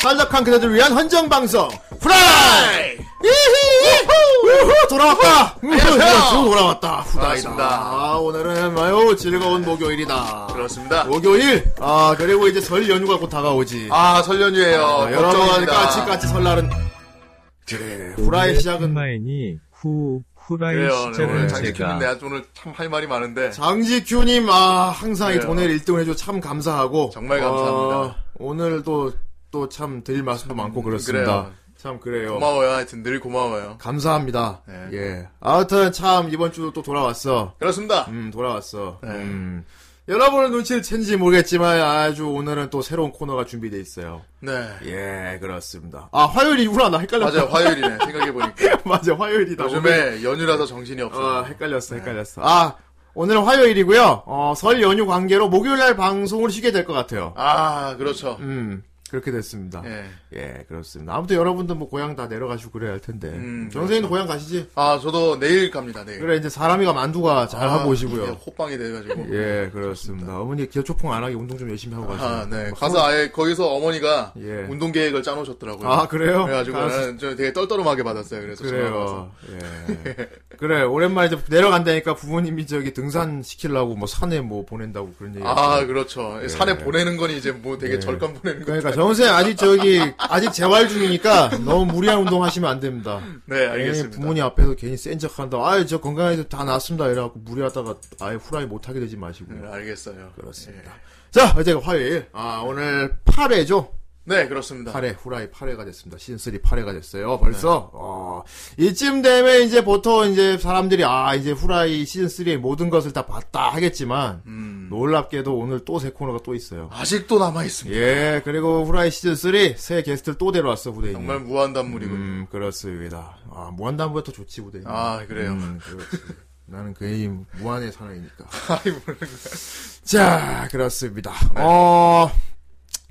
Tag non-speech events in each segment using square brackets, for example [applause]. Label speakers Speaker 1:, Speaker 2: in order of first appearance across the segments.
Speaker 1: 탈덕한 그대들을 위한 헌정 방송 후라이 우후 돌아왔다
Speaker 2: 안녕하세요.
Speaker 1: 우후, 돌아왔다 후라이다
Speaker 2: 반갑습니다.
Speaker 1: 아, 오늘은 매우 즐거운 목요일이다
Speaker 2: 그렇습니다.
Speaker 1: 목요일 아 그리고 이제 설 연휴가 곧 다가오지
Speaker 2: 아, 설 연휴에요.
Speaker 1: 아, 여러분
Speaker 2: 걱정입니다.
Speaker 1: 까치까치 설날은 그래 후라이 시작은
Speaker 3: 마인이 후 후라이
Speaker 2: 그래요. 네, 오늘
Speaker 3: 시작은
Speaker 2: 장식님
Speaker 3: 제가
Speaker 2: 내가 오늘 참 할 말이 많은데.
Speaker 1: 장지큐님 아 항상 이
Speaker 2: 그래요.
Speaker 1: 돈을 1등을 해줘 참 감사하고 어,
Speaker 2: 정말 감사합니다. 음,
Speaker 1: 오늘도 또 참 드릴 말씀도 많고 그렇습니다
Speaker 2: 그래요.
Speaker 1: 참 그래요
Speaker 2: 고마워요. 하여튼 늘 고마워요.
Speaker 1: 감사합니다.
Speaker 2: 네.
Speaker 1: 예. 아무튼 참 이번 주도 또 돌아왔어.
Speaker 2: 그렇습니다.
Speaker 1: 음 돌아왔어.
Speaker 2: 네.
Speaker 1: 음. 여러분의 눈치를 챈지 모르겠지만 아주 오늘은 또 새로운 코너가 준비돼 있어요.
Speaker 2: 네.
Speaker 1: 예 그렇습니다. 아 화요일 이후라 나 헷갈렸다. [laughs]
Speaker 2: 맞아요. 화요일이네. 생각해보니까.
Speaker 1: 맞아 화요일이다. 오늘-
Speaker 2: 요즘에 연휴라서 정신이
Speaker 1: 어,
Speaker 2: 없어.
Speaker 1: 헷갈렸어 헷갈렸어. 아 오늘은 화요일이고요. 어, 설 연휴 관계로 목요일 날 방송을 쉬게 될 것 같아요.
Speaker 2: 아, 그렇죠.
Speaker 1: 음 그렇게 됐습니다. 예.
Speaker 2: 예.
Speaker 1: 그렇습니다. 아무튼 여러분도 뭐 고향 다 내려가시고 그래야 할 텐데.
Speaker 2: 음,
Speaker 1: 정생이도 고향 가시지?
Speaker 2: 아, 저도 내일 갑니다. 내일.
Speaker 1: 그래 이제 사람이가 만두가 잘
Speaker 2: 아,
Speaker 1: 하고
Speaker 2: 예,
Speaker 1: 오시고요.
Speaker 2: 호빵이 돼가지고.
Speaker 1: 예, 그렇습니다. 어머니 기어초풍 안 하게 운동 좀 열심히 하고 가세요.
Speaker 2: 아, 네.
Speaker 1: 뭐
Speaker 2: 가서
Speaker 1: 서울-
Speaker 2: 아예 거기서 어머니가
Speaker 1: 예.
Speaker 2: 운동 계획을 짜놓으셨더라고요.
Speaker 1: 아, 그래요?
Speaker 2: 그래가지고 네,
Speaker 1: 가서-
Speaker 2: 나는 좀 되게 떨떠름하게 받았어요. 그래서 전화 와서.
Speaker 1: 그래요. 예. 그래, 오랜만에 이제 내려간다니까 부모님이 저기 등산 시키려고 뭐 산에 뭐 보낸다고 그런 얘기.
Speaker 2: 아, 그렇죠.
Speaker 1: 예.
Speaker 2: 산에 보내는 건 이제 뭐 되게 절간 보내는 거.
Speaker 1: 그러니까 정선생 아직 저기 아직 재활 중이니까 너무 무리한 운동 하시면 안 됩니다.
Speaker 2: 네,
Speaker 1: 괜히
Speaker 2: [laughs] 알겠습니다.
Speaker 1: 예, 부모님 앞에서 괜히 센 척한다. 아유 저 건강해서 다 낫습니다. 이래갖고 무리하다가 아예 후라이 못하게 되지 마시고요.
Speaker 2: 네, 알겠어요.
Speaker 1: 그렇습니다.
Speaker 2: 예.
Speaker 1: 자, 어제 화요일. 아 오늘 8회죠.
Speaker 2: 네, 그렇습니다.
Speaker 1: 8회 후라이 8회가 됐습니다. 시즌 3 8회가 됐어요. 벌써
Speaker 2: 네.
Speaker 1: 어, 이쯤 되면 이제 보통 이제 사람들이 아 이제 후라이 시즌 3의 모든 것을 다 봤다 하겠지만
Speaker 2: 음.
Speaker 1: 놀랍게도 오늘 또 새 코너가 또 있어요.
Speaker 2: 아직도 네. 남아 있습니다.
Speaker 1: 예 그리고 후라이 시즌 3새 게스트를 또 데려왔어 후대인.
Speaker 2: 정말 무한단물이군요.
Speaker 1: 음 그렇습니다. 아 무한담보다 더 좋지 후대인.
Speaker 2: 아, 그래요.
Speaker 1: 음, 그렇지. 나는 괜히 무한의 사나이니까.
Speaker 2: [laughs] 아이, 네. 뭘.
Speaker 1: 자 그렇습니다. 어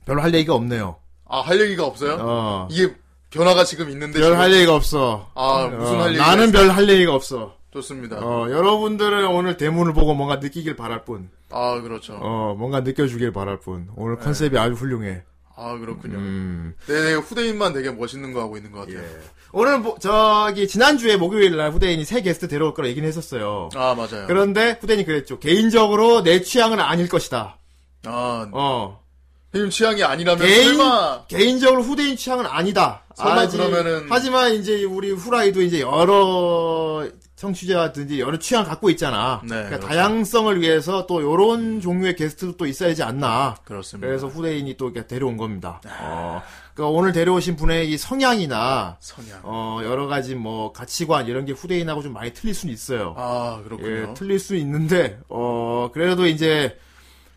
Speaker 1: 별로 할 얘기가 없네요.
Speaker 2: 아, 할 얘기가 없어요?
Speaker 1: 어.
Speaker 2: 이게 변화가 지금 있는데
Speaker 1: 별
Speaker 2: 지금-
Speaker 1: 할 얘기가 없어.
Speaker 2: 아, 무슨
Speaker 1: 어,
Speaker 2: 할 얘기?
Speaker 1: 나는 별 할 얘기가 없어.
Speaker 2: 좋습니다.
Speaker 1: 어, 여러분들은 오늘 대문을 보고 뭔가 느끼길 바랄 뿐.
Speaker 2: 아, 그렇죠.
Speaker 1: 어, 뭔가 느껴주길 바랄 뿐. 오늘 컨셉이 아주 훌륭해.
Speaker 2: 아, 그렇군요.
Speaker 1: 음.
Speaker 2: 네, 네, 후대인만 되게 멋있는 거 하고 있는 것 같아요.
Speaker 1: 오늘 뭐- 저기 지난주에 목요일 날 후대인이 새 게스트 데려올 거라 얘기는 했었어요.
Speaker 2: 아, 맞아요.
Speaker 1: 그런데 후대인이 그랬죠. 개인적으로 내 취향은 아닐 것이다.
Speaker 2: 아,
Speaker 1: 어.
Speaker 2: 형님 취향이 아니라면
Speaker 1: 개인
Speaker 2: 설마
Speaker 1: 개인적으로 후대인 취향은 아니다.
Speaker 2: 설마
Speaker 1: 하지-
Speaker 2: 그러면은-
Speaker 1: 하지만 이제 우리 후라이도 이제 여러 청취자든지 여러 취향 갖고 있잖아.
Speaker 2: 네,
Speaker 1: 그러니까
Speaker 2: 그렇죠. 음.
Speaker 1: 다양성을 위해서 또 요런 종류의 게스트도 또 있어야지 않나.
Speaker 2: 그렇습니다.
Speaker 1: 그래서 후대인이 또 이렇게 데려온 겁니다.
Speaker 2: 아.
Speaker 1: 어, 그러니까 오늘 데려오신 분의 이 성향이나
Speaker 2: 성향.
Speaker 1: 어, 여러 가지 뭐 가치관 이런 게 후대인하고 좀 많이 틀릴 수는 있어요.
Speaker 2: 아, 그렇군요.
Speaker 1: 예, 틀릴 수 있는데 어 그래도 이제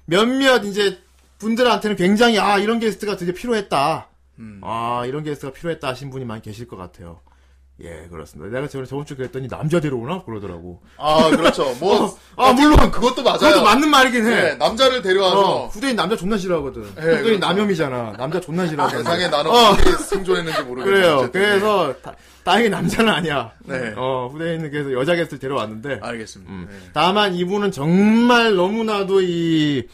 Speaker 1: 몇몇 이제 분들한테는 굉장히 아 이런 게스트가 되게 필요했다.
Speaker 2: 음.
Speaker 1: 아 이런 게스트가 필요했다 하신 분이 많이 계실 것 같아요. 예 그렇습니다. 내가 저번 저번 주 그랬더니 남자 데려오나 그러더라고.
Speaker 2: 아, 그렇죠. 뭐,
Speaker 1: 어, 아,
Speaker 2: 어떻게
Speaker 1: 물론.
Speaker 2: 보면 그것도 맞아요.
Speaker 1: 그것도 맞는 말이긴 해.
Speaker 2: 네, 남자를 데려와서
Speaker 1: 어, 후대인 남자 존나 싫어하거든. 후대인
Speaker 2: 그렇죠.
Speaker 1: 남염이잖아. 남자 존나 싫어하거든.
Speaker 2: 세상에 나는
Speaker 1: 어.
Speaker 2: 어떻게 생존했는지 모르겠어요.
Speaker 1: 그래요.
Speaker 2: 어쨌든.
Speaker 1: 그래서 다, 다행히 남자는 아니야.
Speaker 2: 네.
Speaker 1: 어 후대인은 그래서 여자 게스트 데려왔는데
Speaker 2: 알겠습니다.
Speaker 1: 음.
Speaker 2: 네.
Speaker 1: 다만 이분은 정말 너무나도 이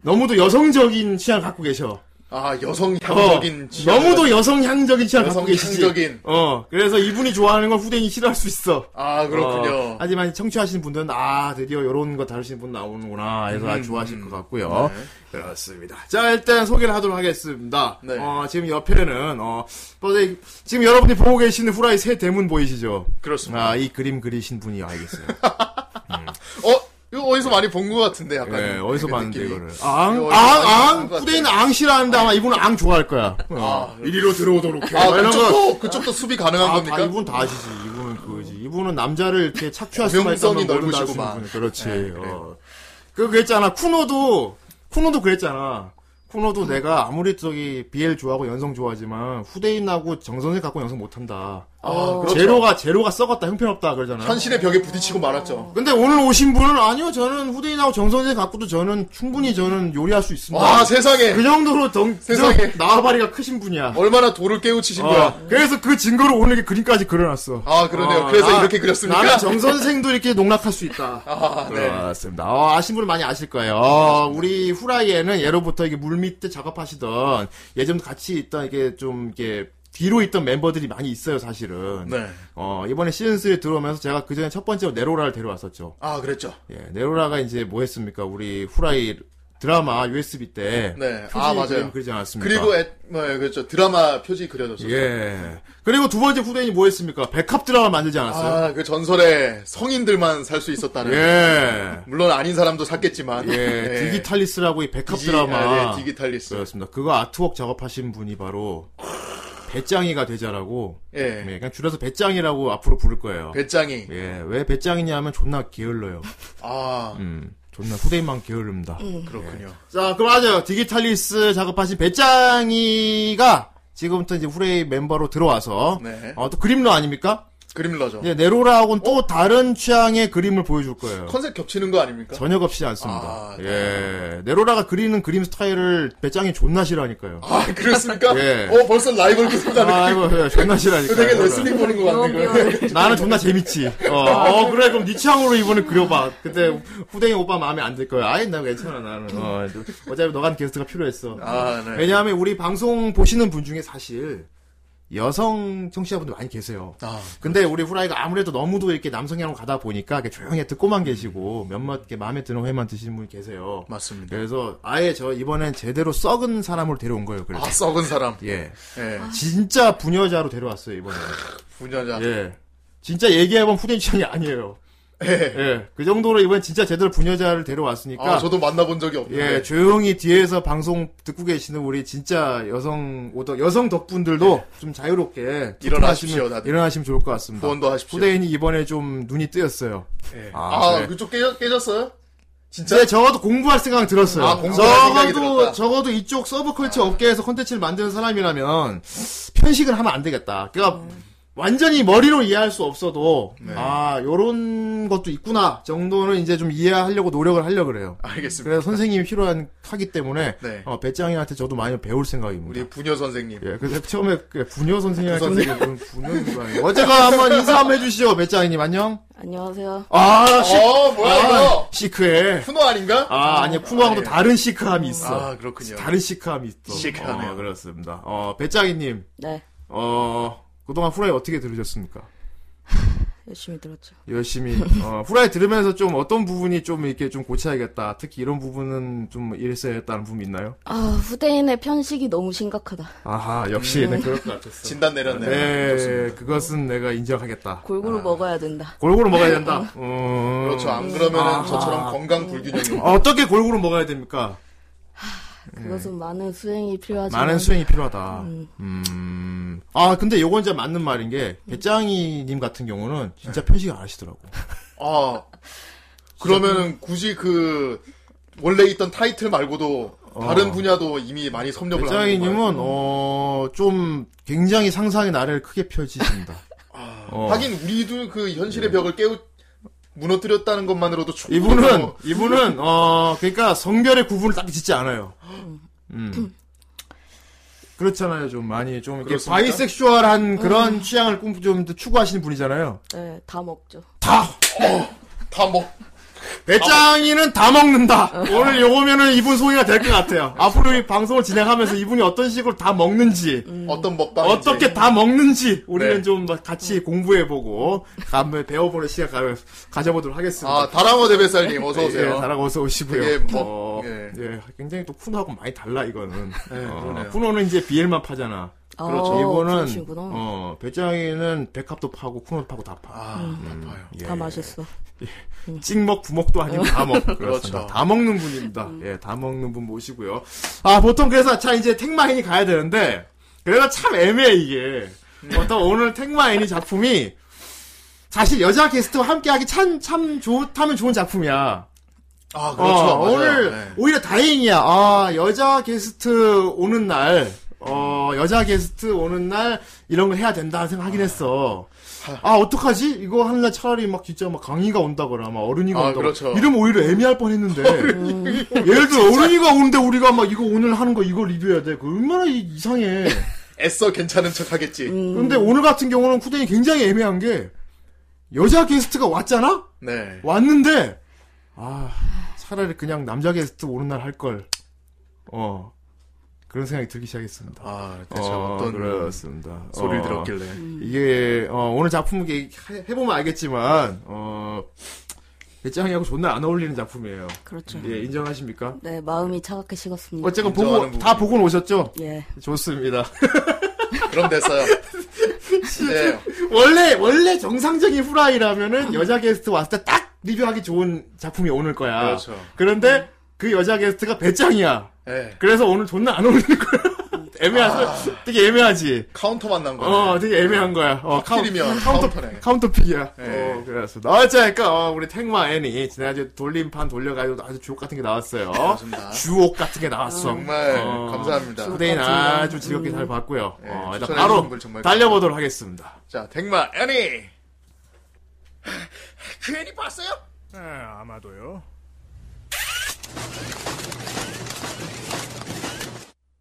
Speaker 1: 너무도 여성적인 취향 갖고 계셔.
Speaker 2: 아
Speaker 1: 어,
Speaker 2: 여성향적인 취향.
Speaker 1: 너무도 여성향적인 취향 갖고 계시지.
Speaker 2: 여성향적인.
Speaker 1: 어, 그래서 이분이 좋아하는 건 후대인이 싫어할 수 있어.
Speaker 2: 아 그렇군요.
Speaker 1: 어, 하지만 청취하시는 분들은 아 드디어 이런 거 다루시는 분 나오는구나 해서
Speaker 2: 음,
Speaker 1: 아주 좋아하실 것 같고요. 그렇습니다. 자 일단 소개를 하도록 하겠습니다.
Speaker 2: 네.
Speaker 1: 어, 지금 옆에는 어, 버디- 지금 여러분이 보고 계시는 후라이 새 대문 보이시죠?
Speaker 2: 그렇습니다.
Speaker 1: 아 이 그림 그리신 분이 와
Speaker 2: [laughs]
Speaker 1: 계세요.
Speaker 2: 어 이거 어디서 많이 본 것 같은데 약간.
Speaker 1: 예, 어디서
Speaker 2: 그
Speaker 1: 봤는데
Speaker 2: 느낌이.
Speaker 1: 이거를.
Speaker 2: 이거
Speaker 1: 앙,
Speaker 2: 네, 어디서
Speaker 1: 앙,
Speaker 2: 많이 본것
Speaker 1: 앙.
Speaker 2: 같아요.
Speaker 1: 후대인은 앙 싫어하는데 아마 이분은 앙 좋아할 거야. 어. 이리로 들어오도록 해.
Speaker 2: 네. 아
Speaker 1: 막 이런 거.
Speaker 2: 그쪽도 그쪽도 수비 가능한
Speaker 1: 아,
Speaker 2: 겁니까?
Speaker 1: 다 이분 다 아시지. 이분은 그거지. 이분은 남자를 이렇게 착취할 수만
Speaker 2: 명성이
Speaker 1: 있다면 뭐든 다
Speaker 2: 넓으시구만.
Speaker 1: 할수 있는 분. 그렇지.
Speaker 2: 그래요.
Speaker 1: 어. 그 그랬잖아. 쿠노도 쿠노도 그랬잖아. 쿠노도 내가 아무리 저기 BL 좋아하고 연성 좋아하지만 후대인하고 정선생 갖고 연성 못한다.
Speaker 2: 아, 그렇죠.
Speaker 1: 제로가 제로가 썩었다 형편없다 그러잖아요.
Speaker 2: 현실의 벽에 부딪히고 말았죠.
Speaker 1: 근데 오늘 오신 분은 아니요 저는 후대인하고 정선생 갖고도 저는 충분히 저는 요리할 수 있습니다.
Speaker 2: 와 세상에
Speaker 1: 그 정도로 덩저
Speaker 2: 세상에.
Speaker 1: 나와바리가 크신 분이야.
Speaker 2: 얼마나 돌을 깨우치신 거야.
Speaker 1: 어, 그래서 그 증거로 오늘 이렇게 그림까지 그려놨어.
Speaker 2: 아 그러네요.
Speaker 1: 어,
Speaker 2: 그래서
Speaker 1: 나-
Speaker 2: 이렇게 그렸습니까?
Speaker 1: 나는 정 선생도 이렇게 농락할 수 있다.
Speaker 2: 아, 네.
Speaker 1: 그렇습니다. 어, 아신 분은 많이 아실 거예요. 어, 우리 후라이에는 예로부터 이게 물밑에 작업하시던 예전 같이 있던 이게 좀 이게 뒤로 있던 멤버들이 많이 있어요, 사실은.
Speaker 2: 네.
Speaker 1: 어, 이번에 시즌3 들어오면서 제가 그 전에 첫 번째로 네로라를 데려왔었죠.
Speaker 2: 아 그랬죠.
Speaker 1: 예, 네로라가 이제 뭐 했습니까? 우리 후라이 드라마 USB 때.
Speaker 2: 네.
Speaker 1: 표지
Speaker 2: 아
Speaker 1: 그림
Speaker 2: 맞아요.
Speaker 1: 그리지 않았습니까?
Speaker 2: 그리고 애, 뭐 예, 그렇죠. 드라마 표지 그려졌었죠.
Speaker 1: 예. 그리고 두 번째 후대인이 뭐 했습니까? 백합 드라마 만들지 않았어요?
Speaker 2: 아 네. 그 전설의 성인들만 살 수 있었다는.
Speaker 1: 예.
Speaker 2: 물론 아닌 사람도 샀겠지만. 네.
Speaker 1: 예. 디기탈리스라고 이 백합
Speaker 2: 디지-
Speaker 1: 드라마.
Speaker 2: 아, 예, 디기탈리스.
Speaker 1: 그렇습니다. 그거 아트웍 작업하신 분이 바로 배짱이가 되자라고.
Speaker 2: 예.
Speaker 1: 예. 그냥 줄여서 배짱이라고 앞으로 부를 거예요.
Speaker 2: 배짱이.
Speaker 1: 예. 왜 배짱이냐면 존나 게을러요.
Speaker 2: 아
Speaker 1: 음. 존나 후대인만 게으릅니다.
Speaker 2: 예. 그렇군요.
Speaker 1: 자, 그 맞아요. 디기탈리스 작업하신 배짱이가 지금부터 이제 후레이 멤버로 들어와서
Speaker 2: 네.
Speaker 1: 어, 또 그림러 아닙니까?
Speaker 2: 그림러죠.
Speaker 1: 예, 네로라하고는
Speaker 2: 어?
Speaker 1: 또 다른 취향의 그림을 보여줄 거예요.
Speaker 2: 컨셉 겹치는 거 아닙니까?
Speaker 1: 전혀 없이 않습니다.
Speaker 2: 아,
Speaker 1: 예. 네로라가 그리는 그림 스타일을 배짱이 존나 싫어하니까요.
Speaker 2: 아 그렇습니까?
Speaker 1: 예.
Speaker 2: 어 벌써 라이벌 구성가는
Speaker 1: 아,
Speaker 2: 느낌.
Speaker 1: 이거 예, 존나 싫어하니까.
Speaker 2: 되게 레슬링 보는 거 같네
Speaker 4: 귀여워,
Speaker 2: 그거.
Speaker 1: 나는 존나 재밌지. 어, 어, 그래 그럼 네 취향으로 이번에 그려봐. 근데 후대인 오빠 마음에 안 들 거야. 아이 나 괜찮아 나는. 어, 어차피 너간 게스트가 필요했어.
Speaker 2: 아 네.
Speaker 1: 왜냐하면 우리 방송 보시는 분 중에 사실 여성 청취자분들 많이 계세요.
Speaker 2: 아
Speaker 1: 근데 우리 후라이가 아무래도 너무도 이렇게 남성향으로 가다 보니까 이렇게 조용히 듣고만 계시고 몇몇 이렇게 마음에 드는 회만 드시는 분이 계세요.
Speaker 2: 맞습니다.
Speaker 1: 그래서 아예 저 이번엔 제대로 썩은 사람으로 데려온 거예요. 그래서
Speaker 2: 아 썩은 사람.
Speaker 1: 예
Speaker 2: 예.
Speaker 1: 진짜 분여자로 데려왔어요 이번에.
Speaker 2: 분야자.
Speaker 1: 예 진짜 얘기해본 후대인 취향이 아니에요. 예그 정도로 이번엔 진짜 제대로 분여자를 데려왔으니까.
Speaker 2: 아 저도 네. 만나본 적이 없는데.
Speaker 1: 예, 조용히 뒤에서 방송 듣고 계시는 우리 진짜 여성 오더 여성 덕분들도 좀 자유롭게
Speaker 2: 네. 일어나십시오, 다들.
Speaker 1: 일어나시면 좋을 것 같습니다.
Speaker 2: 후원도 하십시오.
Speaker 1: 후대인이 이번에 좀 눈이 뜨였어요.
Speaker 2: 예.
Speaker 1: 아,
Speaker 2: 아,
Speaker 1: 그래.
Speaker 2: 그쪽 깨졌, 깨졌어요? 진짜?
Speaker 1: 네, 적어도 공부할 생각 들었어요.
Speaker 2: 아, 공부할 생각이
Speaker 1: 적어도
Speaker 2: 들었다.
Speaker 1: 적어도 이쪽 서브컬처 업계에서 컨텐츠를 만드는 사람이라면 편식을 하면 안 되겠다. 그러니까 완전히 머리로 이해할 수 없어도
Speaker 2: 네.
Speaker 1: 아 요런 것도 있구나 정도는 이제 좀 이해하려고 노력을 하려고 그래요.
Speaker 2: 알겠습니다.
Speaker 1: 그래서 선생님이 필요한 하기 때문에
Speaker 2: 네.
Speaker 1: 어, 배짱이한테 저도 많이 배울 생각입니다.
Speaker 2: 우리 부녀 선생님.
Speaker 1: 네. 예, 그래서 처음에 그 부녀 선생님한테
Speaker 2: 그 선생님.
Speaker 1: [laughs] 선생님 부녀 어제가 한번 인사 한번 해주시죠 배짱이님 안녕.
Speaker 4: 안녕하세요.
Speaker 1: 아, 시,
Speaker 2: 어, 뭐야,
Speaker 1: 아
Speaker 2: 이거?
Speaker 1: 시크해.
Speaker 2: 푸노 아닌가?
Speaker 1: 아, 아니요. 쿠노하고도
Speaker 2: 아, 예.
Speaker 1: 다른 시크함이 있어.
Speaker 2: 아, 그렇군요.
Speaker 1: 다른 시크함이 있어.
Speaker 2: 시크하네요.
Speaker 1: 어, 그렇습니다. 어, 배짱이님,
Speaker 4: 네,
Speaker 1: 어, 그동안 후라이 어떻게 들으셨습니까?
Speaker 4: 열심히 들었죠.
Speaker 1: 열심히. 어, 후라이 들으면서 좀 어떤 부분이 좀 이렇게 좀 고쳐야겠다. 특히 이런 부분은 좀 이랬어야겠다는 부분 있나요?
Speaker 4: 아, 후대인의 편식이 너무 심각하다.
Speaker 1: 아하, 역시 얘는 그럴 것 같았어.
Speaker 2: 진단 음. 내렸네요.
Speaker 1: 네, 그것은 내가 인정하겠다.
Speaker 4: 골고루 먹어야 된다.
Speaker 1: 골고루 먹어야 된다. 어...
Speaker 2: [laughs] 그렇죠. 안 그러면은
Speaker 1: 아.
Speaker 2: 저처럼 건강 불균형이.
Speaker 1: 아, 어떻게 골고루 먹어야 됩니까?
Speaker 4: 그것은 많은 수행이
Speaker 2: 아,
Speaker 4: 필요하지만
Speaker 1: 많은 수행이
Speaker 2: 네.
Speaker 1: 필요하다.
Speaker 4: 음.
Speaker 1: 음. 아, 근데 요건 진짜 맞는 말인 게, 배짱이님 같은 경우는 진짜 편식 안 하시더라고.
Speaker 2: 음. 네. 아, 그러면은 굳이 그, 원래 있던 타이틀 말고도
Speaker 1: 어.
Speaker 2: 다른 분야도 이미 많이 섭렵을 하는 건가요?
Speaker 1: 배짱이님은, 어, 좀 굉장히 상상의 나래를 크게
Speaker 2: [laughs]
Speaker 1: 펼치십니다. 어.
Speaker 2: 아, 하긴 우리도 그 현실의 벽을 깨우 무너뜨렸다는 것만으로도 충분히
Speaker 1: 이분은,
Speaker 2: 뭐-
Speaker 1: 이분은, 어, 그러니까 성별의 구분을 딱 짓지 않아요.
Speaker 2: [clears throat]
Speaker 1: 음. 그렇잖아요, 좀 많이, 좀, 이렇게
Speaker 2: 그렇습니까? 음.
Speaker 1: 바이섹슈얼한 그런 취향을 꿈, 좀 추구하시는 분이잖아요.
Speaker 4: 네, 다 먹죠.
Speaker 1: 다!
Speaker 2: 다 뭐.
Speaker 1: 배짱이는 다 먹는다. 오늘 요거면은 이분 소개가 될 것 같아요. 앞으로 이 방송을 진행하면서 이분이 어떤 식으로 다 먹는지,
Speaker 2: 어떤 먹방
Speaker 1: 음. 어떻게 다 먹는지 우리는
Speaker 2: 음. 네.
Speaker 1: 좀막 같이 공부해보고 한번 배워보는 시간 가, 가져보도록 하겠습니다.
Speaker 2: 아 다랑어 대뱃살님 어서
Speaker 1: [laughs] 예,
Speaker 2: 오세요.
Speaker 1: 다라고 어서 오시고요.
Speaker 2: 되게 먹-
Speaker 1: 어,
Speaker 2: 예.
Speaker 1: 예, 굉장히 또 쿠노하고 많이 달라 이거는. 어,
Speaker 2: 그러네요.
Speaker 1: 쿠노는 이제 비엘만 파잖아.
Speaker 4: 아,
Speaker 1: 그렇죠. 이거는
Speaker 4: 그러시구나.
Speaker 1: 어, 배짱이는 백합도 파고 쿠노도 파고 다 파.
Speaker 2: 아 나빠요.
Speaker 1: 예.
Speaker 4: 다 맛있어.
Speaker 1: 찍먹 부먹도 아니고 다 먹. 그렇죠.
Speaker 2: 그렇죠.
Speaker 1: 다 먹는 분입니다. 예, 다 먹는 분 모시고요. 아 보통 그래서 자 이제 택마인이 가야 되는데 그래서 참 애매해 이게. 보통 오늘 택마인이 작품이 사실 여자 게스트와 함께하기 참 참 좋다면 좋은 작품이야.
Speaker 2: 아 그렇죠.
Speaker 1: 어,
Speaker 2: 맞아요.
Speaker 1: 오늘
Speaker 2: 네.
Speaker 1: 오히려 다행이야. 아 여자 게스트 오는 날 어, 여자 게스트 오는 날 이런 걸 해야 된다 생각하긴 했어. 아, 어떡하지? 이거 하는 날 차라리 막 진짜 막 강의가 온다거나 막 어른이가
Speaker 2: 아,
Speaker 1: 온다거나
Speaker 2: 그렇죠.
Speaker 1: 이러면 오히려 애매할 뻔 했는데. 예를 들어 어른이가 오는데 우리가 막 이거 오늘 하는 거 이거 리뷰해야 돼. 그 얼마나 이- 이상해.
Speaker 2: 애써 괜찮은 척 하겠지.
Speaker 1: 근데 오늘 같은 경우는 쿠덴이 굉장히 애매한 게 여자 게스트가 왔잖아?
Speaker 2: 네.
Speaker 1: 왔는데 아 차라리 그냥 남자 게스트 오는 날 할 걸 어. 그런 생각이 들기 시작했습니다.
Speaker 2: 아, 대체 어, 떤
Speaker 1: 그렇습니다.
Speaker 2: 소리를
Speaker 1: 어,
Speaker 2: 들었길래.
Speaker 1: 이게 어, 오늘 작품 이게 해- 해보면 알겠지만 어 배짱이하고 존나 안 어울리는 작품이에요.
Speaker 4: 그렇죠.
Speaker 1: 예 인정하십니까?
Speaker 4: 네, 마음이 차갑게 식었습니다.
Speaker 1: 어쨌건
Speaker 2: 인정하는
Speaker 1: 보고 다
Speaker 2: 부분이.
Speaker 1: 보고 오셨죠?
Speaker 4: 예.
Speaker 1: 좋습니다.
Speaker 2: 그럼 됐어요. 네. 이제
Speaker 1: [laughs] 원래 원래 정상적인 후라이라면은 여자 게스트 왔을 때 딱 리뷰하기 좋은 작품이 오늘 거야.
Speaker 2: 그렇죠.
Speaker 1: 그런데 그 여자 게스트가 배짱이야.
Speaker 2: 예.
Speaker 1: 그래서 오늘 존나 안 어울리는 거야. [laughs] 애매하죠? 되게 애매하지.
Speaker 2: 카운터 만난 아. 거네.
Speaker 1: 어, 되게 애매한 거야. 어, 카운-
Speaker 2: 필이면
Speaker 1: 카운터
Speaker 2: 카운터네.
Speaker 1: 카운터픽이야.
Speaker 2: 네.
Speaker 1: 어, 그렇습니다. 어, 자, 그러니까 어, 우리 택마 애니 지난주 돌림판 돌려가지고 아주 주옥 같은 게 나왔어요.
Speaker 2: 그렇습니다. 아,
Speaker 1: 주옥 같은 게 나왔어.
Speaker 2: 정말
Speaker 1: 어,
Speaker 2: 감사합니다.
Speaker 1: 후대인 아주 즐겁게 잘 봤고요.
Speaker 2: 네,
Speaker 1: 어, 일단
Speaker 2: 추천해주신
Speaker 1: 바로
Speaker 2: 분 정말
Speaker 1: 달려보도록 하겠습니다.
Speaker 2: 자, 댕마 애니. 그 애니 봤어요?
Speaker 5: 아, 아마도요.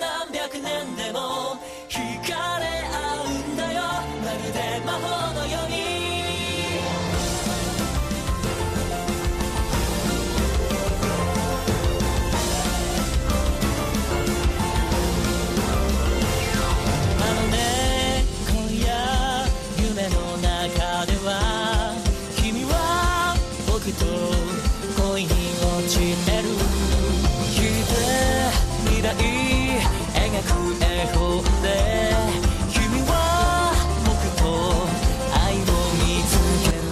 Speaker 6: 何百年でも惹かれ合うんだよまるで魔法のようにあのね今夜夢の中では君は僕と恋に落ちてる聞いて未来描く絵本で君は僕と愛を見つける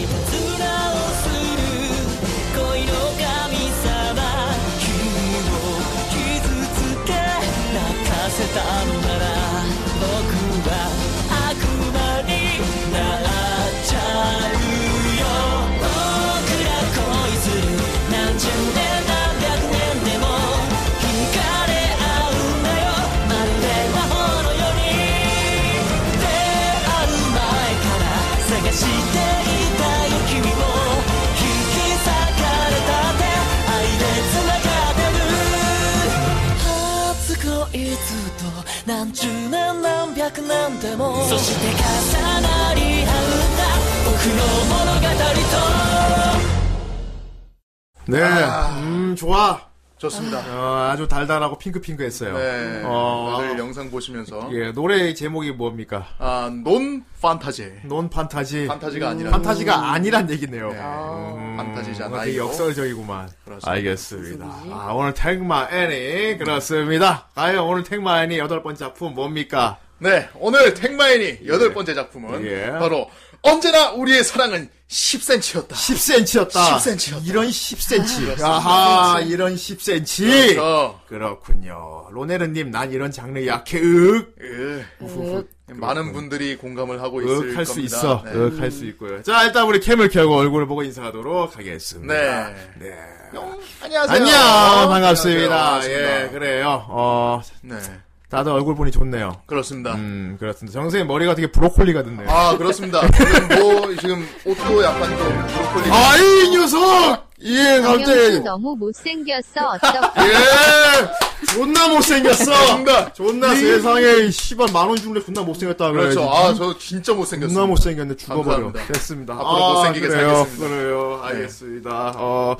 Speaker 6: いたずらをする恋の神様君を傷つけ泣かせたのなら僕は悪魔になっちゃうよ僕ら恋する何十年何百年でも惹かれ合うんだよまるで魔法のように出会う前から探していたよ君を引き裂かれたって愛で繋がってる初恋ずっと何十年何百年でもそして重なり合うんだ僕の物語と
Speaker 1: 네.
Speaker 2: 아.
Speaker 1: 음, 좋아.
Speaker 2: 좋습니다.
Speaker 1: 어, 아주 달달하고 핑크핑크했어요.
Speaker 2: 네.
Speaker 1: 어,
Speaker 2: 오늘 영상 보시면서
Speaker 1: 예, 노래의 제목이 뭡니까?
Speaker 2: 아, 논 판타지.
Speaker 1: 논 판타지.
Speaker 2: 판타지가
Speaker 1: 음.
Speaker 2: 아니라
Speaker 1: 판타지가 아니란 얘기네요.
Speaker 2: 네.
Speaker 4: 아,
Speaker 2: 판타지자
Speaker 1: 뭔가 되게
Speaker 2: 나이로.
Speaker 1: 역설적이구만.
Speaker 2: 그렇습니다.
Speaker 1: 알겠습니다.
Speaker 4: 무슨 일이지?
Speaker 1: 아, 오늘 택마 애니. 그렇습니다. 과연 오늘 택마 애니 여덟 번째 작품 뭡니까?
Speaker 2: 네, 오늘 택마인이 여덟 번째 작품은
Speaker 1: 예.
Speaker 2: 바로 언제나 우리의 사랑은 10cm였다.
Speaker 1: 10cm였다.
Speaker 2: 10cm 였다.
Speaker 1: 이런 10cm. 아하, 이런 10cm.
Speaker 2: 그렇죠.
Speaker 1: 그렇군요. 로네르님, 난 이런 장르 약해, 윽.
Speaker 2: 으,
Speaker 4: 윽.
Speaker 2: 많은 분들이 공감을 하고 있을
Speaker 1: 윽, 할 예. 수
Speaker 2: 겁니다.
Speaker 1: 있어.
Speaker 2: 네.
Speaker 1: 윽, 할 수 있고요. 자, 일단 우리 캠을 켜고 얼굴을 보고 인사하도록 하겠습니다.
Speaker 2: 네.
Speaker 1: 네.
Speaker 2: 안녕하세요.
Speaker 1: 안녕, 반갑습니다.
Speaker 2: 안녕하세요.
Speaker 1: 예, 그래요. 어,
Speaker 2: 네,
Speaker 1: 다들 얼굴 보니 좋네요.
Speaker 2: 그렇습니다.
Speaker 1: 음, 그렇습니다. 정선생님 머리가 되게 브로콜리 같은데요.
Speaker 2: 아, 그렇습니다. 저는 뭐, 지금 옷도 약간 좀 브로콜리.
Speaker 1: 아이, 이 녀석! 예, 갑자기.
Speaker 7: 정영씨 너무 못생겼어 어떡해 [laughs]
Speaker 1: 예! 존나 못생겼어!
Speaker 2: 존나.
Speaker 1: 존나 세상에, 씨발, 만원 줄래 존나 못생겼다.
Speaker 2: 그렇죠.
Speaker 1: 그래야지.
Speaker 2: 아, 저 진짜 못생겼습니다.
Speaker 1: 존나 못생겼네, 죽어버려.
Speaker 2: 감사합니다.
Speaker 1: 됐습니다. 아,
Speaker 2: 앞으로 못생기게
Speaker 1: 그래요.
Speaker 2: 살겠습니다. 네.
Speaker 1: 그래요. 알겠습니다. 어,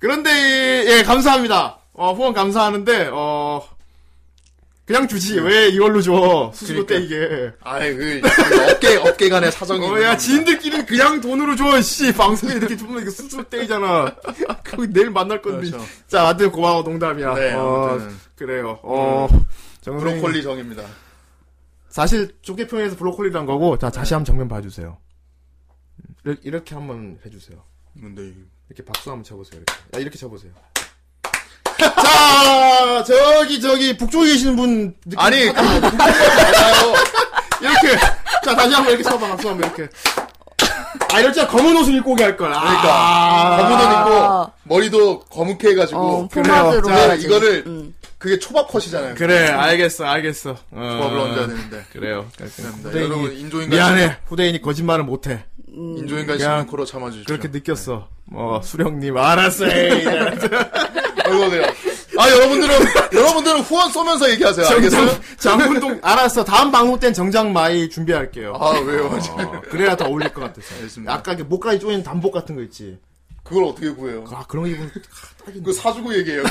Speaker 1: 그런데, 이- 예, 감사합니다. 어, 후원 감사하는데, 어, 그냥
Speaker 2: 네.
Speaker 1: 주지. 왜 이걸로 줘. 수수료 때 이게.
Speaker 2: 아이, 그, 그 어깨, 어깨 간의 사정이.
Speaker 1: 어,
Speaker 2: 있는
Speaker 1: 야,
Speaker 2: 겁니다.
Speaker 1: 지인들끼리는 그냥 돈으로 줘, 씨. 방송에 이렇게 주면 이게 수술 때이잖아. 그 내일 만날 건데.
Speaker 2: 그렇죠.
Speaker 1: 자, 아무튼 고마워, 농담이야.
Speaker 2: 네,
Speaker 1: 어,
Speaker 2: 아무튼.
Speaker 1: 그래요. 어, 정선생님.
Speaker 2: 브로콜리 정입니다.
Speaker 1: 사실, 조개평에서 브로콜리란 거고, 자, 다시 한번 정면 봐주세요. 네. 이렇게, 이렇게 한번 해주세요.
Speaker 2: 근데, 이-
Speaker 1: 이렇게 박수 한번 쳐보세요, 이렇게. 야, 이렇게 쳐보세요. 자,
Speaker 2: 뭐
Speaker 1: 저기, 저기, 북쪽에 계시는 분. 느낌-
Speaker 2: 아니, 그, 알아요.
Speaker 1: 이렇게. 자, 다시 한번 이렇게 써봐, 한번 써봐, 이렇게. 아, 이럴 줄 검은 옷을 입고 오게 할 걸. 아,
Speaker 2: 그러니까 검은 옷
Speaker 4: 아.
Speaker 2: 입고 머리도 검은게 해가지고
Speaker 4: 어,
Speaker 2: 그래요.
Speaker 4: 포마드로
Speaker 2: 자,
Speaker 4: 해야지.
Speaker 2: 이거를
Speaker 4: 음.
Speaker 2: 그게 초밥 컷이잖아요.
Speaker 1: 그래, 알겠어, 알겠어. 어,
Speaker 2: 조합을 얹어야 되는데.
Speaker 1: 그래요.
Speaker 2: 감사합니다.
Speaker 1: 네, 후대인이-
Speaker 2: 여러분 인조인간
Speaker 1: 미안해. 후대인이 거짓말을 못해. 그냥
Speaker 2: 인조인간 신문 코로 참아주십시오.
Speaker 1: 그렇게 느꼈어.
Speaker 2: 네.
Speaker 1: 어, 수령님, 알았어. 에이,
Speaker 2: 아이고 그래요. 아 여러분들은 여러분들은 후원 쏘면서 얘기하세요. 알겠어요?
Speaker 1: 정장, 장군동, 알았어. 다음 방송 땐 정장 마이 준비할게요.
Speaker 2: 아 왜요?
Speaker 1: 어, 그래야 더 어울릴 것 같아서.
Speaker 2: 알겠습니다.
Speaker 1: 아까 이렇게 목까지 조이는 단복 같은 거 있지.
Speaker 2: 그걸 어떻게 구해요?
Speaker 1: 아, 그런 거 입으면
Speaker 2: 그 사주고 얘기해요.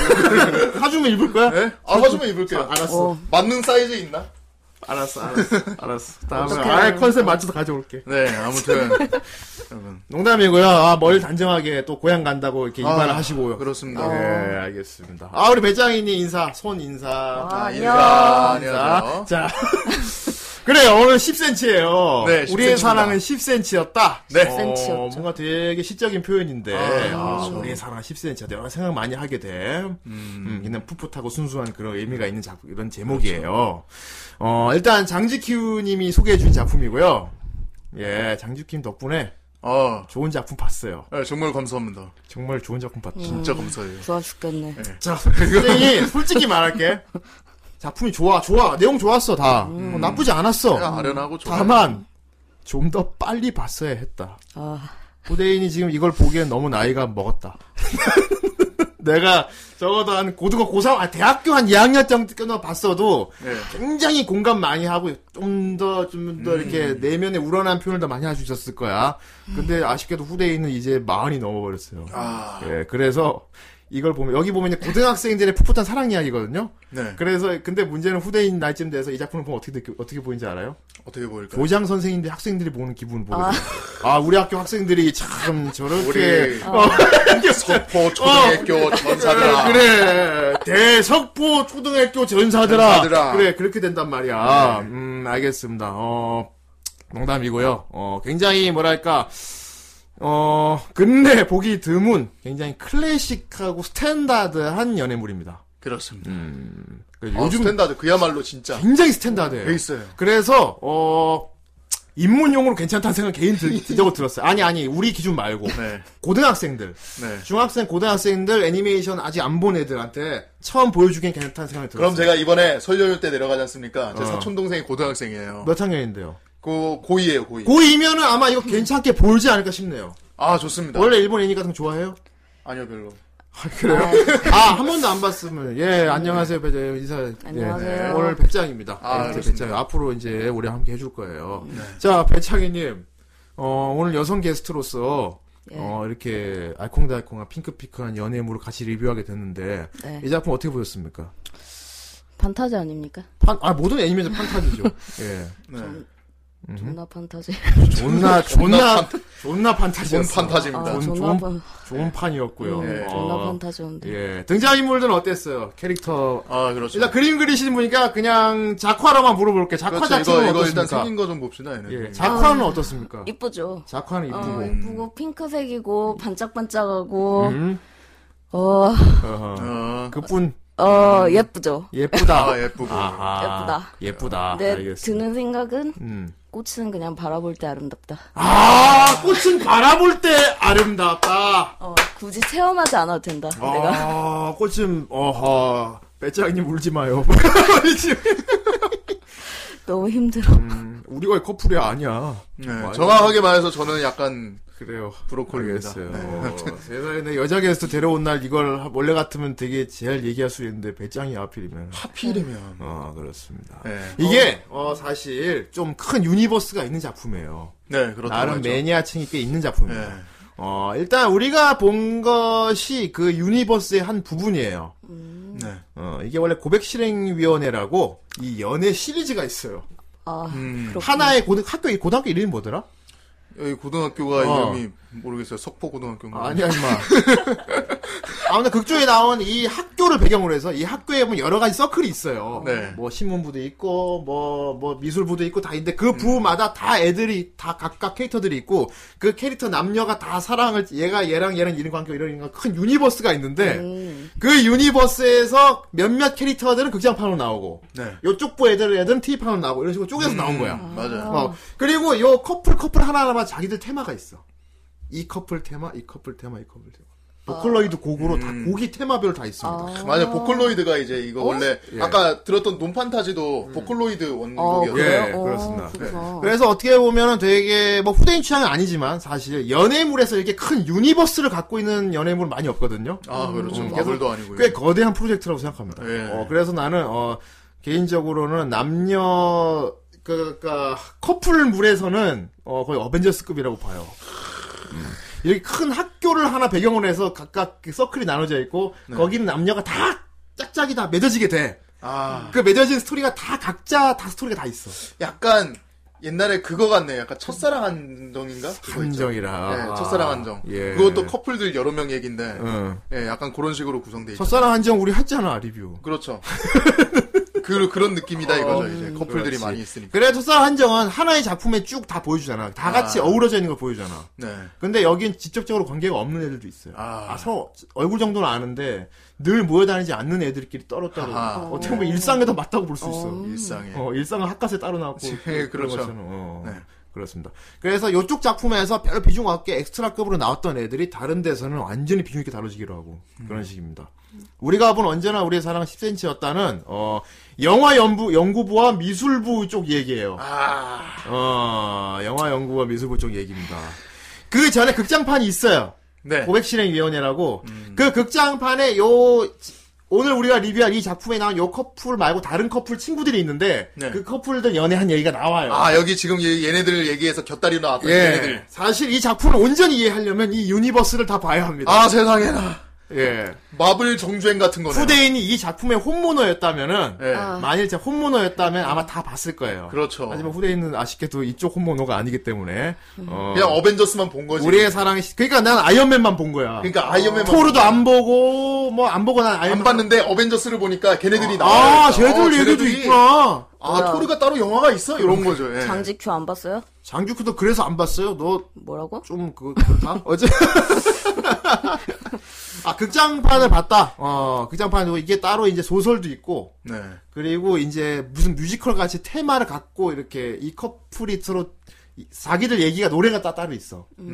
Speaker 1: 사주면 입을 거야?
Speaker 2: 네? 아 사주면 입을게요.
Speaker 1: 아, 알았어.
Speaker 4: 어.
Speaker 2: 맞는 사이즈 있나?
Speaker 1: 알았어, 알았어, 알았어. 다음에
Speaker 4: 어떡해.
Speaker 1: 아예 컨셉 맞춰서 가져올게.
Speaker 2: 네 아무튼
Speaker 1: 농담이고요. 아, 머리 단정하게 또 고향 간다고 이렇게 이발을 하시고요.
Speaker 2: 아, 그렇습니다.
Speaker 1: 예, 알겠습니다. 아, 우리 배짱이니 인사, 손 인사.
Speaker 4: 아,
Speaker 2: 인사 안녕하세요.
Speaker 1: 자, [laughs] 자. 그래요. 오늘 10cm예요.
Speaker 2: 네, 10cm
Speaker 1: 우리의
Speaker 2: 입니다.
Speaker 1: 사랑은 10cm였다. 어,
Speaker 2: 네.
Speaker 4: 10cm 였죠.
Speaker 1: 뭔가 되게 시적인 표현인데
Speaker 2: 아,
Speaker 1: 아, 우리의 사랑 10cm였다. 여러 생각 많이 하게 돼. 음, 그냥 풋풋하고 순수한 그런 의미가 있는 작품 이런
Speaker 2: 그렇죠.
Speaker 1: 제목이에요. 어, 일단 장지키우님이 소개해 준 작품이고요. 예, 장지키님 덕분에
Speaker 2: 어
Speaker 1: 좋은 작품 봤어요.
Speaker 2: 네, 정말 감사합니다.
Speaker 1: 정말 좋은 작품 봤죠.
Speaker 4: 음.
Speaker 2: 진짜 감사해요.
Speaker 4: 좋아 죽겠네.
Speaker 1: 자, 선생님 솔직히 말할게. 작품이 좋아, 좋아. 내용 좋았어, 다. 어, 나쁘지 않았어.
Speaker 2: 그냥 아련하고 좋아요.
Speaker 1: 다만 좀 더 빨리 봤어야 했다.
Speaker 4: 아,
Speaker 1: 후대인이 지금 이걸 보기엔 너무 나이가 먹었다. [laughs] 내가 적어도 한 고등학교 고3 아 대학교 한 2학년 정도 봤어도
Speaker 2: 네.
Speaker 1: 굉장히 공감 많이 하고 좀 더 좀 더
Speaker 2: 음.
Speaker 1: 이렇게 내면에 우러난 표현을 더 많이 할 수 있었을 거야. 근데 아쉽게도 후대인은 이제 마흔이 넘어버렸어요.
Speaker 2: 아
Speaker 1: 예, 그래서 이걸 보면 여기 보면 이제 고등학생들의 풋풋한 사랑 이야기거든요.
Speaker 2: 네.
Speaker 1: 그래서 근데 문제는 후대인 나이쯤 돼서 이 작품을 보면 어떻게 느끼- 어떻게 보이는지 알아요?
Speaker 2: 어떻게 보일까요?
Speaker 1: 교장 선생님들 학생들이 보는 기분을 보고 있어요. 아 우리 학교 학생들이 참 저렇게
Speaker 2: 우리
Speaker 1: 어, [laughs]
Speaker 2: 서포 초등학교 어, 전사들아.
Speaker 1: 네, 그래 대석포 초등학교 전사들아
Speaker 2: 전사들아.
Speaker 1: 그래 그렇게 된단 말이야 음 알겠습니다 어 농담이고요 어 굉장히 뭐랄까 어 근래 보기 드문 굉장히 클래식하고 스탠다드한 연애물입니다
Speaker 2: 그렇습니다.
Speaker 1: 그
Speaker 2: 아,
Speaker 1: 요즘
Speaker 2: 스탠다드 그야말로 음, 진짜
Speaker 1: 굉장히 스탠다드예요
Speaker 2: 돼 있어요.
Speaker 1: 그래서 어 입문용으로 괜찮다는 생각 개인
Speaker 2: [laughs]
Speaker 1: 들고 들었어요. 아니 아니 우리 기준 말고
Speaker 2: 네,
Speaker 1: 고등학생들,
Speaker 2: 네.
Speaker 1: 중학생 고등학생들 애니메이션 아직 안 본 애들한테 처음 보여주기엔 괜찮다는 생각이 들었어요.
Speaker 2: 그럼 제가 이번에 설 연휴 때 내려가지 않습니까? 제
Speaker 1: 어.
Speaker 2: 사촌 동생이 고등학생이에요.
Speaker 1: 몇 학년인데요?
Speaker 2: 고 고이에요, 네. 고이.
Speaker 1: 고2면은 아마 이거 괜찮게 보지 않을까 싶네요.
Speaker 2: 아 좋습니다.
Speaker 1: 원래 일본 애니 같은 거
Speaker 2: [laughs]
Speaker 1: 좋아해요?
Speaker 2: 아니요 별로.
Speaker 1: 그래요? 아, 한 번도 안 봤으면. 예, 안녕하세요, 배짱. 인사. 예.
Speaker 4: 안녕하세요.
Speaker 1: 오늘 배짱입니다.
Speaker 2: 아,
Speaker 1: 아,
Speaker 2: 그렇습니다. 네.
Speaker 1: 배짱. 앞으로 이제 우리 함께 해줄 거예요. 자, 배창이님. 어, 오늘 여성 게스트로서,
Speaker 4: 예.
Speaker 1: 어, 이렇게 알콩달콩한 핑크핑크한 연애물을 같이 리뷰하게 됐는데,
Speaker 4: 네.
Speaker 1: 이 작품 어떻게 보셨습니까?
Speaker 4: 판타지 아닙니까?
Speaker 1: 판, 아, 모든
Speaker 4: [laughs]
Speaker 1: 애니메이션 판타지죠. 예.
Speaker 2: 네.
Speaker 4: 존나 판타지.
Speaker 1: 존나, 존나, 존나 판타지.
Speaker 2: 뭔
Speaker 4: 아,
Speaker 2: 판타지입니다.
Speaker 1: 좀-
Speaker 4: 존나
Speaker 1: 좀-
Speaker 4: 판,
Speaker 1: 좋은 판이었고요.
Speaker 2: 음,
Speaker 4: 존나
Speaker 1: 어,
Speaker 4: 판타지인데.
Speaker 1: 예. 등장인물들은 어땠어요? 캐릭터
Speaker 2: 아 그렇죠.
Speaker 1: 일단 그림 그리시는 분이니까 그냥 작화로만 물어볼게요. 작화
Speaker 2: 그렇죠. 이거
Speaker 1: 자체는
Speaker 2: 이거 일단
Speaker 1: 어떻습니까?
Speaker 2: 생긴 거 좀 봅시다. 얘는.
Speaker 1: 예, 작화는 어떻습니까?
Speaker 4: 이쁘죠.
Speaker 1: 작화는 이쁘고.
Speaker 4: 어, 이쁘고 핑크색이고 반짝반짝하고
Speaker 1: 음?
Speaker 4: 어,
Speaker 1: 어허.
Speaker 2: 어,
Speaker 1: 그뿐
Speaker 4: 어 예쁘죠.
Speaker 1: 예쁘다.
Speaker 2: 아 예쁘고.
Speaker 1: 아하.
Speaker 4: 예쁘다. 네.
Speaker 1: 예쁘다.
Speaker 4: 내
Speaker 1: 알겠습니다.
Speaker 4: 드는 생각은
Speaker 1: 음.
Speaker 4: 꽃은 그냥 바라볼 때 아름답다.
Speaker 1: 아, 꽃은 바라볼 때 아름답다.
Speaker 4: 어, 굳이 체험하지 않아도 된다. 내가
Speaker 1: 아, 꽃은 어허. 배짱님 울지 마요. [laughs]
Speaker 4: 너무 힘들어.
Speaker 1: 음. 우리가 커플이 아니야.
Speaker 2: 네, 정확하게 말해서 저는 약간
Speaker 1: 그래요.
Speaker 2: 브로콜리입니다. 네.
Speaker 1: 알겠어요. 어, 세상에 내 여자 게스트 데려온 날 이걸 하- 원래 같으면 되게 제일 얘기할 수 있는데 배짱이 하필이면.
Speaker 2: 하필이면.
Speaker 1: 아 그렇습니다.
Speaker 2: 네,
Speaker 1: 이게 어, 사실 좀 큰 유니버스가 있는 작품이에요.
Speaker 2: 네 그렇다
Speaker 1: 나름 매니아층이 꽤 있는 작품입니다.
Speaker 2: 네.
Speaker 1: 어, 일단 우리가 본 것이 그 유니버스의 한 부분이에요.
Speaker 2: 네.
Speaker 1: 어, 이게 원래 고백실행위원회라고 이 연애 시리즈가 있어요.
Speaker 4: 아,
Speaker 2: 음,
Speaker 1: 하나의 고등, 학교, 이 고등학교 이름이 뭐더라?
Speaker 2: 여기 고등학교가
Speaker 1: 어.
Speaker 2: 아, 이름이 모르겠어요. 석포
Speaker 1: [laughs]
Speaker 2: 고등학교인가?
Speaker 1: 아니야, 임마. 아무튼 극중에 나온 이 학교를 배경으로 해서 이 학교에 보면 여러 가지 서클이 있어요.
Speaker 2: 네.
Speaker 1: 뭐 신문부도 있고 뭐 뭐 미술부도 있고 다 있는데 그 부마다 다 애들이 다 각각 캐릭터들이 있고 그 캐릭터 남녀가 다 사랑을 얘가 얘랑 얘랑 이런 관계 이런 이런 큰 유니버스가 있는데
Speaker 4: 음.
Speaker 1: 그 유니버스에서 몇몇 캐릭터들은 극장판으로 나오고
Speaker 2: 네. 음.
Speaker 1: 요쪽 부 애들 애들은 TV판으로 나오고 이런 식으로 쪼개서 나온 거야.
Speaker 2: 맞아요.
Speaker 1: 어. 그리고 요 커플 커플 하나하나마다 자기들 테마가 있어. 이 커플 테마, 이 커플 테마, 이 커플 테마. 보컬로이드 곡으로 다
Speaker 2: 음.
Speaker 1: 곡이 테마별로 다 있습니다.
Speaker 4: 아.
Speaker 2: 맞아요. 보컬로이드가 이제 이거 원래
Speaker 1: 예. 음.
Speaker 2: 아까 들었던 논판타지도 보컬로이드
Speaker 4: 어,
Speaker 2: 원곡이었어요.
Speaker 1: 그래요?
Speaker 2: 예.
Speaker 1: 예,
Speaker 4: 어,
Speaker 1: 그렇습니다. 네.
Speaker 4: 그렇구나.
Speaker 1: 그래서 어떻게 보면 되게 뭐 후대인 취향은 아니지만 사실 연예물에서 이렇게 큰 유니버스를 갖고 있는 연예물은 많이 없거든요.
Speaker 2: 아 그렇죠.
Speaker 1: 음.
Speaker 2: 마블도 아니고요.
Speaker 1: 꽤 거대한 프로젝트라고 생각합니다.
Speaker 2: 예.
Speaker 1: 어, 그래서 나는 어, 개인적으로는 남녀 그, 그 커플물에서는 어, 거의 어벤져스급이라고 봐요. 이렇게 큰 학교를 하나 배경으로 해서 각각 그 서클이 나눠져 있고
Speaker 2: 네.
Speaker 1: 거기는 남녀가 다 짝짝이 다 맺어지게 돼.
Speaker 2: 아
Speaker 1: 그 맺어진 스토리가 다 각자 다 스토리가 다 있어.
Speaker 2: 약간 옛날에 그거 같네. 약간 첫사랑 한정인가? 그거 있죠.
Speaker 1: 한정이라. 아,
Speaker 2: 예, 첫사랑 한정.
Speaker 1: 예.
Speaker 2: 그것도 커플들 여러 명 얘긴데,
Speaker 1: 응.
Speaker 2: 예, 약간 그런 식으로 구성돼 있죠.
Speaker 1: 첫사랑 한정 우리 했잖아 리뷰.
Speaker 2: 그렇죠. 그, 그런 느낌이다 이거죠, 이제. 커플들이
Speaker 1: 어, 음, 그렇지.
Speaker 2: 많이 있으니까.
Speaker 1: 그래 첫사랑 한정은 하나의 작품에 쭉 다 보여주잖아. 다 같이
Speaker 2: 아.
Speaker 1: 어우러져 있는 걸 보여주잖아.
Speaker 2: 네.
Speaker 1: 근데 여긴 직접적으로 관계가 없는 애들도 있어요.
Speaker 2: 아.
Speaker 1: 아, 서로 얼굴 정도는 아는데 늘 모여다니지 않는 애들끼리 떨어따로
Speaker 2: 아하.
Speaker 1: 어떻게 보면 일상에 더 맞다고 볼 수 있어.
Speaker 4: 음.
Speaker 2: 일상에.
Speaker 1: 어, 일상은 학과에 따로 나왔고
Speaker 2: 예, 그렇죠.
Speaker 1: 어,
Speaker 2: 네.
Speaker 1: 그렇습니다. 그래서 이쪽 작품에서 별 비중 없게 엑스트라급으로 나왔던 애들이 다른 데서는 완전히 비중 있게 다뤄지기로 하고
Speaker 2: 음.
Speaker 1: 그런 식입니다. 우리가 본 언제나 우리의 사랑 10cm였다는 어, 영화 연부 연구부와 미술부 쪽 얘기예요.
Speaker 2: 아,
Speaker 1: 어, 영화 연구와 미술부 쪽 얘기입니다. 그 전에 극장판이 있어요.
Speaker 2: 네. 음.
Speaker 1: 고백실행위원회라고 그 극장판에 요 오늘 우리가 리뷰할 이 작품에 나온 요 커플 말고 다른 커플 친구들이 있는데
Speaker 2: 네.
Speaker 1: 그 커플들 연애한 얘기가 나와요.
Speaker 2: 아, 여기 지금 얘- 얘네들 얘기해서 곁다리로 나왔던
Speaker 1: 예.
Speaker 2: 얘네들.
Speaker 1: 사실 이 작품을 온전히 이해하려면 이 유니버스를 다 봐야 합니다.
Speaker 2: 아, 세상에나.
Speaker 1: 예.
Speaker 2: 마블 정주행 같은 거네.
Speaker 1: 후대인이 이 작품의 혼모노였다면은
Speaker 2: 예.
Speaker 4: 아.
Speaker 1: 만일 제 혼모노였다면 아마 다 봤을 거예요.
Speaker 2: 그렇죠.
Speaker 1: 하지만 후대인은 아쉽게도 이쪽 혼모노가 아니기 때문에
Speaker 2: 음.
Speaker 1: 어,
Speaker 2: 그냥 어벤져스만 본 거지.
Speaker 1: 우리의 사랑이 그러니까 난 아이언맨만 본 거야.
Speaker 2: 그러니까 아이언맨
Speaker 1: 토르도 안 보고 뭐 안 보고 난 아이언맨
Speaker 2: 안 봤는데 어벤져스를 보니까 걔네들이 어, 나와.
Speaker 1: 아, 쟤들 얘기도 있구나.
Speaker 2: 아, 토르가 따로 영화가 있어? 이런 거죠. 예.
Speaker 1: 네.
Speaker 4: 장지큐 안 봤어요?
Speaker 1: 장규크도 그래서 안 봤어요.
Speaker 4: 뭐라고?
Speaker 1: 너 좀 그 그렇다. [laughs] 어제 아 극장판을 봤다. 어 극장판이고 이게 따로 이제 소설도 있고
Speaker 2: 네.
Speaker 1: 그리고 이제 무슨 뮤지컬 같이 테마를 갖고 이렇게 이 커플이 서로 이- 자기들 얘기가 노래가 따 따로 있어.
Speaker 2: 음.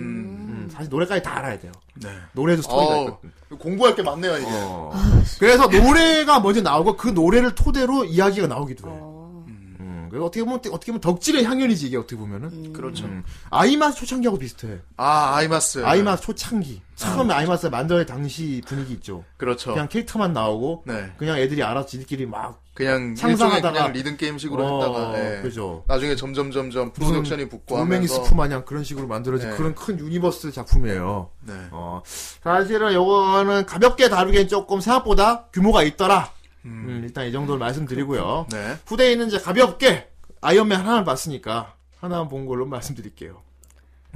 Speaker 1: 음, 사실 노래까지 다 알아야 돼요.
Speaker 2: 네.
Speaker 1: 노래도 스토리가 있고.
Speaker 2: 어, 공부할 게 많네요, 이게.
Speaker 1: 어. 그래서 노래가 먼저 나오고 그 노래를 토대로 이야기가 나오기도 해.
Speaker 4: 어.
Speaker 1: 음, 그래서 어떻게 보면 어떻게 보면 덕질의 향연이지 이게 어떻게 보면은.
Speaker 2: 그렇죠.
Speaker 1: 음. 아이마스 초창기하고 비슷해.
Speaker 2: 아, 아이마스.
Speaker 1: 아이마스 초창기. 처음에 아이마스 만들 당시 분위기 있죠.
Speaker 2: 그렇죠.
Speaker 1: 그냥 캐릭터만 나오고
Speaker 2: 네.
Speaker 1: 그냥 애들이 알아서 지들끼리 막
Speaker 2: 그냥 일종의
Speaker 1: 상상하다가-
Speaker 2: 그냥 리듬 게임식으로
Speaker 1: 어,
Speaker 2: 했다가 예.
Speaker 1: 그죠.
Speaker 2: 나중에 점점 점점 프로덕션이 붙고
Speaker 1: 돌멩이
Speaker 2: 하면서
Speaker 1: 스프 마냥 그런 식으로 만들어진
Speaker 2: 네.
Speaker 1: 그런 큰 유니버스 작품이에요.
Speaker 2: 네.
Speaker 1: 어, 사실은 요거는 가볍게 다루기엔 조금 생각보다 규모가 있더라. 음, 일단 이 정도를 말씀드리고요.
Speaker 2: 네.
Speaker 1: 후대에는 이제 가볍게 아이언맨 하나만 봤으니까 하나만 본 걸로 말씀드릴게요.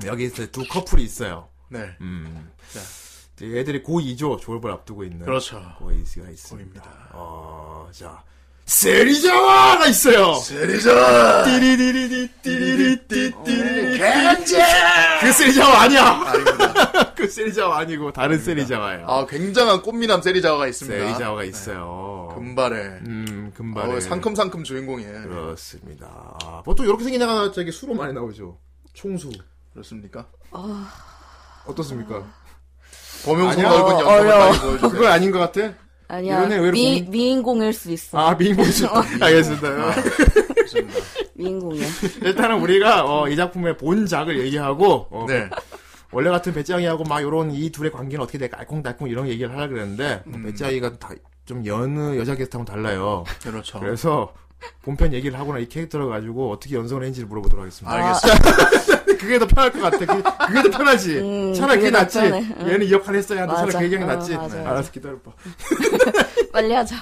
Speaker 1: 여기 이제 두 커플이 있어요.
Speaker 2: 네.
Speaker 1: 음. 이제 얘들이 고2죠. 졸업을 앞두고 있는.
Speaker 2: 그렇죠.
Speaker 1: 고2가 있습니다.
Speaker 2: 고입니다.
Speaker 1: 어, 자. 세리자와가 있어요!
Speaker 2: 세리자
Speaker 1: 띠리리리리, 띠리리띠띠리.
Speaker 2: 겐제
Speaker 1: 그 세리자와 아니야!
Speaker 2: 아닙니다.
Speaker 1: 그 세리자와 아니고, 다른 세리자와예요.
Speaker 2: 아, 굉장한 꽃미남 세리자와가 있습니다.
Speaker 1: 세리자와가 있어요.
Speaker 2: 금발에.
Speaker 1: 음, 금발에.
Speaker 2: 어, 상큼상큼 주인공이에요.
Speaker 1: 그렇죠. 그렇습니다. 아, 보통 이렇게 생긴 애가 저기 수로 많이 나오죠. 총수.
Speaker 2: 그렇습니까?
Speaker 1: 어떻습니까?
Speaker 2: 범용소
Speaker 1: 아니야.
Speaker 2: 넓은 연속을
Speaker 1: 어려워.
Speaker 2: 많이 보여주세요.
Speaker 1: [laughs] 그건 아닌 것 같아?
Speaker 4: 아니야.
Speaker 1: 이러네, 왜 이렇게
Speaker 4: 미,
Speaker 1: 공-
Speaker 4: 미인공일 수 있어.
Speaker 1: 아, [laughs] 미인공주. 아. 알겠습니다.
Speaker 2: 그렇습니다.
Speaker 4: 미인공이야.
Speaker 1: 일단은 우리가 어, 이 작품의 본작을 얘기하고 어,
Speaker 2: 네.
Speaker 1: 원래 같은 배짱이하고 막 요런 이 둘의 관계는 어떻게 될까 알콩달콩 이런 얘기를 하려 그랬는데 배짱이가 다 좀 여느 여자 게스트하고 달라요.
Speaker 2: 그렇죠.
Speaker 1: 그래서 본편 얘기를 하거나 이 캐릭터를 가지고 어떻게 연성을 했는지를 물어보도록 하겠습니다.
Speaker 2: 알겠습니다.
Speaker 1: 아, 그게 더 편할 것 같아. 그, 그게 더 편하지.
Speaker 4: 음,
Speaker 1: 차라리
Speaker 4: 그게
Speaker 1: 그게
Speaker 4: 더
Speaker 1: 낫지.
Speaker 4: 편해. 응.
Speaker 1: 얘는 이 역할 했어야 하는데 차라리
Speaker 4: 맞아.
Speaker 1: 그 얘기가
Speaker 4: 어,
Speaker 1: 낫지.
Speaker 4: 맞아, 맞아.
Speaker 1: 알아서 기다려봐.
Speaker 4: 빨리 하자.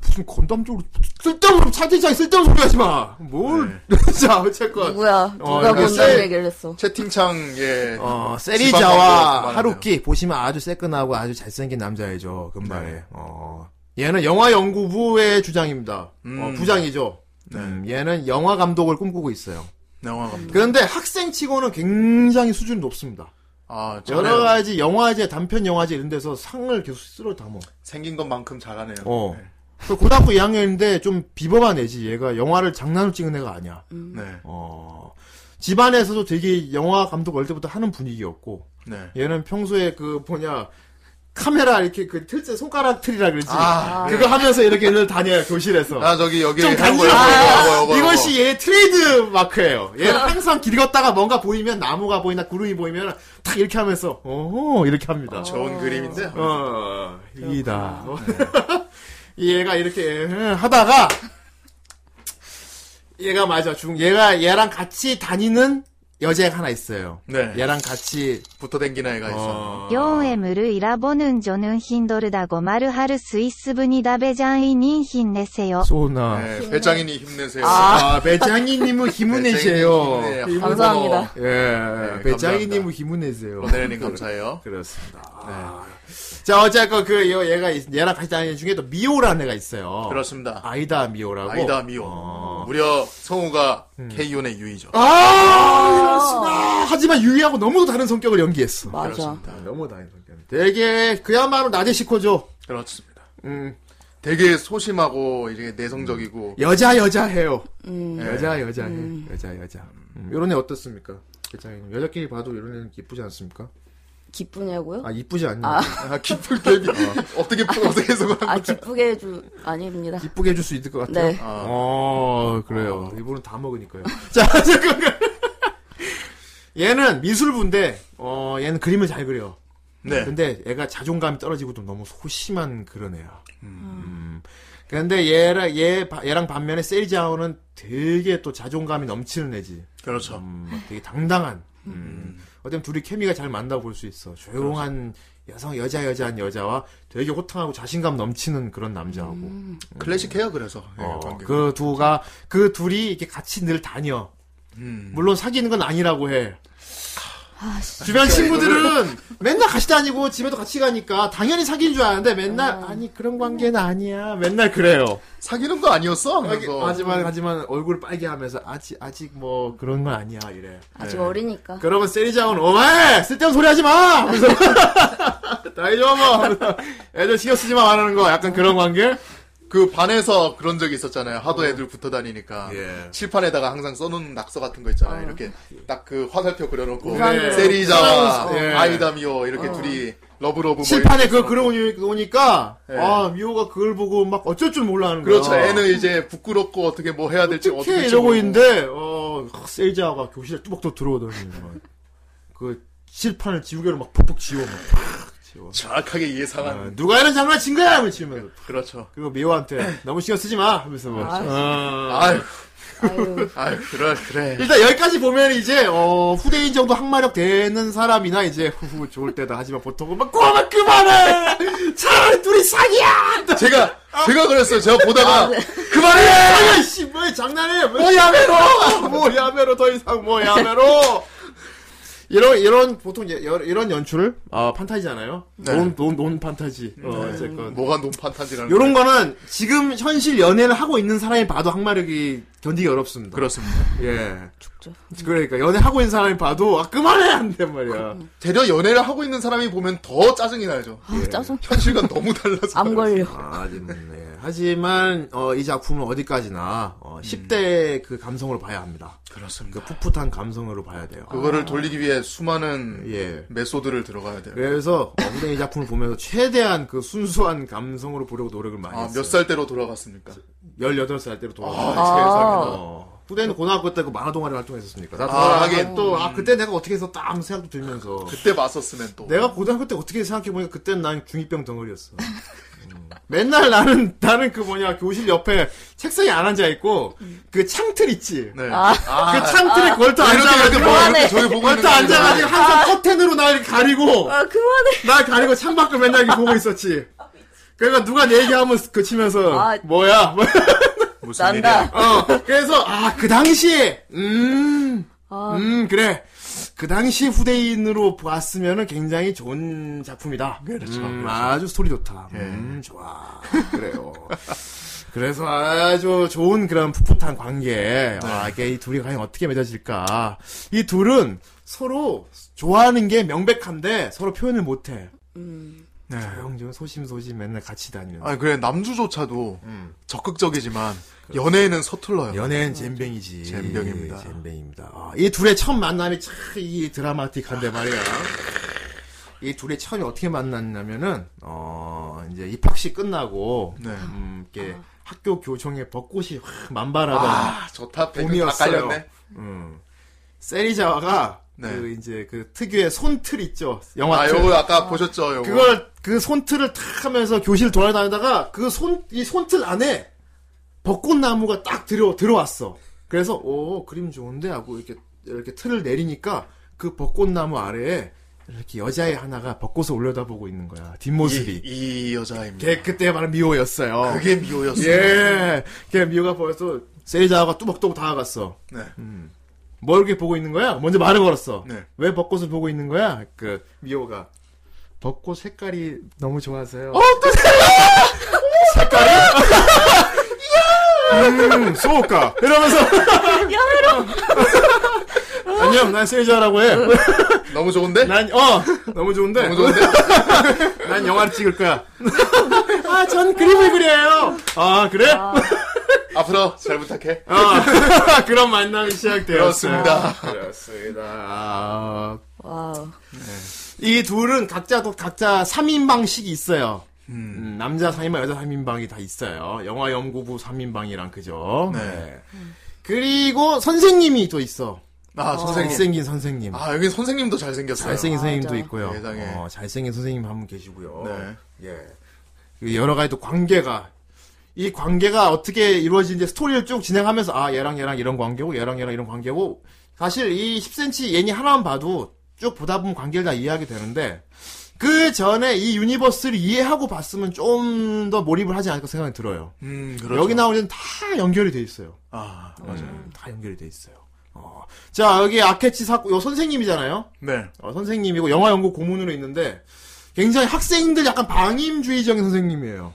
Speaker 1: 무슨 건담 쪽으로 쓸데없는 차지자 쓸데없는 소리 하지 마. 뭘? [laughs] 자 [laughs] 어쨌건
Speaker 4: 누구야?
Speaker 1: 어,
Speaker 4: 누가
Speaker 1: 이거
Speaker 4: 건담
Speaker 1: 세-
Speaker 4: 얘기를 했어?
Speaker 2: 채팅창 예.
Speaker 1: 어
Speaker 2: 지방 광고에서
Speaker 1: 세리자와
Speaker 2: 많은데요.
Speaker 1: 하루키 보시면 아주 새끈하고 아주 잘생긴 남자애죠 금발에. 어 얘는 영화 연구부의 주장입니다. 어,
Speaker 2: 음.
Speaker 1: 부장이죠. 음, 얘는 영화 감독을 꿈꾸고 있어요.
Speaker 2: 네, 영화 감독.
Speaker 1: 그런데 학생치고는 굉장히 수준이 높습니다.
Speaker 2: 아,
Speaker 1: 여러
Speaker 2: 저는
Speaker 1: 가지 영화제, 단편 영화제 이런 데서 상을 계속 쓸어 담어.
Speaker 2: 생긴 것만큼 잘하네요.
Speaker 1: 어. 그 고등학교 2학년인데 좀 비범한 애지. 얘가 영화를 장난으로 찍은 애가 아니야.
Speaker 2: 네.
Speaker 1: 어. 집안에서도 되게 영화 감독 올 때부터 하는 분위기였고
Speaker 2: 네.
Speaker 1: 얘는 평소에 그 뭐냐 카메라 이렇게 그 틀째 손가락 틀이라 그러지.
Speaker 2: 아,
Speaker 1: 그거 하면서 이렇게 늘 다녀요 교실에서.
Speaker 2: 나 저기 여기
Speaker 1: 좀
Speaker 2: 요거,
Speaker 1: 간지러워.
Speaker 2: 요거, 요거, 요거, 요거.
Speaker 1: 이것이 얘 트레이드 마크예요. 얘 항상 길 걷다가 뭔가 보이면 나무가 보이나 구름이 보이면 탁 이렇게 하면서 어 이렇게 합니다.
Speaker 2: 좋은 그림인데.
Speaker 1: 어, [laughs] 이다. 이 얘가 이렇게 하다가 얘가 맞아 중 얘가 얘랑 같이 다니는 여자애가 하나 있어요.
Speaker 2: 네.
Speaker 1: 얘랑 같이
Speaker 2: 붙어 댕기는 애가 있어.
Speaker 1: 어,
Speaker 8: 4M를 잃어보는 저는 힘들다고 말할 수 있으니 다배장이니 힘내세요.
Speaker 1: 소나
Speaker 2: 네, 배짱이니 힘내세요.
Speaker 1: 아 배짱이님은 힘을
Speaker 2: 네, 배짱이니
Speaker 1: 내세요.
Speaker 2: 힘내요. 힘을
Speaker 4: 감사합니다.
Speaker 2: 먹어.
Speaker 1: 예,
Speaker 2: 네,
Speaker 1: 배짱이님은 힘을 내세요.
Speaker 2: 로네레님 감사해요.
Speaker 1: 그렇습니다. 아. 자 어쨌건 그 얘- 얘가 있- 얘랑 같이 다니는 중에 또 미호라는 애가 있어요.
Speaker 2: 그렇습니다.
Speaker 1: 아이다 미호라고.
Speaker 2: 아이다 음. 미오. 무려 성우가 K-ON의 유이죠.
Speaker 1: 아, 이럴 수가. 하지만 유이하고 너무 다른 성격을 연기했어.
Speaker 4: 맞아.
Speaker 1: 너무 다른 성격. 되게 그야말로 나데시코죠.
Speaker 2: 그렇습니다.
Speaker 1: 음,
Speaker 2: 되게 소심하고 이게 내성적이고
Speaker 1: 여자 여자 해요. 네.
Speaker 4: 음.
Speaker 1: 여자 여자 해. 여자 여자. 음, 이런 애 어떻습니까? 대장님 여자끼리 봐도 이런 애는 이쁘지 않습니까?
Speaker 4: 기쁘냐고요?
Speaker 1: 아 이쁘지 않냐?
Speaker 2: 아, 기쁠 때비 [laughs] 어떻게 어떻게 해서 그런
Speaker 4: 아 기쁘게 해주 아닙니다.
Speaker 1: 이쁘게 해줄 수 있을 것 같아요.
Speaker 4: 네.
Speaker 2: 아.
Speaker 1: 어, 그래요. 일본은 다 먹으니까요. [laughs] 자, 잠깐. 얘는 미술부인데, 어, 얘는 그림을 잘 그려.
Speaker 2: 네.
Speaker 1: 근데 얘가 자존감이 떨어지고 좀 너무 소심한 그런 애야. 음. 근데 얘랑, 얘, 바- 얘랑 반면에 세리자오는 되게 또 자존감이 넘치는 애지.
Speaker 2: 그렇죠.
Speaker 1: 음, 막 되게 당당한. 음. 어쩌면 둘이 케미가 잘 맞나 볼 수 있어. 조용한 여성, 여자, 여자한 여자와 되게 호탕하고 자신감 넘치는 그런 남자하고.
Speaker 2: 클래식해요 그래서 예, 관계.
Speaker 1: 그 두가 그 둘이 이렇게 같이 늘 다녀.
Speaker 2: 음.
Speaker 1: 물론 사귀는 건 아니라고 해. 주변 친구들은 맨날 같이 다니고 집에도 같이 가니까 당연히 사귄 줄 아는데 맨날 아니 그런 관계는 아니야 맨날 그래요.
Speaker 2: 사귀는 거 아니었어? 그래서
Speaker 1: 하지만 하지만 얼굴 빨개 하면서 아직 아직 뭐 그런 건 아니야 이래.
Speaker 4: 아직 어리니까.
Speaker 1: 그러면 세리장은 오메 쓸데없는 소리 하지 마. [laughs] 그래서 나이좀 뭐 애들 신경 쓰지 마 말하는 거 약간 그런 관계.
Speaker 2: 그 반에서 그런 적이 있었잖아요. 하도 애들 붙어 다니니까
Speaker 1: 예.
Speaker 2: 칠판에다가 항상 써놓은 낙서 같은 거
Speaker 1: 어.
Speaker 2: 있잖아요. 이렇게 딱 그 화살표 그려놓고
Speaker 1: 네.
Speaker 2: 세리자와
Speaker 1: 예.
Speaker 2: 아이다미오 이렇게 둘이 러브러브 뭐
Speaker 1: 칠판에 그거 그려오니까
Speaker 2: 예.
Speaker 1: 아 미호가 그걸 보고 막 어쩔 줄 몰라 하는 거야
Speaker 2: 그렇죠. 애는 이제 부끄럽고 어떻게 뭐 해야 될지
Speaker 1: 특히
Speaker 2: 어떻게
Speaker 1: 이러고
Speaker 2: 모르고.
Speaker 1: 있는데 어 세이자가 교실에 뚜벅뚜벅 들어오더니 막 그 칠판을 지우개로 막 푹푹 지워 막 팍 지워
Speaker 2: 정확하게 예상한
Speaker 1: 아, 누가 이런 장난친 거야 하면 치면서
Speaker 2: 그렇죠.
Speaker 1: 그리고 미호한테 너무 신경 쓰지 마 하면서 막 어.
Speaker 2: 아유, [laughs]
Speaker 4: 아유.
Speaker 2: 아유, 그래, 그래.
Speaker 1: 일단 여기까지 보면 이제 어, 후대인 정도 항마력 되는 사람이나 이제 [laughs] 후후 좋을 때다 하지만 보통은 막 그만 그만해 차라리 둘이 사기야
Speaker 2: 제가, 제가 그랬어요. 제가
Speaker 1: 아,
Speaker 2: 보다가,
Speaker 1: 네.
Speaker 2: 그만해!
Speaker 1: 아니, 씨, 뭐 장난해? 뭐 야매로! [laughs] 뭐 야매로 더 이상 뭐 야매로! 이런 이런 보통 예- 여- 이런 연출을 아 판타지잖아요.
Speaker 2: 네.
Speaker 1: 논논 논 판타지. 어 어쨌건
Speaker 2: 뭐가 논판탄지라는
Speaker 1: 요런 거는 지금 현실 연애를 하고 있는 사람이 봐도 항마력이 견디기 어렵습니다.
Speaker 2: 그렇습니다.
Speaker 1: 예.
Speaker 4: 죽죠.
Speaker 1: 그러니까 연애 하고 있는 사람이 봐도 아 그만해 한단 말이야.
Speaker 2: 되려 연애를 하고 있는 사람이 보면 더 짜증이 나죠.
Speaker 4: 아 짜증.
Speaker 2: 현실과 너무 달라서.
Speaker 4: 안 걸려.
Speaker 1: 아, 음, 예. 하지만 어, 이 작품은 어디까지나 어, 10대의 그 감성으로 봐야 합니다. 그
Speaker 2: 그렇습니다.
Speaker 1: 풋풋한 감성으로 봐야 돼요.
Speaker 2: 그거를 돌리기 위해 수많은
Speaker 1: 예.
Speaker 2: 메소드를 들어가야
Speaker 1: 네,
Speaker 2: 돼요.
Speaker 1: 그래서 엉덩이 작품을 보면서 최대한 그 순수한 감성으로 보려고 노력을 많이
Speaker 2: 아,
Speaker 1: 했어요.
Speaker 2: 몇 살 때로 돌아갔습니까?
Speaker 1: 18살 때로 돌아가.
Speaker 2: 죄송합니다.
Speaker 1: 어. 후대는 고등학교 때 그 만화 동아리 활동했었으니까. 나
Speaker 2: 아,
Speaker 1: 돌아가긴
Speaker 2: 하긴.
Speaker 1: 또, 아, 그때 내가 어떻게 했었다 하는 생각도 들면서.
Speaker 2: 그때 봤었으면 또.
Speaker 1: 내가 고등학교 때 어떻게 생각해보니까 그땐 난 중2병 덩어리였어. 음. 맨날 나는, 나는 그 뭐냐, 교실 옆에 책상에 안 앉아있고, 그 창틀 있지.
Speaker 2: 네.
Speaker 4: 아.
Speaker 1: 그 창틀에 걸터
Speaker 2: 아, 이렇게, 이렇게,
Speaker 1: 앉아가지고,
Speaker 2: 뭐, 이렇게
Speaker 4: 그만해.
Speaker 2: 저기 보고 있는
Speaker 1: 걸터
Speaker 2: 거
Speaker 1: 앉아가지고
Speaker 2: 아니에요?
Speaker 1: 항상 커튼으로 날 가리고,
Speaker 4: 아 그만해.
Speaker 1: 날 가리고 창밖을 맨날 이렇게 보고 있었지. 그러니까 누가 내 얘기하면 그치면서
Speaker 4: 아.
Speaker 1: 뭐야? [laughs] 뭐-
Speaker 5: 무슨 일이야?
Speaker 4: 난다.
Speaker 1: 어, 그래서 아 그 당시에 음,
Speaker 4: 아,
Speaker 1: 음 그래 그 당시 후대인으로 보았으면은 굉장히 좋은 작품이다.
Speaker 5: 그렇죠,
Speaker 1: 음,
Speaker 5: 그렇죠.
Speaker 1: 아주 스토리 좋다.
Speaker 5: [laughs]
Speaker 1: 음 좋아 그래요. 그래서 아주 좋은 그런 풋풋한
Speaker 5: 네.
Speaker 1: 관계. 아, 이게 이 둘이 과연 어떻게 맺어질까. 이 둘은 서로 좋아하는 게 명백한데 서로 표현을 못해.
Speaker 4: 음.
Speaker 1: 네. 조용조용 소심소심 맨날 같이 다니면서.
Speaker 2: 아 그래 남주조차도 적극적이지만 연애에는 서툴러요.
Speaker 1: 음. 연예인 잼뱅이지.
Speaker 2: 젬병입니다.
Speaker 1: 잼뱅입니다. 아, 이 둘의 첫 만남이 참 이 드라마틱한데 말이야. 이 둘의 처음이 어떻게 만났냐면은, 어, 이제 입학식 끝나고,
Speaker 2: 네.
Speaker 1: 음, 이렇게 학교 교정에 벚꽃이 확 만발하던
Speaker 2: 아 좋다. 백미 다
Speaker 1: 봄이었어요.
Speaker 2: 깔렸네.
Speaker 1: 음. 세리자와가,
Speaker 2: 네.
Speaker 1: 그 이제 그 특유의 손틀 있죠. 영화
Speaker 2: 아
Speaker 1: 틀.
Speaker 2: 요거 아까 보셨죠? 요거.
Speaker 1: 그걸 그 손틀을 탁 하면서 교실 돌아다니다가 그 손 이 손틀 안에 벚꽃나무가 딱 들어 들어왔어. 그래서 오 그림 좋은데 하고 이렇게 이렇게 틀을 내리니까 그 벚꽃나무 아래에 이렇게 여자애 하나가 벚꽃을 올려다보고 있는 거야
Speaker 2: 이,
Speaker 1: 뒷모습이.
Speaker 2: 이 여자입니다.
Speaker 1: 걔 그때 말은 미호였어요.
Speaker 2: 그게 미호였어요.
Speaker 1: 예, 걔 미호가 벌써 세리자가 뚜벅뚜벅 다가갔어.
Speaker 2: 네.
Speaker 1: 뭘뭐 이렇게 보고 있는 거야? 먼저 말을 걸었어.
Speaker 2: 네.
Speaker 1: 왜 벚꽃을 보고 있는 거야? 그 미호가 벚꽃 색깔이 너무 좋아서요.
Speaker 5: 음, 쏘까
Speaker 1: 이러면서 야외로 안녕 난 세이자라고 해난
Speaker 2: 너무 좋은데?
Speaker 1: 어! 너무 좋은데
Speaker 2: 너무 좋은데?
Speaker 1: 난 영화를 찍을 거야 아 전 그림을 그려요 아 그래?
Speaker 4: 아,
Speaker 2: 앞으로 잘 부탁해.
Speaker 1: 아, [laughs] 그런 만남이 시작되었어요
Speaker 2: 그렇습니다.
Speaker 1: 그렇습니다 아,
Speaker 4: 와우.
Speaker 1: 이 둘은 각자 또 각자 3인방식이 있어요 음, 남자 3인방 여자 3인방이 다 있어요 영화연구부 3인방이랑 그죠
Speaker 2: 네.
Speaker 1: 그리고 선생님이 또 있어
Speaker 2: 아 선생님.
Speaker 1: 잘생긴 선생님
Speaker 2: 아 여기 선생님도 잘생겼어요.
Speaker 1: 잘생긴 선생님도
Speaker 4: 맞아.
Speaker 1: 있고요.
Speaker 2: 세상에.
Speaker 1: 어, 잘생긴 선생님 한 분 계시고요.
Speaker 2: 네.
Speaker 1: 예. 그 여러 가지 또 관계가 이 관계가 어떻게 이루어지는지 스토리를 쭉 진행하면서 아 얘랑 얘랑 이런 관계고 얘랑 얘랑 이런 관계고 사실 이 10cm 얘니 하나만 봐도 쭉 보다 보면 관계를 다 이해하게 되는데 그 전에 이 유니버스를 이해하고 봤으면 좀 더 몰입을 하지 않을까 생각이 들어요.
Speaker 2: 음 그렇죠.
Speaker 1: 여기 나오는 데는 다 연결이 돼 있어요.
Speaker 2: 아
Speaker 1: 맞아요. 다 연결이 돼 있어요. 어. 자 여기 아케치 사쿠 요 선생님이잖아요.
Speaker 2: 네.
Speaker 1: 어, 선생님이고 영화 연구 고문으로 있는데 굉장히 학생들 약간 방임주의적인 선생님이에요.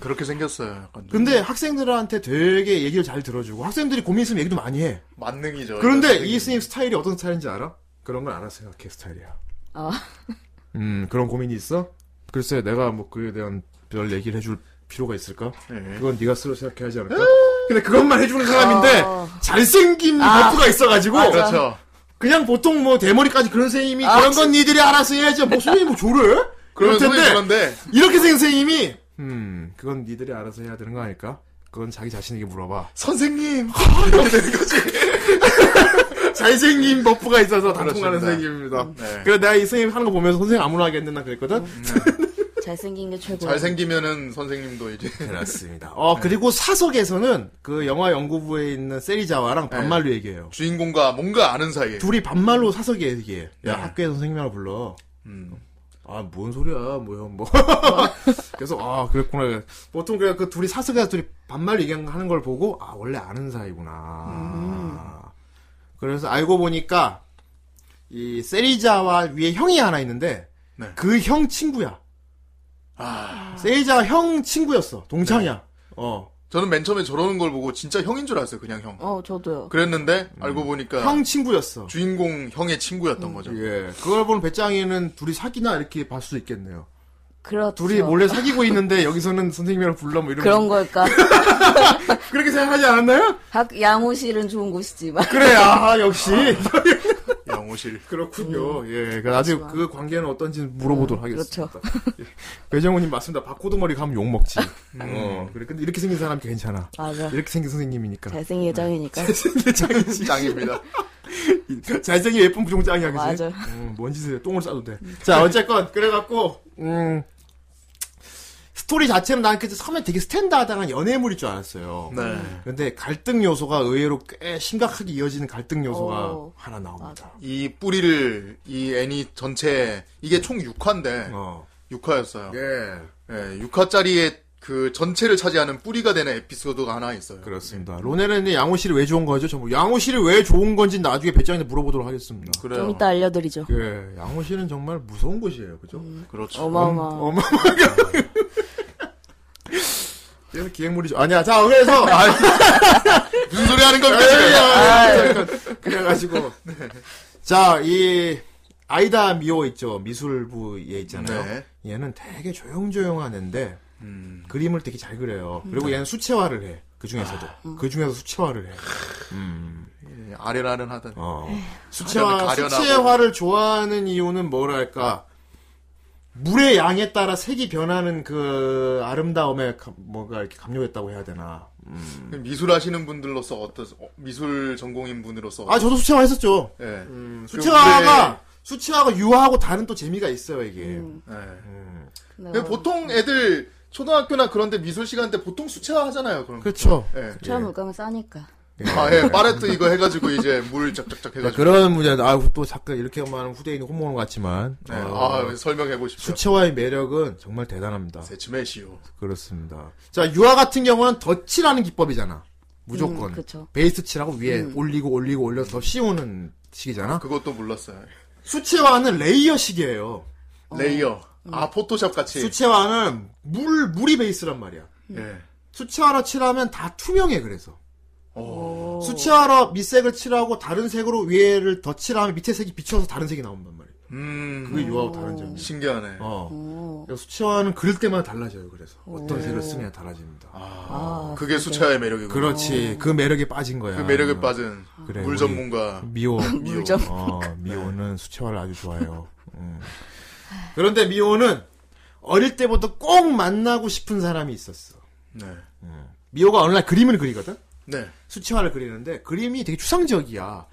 Speaker 2: 그렇게 생겼어요. 약간 좀.
Speaker 1: 근데 학생들한테 되게 얘기를 잘 들어주고 학생들이 고민 있으면 얘기도 많이 해.
Speaker 2: 만능이죠.
Speaker 1: 그런데
Speaker 2: 선생님.
Speaker 1: 이 스님 스타일이 어떤 스타일인지 알아? 그런 걸 알아 생각해 스타일이야.
Speaker 4: 아.
Speaker 1: 음 그런 고민이 있어? 글쎄 내가 뭐 그에 대한 별 얘기를 해줄 필요가 있을까?
Speaker 2: 네. 음.
Speaker 1: 그건 네가 스스로 생각해야지 않을까? 근데 그것만 해주는 사람인데
Speaker 4: 어.
Speaker 1: 잘생긴
Speaker 4: 아.
Speaker 1: 버프가 있어가지고
Speaker 4: 아,
Speaker 2: 그렇죠.
Speaker 1: 그냥 보통 뭐 대머리까지 그런 선생님이
Speaker 4: 아,
Speaker 1: 그런 건 니들이 알아서 해야지 뭐 선생님 뭐 조를? 그럴
Speaker 2: 그러면
Speaker 1: 텐데
Speaker 2: 선생님 그런데
Speaker 1: 이렇게 생긴 선생님이 음 그건 니들이 알아서 해야 되는 거 아닐까? 그건 자기 자신에게 물어봐.
Speaker 2: 선생님 이렇게 되는 거지.
Speaker 1: [laughs] 잘생긴 버프가 있어서
Speaker 2: 그렇습니다.
Speaker 1: 단통하는 선생님입니다. 음,
Speaker 2: 네.
Speaker 1: 그래서 내가 이 선생님 하는 거 보면서 선생님 아무나 하겠는데 난 그랬거든?
Speaker 4: 잘생긴 게 최고.
Speaker 2: 잘생기면은 선생님도 이제 [laughs]
Speaker 1: 그렇습니다. 어, 그리고 사석에서는 그 영화 연구부에 있는 세리자와랑 반말로 얘기해요.
Speaker 2: 주인공과 뭔가 아는 사이에
Speaker 1: 둘이 반말로 사석에 얘기해. 야,
Speaker 2: 네.
Speaker 1: 학교에 선생님 하나 불러.
Speaker 2: 음.
Speaker 1: 아, 뭔 소리야, 뭐야,
Speaker 2: [laughs]
Speaker 1: 뭐. 그래서, 아, 그랬구나. 보통 그냥 그 둘이 사석에서 둘이 반말 얘기하는 걸 보고, 아, 원래 아는 사이구나.
Speaker 2: 음.
Speaker 1: 그래서 알고 보니까, 이 세리자와 위에 형이 하나 있는데,
Speaker 2: 네.
Speaker 1: 그 형 친구야.
Speaker 2: 아,
Speaker 1: 세리자 형 친구였어. 동창이야.
Speaker 2: 네.
Speaker 1: 어.
Speaker 2: 저는 맨 처음에 저러는 걸 보고 진짜 형인 줄 알았어요. 그냥 형.
Speaker 4: 어, 저도요.
Speaker 2: 그랬는데 알고 보니까
Speaker 1: 음. 형 친구였어.
Speaker 2: 주인공 형의 친구였던 거죠.
Speaker 1: 예. 그걸 보는 배짱이는 둘이 사귀나 이렇게 봤 수 있겠네요.
Speaker 4: 그렇죠.
Speaker 1: 둘이 몰래 사귀고 있는데, 여기서는 선생님이랑 불러 뭐 이런.
Speaker 4: 그런 걸까?
Speaker 1: 그렇게 생각하지 않았나요?
Speaker 4: 학, 양호실은 좋은 곳이지만. [laughs]
Speaker 1: 그래, 아, 역시. [laughs]
Speaker 2: 영호실.
Speaker 1: 그렇군요. 예. 그 아직 그 관계는 어떤지 물어보도록 하겠습니다.
Speaker 4: 음.
Speaker 1: 예.
Speaker 4: 그렇죠.
Speaker 1: [laughs] 배정훈님 맞습니다. 박호두머리 가면 욕먹지. 어. 그래. 근데 이렇게 생긴 사람 괜찮아.
Speaker 4: 음. 맞아.
Speaker 1: 이렇게 생긴 [laughs] 선생님이니까.
Speaker 4: 잘생긴 게 짱이니까.
Speaker 2: 짱입니다.
Speaker 1: [laughs] 잘생긴 예쁜 부종짱이야, 그지?
Speaker 4: 맞아.
Speaker 1: 음, 뭔 짓을 해. 똥을 싸도 돼.
Speaker 4: 음.
Speaker 1: 자, 어쨌건, 그래갖고, 음, 스토리 자체는 난 그때 처음에 되게 스탠다하다는 연애물일 줄 알았어요.
Speaker 2: 네.
Speaker 1: 근데 갈등 요소가 의외로 꽤 심각하게 이어지는 갈등 요소가
Speaker 4: 오.
Speaker 1: 하나 나옵니다.
Speaker 2: 이 뿌리를 이 애니 전체 이게 총 6화인데
Speaker 1: 어.
Speaker 2: 육 6화였어요.
Speaker 1: 예.
Speaker 2: 예, 6화짜리의 그 전체를 차지하는 뿌리가 되는 에피소드가 하나 있어요.
Speaker 1: 그렇습니다. 로네는 양호실이 왜 좋은 거죠? 전부 양호실이 왜 좋은 건지 나중에 배짱이한테 물어보도록 하겠습니다.
Speaker 2: 그래요.
Speaker 4: 좀 이따 알려드리죠.
Speaker 1: 예, 양호실은 정말 무서운 곳이에요, 그죠?
Speaker 2: 그렇죠.
Speaker 4: 어마어마.
Speaker 1: 어마어마. 그래서 기획물이죠. 아니야, 자
Speaker 2: [laughs]
Speaker 1: 그래서 [laughs] 아,
Speaker 2: 무슨 소리 하는 겁니까? 지금?
Speaker 1: 아, 그래가지고 자 이 아이다 미오 있죠 미술부 얘 있잖아요.
Speaker 2: 네. 음.
Speaker 1: 얘는 되게 조용조용한 애인데 그림을 되게 잘 그려요. 그리고 얘는 수채화를 해. 그 중에서도
Speaker 2: 아.
Speaker 1: 그 중에서 수채화를 해.
Speaker 2: 예, 아래라는 하든.
Speaker 1: 어.
Speaker 2: 가련-
Speaker 1: 수채화
Speaker 2: 가련하고.
Speaker 1: 수채화를 좋아하는 이유는 뭐랄까 물의 양에 따라 색이 변하는 그 아름다움에 가- 뭔가 이렇게 감료했다고 해야 되나.
Speaker 2: 미술 하시는 분들로서 어떠, 어, 미술 전공인 분으로서.
Speaker 1: 아 저도 수채화 했었죠.
Speaker 2: 예.
Speaker 1: 수채화가 수채화가 유화하고 다른 또 재미가 있어요 이게.
Speaker 2: 예.
Speaker 4: 네.
Speaker 1: 어.
Speaker 2: 근데 예. 보통 애들 초등학교나 그런데 미술 시간 때 보통 수채화 하잖아요. 그럼.
Speaker 1: 그렇죠.
Speaker 2: 예.
Speaker 4: 차 물가면 싸니까.
Speaker 2: 아, 예. 파레트 이거 해가지고 이제 물 쫙쫙쫙 해가지고.
Speaker 1: 네, 그런 문제 아또 잠깐 이렇게 말하면 후대인 홍보는 같지만
Speaker 2: 예.
Speaker 1: 어,
Speaker 2: 아, 설명해 보십시오.
Speaker 1: 수채화의 매력은 정말 대단합니다.
Speaker 2: 세츠메시오.
Speaker 1: 그렇습니다. 자 유화 같은 경우는 덧칠하는 기법이잖아. 무조건
Speaker 4: 음, 그쵸. 음.
Speaker 1: 베이스 칠하고 위에 올리고 올리고 올려서 더 씌우는 식이잖아.
Speaker 2: 그것도 몰랐어요.
Speaker 1: 수채화는 레이어식이에요. 음.
Speaker 2: 레이어. 아, 포토샵 같이.
Speaker 1: 수채화는 물 물이 베이스란 말이야.
Speaker 2: 예.
Speaker 1: 수채화로 칠하면 다 투명해 그래서.
Speaker 2: 오.
Speaker 1: 수채화로 밑색을 칠하고 다른 색으로 위에를 더 칠하면 밑에 색이 비춰서 다른 색이 나온단 말이에요.
Speaker 2: 음.
Speaker 1: 그게 유화하고 다른 점이.
Speaker 2: 신기하네.
Speaker 1: 어.
Speaker 4: 오.
Speaker 1: 수채화는 그릴 때마다 달라져요. 그래서 어떤
Speaker 4: 오.
Speaker 1: 색을 쓰느냐 달라집니다.
Speaker 4: 아,
Speaker 2: 그게 수채화의 매력이고.
Speaker 1: 그렇지. 그 매력에 빠진 거야.
Speaker 2: 그 매력에 빠진
Speaker 1: 그래,
Speaker 2: 물
Speaker 1: 우리-
Speaker 2: 전문가.
Speaker 1: 미호.
Speaker 2: 미호.
Speaker 4: 좀
Speaker 1: 어, 미호는 수채화를 아주 좋아해요. 음. 그런데 미호는 어릴 때부터 꼭 만나고 싶은 사람이 있었어.
Speaker 2: 네.
Speaker 1: 미호가 어느 날 그림을 그리거든.
Speaker 2: 네.
Speaker 1: 수채화를 그리는데 그림이 되게 추상적이야.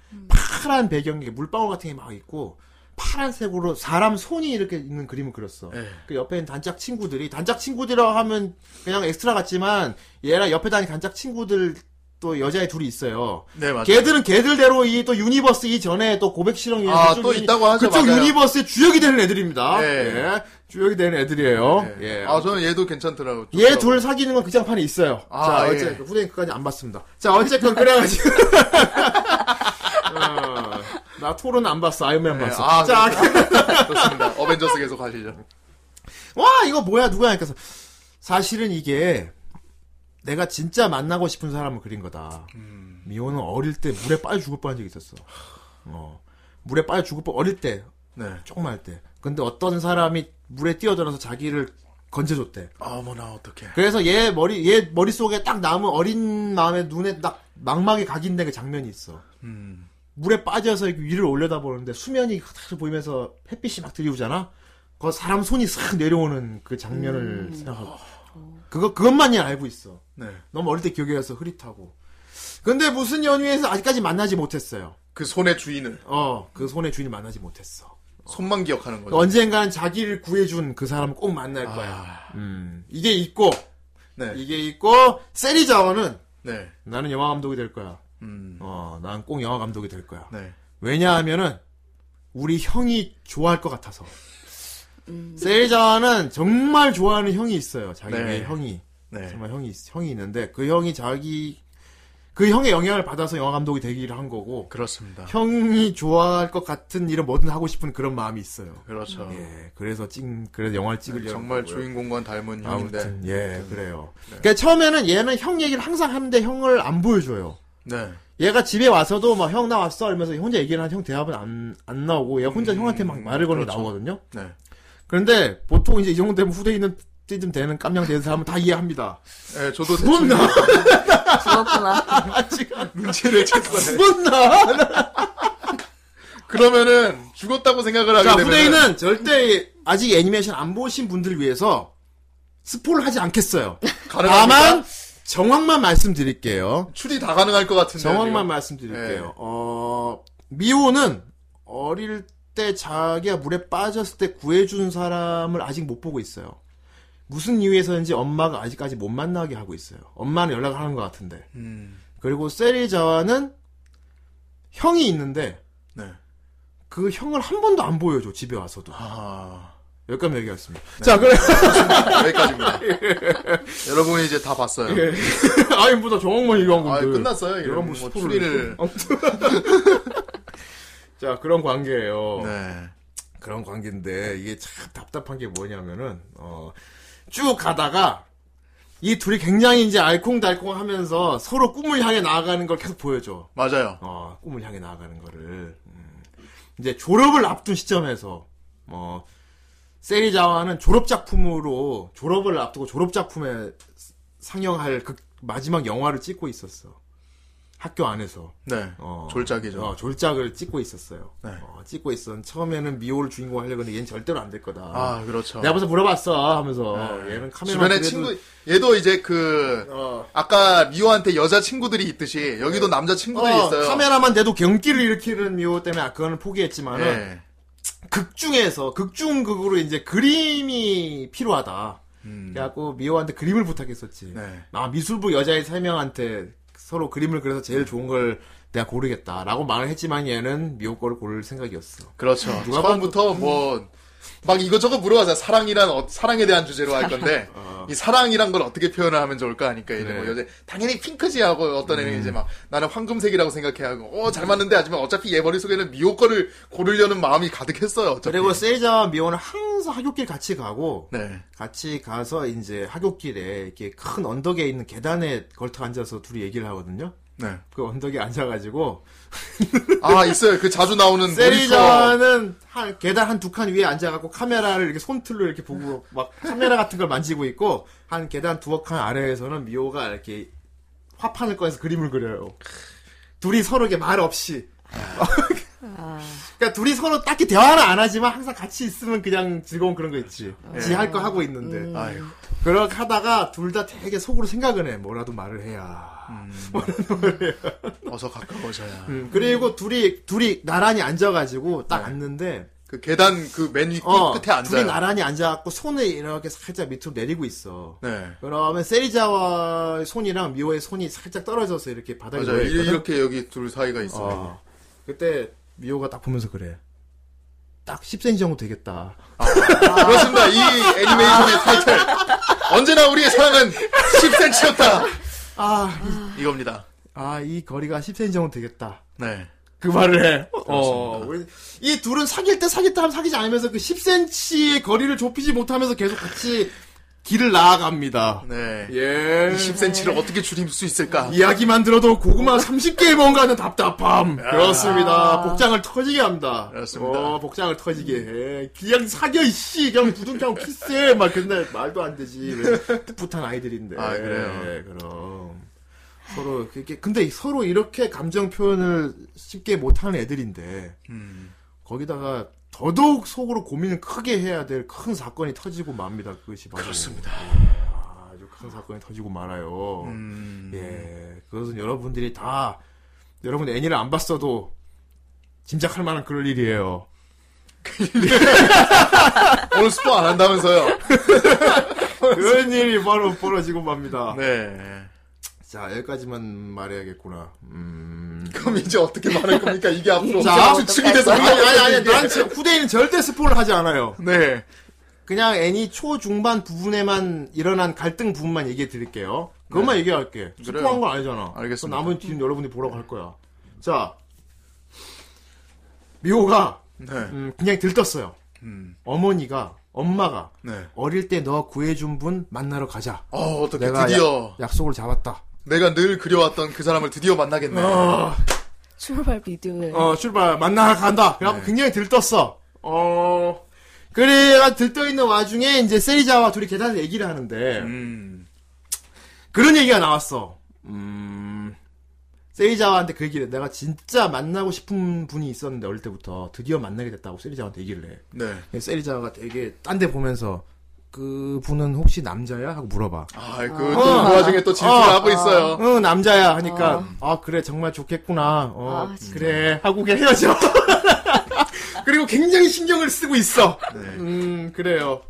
Speaker 1: 파란 배경에 물방울 같은 게 막 있고 파란색으로 사람 손이 이렇게 있는 그림을 그렸어.
Speaker 2: 예.
Speaker 1: 그 옆에는 단짝 친구들이 단짝 친구들이라고 하면 그냥 엑스트라 같지만 얘랑 옆에 다니는 단짝 친구들 또 여자애 둘이 있어요.
Speaker 2: 네, 맞아요.
Speaker 1: 걔들은 걔들대로 이 또 유니버스 이전에 또 고백 실험
Speaker 2: 아, 또 있다고 하죠,
Speaker 1: 그쪽
Speaker 2: 맞아요.
Speaker 1: 유니버스의 주역이 되는 애들입니다.
Speaker 2: 예.
Speaker 1: 예. 주역이 되는 애들이에요.
Speaker 2: 예.
Speaker 1: 예.
Speaker 2: 아, 저는 얘도 괜찮더라고요.
Speaker 1: 얘 둘 사귀는 건그 극장판에 있어요.
Speaker 2: 아,
Speaker 1: 자,
Speaker 2: 예.
Speaker 1: 어쨌든 후대인 그까지 안 봤습니다. 자, 어쨌건
Speaker 2: [laughs]
Speaker 1: 그래가지고 [laughs] 어, 나 토론 안 봤어. 아이언맨
Speaker 2: 예,
Speaker 1: 봤어.
Speaker 2: 아,
Speaker 1: 자,
Speaker 2: 그렇구나. 좋습니다. 어벤져스 계속 하시죠.
Speaker 1: 와 이거 뭐야 누가 하니까서 사실은 이게 내가 진짜 만나고 싶은 사람을 그린 거다. 미호는 어릴 때 물에 빠져 죽을 뻔한 적이 있었어. 어 물에 빠져 죽을 뻔 어릴 때
Speaker 2: 네.
Speaker 1: 조금 할 때. 근데 어떤 사람이 물에 뛰어들어서 자기를 건져줬대.
Speaker 2: 아, 어머나, 어떡해.
Speaker 1: 그래서 얘 머리 얘 머릿속에 딱 남은 어린 마음에 눈에 딱 망막이 각인된 그 장면이 있어.
Speaker 2: 음.
Speaker 1: 물에 빠져서 이렇게 위를 올려다보는데 수면이 탁 보이면서 햇빛이 막 들이오잖아. 그 사람 손이 싹 내려오는 그 장면을 생각하고 그거 그것만이 알고 있어.
Speaker 2: 네.
Speaker 1: 너무 어릴 때 기억이라서 흐릿하고. 근데 무슨 연유에서 아직까지 만나지 못했어요.
Speaker 2: 그 손의 주인을.
Speaker 1: 어, 그 손의 주인을 만나지 못했어.
Speaker 2: 손만 기억하는 거죠. 아,
Speaker 1: 언젠간 자기를 구해준 그 사람을 꼭 만날 거야. 음, 이게 있고,
Speaker 2: 네.
Speaker 1: 이게 있고, 세리자원은
Speaker 2: 네.
Speaker 1: 나는 영화 감독이 될 거야.
Speaker 2: 음.
Speaker 1: 어, 난 꼭 영화 감독이 될 거야.
Speaker 2: 네.
Speaker 1: 왜냐하면은 우리 형이 좋아할 것 같아서. 세일자는 정말 좋아하는 형이 있어요. 자기
Speaker 2: 네.
Speaker 1: 의 형이
Speaker 2: 네.
Speaker 1: 정말 형이 있- 형이 있는데 그 형이 자기 그 형의 영향을 받아서 영화 감독이 되기를 한 거고
Speaker 2: 그렇습니다.
Speaker 1: 형이 좋아할 것 같은 일을 뭐든 하고 싶은 그런 마음이 있어요.
Speaker 2: 그렇죠.
Speaker 1: 예, 그래서 찍 그래서 영화를 찍으려고
Speaker 2: 네, 정말
Speaker 1: 하고요.
Speaker 2: 주인공과 닮은 형인데. 음. 네.
Speaker 1: 아무튼 예 그래요. 그러니까 처음에는 얘는 형 얘기를 항상 하는데 형을 안 보여줘요.
Speaker 2: 네.
Speaker 1: 얘가 집에 와서도 막 형 나왔어 이러면서 혼자 얘기를 하는 형 대답은 안, 안 나오고 얘 혼자
Speaker 2: 음,
Speaker 1: 형한테 막 말을 거는 게
Speaker 2: 그렇죠.
Speaker 1: 나오거든요.
Speaker 2: 네.
Speaker 1: 그런데 보통 이제 이 정도 되면 후대 있는 때쯤 되는 깜냥 되는 사람은 다
Speaker 2: [laughs]
Speaker 1: 이해합니다.
Speaker 2: 예, 저도 대충
Speaker 1: 죽었나? [laughs]
Speaker 4: 죽었구나.
Speaker 2: [laughs] 눈치를 챘어요.
Speaker 1: 아,
Speaker 2: 네,
Speaker 1: 죽었나?
Speaker 2: 그러면은 죽었다고 생각을 하게
Speaker 1: 자
Speaker 2: 되면
Speaker 1: 후대인은 절대 아직 애니메이션 안 보신 분들을 위해서 스포를 하지 않겠어요. 다만 정황만 말씀드릴게요.
Speaker 2: 출이 다 가능할 것 같은데.
Speaker 1: 정황만 말씀드릴게요.
Speaker 2: 예.
Speaker 1: 어, 미호는 어릴 때 자기가 물에 빠졌을 때 구해준 사람을 아직 못 보고 있어요. 무슨 이유에서인지 엄마가 아직까지 못 만나게 하고 있어요. 엄마는 연락을 하는 것 같은데.
Speaker 2: 음.
Speaker 1: 그리고 세리자와는 형이 있는데
Speaker 2: 네.
Speaker 1: 그 형을 한 번도 안 보여줘 집에 와서도.
Speaker 2: 아.
Speaker 1: 여기까지 얘기했습니다. 자, 그래. [laughs]
Speaker 2: 여기까지입니다.
Speaker 1: 예.
Speaker 2: 여러분이 이제 다 봤어요.
Speaker 1: 아니, 뭐다 정황만 얘기한
Speaker 2: 아,
Speaker 1: 건데.
Speaker 2: 끝났어요. 이런 뭐
Speaker 1: 스포를
Speaker 2: 추리를. [laughs]
Speaker 1: 아무튼. [laughs] 자, 그런 관계예요.
Speaker 2: 네.
Speaker 1: 그런 관계인데 이게 참 답답한 게 뭐냐면은 어 쭉 가다가 이 둘이 굉장히 이제 알콩달콩하면서 서로 꿈을 향해 나아가는 걸 계속 보여줘.
Speaker 2: 맞아요.
Speaker 1: 어 꿈을 향해 나아가는 거를 음. 이제 졸업을 앞둔 시점에서 어 세리자와는 졸업 작품으로 졸업을 앞두고 졸업 작품에 상영할 그 마지막 영화를 찍고 있었어. 학교 안에서.
Speaker 2: 네.
Speaker 1: 어.
Speaker 2: 졸작이죠.
Speaker 1: 어, 졸작을 찍고 있었어요.
Speaker 2: 네.
Speaker 1: 어, 찍고 있었는데 처음에는 미호를 주인공 하려고 했는데 얘는 절대로 안 될 거다.
Speaker 2: 아, 그렇죠.
Speaker 1: 내가 벌써 물어봤어 하면서 얘는 카메라
Speaker 2: 주변에
Speaker 1: 그래도-
Speaker 2: 친구, 얘도 이제 그,
Speaker 1: 어.
Speaker 2: 아까 미호한테 여자 친구들이 있듯이, 여기도 남자 친구들이
Speaker 1: 어,
Speaker 2: 있어요.
Speaker 1: 카메라만 돼도 경기를 일으키는 미호 때문에 아, 그거는 포기했지만은
Speaker 2: 네.
Speaker 1: 극중에서 극중극으로 이제 그림이 필요하다. 그래갖고 미호한테 그림을 부탁했었지.
Speaker 2: 음. 네.
Speaker 1: 아 미술부 여자애 세 명한테 서로 그림을 그려서
Speaker 2: 음.
Speaker 1: 제일 좋은 걸 내가 고르겠다라고 말을 했지만 얘는 미호 거를 고를 생각이었어.
Speaker 2: 그렇죠.
Speaker 1: 누가
Speaker 2: 처음부터 뭐, 막 이것저것 물어봐서 사랑이란, 어- 사랑에 대한 주제로 할 건데, 이 사랑이란 걸 어떻게 표현을 하면 좋을까 하니까, 이제
Speaker 1: 어. 네. 음.
Speaker 2: 뭐 여자, 당연히 핑크지 하고, 어떤 애는 이제 막, 나는 황금색이라고 생각해 하고, 어, 잘 맞는데, 하지만 어차피 얘 머릿속에는 미호 거를 고르려는 마음이 가득했어요, 어차피.
Speaker 1: 그리고 세이자와 미호는 항상 학교길 같이 가고
Speaker 2: 네.
Speaker 1: 같이 가서 이제 학교길에 이렇게 큰 언덕에 있는 계단에 걸터 앉아서 둘이 얘기를 하거든요.
Speaker 2: 네.
Speaker 1: 그 언덕에 앉아가지고
Speaker 2: 아, 있어요. 그 자주 나오는 모니터.
Speaker 1: 세리자는 한 계단 한 두 칸 위에 앉아갖고 카메라를 이렇게 손틀로 이렇게 보고 막 카메라 같은 걸 만지고 있고 한 계단 두어 칸 아래에서는 미호가 이렇게 화판을 꺼내서 그림을 그려요. 둘이 서로에게 말 없이. 그러니까 둘이 서로 딱히 대화는 안 하지만 항상 같이 있으면 그냥 즐거운 그런 거 있지. 지 할 거 하고 있는데.
Speaker 2: 아이고.
Speaker 1: 그렇게 하다가 둘 다 되게 속으로 생각을 해. 뭐라도 말을 해야.
Speaker 2: 어서 가까워져야.
Speaker 1: 음, 그리고 둘이 둘이 나란히 앉아가지고 딱 앉는데
Speaker 2: 그 계단 그 맨 위
Speaker 1: 어,
Speaker 2: 끝에 앉아요.
Speaker 1: 둘이 나란히 앉아갖고 손을 이렇게 살짝 밑으로 내리고 있어.
Speaker 2: 네.
Speaker 1: 그러면 세리자와의 손이랑 미호의 손이 살짝 떨어져서 이렇게 바닥에
Speaker 2: 맞아요.
Speaker 1: 놓여있거든?
Speaker 2: 이- 이렇게 여기 둘 사이가 있어요.
Speaker 1: 어. 그때 미호가 딱 보면서 그래. 딱 10cm 정도 되겠다. 어.
Speaker 2: 그렇습니다. 이 애니메이션의 타이틀. 언제나 우리의 사랑은 10cm였다.
Speaker 1: 아, 이-
Speaker 2: 이겁니다.
Speaker 1: 아, 이 거리가 10cm 정도 되겠다.
Speaker 2: 네.
Speaker 1: 그 말을 해. 어, 우리- 이 둘은 사귈 때 사귈 때 하면 사귀지 않으면서 그 10cm의 거리를 좁히지 못하면서 계속 같이 길을 나아갑니다.
Speaker 2: 네.
Speaker 1: 예.
Speaker 2: 10cm를 어떻게 줄일 수 있을까?
Speaker 1: 이야기만 들어도 고구마 30개의 뭔가는 답답함. 그렇습니다. 복장을 터지게 합니다.
Speaker 2: 그렇습니다.
Speaker 1: 어, 복장을 터지게 해. 그냥 사겨, 이씨. 그냥 부둥켜 키스해. 막, 근데 말도 안 되지. 왜 풋풋한 아이들인데.
Speaker 2: 아, 그래요?
Speaker 1: 예, 그럼. 서로, 이렇게, 근데 서로 이렇게 감정 표현을 쉽게 못하는 애들인데,
Speaker 2: 음.
Speaker 1: 거기다가 더더욱 속으로 고민을 크게 해야 될 큰 사건이 터지고 맙니다. 그것이 바로.
Speaker 2: 그렇습니다.
Speaker 1: 아, 아주 큰 사건이 터지고 말아요.
Speaker 2: 음.
Speaker 1: 예, 그것은 여러분들이 다 여러분 애니를 안 봤어도 짐작할 만한 그럴 일이에요.
Speaker 2: 오늘 스포 안 한다면서요?
Speaker 1: 그런 일이 바로 벌어지고 맙니다.
Speaker 2: 네.
Speaker 1: 자, 여기까지만 말해야겠구나. 음.
Speaker 2: 그럼 이제 어떻게 말할 겁니까? 이게 앞으로
Speaker 1: 자,
Speaker 2: 추측이 돼서
Speaker 1: 아니, 아니, 아니, 난 지금 후대인은 절대 스포를 하지 않아요.
Speaker 2: 네.
Speaker 1: 그냥 애니 초중반 부분에만 일어난 갈등 부분만 얘기해 드릴게요. 네. 그것만 얘기할게. 스포한 건 아니잖아.
Speaker 2: 알겠습니다.
Speaker 1: 그럼 나머지 지금 여러분들이 보라고 할 거야. 자, 미호가
Speaker 2: 네.
Speaker 1: 음, 그냥 들떴어요.
Speaker 2: 음.
Speaker 1: 어머니가 엄마가
Speaker 2: 네.
Speaker 1: 어릴 때 너 구해준 분 만나러 가자.
Speaker 2: 어, 어떻게
Speaker 1: 내가
Speaker 2: 드디어
Speaker 1: 약속을 잡았다.
Speaker 2: 내가 늘 그려왔던 그 사람을 드디어 만나겠네.
Speaker 9: 출발 비디오에
Speaker 1: 어 출발 만나러 간다. 그래갖고
Speaker 2: 네.
Speaker 1: 굉장히 들떴어. 어 그래가 들떠 있는 와중에 이제 세리자와 둘이 계단에서 얘기를 하는데
Speaker 2: 음.
Speaker 1: 그런 얘기가 나왔어. 음 세리자와한테 그 얘기를 해. 내가 진짜 만나고 싶은 분이 있었는데 어릴 때부터 드디어 만나게 됐다고 세리자한테 얘기를 해.
Speaker 2: 네.
Speaker 1: 세리자가 되게 딴 데 보면서 그 분은 혹시 남자야? 하고 물어봐.
Speaker 2: 아, 그, 또그 와중에 또 질투를
Speaker 1: 아.
Speaker 2: 하고 있어요.
Speaker 4: 그렇죠.
Speaker 1: 응 남자야 하니까 아 그래 정말 좋겠구나 어
Speaker 4: 어. 아, 진짜.
Speaker 1: 그래 하고 그냥 헤어져 [laughs] 그리고 굉장히 신경을 쓰고 있어
Speaker 2: 네.
Speaker 1: 음 그래요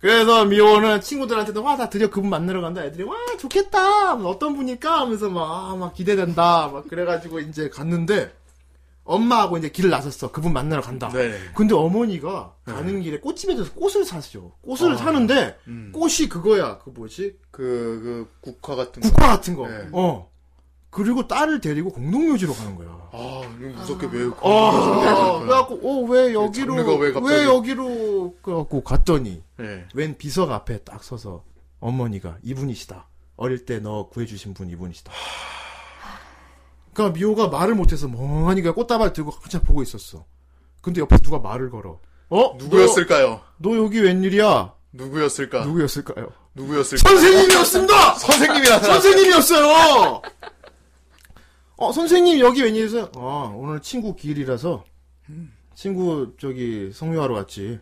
Speaker 1: 그래서 미호는 친구들한테도 와 나 드디어 그분 만나러 간다 애들이 와 좋겠다 어떤 분일까 하면서 막, 아, 막 기대된다 막 그래가지고 이제 갔는데 엄마하고 이제 길을 나섰어. 그분 만나러 간다.
Speaker 2: 네.
Speaker 1: 근데 어머니가 가는 길에 꽃집에서 꽃을 사시죠. 꽃을 사는데
Speaker 2: 음.
Speaker 1: 꽃이 그거야. 그 뭐지?
Speaker 2: 그, 그 국화 같은 거.
Speaker 1: 국화 같은 거.
Speaker 2: 네.
Speaker 1: 어. 그리고 딸을 데리고 공동묘지로 가는 거야.
Speaker 2: 아, 이거 무섭게 왜
Speaker 1: 어, 어, 그래갖고 어 왜 여기로
Speaker 2: 장르가 왜 갑자기-
Speaker 1: 왜 여기로 그래갖고 갔더니
Speaker 2: 네.
Speaker 1: 웬 비석 앞에 딱 서서 어머니가 이분이시다. 어릴 때 너 구해주신 분 이분이시다. 그러니까 미호가 말을 못해서 멍하니 그냥 꽃다발 들고 한참 보고 있었어. 근데 옆에 누가 말을 걸어. 어?
Speaker 2: 누구였을까요? 아.
Speaker 1: 너, 너 여기 웬일이야?
Speaker 2: 누구였을까?
Speaker 1: 누구였을까요?
Speaker 2: 누구... 였을까
Speaker 1: 선생님이었습니다!
Speaker 2: 선생님이 나타났어요.
Speaker 1: 선생님이었어요! 어, 선생님 여기 웬일이세요? 아, 오늘 친구 기일이라서 친구 저기 성묘하러 왔지.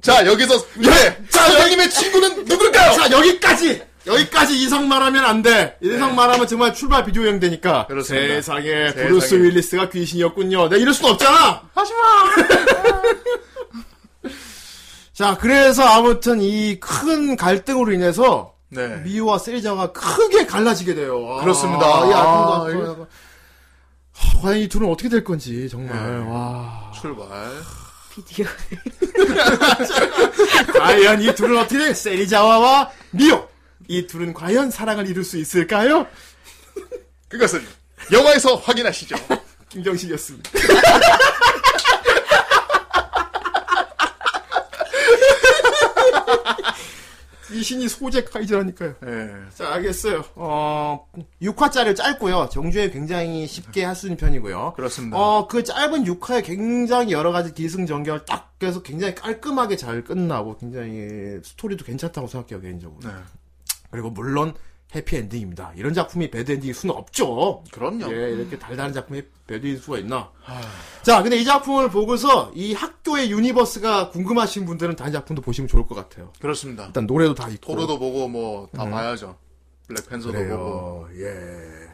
Speaker 2: 자, 여기서 예. 자, 선생님의 친구는 누굴까요?
Speaker 1: 자 여기까지 여기까지 이상 말하면 안 돼. 이상 말하면 정말 출발 비디오 여행 되니까.
Speaker 2: 네. 그렇습니다.
Speaker 1: 세상에
Speaker 2: 세상에.
Speaker 1: 브루스 윌리스가 귀신이었군요. 내가 이럴 순 없잖아. 하지 마. [laughs] 자 그래서 아무튼 이 큰 갈등으로 인해서
Speaker 2: 네.
Speaker 1: 미우와 세리자가 크게 갈라지게 돼요. 아,
Speaker 2: 그렇습니다.
Speaker 1: 이
Speaker 2: 아,
Speaker 1: 아픔과
Speaker 2: 이거-
Speaker 1: 아픔과 하, 과연 이 둘은 어떻게 될 건지 정말
Speaker 2: 네.
Speaker 1: 와
Speaker 2: 출발.
Speaker 4: 비디오.
Speaker 1: 과연 이 둘은 어떻게 돼? 세리자와와 미오 이 둘은 과연 사랑을 이룰 수 있을까요?
Speaker 2: 그것은 영화에서 [laughs] 확인하시죠.
Speaker 1: 김정식이었습니다. [laughs] 이 신이 소재 카이즈라니까요.
Speaker 2: 예.
Speaker 1: 자, 알겠어요. 어, 6화짜리 짧고요. 정주에 굉장히 쉽게 할 수 있는 편이고요.
Speaker 2: 그렇습니다.
Speaker 1: 어, 그 짧은 6화에 굉장히 여러 가지 기승전결 딱 그래서 굉장히 깔끔하게 잘 끝나고 굉장히 스토리도 괜찮다고 생각해요, 개인적으로.
Speaker 2: 네.
Speaker 1: 그리고 물론 해피엔딩입니다. 이런 작품이 배드엔딩일 수는 없죠.
Speaker 2: 그럼요. 아.
Speaker 1: 예, 이렇게 달달한 작품이 배드일 수가 있나? 자, 근데 이 작품을 보고서 이 학교의 유니버스가 궁금하신 분들은 다른 작품도 보시면 좋을 것 같아요.
Speaker 2: 그렇습니다.
Speaker 1: 일단 노래도 다 있고.
Speaker 2: 토르도 보고 뭐 다 봐야죠. 블랙팬서도 [laughs]
Speaker 1: 그래요.
Speaker 2: 보고.
Speaker 1: 예.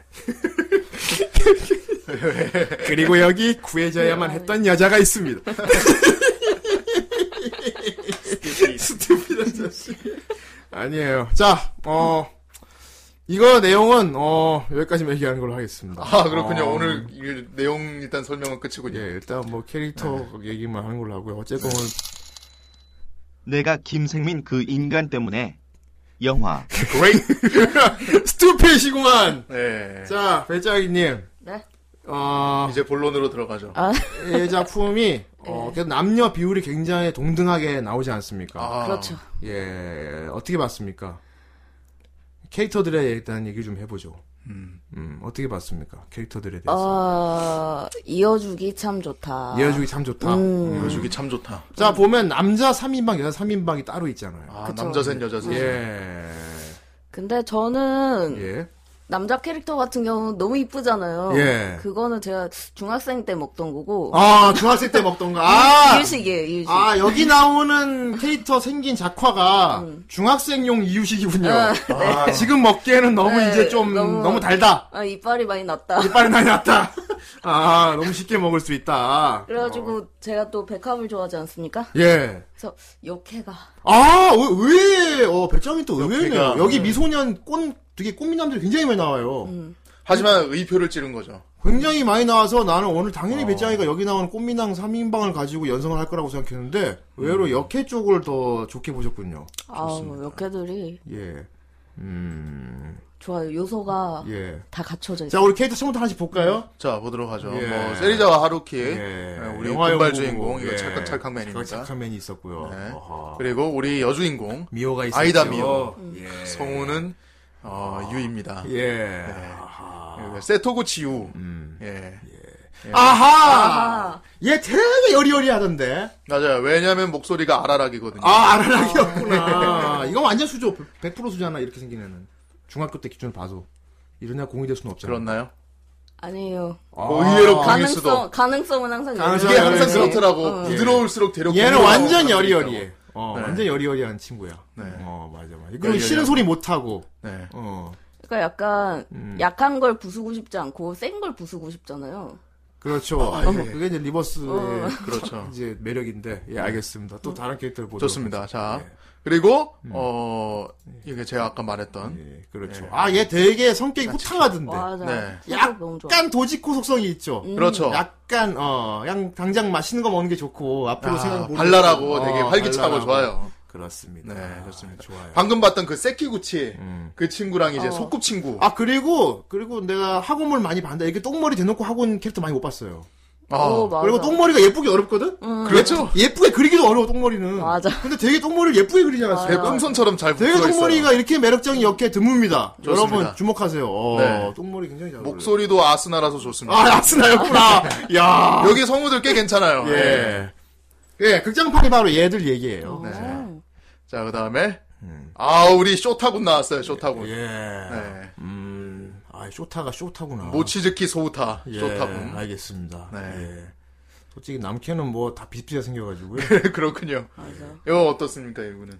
Speaker 1: [laughs] 그리고 여기 구해줘야만 했던 여자가 있습니다. 스티피드 자식. 아니에요. 자, 어, 이거 내용은, 어, 여기까지만 얘기하는 걸로 하겠습니다.
Speaker 2: 아 그렇군요.
Speaker 1: 어,
Speaker 2: 오늘 이 내용 일단 설명은 끝이군요.
Speaker 1: 예, 일단 뭐 캐릭터 얘기만 하는 걸로 하고요. 어쨌건 [laughs] 오늘
Speaker 10: 내가 김생민 그 인간 때문에 영화
Speaker 1: 스튜핏이구만!
Speaker 2: 네.
Speaker 1: 자, 배짱이님.
Speaker 4: 네?
Speaker 1: 어,
Speaker 2: 이제 본론으로 들어가죠.
Speaker 4: 아,
Speaker 1: 이 작품이, 어, 계속 남녀 비율이 굉장히 동등하게 나오지 않습니까?
Speaker 2: 아,
Speaker 4: 그렇죠.
Speaker 1: 예, 어떻게 봤습니까? 캐릭터들에 일단 얘기 좀 해보죠.
Speaker 2: 음.
Speaker 1: 음, 어떻게 봤습니까? 캐릭터들에
Speaker 4: 아.
Speaker 1: 대해서.
Speaker 4: 어, 이어주기 참 좋다.
Speaker 1: 이어주기 참 좋다.
Speaker 4: 음.
Speaker 1: 음.
Speaker 2: 아, 보여주기 참 좋다.
Speaker 1: 자, 보면 남자 3인방, 여자 3인방이 따로 있잖아요.
Speaker 2: 아,
Speaker 4: 그쵸.
Speaker 2: 남자 셋 여자 셋.
Speaker 1: 예.
Speaker 4: 근데 저는
Speaker 1: 예.
Speaker 4: 남자 캐릭터 같은 경우는 너무 이쁘잖아요.
Speaker 1: 예.
Speaker 4: 그거는 제가 중학생 때 먹던 거고.
Speaker 1: 아, 중학생 때 먹던 거. 아!
Speaker 4: 음, 이유식이에요, 이유식.
Speaker 1: 아, 여기 나오는 캐릭터 생긴 작화가
Speaker 4: 음.
Speaker 1: 중학생용 이유식이군요. 아, 지금 먹기에는 너무
Speaker 4: 네,
Speaker 1: 이제 좀, 너무,
Speaker 4: 너무-
Speaker 1: 달다.
Speaker 4: 아, 이빨이 많이 났다.
Speaker 1: 이빨이 많이 났다. 아, 너무 쉽게 먹을 수 있다.
Speaker 4: 그래가지고 제가 또 백합을 좋아하지 않습니까?
Speaker 1: 예.
Speaker 4: 그래서 역해가
Speaker 1: 아, 의- 의외, 어, 배짱이 또 의외네요.
Speaker 2: 옆에가,
Speaker 1: 여기
Speaker 2: 음.
Speaker 1: 미소년 꼰, 되게 꽃미남들이 굉장히 많이 나와요.
Speaker 2: 하지만 의표를 찌른 거죠.
Speaker 1: 굉장히 많이 나와서 나는 오늘
Speaker 2: 아.
Speaker 1: 당연히 배짱이가 여기 나오는 꽃미남 3인방을 가지고 연성을 할 거라고 생각했는데, 의외로
Speaker 2: 음.
Speaker 1: 역해 쪽을 더 좋게 보셨군요.
Speaker 4: 아우 역해들이
Speaker 1: 예. 음,
Speaker 4: 좋아요. 요소가
Speaker 1: 예.
Speaker 4: 다 갖춰져 있어.
Speaker 1: 자, 우리 캐릭터 처음부터 하나씩 볼까요?
Speaker 2: 자 보도록 하죠.
Speaker 1: 예.
Speaker 2: 뭐 세리자와 하루키,
Speaker 1: 예.
Speaker 2: 예, 우리
Speaker 1: 영화
Speaker 2: 금발
Speaker 1: 영웅,
Speaker 2: 주인공 이거
Speaker 1: 예.
Speaker 2: 찰칵찰칵맨입니다.
Speaker 1: 찰칵맨이 있었고요.
Speaker 2: 네.
Speaker 1: 어허.
Speaker 2: 그리고 우리 여주인공
Speaker 1: 미호가 있었죠.
Speaker 2: 아이다 미호.
Speaker 1: 예.
Speaker 2: 성우는 어, 유입니다.
Speaker 1: 예.
Speaker 2: 예, 세토구치 유.
Speaker 1: 음.
Speaker 2: 예.
Speaker 1: 아하!
Speaker 4: 아하.
Speaker 1: 얘 되게 여리여리하던데.
Speaker 2: 맞아요. 왜냐면 목소리가 아라락이거든요.
Speaker 1: 아, 아라락이었구나. 이거 완전 수조. 100% 수잖아, 이렇게 생긴 애는. 중학교 때 기준을 봐도. 이런 애 공이 될 수는 없잖아.
Speaker 2: 그렇나요?
Speaker 4: 아니에요.
Speaker 1: 아.
Speaker 2: 뭐 의외로 공일 수도.
Speaker 4: 가능성 가능성은 항상
Speaker 1: 가능성이
Speaker 2: 이게
Speaker 4: 열려요.
Speaker 2: 항상
Speaker 1: 네.
Speaker 2: 그렇더라고.
Speaker 4: 어.
Speaker 2: 부드러울수록 대륙.
Speaker 1: 얘는 완전 여리여리해. 어,
Speaker 2: 네.
Speaker 1: 완전 여리여리한 친구야.
Speaker 2: 네.
Speaker 1: 어, 맞아, 맞아. 그리고
Speaker 2: 여리여리한
Speaker 1: 싫은 소리 못하고.
Speaker 2: 네.
Speaker 1: 어.
Speaker 4: 그러니까 약간
Speaker 1: 음.
Speaker 4: 약한 걸 부수고 싶지 않고 센 걸 부수고 싶잖아요.
Speaker 1: 그렇죠.
Speaker 2: 아, 예.
Speaker 1: [laughs] 그게 이제 리버스의
Speaker 4: 어.
Speaker 2: 그렇죠.
Speaker 1: 이제 매력인데 예 알겠습니다. 또 다른 캐릭터를 보죠. 예.
Speaker 2: 네.
Speaker 1: 음.
Speaker 2: 좋습니다. 자. 그리고, 어, 이게 제가 아까 말했던.
Speaker 1: 예, 그렇죠. 아 얘 되게 성격이 호탕하던데.
Speaker 4: 맞아.
Speaker 2: 네.
Speaker 4: 성격 너무 좋아. 음.
Speaker 1: 약간 도지코 속성이 있죠.
Speaker 2: 그렇죠.
Speaker 1: 약간 어, 양 당장 맛있는 거 먹는 게 좋고 앞으로 생각
Speaker 2: 아,
Speaker 1: 모르고
Speaker 2: 발랄하고
Speaker 1: 어,
Speaker 2: 되게 활기차고
Speaker 1: 발랄하고.
Speaker 2: 좋아요.
Speaker 1: 그렇습니다.
Speaker 2: 네,
Speaker 1: 좋습니다. 좋아요.
Speaker 2: 방금 봤던 그 세키구치
Speaker 1: 음.
Speaker 2: 그 친구랑 이제
Speaker 4: 어.
Speaker 2: 소꿉친구.
Speaker 1: 아 그리고 그리고 내가 학원물 많이 봤는데 이렇게 똥머리 대놓고 학원 캐릭터 많이 못 봤어요.
Speaker 2: 아,
Speaker 4: 어, 맞아.
Speaker 1: 그리고 똥머리가 예쁘기 어렵거든.
Speaker 4: 음.
Speaker 2: 그렇죠.
Speaker 1: 예쁘게 그리기도 어려워 똥머리는.
Speaker 4: 맞아.
Speaker 1: 근데 되게 똥머리를 예쁘게 그리지
Speaker 2: 대
Speaker 1: 않았어요.
Speaker 2: 풍선처럼 잘
Speaker 1: 아. 되게
Speaker 2: 붙어
Speaker 1: 똥머리가 이렇게 매력적인 역계 드뭅니다.
Speaker 2: 좋습니다.
Speaker 1: 여러분 주목하세요. 어,
Speaker 2: 네.
Speaker 1: 똥머리 굉장히 잘 어울려요.
Speaker 2: 목소리도 아스나라서 좋습니다.
Speaker 1: 아
Speaker 2: [laughs]
Speaker 1: 야스나였구나. 야.
Speaker 2: 여기 성우들 꽤 괜찮아요.
Speaker 1: 예. 예, 극장판이 바로 얘들 얘기예요. 네.
Speaker 4: 음.
Speaker 2: 자, 그 다음에. 아, 우리 쇼타군 나왔어요, 쇼타군.
Speaker 1: 예.
Speaker 2: 네.
Speaker 1: 음. 아, 쇼타가 쇼타구나.
Speaker 2: 모치즈키 소우타,
Speaker 1: 예,
Speaker 2: 쇼타군. [laughs]
Speaker 1: 알겠습니다.
Speaker 2: 네.
Speaker 1: 예. 솔직히 남캐는 뭐 다 비슷비슷 생겨가지고요.
Speaker 2: 예, 그렇군요.
Speaker 4: 맞아.
Speaker 2: 이거 어떻습니까, 이분은?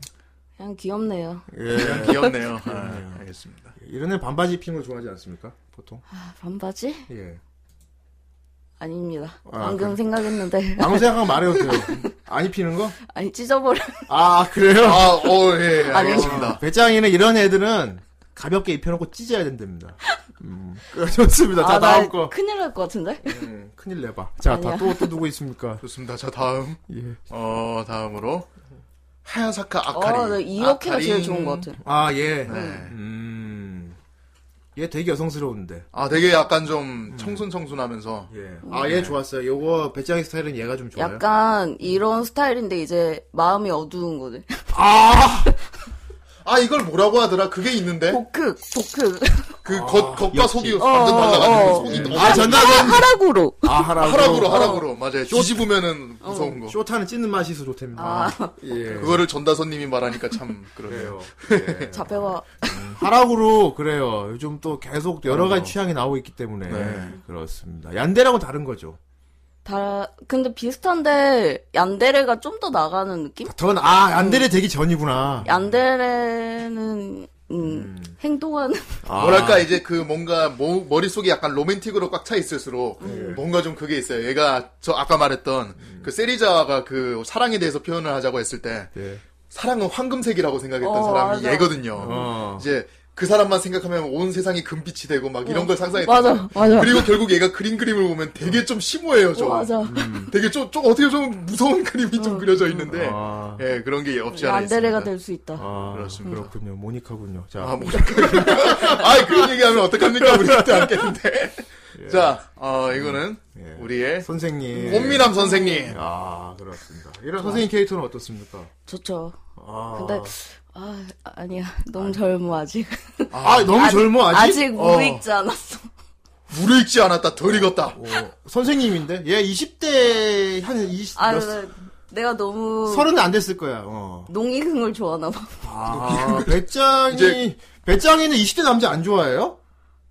Speaker 4: 그냥 귀엽네요.
Speaker 1: 예.
Speaker 2: 귀엽네요. 아, 알겠습니다.
Speaker 1: [laughs] 이런 애 반바지 입히는 걸 좋아하지 않습니까? 보통.
Speaker 4: 아, 반바지?
Speaker 1: 예.
Speaker 4: 아닙니다.
Speaker 1: 아,
Speaker 4: 방금 생각했는데 [laughs]
Speaker 1: 아무 생각하면 말해도 돼요. 안 입히는 거?
Speaker 4: 아니 찢어버려.
Speaker 1: 아, 그래요?
Speaker 2: 아, 어, 예, 예, 알겠습니다.
Speaker 1: 어, 배짱이는 이런 애들은 가볍게 입혀놓고 찢어야 된답니다. 음. 그, [laughs] 좋습니다. 자,
Speaker 4: 아, 나
Speaker 1: 다음 거.
Speaker 4: 큰일 날 것 같은데?
Speaker 1: 음, 큰일 내봐. 자, 다
Speaker 4: 아니야.
Speaker 1: 또, 또 누구 [laughs] 있습니까?
Speaker 2: 좋습니다. 자, 다음.
Speaker 1: 예.
Speaker 2: 어, 다음으로. 하야사카 아카리.
Speaker 4: 어, 네, 이렇게가 제일
Speaker 2: 아카린.
Speaker 4: 좋은 것 같아.
Speaker 1: 아, 예.
Speaker 2: 네.
Speaker 1: 음. 얘 되게 여성스러운데.
Speaker 2: 아, 되게 약간 좀 청순청순하면서.
Speaker 1: 음. 예. 아, 얘 좋았어요. 요거 배짱이 스타일은 얘가 좀 좋아요.
Speaker 4: 약간 이런 스타일인데 이제 마음이 어두운 거지.
Speaker 1: 아!
Speaker 2: 아, 이걸 뭐라고 하더라? 그게 있는데?
Speaker 4: 복극, 복극.
Speaker 2: 그 겉, 겉과 속이 완전
Speaker 4: 어,
Speaker 2: 달라가지고
Speaker 4: 어.
Speaker 2: 속이 너무
Speaker 1: 아, 전달은
Speaker 4: 하락으로.
Speaker 1: 아, 하라고.
Speaker 2: 하락으로 하락으로 맞아요. 뒤집으면은
Speaker 4: 어.
Speaker 2: 무서운 거.
Speaker 1: 쇼타는 찢는 맛이 있어 좋답니다.
Speaker 4: 아,
Speaker 1: 예.
Speaker 2: 그거를 전다선님이 말하니까
Speaker 1: [laughs]
Speaker 2: 참 그러네요.
Speaker 1: 그래요. 예.
Speaker 4: 잡혀가.
Speaker 1: 하락으로 그래요. 요즘 또 계속 여러 가지 취향이 나오고 있기 때문에
Speaker 2: 네.
Speaker 1: 그렇습니다. 얀데라고 다른 거죠.
Speaker 4: 다, 근데 비슷한데, 얀데레가 좀 더 나가는 느낌?
Speaker 1: 전 아 얀데레 되기 전이구나.
Speaker 4: 얀데레는, 음, 행동하는.
Speaker 1: 아.
Speaker 2: 뭐랄까 이제 그 뭔가 모- 머릿속이 약간 로맨틱으로 꽉 차 있을수록
Speaker 1: 음. 네.
Speaker 2: 뭔가 좀 그게 있어요. 얘가 저 아까 말했던 그 세리자가 그 사랑에 대해서 표현을 하자고 했을 때
Speaker 1: 예.
Speaker 2: 사랑은 황금색이라고 생각했던
Speaker 4: 어,
Speaker 2: 사람이
Speaker 4: 맞아.
Speaker 2: 얘거든요.
Speaker 1: 어.
Speaker 2: 이제 그 사람만 생각하면 온 세상이 금빛이 되고 막 이런 걸 상상했던
Speaker 4: 어. 맞아, 맞아.
Speaker 2: 그리고 결국 얘가 그린 그림을 보면
Speaker 1: 어.
Speaker 2: 되게 좀 심오해요, 좀.
Speaker 4: 맞아. 어.
Speaker 2: 되게 좀, 좀 어떻게 좀 무서운 그림이 좀 그려져 있는데,
Speaker 1: 아.
Speaker 2: 예, 그런 게 없지 않아
Speaker 4: 얀데레가
Speaker 2: 있습니다.
Speaker 4: 될 수 있다.
Speaker 1: 아,
Speaker 2: 그렇습니다.
Speaker 1: 그렇군요. 모니카군요. 자,
Speaker 2: 아, 뭐랄까. 아, 그런 얘기하면 어떡합니까?
Speaker 1: [laughs]
Speaker 2: 우리 그때 안겠는데 자, 어, 이거는
Speaker 1: 예.
Speaker 2: 우리의
Speaker 1: 선생님.
Speaker 2: 꽃미남 선생님.
Speaker 1: 아, 그렇습니다. 이런 선생님 캐릭터는 어떻습니까?
Speaker 4: 좋죠.
Speaker 1: 아.
Speaker 4: 근데, 아, 아니야. 너무 젊어, 아직.
Speaker 1: 아, 너무 젊어 아직.
Speaker 4: 아직 무익지 않았어.
Speaker 2: 물을 읽지 않았다, 덜 익었다.
Speaker 1: 어, 선생님인데 얘 20대 한 20.
Speaker 4: 아, 네.
Speaker 1: 몇,
Speaker 4: 나- 내가 너무.
Speaker 1: 서른은 안 됐을 거야. 어.
Speaker 4: 농익흥을 좋아하나봐. [laughs]
Speaker 1: 아, 배짱이
Speaker 2: 이제-
Speaker 1: 배짱이는 20대 남자 안 좋아해요?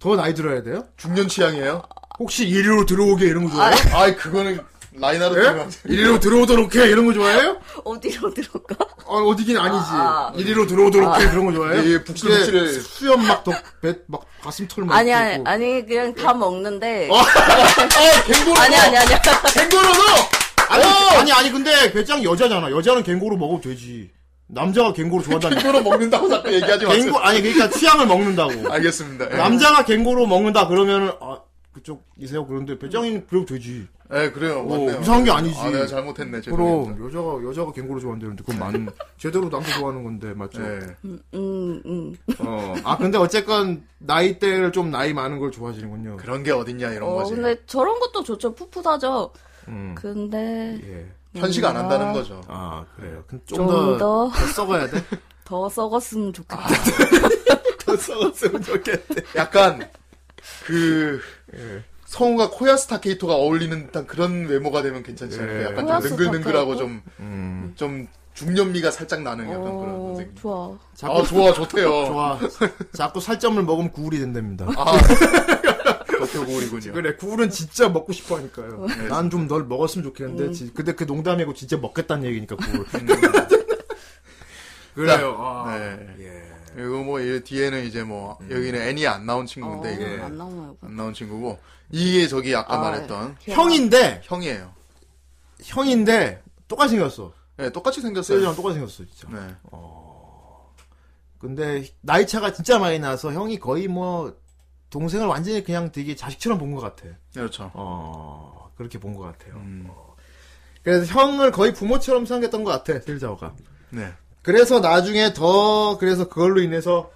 Speaker 1: 더 나이 들어야 돼요?
Speaker 2: 중년 취향이에요?
Speaker 1: 혹시 이리로 들어오게 이런 거 좋아해요?
Speaker 4: 예.
Speaker 2: 아이, 그거는
Speaker 1: 예?
Speaker 2: 라인하르트. 면
Speaker 4: [laughs]
Speaker 1: 이리로 들어오도록 해 이런 거 좋아해요?
Speaker 4: 어디로 들어가?
Speaker 1: 어, 어디긴 아니지.
Speaker 4: 아, 아.
Speaker 1: 이리로 들어오도록 해 그런 거 좋아해요?
Speaker 2: 예, 예, 북실북실을.
Speaker 1: 이게 수염 막덕배막 가슴털 막
Speaker 4: 아니,
Speaker 1: 뭐 있고. 어.
Speaker 4: 아니, 아니, 그냥 다 먹는데.
Speaker 2: 아, 갱고로!
Speaker 4: 아니, 어! 아니, 아니.
Speaker 2: 갱고로도!
Speaker 1: 아니, 아니 아니 근데 배짱 여자잖아. 여자는 갱고로 먹어도 되지. 남자가 갱고로 좋아한다니.
Speaker 2: 갱고로 먹는다고 자꾸 얘기하지 마세요.
Speaker 1: 갱고 아니 [laughs] 그러니까 네. 취향을 먹는다고.
Speaker 2: 알겠습니다. 예.
Speaker 1: 남자가 갱고로 먹는다 그러면은 아 그쪽이세요 그런데 배짱이는 그래도 되지.
Speaker 2: 예, 그래요.
Speaker 1: 오,
Speaker 2: 맞네요.
Speaker 1: 이상한 게 아니지.
Speaker 2: 아, 내가 잘못했네. 죄송합니다.
Speaker 1: 그럼 여자가 여자가 갱고로 좋아한다는데 그건 [laughs] 만 제대로 남자 좋아하는 건데 맞죠?
Speaker 2: 예.
Speaker 4: 음,
Speaker 1: [laughs]
Speaker 4: 음.
Speaker 1: 어. 아 근데 어쨌건 나이대를 좀 나이 많은 걸 좋아하시는군요.
Speaker 2: 그런 게 어딨냐, 이런
Speaker 4: 어,
Speaker 2: 거지.
Speaker 4: 근데 저런 것도 좋죠. 풋풋하죠.
Speaker 1: 음.
Speaker 4: 근데
Speaker 1: 예.
Speaker 2: 편식 안
Speaker 4: 뭔가
Speaker 2: 한다는 거죠.
Speaker 1: 아 그래요.
Speaker 4: 좀 더
Speaker 1: 좀더
Speaker 4: 더
Speaker 1: 썩어야 돼.
Speaker 4: 썩었으면
Speaker 1: 아,
Speaker 4: 좋겠다.
Speaker 1: 더 썩었으면 좋겠대.
Speaker 2: 약간 그
Speaker 1: 예.
Speaker 2: 성우가 코야스타 케이토가 어울리는 듯한 그런 외모가 되면 괜찮지 않을까?
Speaker 1: 예.
Speaker 2: 약간 좀
Speaker 4: 코야스
Speaker 2: 능글능글하고
Speaker 4: 타케이토?
Speaker 2: 좀 좀
Speaker 1: 음.
Speaker 2: 중년미가 살짝 나는 약간 그런
Speaker 4: 어,
Speaker 2: 선생님.
Speaker 4: 좋아.
Speaker 1: 자꾸
Speaker 2: 아 좋아 좋대요.
Speaker 1: 좋아. 자꾸 살점을 먹으면 구울이 된답니다. [laughs]
Speaker 2: 아 도쿄 고울이군요.
Speaker 1: 그래 구울은 진짜 먹고 싶어 하니까요. 예, 난 좀 널 먹었으면 좋겠는데 지- 근데 그 농담이고 진짜 먹겠다는 얘기니까 구울. [laughs] 그래요. 아,
Speaker 2: 음.
Speaker 1: 음.
Speaker 2: 네.
Speaker 1: 예.
Speaker 2: 이거 뭐, 이 뒤에는 이제 뭐, 여기는 애니 안 나온 친구인데,
Speaker 4: 어,
Speaker 1: 예.
Speaker 2: 이거.
Speaker 4: 안 나오나요?
Speaker 2: 안 나온 친구고. 이게 저기 아까
Speaker 4: 아,
Speaker 2: 말했던
Speaker 4: 기억-
Speaker 1: 음, 형인데
Speaker 2: 형이에요.
Speaker 1: 형인데 똑같이 생겼어.
Speaker 2: 네, 똑같이 생겼어요.
Speaker 1: 세리랑 똑같이 생겼어 진짜.
Speaker 2: 네.
Speaker 1: 근데 나이 차가 진짜 많이 나서 형이 거의 뭐 동생을 완전히 그냥 되게 자식처럼 본 것 같아.
Speaker 2: 그렇죠.
Speaker 1: 어 그렇게 본 것 같아요.
Speaker 2: 음.
Speaker 1: 그래서 형을 거의 부모처럼 생각했던 것 같아 셀자오가.
Speaker 2: 네.
Speaker 1: 그래서 나중에 더 그래서 그걸로 인해서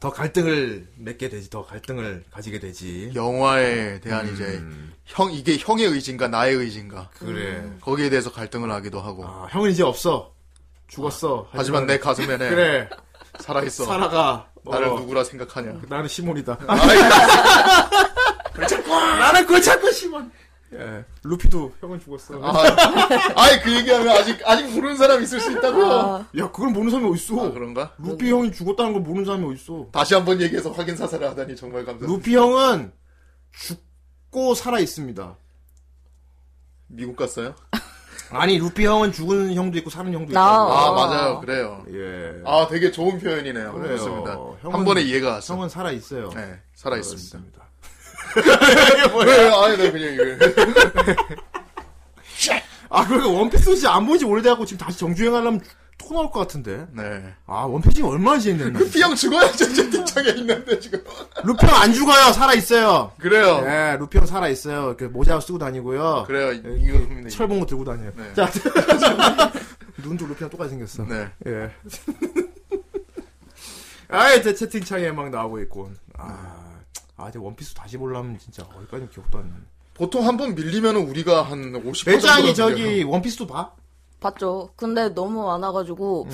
Speaker 1: 더 갈등을 맺게 되지, 더 갈등을 가지게 되지.
Speaker 2: 영화에 대한 이제, 형, 이게 형의 의지인가, 나의 의지인가. 음,
Speaker 1: 그래.
Speaker 2: 거기에 대해서 갈등을 하기도 하고.
Speaker 1: 아, 형은 이제 없어. 죽었어.
Speaker 2: 아, 하지만 내 가슴에 는
Speaker 1: 그래
Speaker 2: 살아있어. 음.
Speaker 1: 살아가.
Speaker 2: 나를
Speaker 1: 어,
Speaker 2: 누구라 생각하냐. 아,
Speaker 1: 나는
Speaker 2: [laughs]
Speaker 1: 시몬이다. 그걸 자꾸 나는 그걸 자꾸 시몬. 예, 루피도 형은 죽었어.
Speaker 2: 아, 아이, 그 얘기하면 아직, 아직 모르는 사람 있을 수 있다고요. 아,
Speaker 4: 아,
Speaker 1: 야, 아, 그걸 모르는 사람이 어딨어?
Speaker 2: 그런가?
Speaker 1: 루피 형이 죽었다는 걸 모르는 사람이 어딨어?
Speaker 2: 다시 한번 얘기해서 확인 사살을 하다니 정말 감사합니다.
Speaker 1: 루피 형은 죽고 살아 있습니다.
Speaker 2: 미국 갔어요?
Speaker 1: 아니, 루피 형은 죽은 형도 있고 사는 형도 있고.
Speaker 4: 나-
Speaker 2: 아,
Speaker 4: 아.
Speaker 2: 맞아요. 그래요.
Speaker 1: 예.
Speaker 2: 아, 되게 좋은 표현이네요.
Speaker 1: 그래요.
Speaker 2: 그렇습니다.
Speaker 1: 형은-
Speaker 2: 한 번에 이해가 갔어.
Speaker 1: 성은 살아 있어요.
Speaker 2: 네, 살아있습니다.
Speaker 1: 그렇습니다.
Speaker 2: 왜, 아니, 나 그냥 이거.
Speaker 1: 아, 그러니까 원피스 진짜 안 본지 오래돼갖고 지금 다시 정주행하려면 토 나올 것 같은데.
Speaker 2: [laughs] 네.
Speaker 1: 아, 원피스 지금 얼마나 진행됐나? [laughs]
Speaker 2: 그 루피 형 죽어야죠. 저 뒷장에 있는데, 지금.
Speaker 1: 루피 형 안 죽어요. 살아 있어요.
Speaker 2: 그래요.
Speaker 1: 예, 루피 형 살아 있어요. 이렇게 모자 쓰고 다니고요.
Speaker 2: 그래요. 이거 니다
Speaker 1: 철봉 거 들고 다녀요.
Speaker 2: 네.
Speaker 1: 자, 눈도 루피랑 똑같이 생겼어.
Speaker 2: 네.
Speaker 1: 예. [laughs] 아이, 제 채팅창에 막 나오고 있고. 아, 아, 이제 원피스 다시 보려면 진짜 어디까지 기억도 안 나.
Speaker 2: 보통 한 번 밀리면 우리가 한 50%.
Speaker 1: 배짱이 네, 저기 원피스도 봐?
Speaker 4: 봤죠. 근데 너무 많아가지고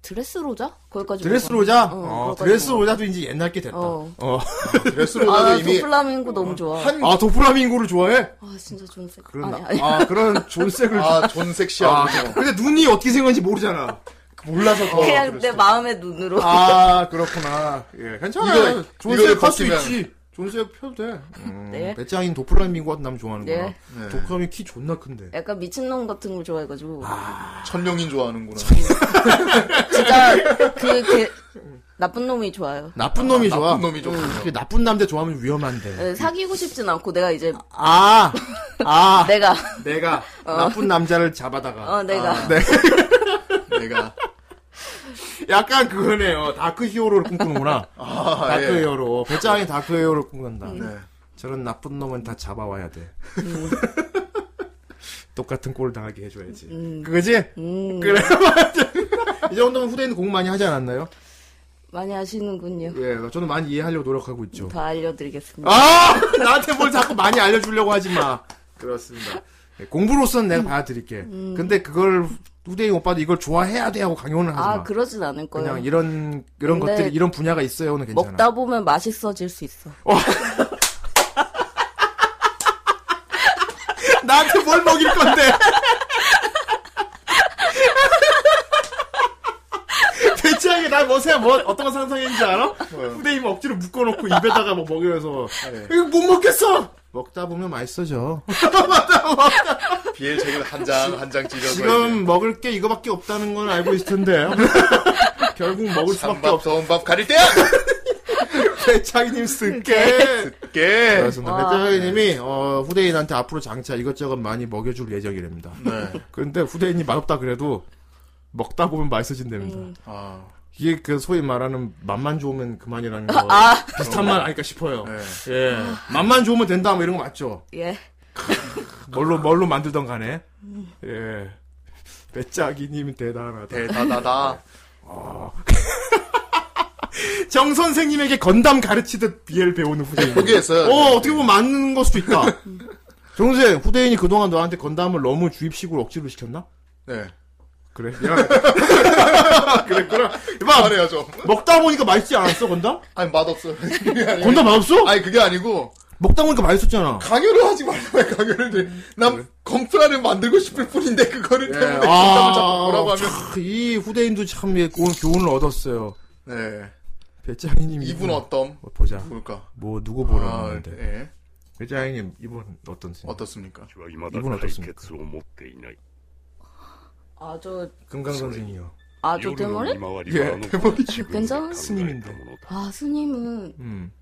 Speaker 4: 드레스 로자? 거기까지
Speaker 1: 음. 드레스
Speaker 4: 본 거.
Speaker 1: 로자?
Speaker 4: 응,
Speaker 1: 어,
Speaker 4: 그거까지
Speaker 1: 드레스
Speaker 4: 본 거.
Speaker 1: 로자도 이제 옛날 게 됐다.
Speaker 4: 어.
Speaker 1: 어.
Speaker 2: 드레스로
Speaker 4: 아,
Speaker 2: 아,
Speaker 4: 나
Speaker 2: 이미
Speaker 4: 도플라밍고 너무 좋아.
Speaker 2: 한,
Speaker 1: 아, 도플라밍고를 좋아해?
Speaker 4: 아, 진짜 존색
Speaker 1: 그런,
Speaker 4: 아니,
Speaker 1: 나-
Speaker 4: 아니.
Speaker 1: 아, 그런 [laughs] 존색을. 아,
Speaker 2: 아, 존 섹시하고.
Speaker 1: 근데 눈이 어떻게 생겼는지 모르잖아.
Speaker 2: 몰라서 더.
Speaker 4: 그냥
Speaker 2: 그랬어.
Speaker 4: 내 마음의 눈으로.
Speaker 1: 아, 그렇구나. 예, 괜찮아요.
Speaker 2: 이거- 이거를
Speaker 1: 존색 할수
Speaker 2: 벗기면-
Speaker 1: 있지. 존색 펴도 돼. 음,
Speaker 4: 네.
Speaker 1: 배짱인 도플라밍고 같은 남 좋아하는구나.
Speaker 4: 네.
Speaker 2: 네.
Speaker 1: 도플라밍 키 존나 큰데.
Speaker 4: 약간 미친놈 같은 걸 좋아해가지고.
Speaker 2: 천룡인 좋아하는구나.
Speaker 4: 진짜 그 개- 나쁜 놈이 좋아요.
Speaker 1: 나쁜 놈이
Speaker 2: 아,
Speaker 1: 좋아. 음.
Speaker 2: 나쁜 놈이 좋군요.
Speaker 1: 그게 나쁜 남자 좋아하면 위험한데.
Speaker 4: 네, 사귀고 싶진 않고 내가 이제
Speaker 1: 아, 아,
Speaker 4: 내가
Speaker 1: 내가 나쁜 남자를 잡아다가.
Speaker 4: 네. 어 내가
Speaker 1: 네.
Speaker 2: 내가.
Speaker 1: 약간 그거네요. 다크 히어로를 꿈꾸는구나.
Speaker 2: 아,
Speaker 1: 다크
Speaker 2: 예.
Speaker 1: 히어로. 배짱이 다크 히어로를 꿈꾼다.
Speaker 4: 음.
Speaker 2: 네.
Speaker 1: 저런 나쁜 놈은 다 잡아와야 돼. [laughs] 똑같은 꼴 당하게 해줘야지. 그거지?
Speaker 4: 음,
Speaker 1: 그래. [laughs] 이 정도면 후대인 공부 많이 하지 않았나요?
Speaker 4: 많이 아시는군요.
Speaker 1: 예, 저는 많이 이해하려고 노력하고 있죠.
Speaker 4: 더 알려드리겠습니다.
Speaker 1: 아! [laughs] 나한테 뭘 자꾸 많이 알려주려고 하지 마. 그렇습니다. 예, 공부로서는
Speaker 4: 음.
Speaker 1: 내가 봐드릴게. 근데 그걸 후대인 오빠도 이걸 좋아해야 돼 하고 강요는 하지 마.
Speaker 4: 아 그러진 않을 거예요.
Speaker 1: 그냥 이런 이런
Speaker 4: 근데
Speaker 1: 것들 이런 분야가 있어요는 괜찮아.
Speaker 4: 먹다 보면 맛있어질 수 있어.
Speaker 1: 나한테 뭘 먹일 건데? [laughs] 배짱이 나 뭐세요? 뭐 어떤 거 상상했는지 알아? 후대임 억지로 묶어놓고 입에다가 뭐 먹여서 이거 못 먹겠어. 먹다 보면 맛있어져.
Speaker 2: 비엘 책을 한 장, 한 장 찢어서.
Speaker 1: 지금 먹을 게 이거밖에 없다는 건 알고 있을 [laughs] 텐데 결국 먹을 수밖에
Speaker 2: 산밥,
Speaker 1: 없어.
Speaker 2: 더운밥 가릴 때야!
Speaker 1: 배짱이님 쓸게.
Speaker 2: 게.
Speaker 1: 네. 그렇습니다.
Speaker 4: 와.
Speaker 1: 배짱이님이 어, 후대인한테 앞으로 장차 이것저것 많이 먹여줄 예정이랍니다.
Speaker 2: 네.
Speaker 1: 그런데 후대인이 맛없다 그래도 먹다 보면 맛있어진답니다.
Speaker 2: 아,
Speaker 1: 이게 그 소위 말하는 맛만 좋으면 그만이라는 거 비슷한 말 아닐까 싶어요.
Speaker 2: 네.
Speaker 1: 예, 맛만 좋으면 된다 뭐 이런 거 맞죠?
Speaker 4: 예.
Speaker 1: 뭘로 뭘로 만들던 간에 예, 배짱이님 대단하다.
Speaker 2: 네. 대다다다.
Speaker 1: 정 선생님에게 건담 가르치듯 BL 배우는 후대인.
Speaker 2: 포기했어요.
Speaker 1: 어 어떻게 보면 맞는 걸 수도 있다. 정 선생 후대인이 그동안 너한테 건담을 너무 주입식으로 억지로 시켰나?
Speaker 2: 네.
Speaker 1: 그래. 미안하다. 그랬구나. 봐,
Speaker 2: 말해요, 좀.
Speaker 1: 먹다 보니까 맛있지 않았어 건담?
Speaker 2: 아니, 맛없어요. [laughs] 그게 아니고.
Speaker 1: 건담 맛없어?
Speaker 2: 네. 아니, 그게 아니고.
Speaker 1: 먹다 보니까 맛있었잖아.
Speaker 2: 강요를 하지 말라요 강요를 난 건프라를 만들고 싶을 뿐인데 그거를 때문에 건담을 자꾸 뭐라고 하면
Speaker 1: 예, 아, 참, 이 후대인도 참 예, 오늘 교훈을 얻었어요.
Speaker 2: 네
Speaker 1: 배짱이님
Speaker 2: 이분 어떤
Speaker 1: 어, 보자.
Speaker 2: 누굴까
Speaker 1: 뭐 누구
Speaker 2: 아,
Speaker 1: 보라는데.
Speaker 2: 예.
Speaker 1: 배짱이님 이분 어떤지.
Speaker 2: 어떻습니까
Speaker 11: 私は未だ解決を持っていない
Speaker 4: 아 저
Speaker 1: 금강 선생이요.
Speaker 9: 아, 저 대머리?
Speaker 1: 예, 대머리.
Speaker 9: 괜찮은
Speaker 1: 스님인데.
Speaker 9: 아, 스님은
Speaker 1: 음.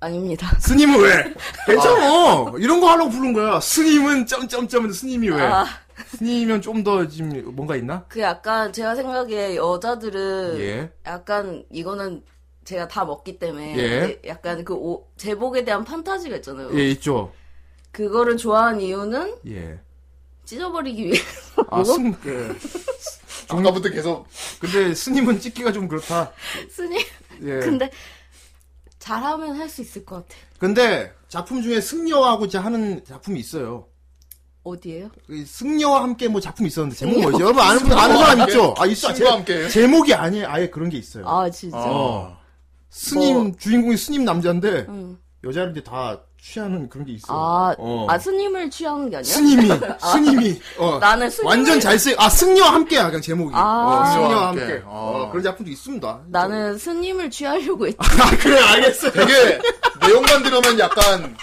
Speaker 9: 아닙니다.
Speaker 1: 스님은 왜? 괜찮아. 이런 거 하려고 부른 거야. 스님은 점점점 스님이 왜?
Speaker 9: 아,
Speaker 1: 스님이면 좀 더 지금 뭔가 있나?
Speaker 9: 그 약간 제가 생각에 여자들은
Speaker 1: 예.
Speaker 9: 약간 이거는 제가 다 먹기 때문에
Speaker 1: 예.
Speaker 9: 이제 약간 그 옷- 제복에 대한 판타지가 있잖아요.
Speaker 1: 예, 있죠.
Speaker 9: 그거를 좋아하는 이유는
Speaker 1: 예.
Speaker 9: 찢어버리기 위해. [laughs]
Speaker 1: 아, 스님. 예.
Speaker 2: 아까부터 계속
Speaker 1: 근데 스님은 찍기가 좀 그렇다.
Speaker 9: 스님.
Speaker 1: 예.
Speaker 9: 근데 잘하면 할 수 있을 것 같아.
Speaker 1: 근데 작품 중에 승려하고 이제 하는 작품이 있어요.
Speaker 9: 어디에요?
Speaker 1: 이그 승려와 함께 뭐 작품 있었는데 제목
Speaker 9: 승려.
Speaker 1: 뭐지? 여러분 아는 분 아는
Speaker 2: 승려와
Speaker 1: 사람
Speaker 2: 함께?
Speaker 1: 있죠? 아 있어.
Speaker 2: 신과 함께.
Speaker 1: 제목이 아니에요. 아예 그런 게 있어요.
Speaker 9: 아 진짜.
Speaker 1: 어. 스님 주인공이 스님 남자인데
Speaker 9: 응.
Speaker 1: 여자를 이제 다 취하는 그런 게 있어요.
Speaker 9: 아,
Speaker 1: 어.
Speaker 9: 아 스님을 취하는 게 아니야?
Speaker 1: 스님이 스님이 어.
Speaker 9: 나는 스님
Speaker 1: 완전 잘생 아 승려와 함께야 그냥 제목이.
Speaker 9: 아.
Speaker 1: 어, 승려와
Speaker 2: 승려와
Speaker 1: 함께.
Speaker 2: 함께. 아.
Speaker 1: 어, 그런 작품도 있습니다.
Speaker 9: 나는 스님을 취하려고 했지.
Speaker 1: 아 그래 알겠어.
Speaker 2: 되게 내용만 들으면 약간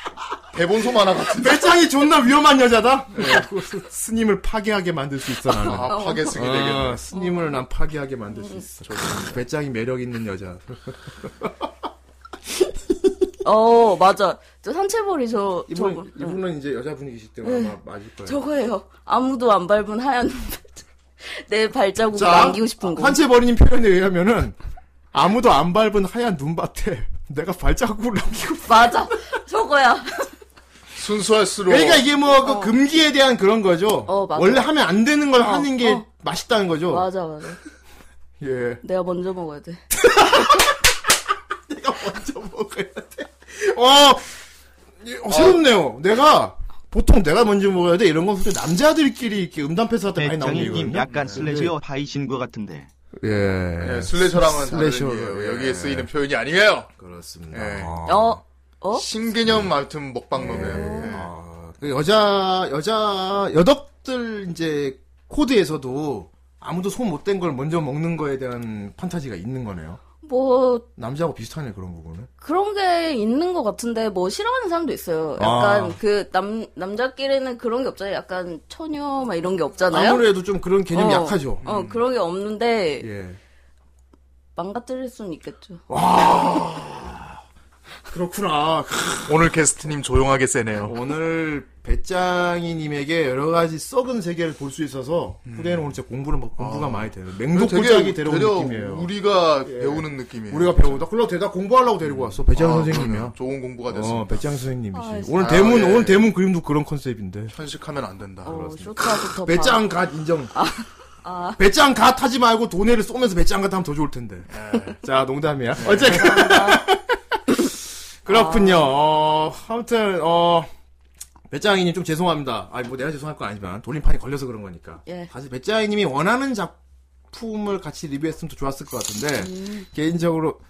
Speaker 2: 대본소 만화 같은데.
Speaker 1: 배짱이 존나 위험한 여자다. [laughs] 스님을 파괴하게 만들 수 있어 나는.
Speaker 2: 아, 파괴승이
Speaker 1: 아,
Speaker 2: 되겠네.
Speaker 1: 스님을 난 파괴하게 만들 수 있어. 배짱이 매력 있는 여자.
Speaker 9: 어 맞아. 저 산채벌이 저 저거. 네.
Speaker 1: 이분, 이분은 이제 여자분이시기 때문에 아마 맞을 거예요.
Speaker 9: 저거예요. 아무도 안 밟은 하얀 [laughs] 내 발자국을 남기고 싶은 거.
Speaker 1: 환채버리님 표현에 의하면은 아무도 안 밟은 하얀 눈밭에 [laughs] 내가 발자국을 남기고.
Speaker 9: 맞아. 저거야.
Speaker 2: 순수할수록.
Speaker 1: 그러니까 이게 뭐 그 금기에 대한 그런 거죠.
Speaker 9: 어, 맞아.
Speaker 1: 원래 하면 안 되는 걸
Speaker 9: 어,
Speaker 1: 하는 게
Speaker 9: 어.
Speaker 1: 맛있다는 거죠.
Speaker 9: 맞아 맞아.
Speaker 1: 예.
Speaker 9: 내가 먼저 먹어야 돼.
Speaker 1: 내가 먼저 먹어야 돼. 어, 이- 어, 새롭네요. 내가 보통 내가 먼저 먹어야 돼 이런 건 솔직히 남자들끼리 이렇게 음담패스 할때 [laughs] 많이
Speaker 2: 네,
Speaker 1: 나오는
Speaker 10: 배짱이님
Speaker 1: 얘기거든요. 네.
Speaker 10: 약간 슬래시어 파이신 것 같은데.
Speaker 1: 예.
Speaker 2: 예, 슬래셔랑은
Speaker 1: 슬래셔.
Speaker 2: 다른 얘기예요.
Speaker 1: 예.
Speaker 2: 여기에 쓰이는 표현이 아니에요.
Speaker 1: 그렇습니다.
Speaker 2: 예.
Speaker 1: 아.
Speaker 9: 어 어? 네.
Speaker 2: 신개념 아무튼 먹방놈이에요. 예.
Speaker 1: 아, 그 여자 여자 여덕들 이제 코드에서도 아무도 손 못 댄 걸 먼저 먹는 거에 대한 판타지가 있는 거네요.
Speaker 9: 뭐
Speaker 1: 남자하고 비슷하네 그런 부분은.
Speaker 9: 그런 게 있는 것 같은데 뭐 싫어하는 사람도 있어요. 약간
Speaker 1: 아.
Speaker 9: 그 남 남자끼리는 그런 게 없잖아요. 약간 처녀 막 이런 게 없잖아요.
Speaker 1: 아무래도 좀 그런 개념이
Speaker 9: 어,
Speaker 1: 약하죠.
Speaker 9: 어 그런 게 없는데
Speaker 1: 예.
Speaker 9: 망가뜨릴 수는 있겠죠.
Speaker 1: 그렇구나.
Speaker 2: 오늘 게스트님 조용하게 세네요.
Speaker 1: 오늘 배짱이님에게 여러 가지 썩은 세계를 볼 수 있어서 후대는 오늘 진짜 공부를 막- 공부가 많이 돼요. 맹독고작이 데려온 느낌이에요. 우리...
Speaker 2: 우리가 배우는 느낌이에요.
Speaker 1: 가 배우다. 그럼 대다 공부하려고 데리고 왔어. 배짱
Speaker 2: 아,
Speaker 1: 선생님이야.
Speaker 2: 그럼요. 좋은 공부가 됐습니다.
Speaker 1: 어, 배짱 선생님이지.
Speaker 9: 아, 진짜.
Speaker 1: 오늘 대문
Speaker 2: 아, 예.
Speaker 1: 오늘 대문 그림도 그런 컨셉인데.
Speaker 2: 편식하면 안 된다.
Speaker 9: 어, 아, 쇼트하고 더
Speaker 1: 배짱 갓 인정. 배짱 갓 하지 말고 돈에를 쏘면서 배짱 갓 하면 더 좋을 텐데. [laughs] 자, 농담이야. 어쨌든. [laughs]
Speaker 9: 아.
Speaker 1: 그렇군요. 어, 아무튼, 어, 배짱이님 좀 죄송합니다. 아니, 뭐 내가 죄송할 건 아니지만, 돌림판이 걸려서 그런 거니까.
Speaker 9: 예.
Speaker 1: 사실 배짱이님이 원하는 작품을 같이 리뷰했으면 더 좋았을 것 같은데,
Speaker 9: 음.
Speaker 1: 개인적으로,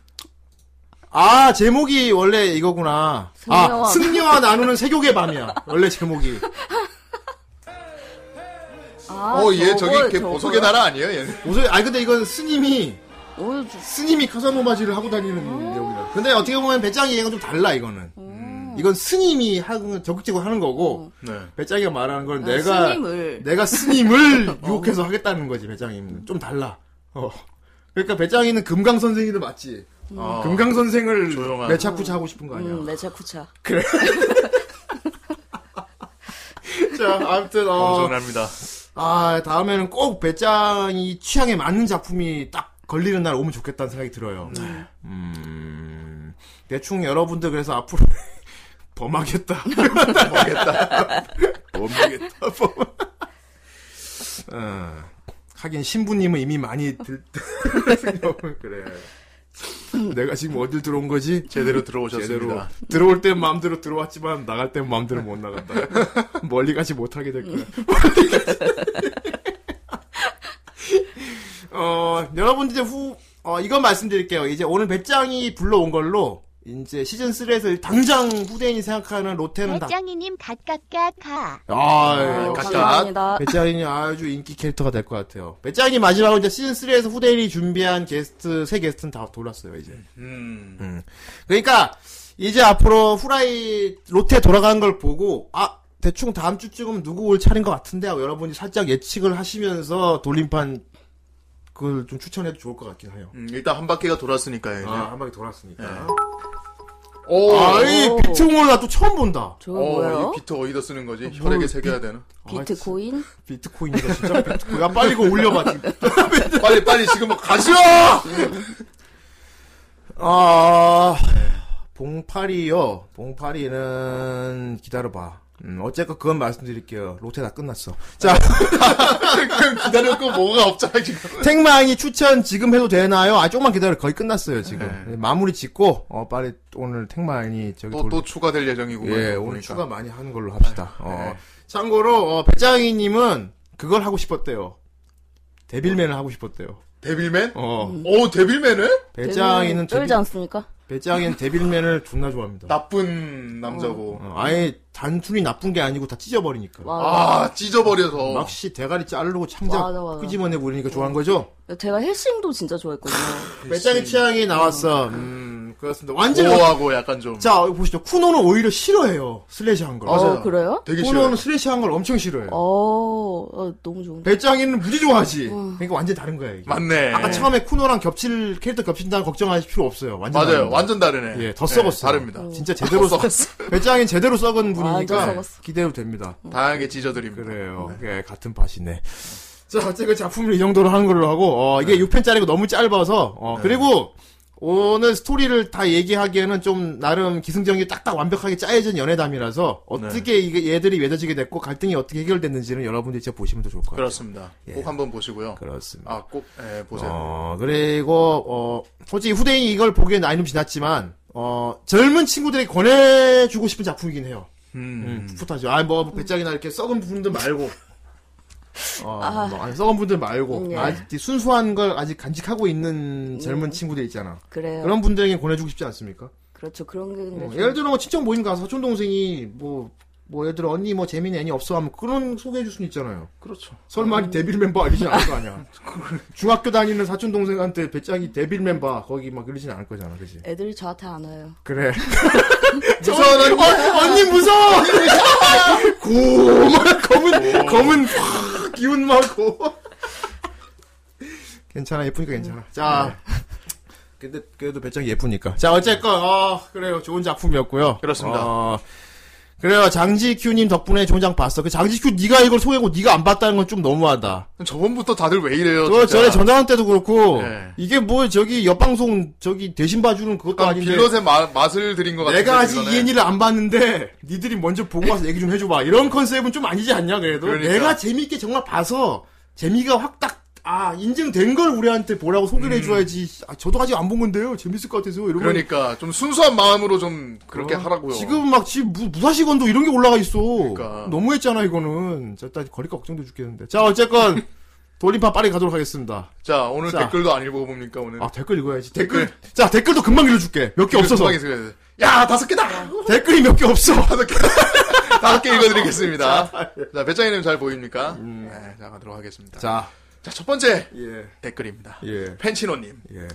Speaker 1: 아, 제목이 원래 이거구나. 아,
Speaker 9: 승려와-
Speaker 1: 승려와 나누는 세교의 밤이야. 원래
Speaker 9: [laughs]
Speaker 1: 제목이.
Speaker 9: 아,
Speaker 2: 어, 얘 저기
Speaker 9: 저거,
Speaker 2: 이렇게
Speaker 9: 저거.
Speaker 2: 보석의 나라 아니에요? 얘는?
Speaker 1: 도저히, 아니, 근데 이건 스님이,
Speaker 9: 어, 저-
Speaker 1: 스님이 카사노바지를 하고 다니는
Speaker 9: 음.
Speaker 1: 내용이라. 근데 어떻게 보면 배짱이 얘기가 좀 달라 이거는. 음. 이건 스님이 하는 적극적으로 하는 거고
Speaker 2: 네.
Speaker 1: 배짱이가 말하는 건
Speaker 9: 어. 아,
Speaker 1: 내가
Speaker 9: 스님을 어.
Speaker 1: 내가
Speaker 9: [laughs]
Speaker 1: 스님을 유혹해서 하겠다는 거지 배짱이는 좀 달라. 어. 그러니까 배짱이는 금강 선생이도 맞지.
Speaker 2: 어. 아.
Speaker 1: 금강 선생을
Speaker 2: 조용한.
Speaker 1: 매차쿠차 하고 싶은 거 아니야.
Speaker 9: 음, 내 차쿠차.
Speaker 1: 자 아무튼 어,
Speaker 2: 엄청납니다.
Speaker 1: 아 다음에는 꼭 배짱이 취향에 맞는 작품이 딱 걸리는 날 오면 좋겠다는 생각이 들어요. 음, 대충 여러분들 그래서 앞으로 [laughs] 범하겠다. 범하겠다. 범하겠다. 어, 하긴 신부님은 이미 많이 들 [laughs] 그래. 내가 지금 어딜 들어온 거지?
Speaker 2: 제대로 들어오셨습니다.
Speaker 1: 제대로 들어올 땐 마음대로 들어왔지만 나갈 땐 마음대로 못 나간다. [laughs] 멀리 가지 못하게 될 거야. [laughs] 멀리 가지. 어 여러분들 후어 이건 말씀드릴게요. 이제 오늘 배짱이 불러온 걸로 이제 시즌 3에서 당장 후대인이 생각하는
Speaker 11: 네,
Speaker 1: 로테는 다.
Speaker 7: 배짱이님 갓갓갓가.
Speaker 1: 아,
Speaker 2: 각각.
Speaker 9: 어, 감사합니다.
Speaker 1: 배짱이 아주 인기 캐릭터가 될 것 같아요. 배짱이 마지막으로 이제 시즌 3에서 후대인이 준비한 게스트 세 게스트는 다 돌았어요 이제.
Speaker 2: 음.
Speaker 1: 그러니까 이제 앞으로 후라이 롯데 돌아가는 걸 보고 아 대충 다음 주쯤은 누구 올 차례인 것 같은데 하고 여러분이 살짝 예측을 하시면서 돌림판 그걸 좀 추천해도 좋을 것 같긴 해요.
Speaker 2: 음, 일단 한 바퀴가 돌았으니까 이제.
Speaker 1: 아, 한 바퀴 돌았으니까.
Speaker 2: 오,
Speaker 1: 아이, 비트공을 나 또 처음 본다.
Speaker 4: 저거
Speaker 2: 어,
Speaker 4: 뭐예요?
Speaker 2: 이 비트 어디다 쓰는 거지? 혈액에 새겨야 되나?
Speaker 4: 비트코인?
Speaker 1: 비트코인이다, 진짜. 비트코인. 야, 빨리 이거 올려봐. 지금.
Speaker 2: 빨리 빨리 지금 뭐 가시오!
Speaker 1: 아, 봉파리요. 봉파리는 기다려봐. 음, 어쨌건 그건 말씀드릴게요. 로테 다 끝났어. 자, [laughs]
Speaker 2: 기다릴 거 뭐가 없잖아
Speaker 1: 그
Speaker 2: 지금.
Speaker 1: 택마이 추천 지금 해도 되나요? 아, 조금만 기다려. 거의 끝났어요, 지금. 네, 마무리 짓고, 어, 빨리 오늘 택마이 저기
Speaker 2: 네. 또 그러니까.
Speaker 1: 돌-
Speaker 2: 네. 또 추가될 예정이고. 뭐
Speaker 1: 예, 오늘 추가 많이 하는 걸로 합시다. 어. 참고로, 어, 배짱이님은 그걸 하고 싶었대요. 데빌맨을 하고 싶었대요.
Speaker 2: 데빌맨?
Speaker 1: 어.
Speaker 2: 오 데빌맨은
Speaker 1: 배짱이는
Speaker 4: 쩔지
Speaker 1: 데빌,
Speaker 4: 음. 않습니까?
Speaker 1: 배짱이는 데빌맨을 존나 좋아합니다.
Speaker 2: 나쁜 남자고.
Speaker 1: 어, 아예 단순히 나쁜 게 아니고 다 찢어버리니까.
Speaker 4: 맞아.
Speaker 2: 아 찢어버려서.
Speaker 1: 막시 대가리 자르고 창작
Speaker 4: 맞아, 맞아.
Speaker 1: 끄집어내 버리니까 좋아한 거죠?
Speaker 4: 제가 헬싱도 진짜 좋아했거든요.
Speaker 1: 배짱이 취향이 나왔어. 음, 그렇습니다. 완전히.
Speaker 2: 고하고 약간 좀.
Speaker 1: 자, 여기 보시죠. 쿠노는 오히려 싫어해요. 네. 슬래시 한 걸.
Speaker 4: 어, 그래요?
Speaker 2: 되게 싫어.
Speaker 1: 쿠노는 슬래시 한 걸 엄청 싫어해요.
Speaker 4: 어, 어, 너무 좋은데.
Speaker 1: 배짱이는 무지 좋아하지. 그러니까 완전 히 다른 거야, 이게.
Speaker 2: 맞네.
Speaker 1: 아까 처음에 쿠노랑 겹칠 캐릭터 겹친다는 걱정하실 필요 없어요. 완전
Speaker 2: 맞아요.
Speaker 1: 다릅니다.
Speaker 2: 완전 다르네.
Speaker 1: 예, 더 썩었어. 요
Speaker 2: 다릅니다.
Speaker 1: 진짜 제대로
Speaker 2: 더
Speaker 1: 썩었어. 배짱이 제대로 썩은 분이니까
Speaker 4: 완전 아, 썩었어.
Speaker 1: 기대도 됩니다.
Speaker 2: 다양하게 찢어드립니다.
Speaker 1: 그래요. 예, 같은 밭이네. 자, 어쨌든 그 작품을 이 정도로 하는 걸로 하고, 어, 이게 6편짜리고 너무 짧아서, 어, 그리고, 오늘 스토리를 다 얘기하기에는 좀, 나름 기승전결 딱딱 완벽하게 짜여진 연애담이라서, 어떻게 이게 얘들이 맺어지게 됐고, 갈등이 어떻게 해결됐는지는 여러분들이 직접 보시면 더 좋을 것 같아요.
Speaker 2: 그렇습니다. 꼭 한번 보시고요.
Speaker 1: 예. 그렇습니다.
Speaker 2: 아, 꼭 예, 보세요.
Speaker 1: 어, 그리고, 어, 솔직히 후대인이 이걸 보기엔 나이 좀 지났지만, 어, 젊은 친구들에게 권해주고 싶은 작품이긴 해요.
Speaker 2: 음.
Speaker 1: 풋풋하죠. 아, 뭐, 배짱이나 이렇게 썩은 분들 말고. 어, 뭐, 아니, 썩은 분들 말고.
Speaker 4: 네.
Speaker 1: 아직 이 순수한 걸 아직 간직하고 있는 젊은 친구들 있잖아.
Speaker 9: 네.
Speaker 4: 그래요.
Speaker 1: 네. 그런 분들에게 권해주고 싶지 않습니까?
Speaker 4: 그렇죠. 그런 게.
Speaker 1: 어, 예를 들어, 뭐, 친척 모임 가서 사촌동생이 뭐, 뭐, 예를 들어, 언니 뭐, 재민이 애니 없어 하면 그런 소개해줄 수는 있잖아요.
Speaker 2: 그렇죠.
Speaker 1: 설마 이 데빌 멤버 아니지 않을 거 [laughs] 아니야. 중학교 다니는 사촌 동생한테 배짱이 데빌 멤버 거기 막 이러진 않을 거잖아, 그지?
Speaker 4: 애들이 저한테 안 와요.
Speaker 1: 그래. [laughs] 무서워, 언니, [laughs] 어, 언니 무서워. 고, 막 어. 검은 검은 확 기운 막고. 괜찮아, 예쁘니까 괜찮아. 자. [laughs] 근데 그래도 배짱이 예쁘니까. 자, 어쨌건 어, 그래요. 좋은 작품이었고요.
Speaker 2: 그렇습니다.
Speaker 1: 어, 그래요. 장지큐님 덕분에 좋은 장 봤어. 그 장지큐 네가 이걸 소개고 네가 안 봤다는 건 좀 너무하다.
Speaker 2: [laughs] 저번부터 다들 왜 이래요?
Speaker 1: 저
Speaker 2: 진짜.
Speaker 1: 전에 전화한 때도 그렇고
Speaker 2: 네.
Speaker 1: 이게 뭐 저기 옆방송 저기 대신 봐주는 그것도
Speaker 2: 약간
Speaker 1: 아닌데
Speaker 2: 그러니까 빌롯의 마- 맛을 드린 것 같은데.
Speaker 1: 내가 아직
Speaker 2: 이거는.
Speaker 1: 이 애니를 안 봤는데 니들이 먼저 보고 와서 얘기 좀 해줘봐 이런 컨셉은 좀 아니지 않냐 그래도
Speaker 2: 그러니까.
Speaker 1: 내가 재미있게 정말 봐서 재미가 확 딱 아 인증된 걸 우리한테 보라고 소개를 해줘야지 아, 저도 아직 안 본 건데요 재밌을 것 같아서 이러면
Speaker 2: 음. 그러니까 좀 순수한 마음으로 좀 그렇게 하라고요.
Speaker 1: 어? 지금 막 지금 무, 무사시건도 이런 게 올라가 있어
Speaker 2: 그러니까.
Speaker 1: 너무했잖아 이거는 자, 일단 거리가 걱정도 죽겠는데 자
Speaker 2: [laughs]
Speaker 1: 어쨌건 돌림판 빨리 가도록 하겠습니다
Speaker 2: 자 오늘
Speaker 1: 자.
Speaker 2: 댓글도 안 읽어보고 봅니까 오늘.
Speaker 1: 아 댓글 읽어야지 댓글 자 댓글도 금방 읽어줄게 몇 개 없어서
Speaker 2: 네. 금방 읽어야 돼. 야 다섯 개다.
Speaker 1: 댓글이 몇 개 없어
Speaker 2: 다섯 개 읽어드리겠습니다. 자 배짱이님 잘 보입니까? 네, 자 가도록 하겠습니다. [laughs] 자
Speaker 1: 음. 자예예예
Speaker 2: 첫 번째 댓글입니다. 펜치노님.
Speaker 1: 예.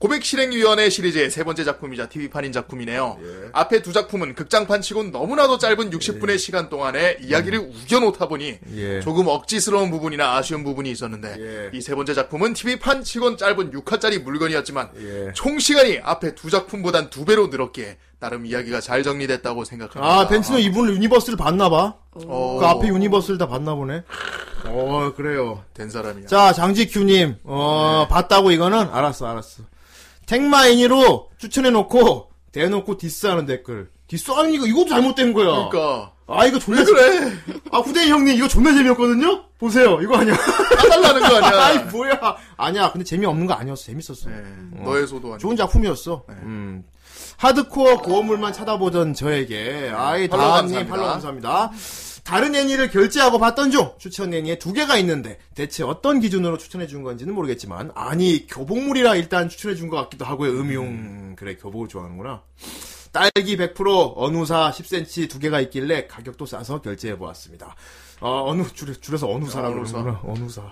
Speaker 2: 고백 실행위원회 시리즈의 세 번째 작품이자 TV판인 작품이네요.
Speaker 1: 예.
Speaker 2: 앞에 두 작품은 극장판 치곤 너무나도 짧은 60분의 시간 동안에 이야기를 우겨놓다 보니
Speaker 1: 음. 예.
Speaker 2: 조금 억지스러운 부분이나 아쉬운 부분이 있었는데
Speaker 1: 예.
Speaker 2: 이 세 번째 작품은 TV판 치곤 짧은 6화짜리 물건이었지만
Speaker 1: 예.
Speaker 2: 총 시간이 앞에 두 작품보단 두 배로 늘었기에 나름 이야기가 잘 정리됐다고 생각합니다.
Speaker 1: 아 벤츠는 이분 유니버스를 봤나 봐.
Speaker 2: 어,
Speaker 1: 그 앞에 유니버스를 다 봤나 보네. 어 그래요.
Speaker 2: 된 사람이야.
Speaker 1: 자 장지큐님 어
Speaker 2: 네.
Speaker 1: 봤다고 이거는 알았어 알았어. 택마인이로 추천해놓고 대놓고 디스하는 댓글. 디스 아니 이거 이것도 잘못된 거야.
Speaker 2: 그러니까
Speaker 1: 아 이거 존나
Speaker 2: 왜 그래?
Speaker 1: 아 후대인 형님 이거 존나 재미없거든요. 보세요 이거 아니야.
Speaker 2: 까달라는 거
Speaker 1: [laughs] 아이
Speaker 2: 아니야?
Speaker 1: 뭐야. 아니야 근데 재미없는 거 아니었어 재밌었어.
Speaker 2: 네, 너의 소도 아니야.
Speaker 1: 좋은 작품이었어. 음. 하드코어 고어물만 찾아보던 저에게 아이
Speaker 2: 팔로우
Speaker 1: 다음님
Speaker 2: 감사합니다.
Speaker 1: 팔로 감사합니다. 다른 애니를 결제하고 봤던 중 추천 애니에 두 개가 있는데 대체 어떤 기준으로 추천해 준 건지는 모르겠지만 아니 교복물이라 일단 추천해 준 것 같기도 하고요. 음용 그래 교복을 좋아하는구나. 딸기 100% 어누사 10cm 두 개가 있길래 가격도 싸서 결제해 보았습니다. 어, 어느 줄여, 줄여서 어누사라고
Speaker 2: 어누사.
Speaker 1: 그러는구나. 어누사.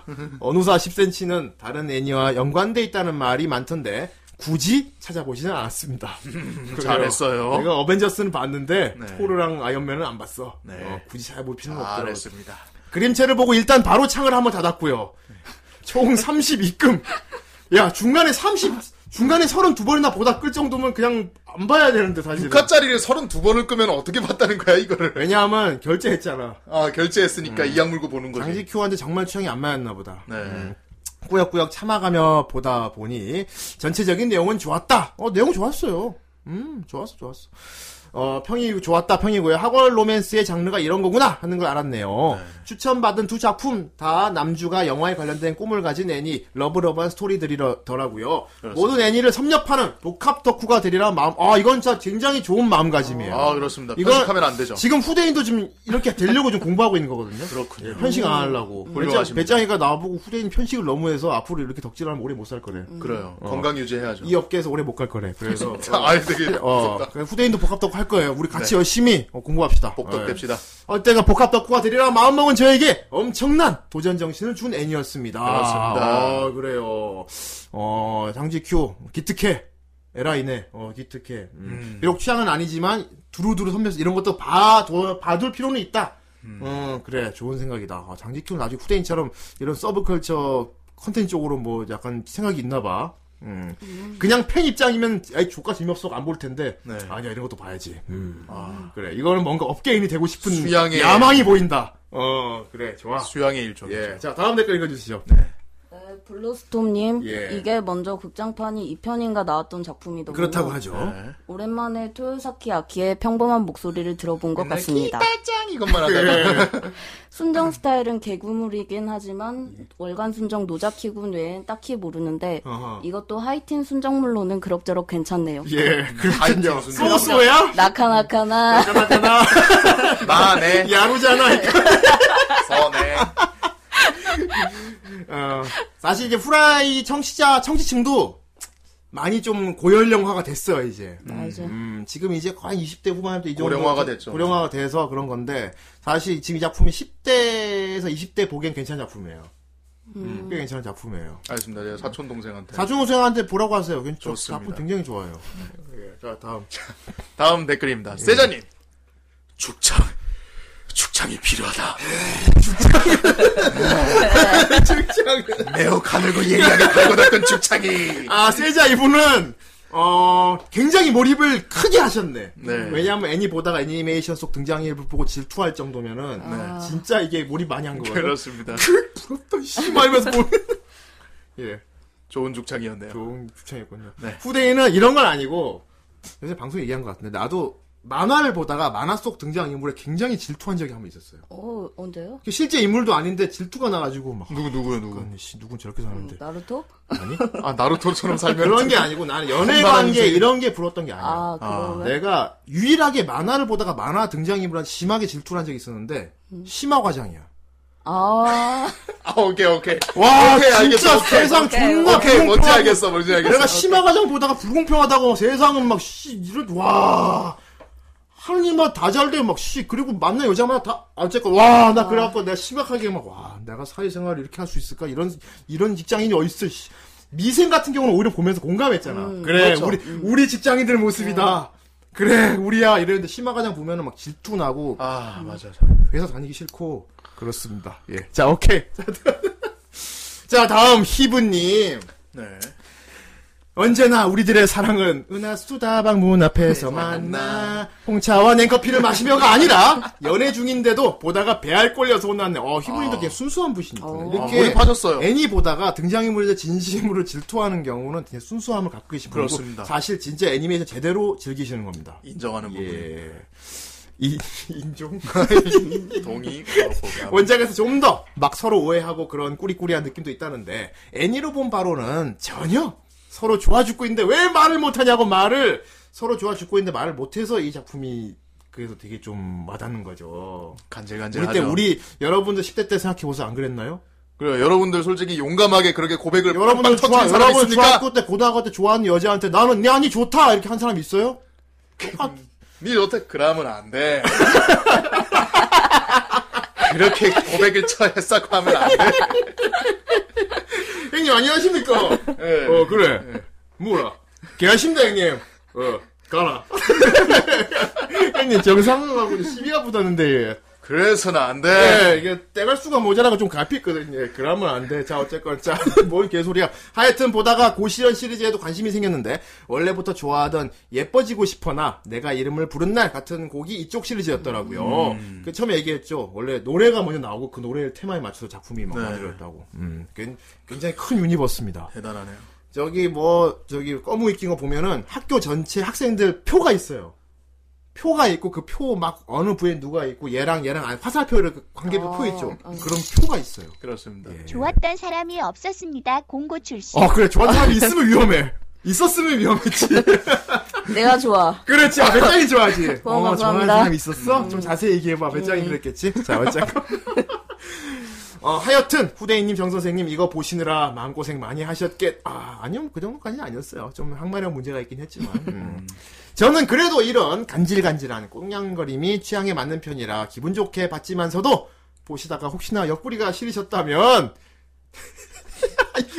Speaker 1: 어누사 10cm는 다른 애니와 연관돼 있다는 말이 많던데 굳이 찾아보지는 않았습니다. 그래요.
Speaker 2: 음. 잘했어요.
Speaker 1: 내가 어벤져스는 봤는데
Speaker 2: 네.
Speaker 1: 토르랑 아이언맨은 안 봤어.
Speaker 2: 네.
Speaker 1: 어, 굳이 찾아볼 필요는 없더라고.
Speaker 2: 잘했습니다.
Speaker 1: 그림체를 보고 일단 바로 창을 한번 닫았고요. 총 32금. 야, 중간에 30, 중간에 32번이나 보다 끌 정도면 그냥 안 봐야 되는데, 사실은.
Speaker 2: 6화짜리를 32번을 끄면 어떻게 봤다는 거야, 이거를.
Speaker 1: 왜냐하면 결제했잖아.
Speaker 2: 아, 결제했으니까 이악 물고 보는 거지.
Speaker 1: 음. 장지 큐한테 정말 취향이 안 맞았나 보다.
Speaker 2: 네.
Speaker 1: 꾸역꾸역 참아가며 보다 보니 전체적인 내용은 좋았다. 어 내용 좋았어요. 음 좋았어 좋았어. 어 평이 좋았다 평이고요. 학월 로맨스의 장르가 이런 거구나 하는 걸 알았네요. 추천받은 두 작품 다 남주가 영화에 관련된 꿈을 가진 애니 러브러브한 스토리들이더라고요. 모든 애니를 섭렵하는 복합 덕후가 되리라 마음. 아 이건 진짜 굉장히 좋은 마음가짐이에요.
Speaker 2: 아, 그렇습니다.
Speaker 1: 이거-
Speaker 2: 편집하면 안 되죠.
Speaker 1: 지금 후대인도 지금 이렇게 되려고 좀 공부하고 있는 거거든요. 예,
Speaker 2: 그렇군요. 음.
Speaker 1: 편식 안 하려고. 배짱-
Speaker 2: 훌륭하십니다.
Speaker 1: 배짱이가 나보고 후대인 편식을 너무 해서 앞으로 이렇게 덕질하면 오래 못 살 거래.
Speaker 2: 음. 그래요. 건강 유지해야죠.
Speaker 1: 어. 이 업계에서 오래 못 갈 거래. 그래서
Speaker 2: [laughs] 아, 되게
Speaker 1: [laughs] 어,
Speaker 2: 무섭다.
Speaker 1: 그래서 후대인도 복합덕후 할 거예요. 우리 같이
Speaker 2: 네.
Speaker 1: 열심히 어, 공부합시다.
Speaker 2: 복덕
Speaker 1: 예.
Speaker 2: 됩시다.
Speaker 1: 어때가 복합덕후가 되리라 마음먹은 저에게 엄청난 도전 정신을 준 애니였습니다.
Speaker 2: 그렇습니다.
Speaker 1: 어, 그래요. 어, 장지큐 기특해. 에라이네. 어, 기특해. 음. 비록 취향은 아니지만 두루두루 선별해서 이런 것도 봐, 둬- 봐둘 필요는 있다. 어, 그래. 좋은 생각이다. 아, 장지큐는 아직 후대인처럼 이런 서브컬처 컨텐츠 쪽으로 뭐 약간 생각이 있나 봐. 음. 그냥 팬 입장이면 아이 조카 재미없어 안 볼 텐데
Speaker 2: 네.
Speaker 1: 아니야 이런 것도 봐야지. 아, 그래 이거는 뭔가 업계인이 되고 싶은
Speaker 2: 수양의-
Speaker 1: 야망이 보인다. 어 그래 좋아.
Speaker 2: 수양의 일종이죠.
Speaker 1: 예. 자 다음 댓글 읽어주시죠.
Speaker 4: 네, 블루스톰님
Speaker 1: 예.
Speaker 4: 이게 먼저 극장판이 2편인가 나왔던 작품이더군요.
Speaker 1: 그렇다고 하죠.
Speaker 4: 오랜만에 토요사키 아키의 평범한 목소리를 들어본 것 같습니다.
Speaker 2: 짱 이것만
Speaker 1: 예.
Speaker 2: 하다가
Speaker 1: 음.
Speaker 4: 순정 스타일은 개구물이긴 하지만 월간 순정 노자키군 외엔 딱히 모르는데
Speaker 1: 어허.
Speaker 4: 이것도 하이틴 순정물로는 그럭저럭 괜찮네요.
Speaker 1: 예 그렇군요.
Speaker 2: 아이템 순정.
Speaker 1: 소소야?
Speaker 4: 나카나카나
Speaker 2: 마네
Speaker 1: [laughs] 야루잖아.
Speaker 2: 서네
Speaker 1: 어, 사실 이제 후라이 청취자 청취층도 많이 좀 고연령화가 됐어요 이제.
Speaker 4: 맞아.
Speaker 1: 음, 지금 이제 거의 20대 후반부터 이 정도
Speaker 2: 고령화가 됐죠.
Speaker 1: 고령화가 돼서 그런 건데 사실 지금 이 작품이 10대에서 20대 보기엔 괜찮은 작품이에요. 음, 꽤 괜찮은 작품이에요.
Speaker 2: 알겠습니다. 제가 사촌 동생한테
Speaker 1: 사중우생한테 보라고 하세요. 괜찮,
Speaker 2: 좋습니다.
Speaker 1: 작품 굉장히 좋아요. 예, 자 다음.
Speaker 2: [laughs] 다음 댓글입니다. 세자님 죽창 죽창이 필요하다. 죽창 매우 가늘고 예리하게 갈고 닦은 죽창이
Speaker 1: 아 세자 이분은 어 굉장히 몰입을 크게 하셨네.
Speaker 2: 네.
Speaker 1: 왜냐하면 애니 보다가 애니메이션 속 등장인물 보고 질투할 정도면은 진짜 이게 몰입 많이 한 거예요.
Speaker 2: 그렇습니다.
Speaker 1: 부럽다 씨말면서 보면. [laughs] 예.
Speaker 2: 좋은 죽창이었네요.
Speaker 1: 좋은 추천이었군요.
Speaker 2: 네.
Speaker 1: 후대인은 이런 건 아니고 요새 방송 에 얘기한 것 같은데 나도 만화를 보다가 만화 속 등장 인물에 굉장히 질투한 적이 한 번 있었어요.
Speaker 4: 어 언제요?
Speaker 1: 실제 인물도 아닌데 질투가 나가지고 막
Speaker 2: 누구 누구요 누구?
Speaker 1: 아니 씨 누군 저렇게
Speaker 4: 음,
Speaker 1: 사는데
Speaker 4: 나루토?
Speaker 1: 아니
Speaker 2: 아 나루토처럼 살면
Speaker 1: 그런 게 아니고 나는 연애
Speaker 2: 말하는지.
Speaker 1: 관계 이런 게 불었던 게 아니야.
Speaker 4: 아 그거 왜?
Speaker 1: 내가 유일하게 만화를 보다가 만화 등장 인물한테 심하게 질투를 한 적이 있었는데
Speaker 4: 음.
Speaker 1: 심화 과장이야.
Speaker 4: 아
Speaker 2: 아 오케이 오케이
Speaker 1: 와
Speaker 2: 오케이,
Speaker 1: 진짜
Speaker 2: 알겠어, 오케이.
Speaker 1: 세상
Speaker 4: 오케이,
Speaker 1: 존나
Speaker 2: 오케이 뭔지
Speaker 1: 불공평하고
Speaker 2: 알겠어 뭔지 알겠어.
Speaker 1: 내가 심화 과정 보다가 불공평하다고 막 세상은 막 씨 이런 와 하느님만 다잘 돼 막 씨 그리고 만난 여자마다 다 어쨌건 와 나 그래갖고 내가 심각하게 막 와 내가 사회생활을 이렇게 할 수 있을까 이런 이런 직장인이 어딨어 씨. 미생 같은 경우는 오히려 보면서 공감했잖아 그래
Speaker 2: 그렇죠.
Speaker 1: 우리 우리 직장인들 모습이다 그래 우리야 이랬는데 심화 과정 보면은 막 질투 나고
Speaker 2: 아 맞아.
Speaker 1: 회사 다니기 싫고 그렇습니다 예자 오케이 [laughs] 자 다음 히브님
Speaker 2: 네.
Speaker 1: 언제나 우리들의 사랑은 은하 수다방 문 앞에서
Speaker 2: 네,
Speaker 1: 만나 홍차와 냉커피를 마시며가 아니라 연애 중인데도 보다가 배알 꼴려서 혼났네. 어 희분이도 그냥 순수한 분이시군요.
Speaker 4: 어.
Speaker 2: 아,
Speaker 1: 이렇게
Speaker 2: 몰입하셨어요.
Speaker 1: 애니 보다가 등장인물에 진심으로 질투하는 경우는 그냥 순수함을 갖고 계신 분이고
Speaker 2: 그렇습니다.
Speaker 1: 사실 진짜 애니메이션 제대로 즐기시는 겁니다.
Speaker 2: 인정하는 부분.
Speaker 1: 예. 이, [laughs] 인종?
Speaker 2: [laughs] 동의. 거부감.
Speaker 1: 아, 원작에서 좀 더 막 서로 오해하고 그런 꾸리꾸리한 느낌도 있다는데 애니로 본 바로는 전혀 서로 좋아 죽고 있는데 왜 말을 못하냐고 말을 서로 좋아 죽고 있는데 말을 못해서 이 작품이 그래서 되게 좀 와닿는 거죠. 우리 때
Speaker 2: 간질간질하죠.
Speaker 1: 우리 여러분들 10대 때 생각해 보세요 안 그랬나요?
Speaker 2: 그래요. 여러분들 솔직히 용감하게 그렇게 고백을
Speaker 1: 여러분들
Speaker 2: 빵빵
Speaker 1: 좋아
Speaker 2: 터트린 사람
Speaker 1: 여러분
Speaker 2: 있습니까?
Speaker 1: 중학교 때 고등학교 때 좋아하는 여자한테 나는 내 아니 좋다 이렇게 한 사람 있어요?
Speaker 2: 니 여태 그러면 안 돼. [laughs] 이렇게 고백을 쳐 했다고 하면 안 돼.
Speaker 1: 형님 안녕하십니까? [laughs]
Speaker 2: 예.
Speaker 1: 어 그래 뭐라 개하십니다 형님 [laughs]
Speaker 2: 예.
Speaker 1: 어 가라 형님 정상하고 시비가 붙었는데
Speaker 2: 그래서는 안 돼.
Speaker 1: 네, 이게 때갈수가 모자라고 좀 갚혔거든요. 예, 그러면 안 돼. 자, 어쨌건 자, [laughs] 뭘 개소리야. 하여튼 보다가 고시련 시리즈에도 관심이 생겼는데 원래부터 좋아하던 예뻐지고 싶어나 내가 이름을 부른 날 같은 곡이 이쪽 시리즈였더라고요. 그 처음에 얘기했죠. 원래 노래가 먼저 나오고 그 노래를 테마에 맞춰서 작품이 막
Speaker 2: 네.
Speaker 1: 만들어졌다고. 음, 굉- 굉장히 큰 유니버스입니다.
Speaker 2: 대단하네요.
Speaker 1: 저기 뭐 저기 꺼무 익힌 거 보면은 학교 전체 학생들 표가 있어요. 표가 있고 그 표 막 어느 부에 누가 있고 얘랑 얘랑 안- 화살표를 그 관계표
Speaker 4: 어,
Speaker 1: 표 있죠.
Speaker 4: 어.
Speaker 1: 그런 표가 있어요.
Speaker 2: 그렇습니다.
Speaker 1: 예.
Speaker 11: 좋았던 사람이 없었습니다. 공고 출신.
Speaker 1: 어 그래 좋아하는 사람이 있으면 위험해. 있었으면 위험했지.
Speaker 4: 내가 좋아.
Speaker 1: 그렇지. 아, 배짱이 좋아하지.
Speaker 4: [laughs] 고마워,
Speaker 1: 어, 좋아하는
Speaker 4: 감사합니다. 음.
Speaker 1: 사람 있었어? 좀 자세히 얘기해봐. 배짱이 그랬겠지? 자, 어쨌건. [laughs] 어, 하여튼, 후대인님, 정선생님, 이거 보시느라 마음고생 많이 하셨겠, 아, 아니요, 그 정도까지는 아니었어요. 좀 항마력 문제가 있긴 했지만. 음. 저는 그래도 이런 간질간질한 꽁냥거림이 취향에 맞는 편이라 기분 좋게 봤지만서도, 보시다가 혹시나 옆구리가 시리셨다면, [laughs]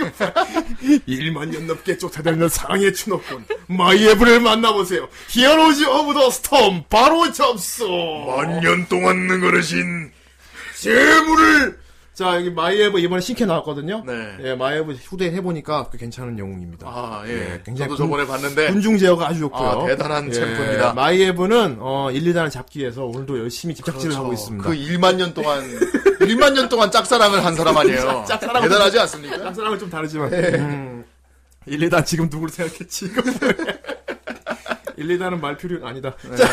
Speaker 1: 일만년 넘게 쫓아다니는 사랑의 추노꾼 마이애브를 만나보세요. 히어로즈 오브 더 스톰 바로 접수.
Speaker 2: 만년 동안 능어르신
Speaker 1: 재물을 자 여기 마이애브 이번에 신캐 나왔거든요.
Speaker 2: 네.
Speaker 1: 예 마이애브 후대인 해보니까 꽤 괜찮은 영웅입니다.
Speaker 2: 아, 예.
Speaker 1: 예, 굉장히
Speaker 2: 저도 저번에 봤는데
Speaker 1: 군중 제어가 아주 좋고요. 예,
Speaker 2: 아, 대단한 챔프입니다.
Speaker 1: 마이애브는 어, 1, 2단을 잡기 위해서 오늘도 열심히 집착질을
Speaker 2: 그렇죠.
Speaker 1: 하고 있습니다.
Speaker 2: 그 1만 년 동안 1만 년 동안 짝사랑을 한 사람 아니에요.
Speaker 1: 짝사랑은-
Speaker 2: 대단하지 않습니까?
Speaker 1: 아, 짝사랑은 좀 다르지만.
Speaker 2: 네.
Speaker 1: 음, 1, 2단 지금 누구를 생각했지? 이거. [laughs] 1, 2단은 말 필요는 아니다.
Speaker 2: 네.
Speaker 1: 자,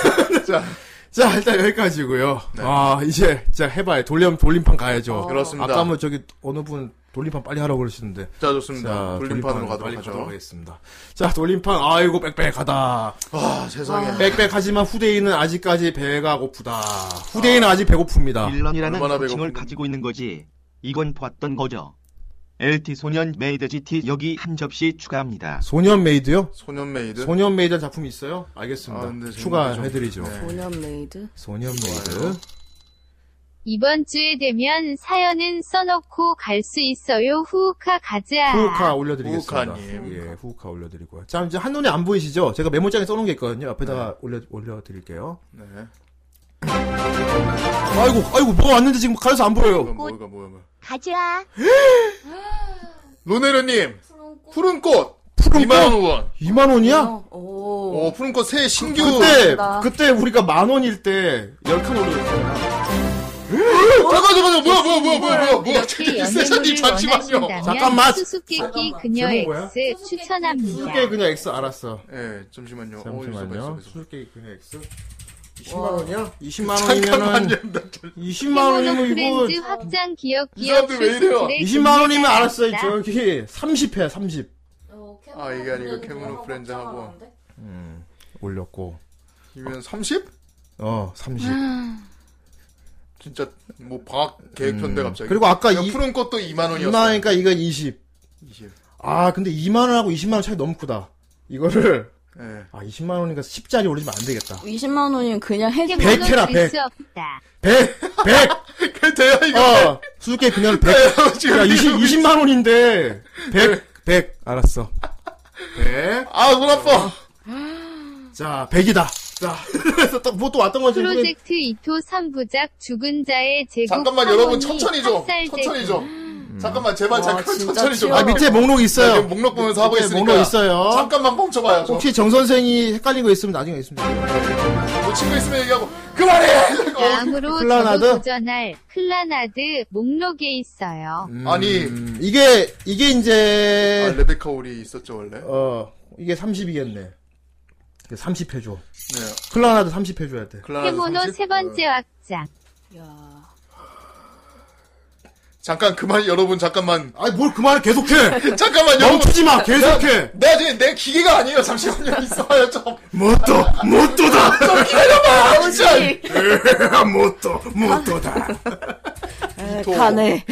Speaker 1: 자, 자, 일단 여기까지고요 아, 이제, 자, 해봐요. 돌림, 돌림판 가야죠.
Speaker 2: 그렇습니다.
Speaker 1: 아까 뭐 저기, 어느 분 돌림판 빨리 하라고 그러시는데.
Speaker 2: 자, 좋습니다.
Speaker 1: 자,
Speaker 2: 돌림판으로
Speaker 1: 돌림판으로
Speaker 2: 가도록
Speaker 1: 빨리 가도록
Speaker 2: 하죠.
Speaker 1: 하겠습니다. 자, 돌림판, 아이고, 빽빽하다.
Speaker 2: 아, 세상에.
Speaker 1: 빽빽하지만 후대인은 아직까지 배가 고프다. 후대인은 아직 배고픕니다.
Speaker 10: 빌런이라는
Speaker 2: 얼마나
Speaker 10: 호칭을
Speaker 2: 배고픈데.
Speaker 10: 가지고 있는 거지. 이건 봤던 거죠. LT 소년 메이드 GT 여기 한 접시 추가합니다.
Speaker 1: 소년 메이드요?
Speaker 2: 소년 메이드.
Speaker 1: 소년 메이드 작품 있어요? 알겠습니다.
Speaker 2: 네. 아, 근데 저는
Speaker 1: 추가해드리죠.
Speaker 2: 좀- 네.
Speaker 4: 소년 메이드.
Speaker 1: 소년 메이드.
Speaker 7: 이번 주에 되면 사연은 써놓고 갈 수 있어요. 후우카 가자.
Speaker 1: 후우카 올려드리겠습니다.
Speaker 2: 아. 후우카님.
Speaker 1: 예, 후우카 올려드리고요. 자, 이제 한눈에 안 보이시죠? 제가 메모장에 써놓은 게 있거든요. 옆에다가 올려, 올려드릴게요.
Speaker 2: 네.
Speaker 1: 아이고, 아이고, 뭐가 왔는데 지금 가려서 안 보여요.
Speaker 2: 이건 뭐가 뭐야 뭐야.
Speaker 11: 가자.
Speaker 2: [gasps] 로네르 님.
Speaker 4: 푸른 꽃.
Speaker 2: 푸른 꽃.
Speaker 1: 푸른
Speaker 2: 2만 원 후원.
Speaker 1: 2만원이야?
Speaker 4: 어, 오.
Speaker 2: 어, 푸른 꽃 새 신규
Speaker 1: 그때,
Speaker 4: 감사합니다.
Speaker 1: 그때 우리가 만원일 때, 열칸 올려줬어요.
Speaker 2: 잠깐 잠깐 잠깐 뭐야 뭐야 뭐야 뭐야 뭐야 뭐야
Speaker 7: 이렇게
Speaker 2: 잠깐
Speaker 7: 연애물을
Speaker 2: 세사님 잠시만요
Speaker 1: 잠깐만.
Speaker 7: 원하신다면 수수께끼
Speaker 1: 제목
Speaker 7: 그녀의
Speaker 1: 뭐야?
Speaker 7: X 추천합니다.
Speaker 1: 수수께끼 그냥 X 알았어.
Speaker 2: 예 잠시만요 어,
Speaker 1: 잠시만요.
Speaker 2: 있어, 있어, 있어.
Speaker 1: 수수께끼 그냥 X. 20만원이야? 20만원이면은,
Speaker 2: 잠깐만요 나 좀-
Speaker 1: 20만원이면 이거,
Speaker 7: 프렌즈 확장 기억
Speaker 2: 이
Speaker 7: 기억
Speaker 2: 사람들 왜 이래요?
Speaker 1: 20만원이면 알았어요. 저기, 30회, 30.
Speaker 2: 아, 이게 아니고 캐모노 프렌즈하고.
Speaker 1: 올렸고.
Speaker 2: 이면 30?
Speaker 1: 어, 30.
Speaker 7: 음.
Speaker 2: 진짜 뭐 방학 계획 편데 갑자기
Speaker 1: 그리고 아까
Speaker 2: 야,
Speaker 1: 이,
Speaker 2: 푸른 꽃도 2만 원이었어
Speaker 1: 이만하니까 이건 20.
Speaker 2: 20.
Speaker 1: 아, 근데 2만원하고 20만원 차이 너무 크다. 이거를,
Speaker 2: 예.
Speaker 1: 아, 20만원이니까 10짜리 올리면 안 되겠다.
Speaker 4: 20만 원이면 그냥 해결.
Speaker 1: 백 해라, 백.
Speaker 7: 수 없다.
Speaker 1: 100! 100!
Speaker 2: 그 돼요 이거 예,
Speaker 1: 어, 수수께 그냥 100.
Speaker 2: 지금
Speaker 1: 야, 20,
Speaker 2: 아, 이러고
Speaker 1: 20만원인데, 100, 100. 알았어. 100.
Speaker 2: 예. 아눈
Speaker 7: 어.
Speaker 2: 아파
Speaker 1: 자, 100이다. 자, 그래서 또, 뭐 또 왔던 건지 모르겠-
Speaker 7: 프로젝트 이토 3부작 죽은 자의 제국
Speaker 2: 잠깐만
Speaker 7: 하모니
Speaker 2: 여러분 천천히 좀
Speaker 7: 학살제국.
Speaker 2: 천천히 좀 잠깐만 제발
Speaker 4: 와,
Speaker 2: 잠깐
Speaker 4: 진짜
Speaker 2: 천천히 좀
Speaker 4: 치열해.
Speaker 1: 아, 밑에 목록
Speaker 2: 나
Speaker 1: 있어요.
Speaker 2: 지금 네, 목록 보면서 하고
Speaker 1: 밑에
Speaker 2: 있으니까
Speaker 1: 목록 있어요.
Speaker 2: 잠깐만 멈춰봐요 저
Speaker 1: 혹시 정선생이 헷갈린 거 있으면 나중에 있습니다.
Speaker 2: 뭐 친구 있으면 얘기하고 그만해 이러고.
Speaker 7: 다음으로
Speaker 1: 클라나드?
Speaker 7: 저도 도전할 클라나드 목록에 있어요.
Speaker 2: 아니
Speaker 1: 음, 이게, 이게
Speaker 2: 아,
Speaker 1: 이제,
Speaker 2: 레베카 올이 있었죠 원래
Speaker 1: 어, 이게 30이겠네. 30 해줘.
Speaker 2: 네 음.
Speaker 1: 클라나도 30 해줘야 돼.
Speaker 2: 클라라
Speaker 7: 캐모노 세 번째 확장.
Speaker 4: 야.
Speaker 2: 잠깐 그만 여러분 잠깐만
Speaker 1: 아니 뭘 그만해 [laughs] 계속해.
Speaker 2: [laughs] 잠깐만 여러분
Speaker 1: 뭐. 멈추지 마 계속해.
Speaker 2: 나 지금 내 기계가 아니에요 잠시만요 [laughs] 있어요 좀
Speaker 1: 못도 뭐 못도다. 예, 뭐 [laughs]
Speaker 2: 기다려봐 진짜
Speaker 1: 못도 못도다.
Speaker 4: 에,
Speaker 2: 이토.
Speaker 4: 가네.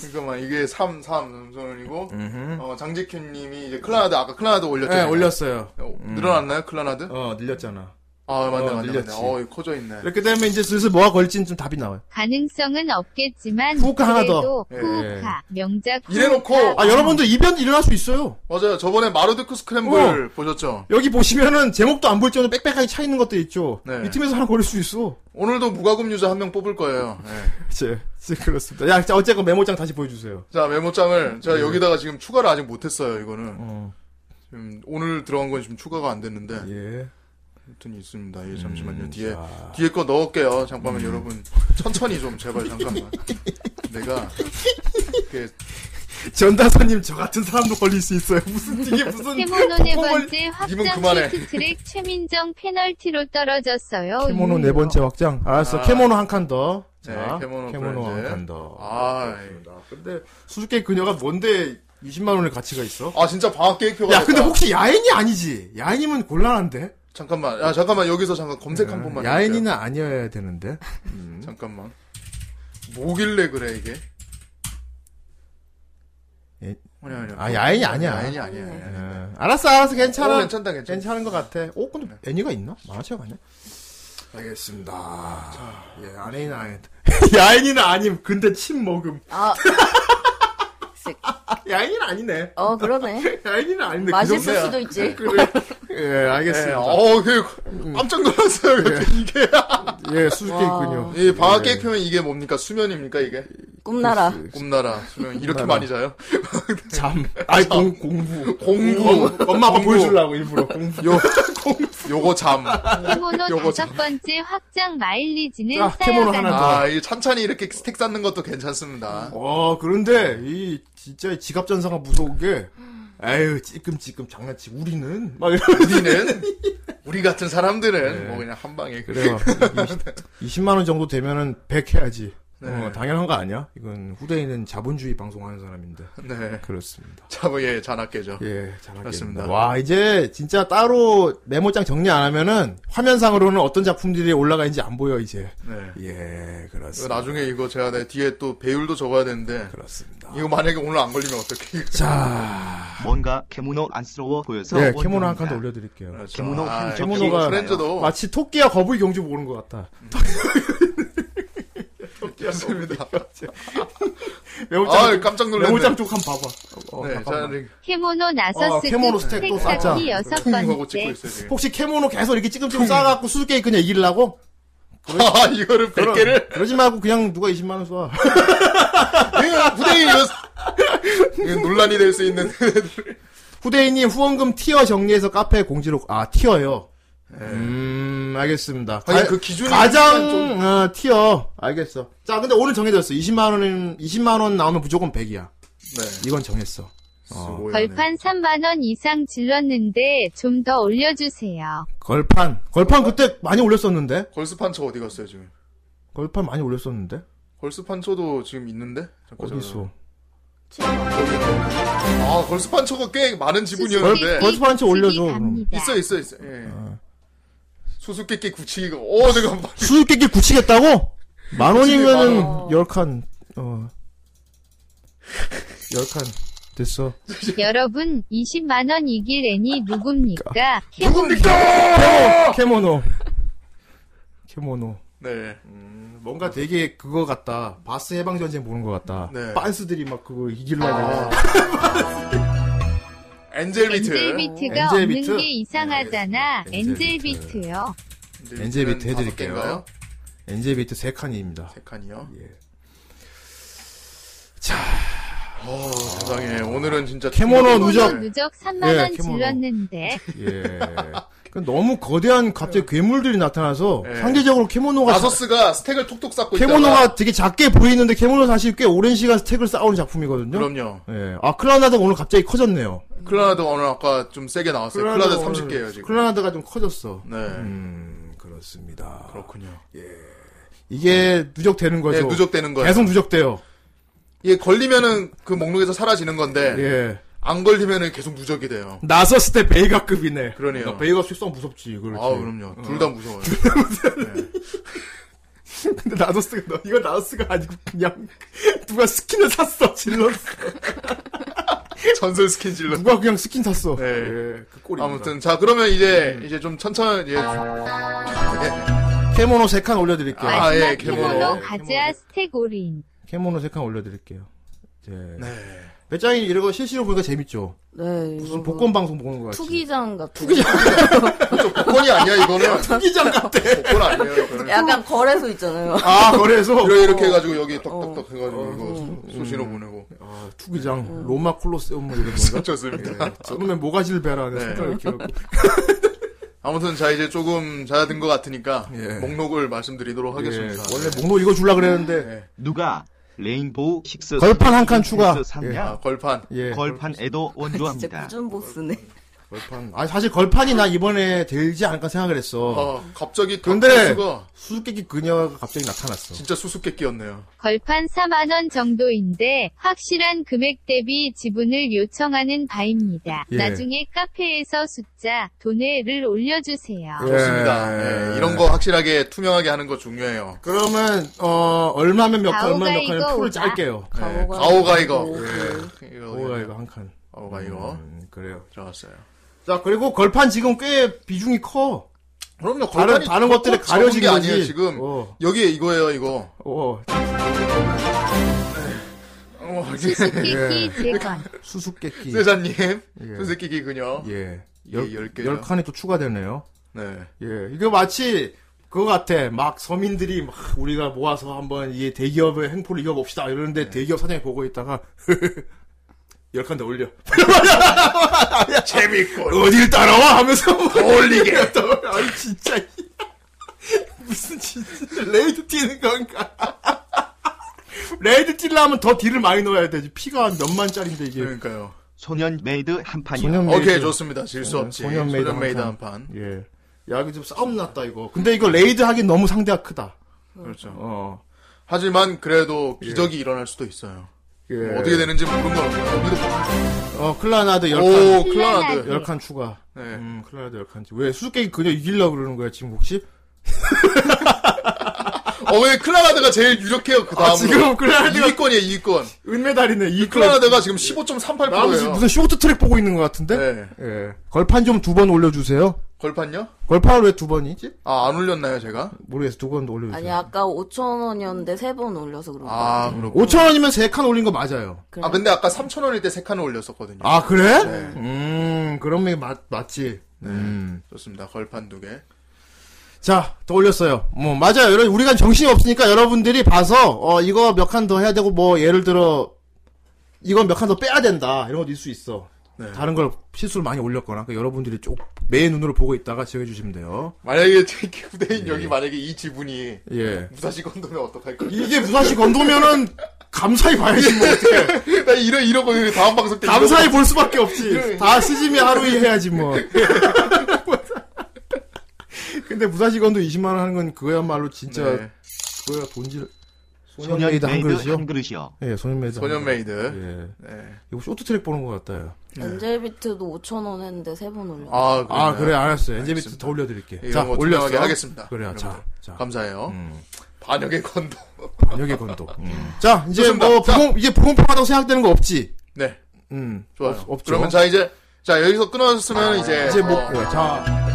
Speaker 2: 잠깐만 이게 3 3 음성이고 어,
Speaker 1: 네,
Speaker 2: 장직현님이 이제 클라나드 아까 클라나드 올렸죠
Speaker 1: 올렸어요. 음.
Speaker 2: 늘어났나요 클라나드
Speaker 1: 어 예, 늘렸잖아.
Speaker 2: 아, 맞네,
Speaker 1: 어,
Speaker 2: 맞네. 맞네.
Speaker 1: 밀렸지.
Speaker 2: 어, 이거 커져 있네.
Speaker 1: 이렇게 되면 이제 슬슬 뭐가 걸리지는 좀 답이 나와요.
Speaker 7: 가능성은 없겠지만
Speaker 1: 후카 하나
Speaker 7: 그래도
Speaker 1: 더.
Speaker 7: 후카 명작
Speaker 2: 예. 이래놓고
Speaker 1: 아 여러분들 이변 일어날 수 있어요.
Speaker 2: 맞아요. 저번에 마르드크 스크램블 보셨죠?
Speaker 1: 여기 보시면은 제목도 안 보일 정도로 빽빽하게 차 있는 것도 있죠.
Speaker 2: 네.
Speaker 1: 이 팀에서 하나 걸릴 수 있어.
Speaker 2: 오늘도 무과금 유저 한 명 뽑을 거예요. 예.
Speaker 1: 이제 이제 그렇습니다. 야, 자, 어쨌건 메모장 다시 보여주세요.
Speaker 2: 자
Speaker 1: 음,
Speaker 2: 메모장을
Speaker 1: 네.
Speaker 2: 제가 여기다가 지금 추가를 아직 못했어요. 이거는 지금 오늘 들어간 건 지금 추가가 안 됐는데.
Speaker 1: 예.
Speaker 2: 아무튼 있습니다. 예, 잠시만요.
Speaker 1: 음,
Speaker 2: 뒤에 뒤에 거 넣을게요. 잠깐만 여러분 천천히 좀
Speaker 1: [laughs]
Speaker 2: 제발 잠깐만. 내가 이렇게
Speaker 1: 전다사님 저 같은 사람도 걸릴 수 있어요. 무슨 이게 무슨
Speaker 7: 캐모노 네
Speaker 1: 폭을-
Speaker 7: 번째
Speaker 1: 이분
Speaker 7: 확장
Speaker 1: 그만해.
Speaker 2: [laughs]
Speaker 7: 패스트트랙 최민정 페널티로 떨어졌어요. 예.
Speaker 1: 캐모노 네 번째 확장. 알았어.
Speaker 2: 아.
Speaker 1: 캐모노 한 칸 더.
Speaker 2: 네,
Speaker 1: 자,
Speaker 2: 캐모노
Speaker 1: 한
Speaker 2: 브랜드.
Speaker 1: 칸 더.
Speaker 2: 아,
Speaker 1: 근데 수수께 그녀가 뭔데 20만 원의 가치가 있어? 아.
Speaker 2: 아 진짜 방학 계획표가
Speaker 1: 야, 근데
Speaker 2: 됐다.
Speaker 1: 혹시 야인이 아니지? 야인이면 곤란한데? 예.
Speaker 2: 잠깐만 야 잠깐만 여기서 잠깐 검색 한 번만 해볼게요.
Speaker 1: 음, 야인이는 아니어야 되는데.
Speaker 2: 잠깐만 뭐길래 그래 이게
Speaker 1: 예.
Speaker 2: 아니 아니
Speaker 1: 아, 야인이 아니야.
Speaker 2: 야인이 아니야 야인이 아니야.
Speaker 1: 예. 알았어, 알았어, 괜찮아.
Speaker 2: 어, 괜찮다, 괜찮다.
Speaker 1: 은것 같아. 어, 근데 애니가 있나? 만화책 아니야? 알겠습니다. 예, 아내인 아닌. [laughs] 야인이는 아님. 근데 침 먹음.
Speaker 4: 아.
Speaker 1: 야인이는 아니네.
Speaker 4: 어, 그러네.
Speaker 1: 야인이는 아닌데.
Speaker 4: 맛있을
Speaker 1: 그 정도야.
Speaker 4: 수도 있지.
Speaker 1: 그래. 예, 알겠습니다.
Speaker 2: 예, 어, 그, 깜짝 놀랐어요. 이게. 예.
Speaker 1: 예, 수수께 있군요.
Speaker 2: 이 방학 계획 표면 이게 뭡니까? 수면입니까, 이게?
Speaker 4: 꿈나라.
Speaker 2: 예. 꿈나라. 수면. 이렇게
Speaker 1: 꿈나라.
Speaker 2: 많이 자요?
Speaker 1: 잠. 아이, 공, 공부.
Speaker 2: 공부.
Speaker 1: 엄마 아빠
Speaker 2: 공부.
Speaker 1: 보여주려고 일부러 공부.
Speaker 2: [laughs] 요, 요거 잠.
Speaker 7: 캐모노
Speaker 2: 요거
Speaker 7: 다섯 번째 확장 마일리지는
Speaker 1: 자, 캐모노 하나
Speaker 7: 쌓여간다.
Speaker 1: 더.
Speaker 2: 아, 이 찬찬히 이렇게 스택 쌓는 것도 괜찮습니다.
Speaker 1: 어, 그런데, 이, 진짜 이 지갑 전사가 무서운 게, 에휴, 찔끔찔끔 장난치, 우리는, 막 이러면서.
Speaker 2: 우리는, 우리 같은 사람들은,
Speaker 1: 네.
Speaker 2: 뭐 그냥 한 방에.
Speaker 1: 그래요. 20만원 정도 되면은 100 해야지.
Speaker 2: 네.
Speaker 1: 어, 당연한 거 아니야? 이건 후대인은 자본주의 방송하는 사람인데.
Speaker 2: 네.
Speaker 1: 그렇습니다.
Speaker 2: 자, 뭐, 예, 잔악계죠.
Speaker 1: 예,
Speaker 2: 그렇습니다.
Speaker 1: 와, 이제 진짜 따로 메모장 정리 안 하면은 화면상으로는 어떤 작품들이 올라가 있는지 안 보여, 이제.
Speaker 2: 네.
Speaker 1: 예,
Speaker 2: 이거
Speaker 1: 그렇습니다.
Speaker 2: 나중에 이거 제가 내 뒤에 또 배율도 적어야 되는데.
Speaker 1: 그렇습니다.
Speaker 2: 이거 만약에 오늘 안 걸리면 어떡해.
Speaker 1: 자.
Speaker 10: 뭔가 캐모노 안쓰러워 보여서
Speaker 1: 예, 아. 캐모노 한 칸 더 올려드릴게요.
Speaker 10: 캐모노 한
Speaker 2: 아,
Speaker 10: 점씩
Speaker 1: 캐모노가
Speaker 2: 프렌즈도.
Speaker 1: 마치 토끼와 거북이 경주 보는 것 같다.
Speaker 2: 그렇습니다.
Speaker 1: 메모장,
Speaker 2: 아, 깜짝 놀랐네.
Speaker 1: 메모장 쪽 한 번 봐봐. 어,
Speaker 2: 네, 자,
Speaker 1: 잠깐만.
Speaker 2: 이렇게
Speaker 7: 캐모노
Speaker 1: 어,
Speaker 7: 나서 쓰기
Speaker 1: 캐모노 스택 또 쌓자.
Speaker 7: 스택 여섯
Speaker 2: 하고 찍고
Speaker 7: 번째.
Speaker 2: 있어요, 지금.
Speaker 1: 혹시 캐모노 계속 이렇게 찌끔찌끔 싸갖고 수수께끼 그냥 이기려고?
Speaker 2: [laughs]
Speaker 1: 어,
Speaker 2: 아, 이거를 100개를?
Speaker 1: 그러지 말고 그냥 누가 20만원 쏴. [laughs]
Speaker 2: 후대인 이거 [laughs] 이거 논란이 될
Speaker 1: [laughs]
Speaker 2: 수 있는
Speaker 1: 후대인님 후원금 티어 정리해서 카페 공지로, 아, 티어요. 음, 알겠습니다.
Speaker 2: 네. 아니, 그 기준이
Speaker 1: 가장,
Speaker 2: 좀-
Speaker 1: 어, 티어. 알겠어. 자, 근데 오늘 정해졌어. 20만원, 20만원 나오면 무조건 100이야.
Speaker 2: 네.
Speaker 1: 이건 정했어. 어,
Speaker 7: 벌판 3만원 이상 질렀는데 좀 더 올려주세요.
Speaker 1: 걸판. 걸판 그때 많이 올렸었는데?
Speaker 2: 걸스판처 어디 갔어요 지금?
Speaker 1: 걸판 많이 올렸었는데?
Speaker 2: 걸스판처도 지금 있는데? 잠깐,
Speaker 1: 어디
Speaker 2: 잠깐.
Speaker 1: 있어?
Speaker 2: 아 걸스판처가 꽤 많은 지분이었는데
Speaker 1: 걸- 걸스판처 올려줘, 그럼.
Speaker 2: 있어 있어 있어. 예. 수수께끼 구치기가 어 내가 한 번-
Speaker 1: 수수께끼 굳히겠다고? 만
Speaker 2: 굳히기 만
Speaker 1: 원이면은 열 칸, 어, 열 칸 됐어.
Speaker 7: 여러분 20만원 이길 애니 누굽니까?
Speaker 1: 캐모노! 캐모노. 캐모노.
Speaker 2: 네.
Speaker 1: 뭔가 되게 그거 같다. 바스 해방전쟁 보는 것 같다.
Speaker 2: 네.
Speaker 1: 빤스들이 막 그거 이기려고.
Speaker 2: 엔젤 비트.
Speaker 7: 엔젤비트가
Speaker 1: 아. 엔젤
Speaker 7: 없는
Speaker 1: 비트?
Speaker 7: 게 이상하잖아.
Speaker 1: 네, 엔젤
Speaker 7: 엔젤비트요.
Speaker 1: 엔젤 비트
Speaker 2: 비트는
Speaker 1: 해드릴게요.
Speaker 2: 다섯 개인가요?
Speaker 1: 엔제비트 세 칸입니다.
Speaker 2: 세 칸이요.
Speaker 1: 예.
Speaker 2: 어 세상에 오늘은 진짜 네.
Speaker 1: 캐모노 누적.
Speaker 7: 누적 3만원
Speaker 1: 예, 캐모노.
Speaker 7: 질렀는데
Speaker 1: 예. 그러니까 너무 거대한 갑자기 괴물들이 나타나서
Speaker 2: 예.
Speaker 1: 상대적으로 캐모노가
Speaker 2: 나서스가 스택을 톡톡 쌓고 있다.
Speaker 1: 캐모노가 되게 작게 보이는데 캐모노 사실 꽤 오랜 시간 스택을 쌓아온 작품이거든요.
Speaker 2: 그럼요.
Speaker 1: 예. 아 클라나다가 오늘 갑자기 커졌네요.
Speaker 2: 클라나드 오늘 아까 좀 세게 나왔어요. 클라나드 30개예요 지금.
Speaker 1: 클라나다가 좀 커졌어.
Speaker 2: 네.
Speaker 1: 음 그렇습니다.
Speaker 2: 그렇군요.
Speaker 1: 이게 누적되는 거죠.
Speaker 2: 예, 누적되는 거예요.
Speaker 1: 계속 누적돼요.
Speaker 2: 예, 걸리면은 그 목록에서 사라지는 건데
Speaker 1: 예.
Speaker 2: 안 걸리면은 계속 누적이 돼요.
Speaker 1: 나섰을 때 베이가급이네.
Speaker 2: 그러네요.
Speaker 1: 그러니까 베이가 실성 무섭지. 그렇지. 어.
Speaker 2: 아, 그럼요. 둘 다
Speaker 1: [laughs]
Speaker 2: 무서워요.
Speaker 1: 근데 나서스가 너 [laughs] 이거 나서스가 아니고 그냥 누가 스킨을 샀어 질렀어.
Speaker 2: 전설 스킨질러.
Speaker 1: 누가 그냥 스킨 탔어.
Speaker 2: 네.
Speaker 1: 그
Speaker 2: 아무튼 자 그러면 이제
Speaker 1: 음.
Speaker 2: 이제 좀 천천히 예, 이제
Speaker 1: 캐모노 세 칸 올려드릴게요.
Speaker 7: 마지막 캐모노 가즈아 스택 올인.
Speaker 1: 캐모노 세 칸 올려드릴게요. 이제
Speaker 2: 네.
Speaker 1: 배짱이 이런 거 실시로 보니까 재밌죠.
Speaker 4: 네.
Speaker 7: 음.
Speaker 1: 무슨 복권 방송 보는 거 같지.
Speaker 4: 투기장 같은. 투기장.
Speaker 2: 복권이 아니야 [laughs] 이거는.
Speaker 1: 투기장 같아.
Speaker 2: 복권 아니에요. 이거는.
Speaker 4: 약간 거래소 있잖아요.
Speaker 1: 아 어. 거래소.
Speaker 2: 이렇게 이렇게 해가지고 여기 떡떡떡 해가지고 이거 수시로 보내고.
Speaker 1: 아, 투기장,
Speaker 7: 음.
Speaker 1: 로마 콜로세움 뭐
Speaker 2: [laughs]
Speaker 1: 이런
Speaker 2: 그래서
Speaker 1: 건가?
Speaker 2: 좋습니다.
Speaker 1: 예. 저놈의 모가지를 베라 하는
Speaker 2: 네.
Speaker 1: 생각을
Speaker 2: [laughs]
Speaker 1: 키우고.
Speaker 2: 아무튼 자 이제 조금 자야든 것 같으니까
Speaker 1: 예.
Speaker 2: 목록을 말씀드리도록 하겠습니다. 네.
Speaker 1: 예, 원래 목록 이거 주려 그랬는데
Speaker 10: 누가 레인보우 식스
Speaker 1: 걸판 한칸 추가. 예.
Speaker 10: 샀냐?
Speaker 1: 아,
Speaker 2: 걸판.
Speaker 1: 예.
Speaker 4: 진짜
Speaker 10: 걸판에도 원조합니다.
Speaker 4: 꾸준 보스네.
Speaker 1: 걸판. 아 사실 걸판이 나 이번에 되지 않을까 생각을 했어.
Speaker 2: 아, 갑자기
Speaker 1: 근데
Speaker 2: 수가
Speaker 1: 수수께끼 그녀가 갑자기 나타났어.
Speaker 2: 진짜 수수께끼였네요.
Speaker 7: 걸판 4만원 정도인데 확실한 금액 대비 지분을 요청하는 바입니다.
Speaker 1: 예.
Speaker 7: 나중에 카페에서 숫자, 돈에를 올려주세요.
Speaker 2: 좋습니다. 예, 이런 거 확실하게 투명하게 하는 거 중요해요.
Speaker 1: 그러면 어 얼마면 몇 칸, 얼마면 몇
Speaker 7: 가오가
Speaker 1: 칸을 풀을
Speaker 7: 이거
Speaker 1: 짤게요.
Speaker 2: 예, 가오가 이거. 예,
Speaker 1: 가오가 이거 음. 한 칸.
Speaker 2: 가오가 이거
Speaker 1: 그래요.
Speaker 2: 들어갔어요.
Speaker 1: 자 그리고 걸판 지금 꽤 비중이 커.
Speaker 2: 그럼요.
Speaker 1: 다른-
Speaker 2: 걸판이
Speaker 1: 다른 것들이
Speaker 2: 꼭
Speaker 1: 가려진
Speaker 2: 적은 게
Speaker 1: 거지.
Speaker 2: 아니에요 지금.
Speaker 1: 어.
Speaker 2: 여기 이거예요 이거.
Speaker 1: 어
Speaker 2: [laughs] 어,
Speaker 7: 수수께끼 재건.
Speaker 1: 수수께끼.
Speaker 2: 네, 세자님
Speaker 1: 예.
Speaker 2: 수수께끼 그녀.
Speaker 1: 예.
Speaker 2: 예,
Speaker 1: 열,
Speaker 2: 열 개죠.
Speaker 1: 열 칸이 또 추가되네요.
Speaker 2: 네.
Speaker 1: 예. 이거 마치 그거 같아. 막 서민들이 막 우리가 모아서 한번 이 대기업의 행포를 이겨봅시다. 이러는데
Speaker 2: 네.
Speaker 1: 대기업 사장이 보고 있다가 [laughs] 열 칸 더
Speaker 2: [laughs]
Speaker 1: 올려.
Speaker 2: 재밌고
Speaker 1: 어딜 따라와 하면서 뭐 [laughs] 더
Speaker 2: 올리게.
Speaker 1: 아니 진짜 [laughs] 무슨 진짜 레이드 뛰는 건가? [laughs] 레이드 뛰려면 더 딜을 많이 넣어야 되지. 피가 몇만 짜리인데 이게.
Speaker 2: 그러니까요.
Speaker 10: 소년 메이드 한 판이요.
Speaker 1: 소년 메이드.
Speaker 2: 오케이 좋습니다.
Speaker 1: 네,
Speaker 2: 질수 없지.
Speaker 1: 소년 메이드 한
Speaker 2: 메이드
Speaker 1: 판.
Speaker 2: 한 판.
Speaker 1: 예. 야, 이거 좀 싸움 났다, 이거. 근데 이거 레이드 하긴 너무 상대가 크다.
Speaker 2: 그렇죠.
Speaker 1: 어.
Speaker 2: 하지만 그래도 기적이 일어날 수도 있어요.
Speaker 1: 예.
Speaker 2: 뭐 어떻게 되는지 모르는 건 없어요.
Speaker 1: 어, 클라나드
Speaker 2: 오,
Speaker 1: 10칸.
Speaker 2: 클라나드.
Speaker 1: 10칸 추가.
Speaker 2: 네.
Speaker 1: 음, 클라나드 10칸. 왜 수수께끼 그녀 이기려고 그러는 거야, 지금 혹시?
Speaker 2: 어, 왜 클라나드가 제일 유력해요, 그 다음으로.
Speaker 1: 아, 지금 클라나드가-
Speaker 2: 2위권이에요, 2위권.
Speaker 1: 은메달이네, 이
Speaker 2: 클라나드가 지금 15.38%예요.
Speaker 1: 나그 무슨, 무슨 쇼트 트랙 보고 있는 것 같은데?
Speaker 2: 네.
Speaker 1: 예. 걸판 좀 두 번 올려주세요.
Speaker 2: 걸판요?
Speaker 1: 걸판을 왜 두 번이지?
Speaker 2: 아, 안 올렸나요, 제가?
Speaker 1: 모르겠어, 두 번 올려주세요.
Speaker 4: 아니 아까 5천 원이었는데 세 번 올려서 그런 거. 아,
Speaker 2: 아, 그렇고.
Speaker 1: 5천원이면 세 칸 올린 거 맞아요.
Speaker 4: 그래.
Speaker 2: 아, 근데 아까 3,000원일 때 3칸을 올렸었거든요.
Speaker 1: 아, 그래?
Speaker 2: 네.
Speaker 1: 음, 그러면 맞, 맞지. 음.
Speaker 2: 좋습니다. 걸판 두 개.
Speaker 1: 자, 더 올렸어요. 뭐, 맞아요. 여러- 우리가 정신이 없으니까 여러분들이 봐서, 어, 이거 몇 칸 더 해야 되고, 뭐, 예를 들어, 이건 몇 칸 더 빼야 된다. 이런 것도 있을 수 있어.
Speaker 2: 네.
Speaker 1: 다른 걸 실수를 많이 올렸거나, 그러니까 여러분들이 쭉, 매의 눈으로 보고 있다가 지어주시면 돼요.
Speaker 2: 만약에 [laughs] 후대인 여기 만약에 이 지분이
Speaker 1: 예.
Speaker 2: 무사시 건너면 어떡할 거야?
Speaker 1: 이게 무사시 건도면은, 감사히 봐야지, 뭐, 어떡해.
Speaker 2: [laughs] 나 이러, 이러고 다음 방송 때.
Speaker 1: [laughs] 감사히 볼 수밖에 없지. 다 스즈미 하루이 해야지, [laughs] 뭐. 근데 무사시 건도 20만원 하는 건 그거야말로 진짜,
Speaker 2: 이러고- 네.
Speaker 1: 그거야 본질.
Speaker 10: 소년
Speaker 1: 소년메이드 한
Speaker 10: 메이드
Speaker 1: 그릇이요?
Speaker 10: 한 그릇이요.
Speaker 1: 예, 소년메이드. 한 거.
Speaker 2: 소년메이드.
Speaker 1: 예.
Speaker 2: 네.
Speaker 1: 이거 쇼트트랙 보는 것 같다.
Speaker 4: 엔젤비트도 5천 원 했는데 세 번 올려.
Speaker 1: 아,
Speaker 2: 아, 그러네요.
Speaker 1: 그래, 알았어요.
Speaker 2: 알겠습니다.
Speaker 1: 엔젤비트 더 올려드릴게.
Speaker 2: 이런
Speaker 1: 자,
Speaker 2: 거
Speaker 1: 올렸어.
Speaker 2: 투명하게 하겠습니다.
Speaker 1: 그래요, 자,
Speaker 2: 여러분들.
Speaker 1: 자.
Speaker 2: 감사해요.
Speaker 1: 음.
Speaker 2: 반역의 건도.
Speaker 1: 반역의 건도. 자, 이제
Speaker 2: 음. 좋습니다.
Speaker 1: 뭐,
Speaker 2: 자.
Speaker 1: 부공, 이제 부공평하다고 생각되는 거 없지?
Speaker 2: 네,
Speaker 1: 음.
Speaker 2: 좋아요.
Speaker 1: 없, 없죠.
Speaker 2: 그러면 자 이제 자 여기서 끊어졌으면 이제
Speaker 1: 이제 뭐, 예, 자,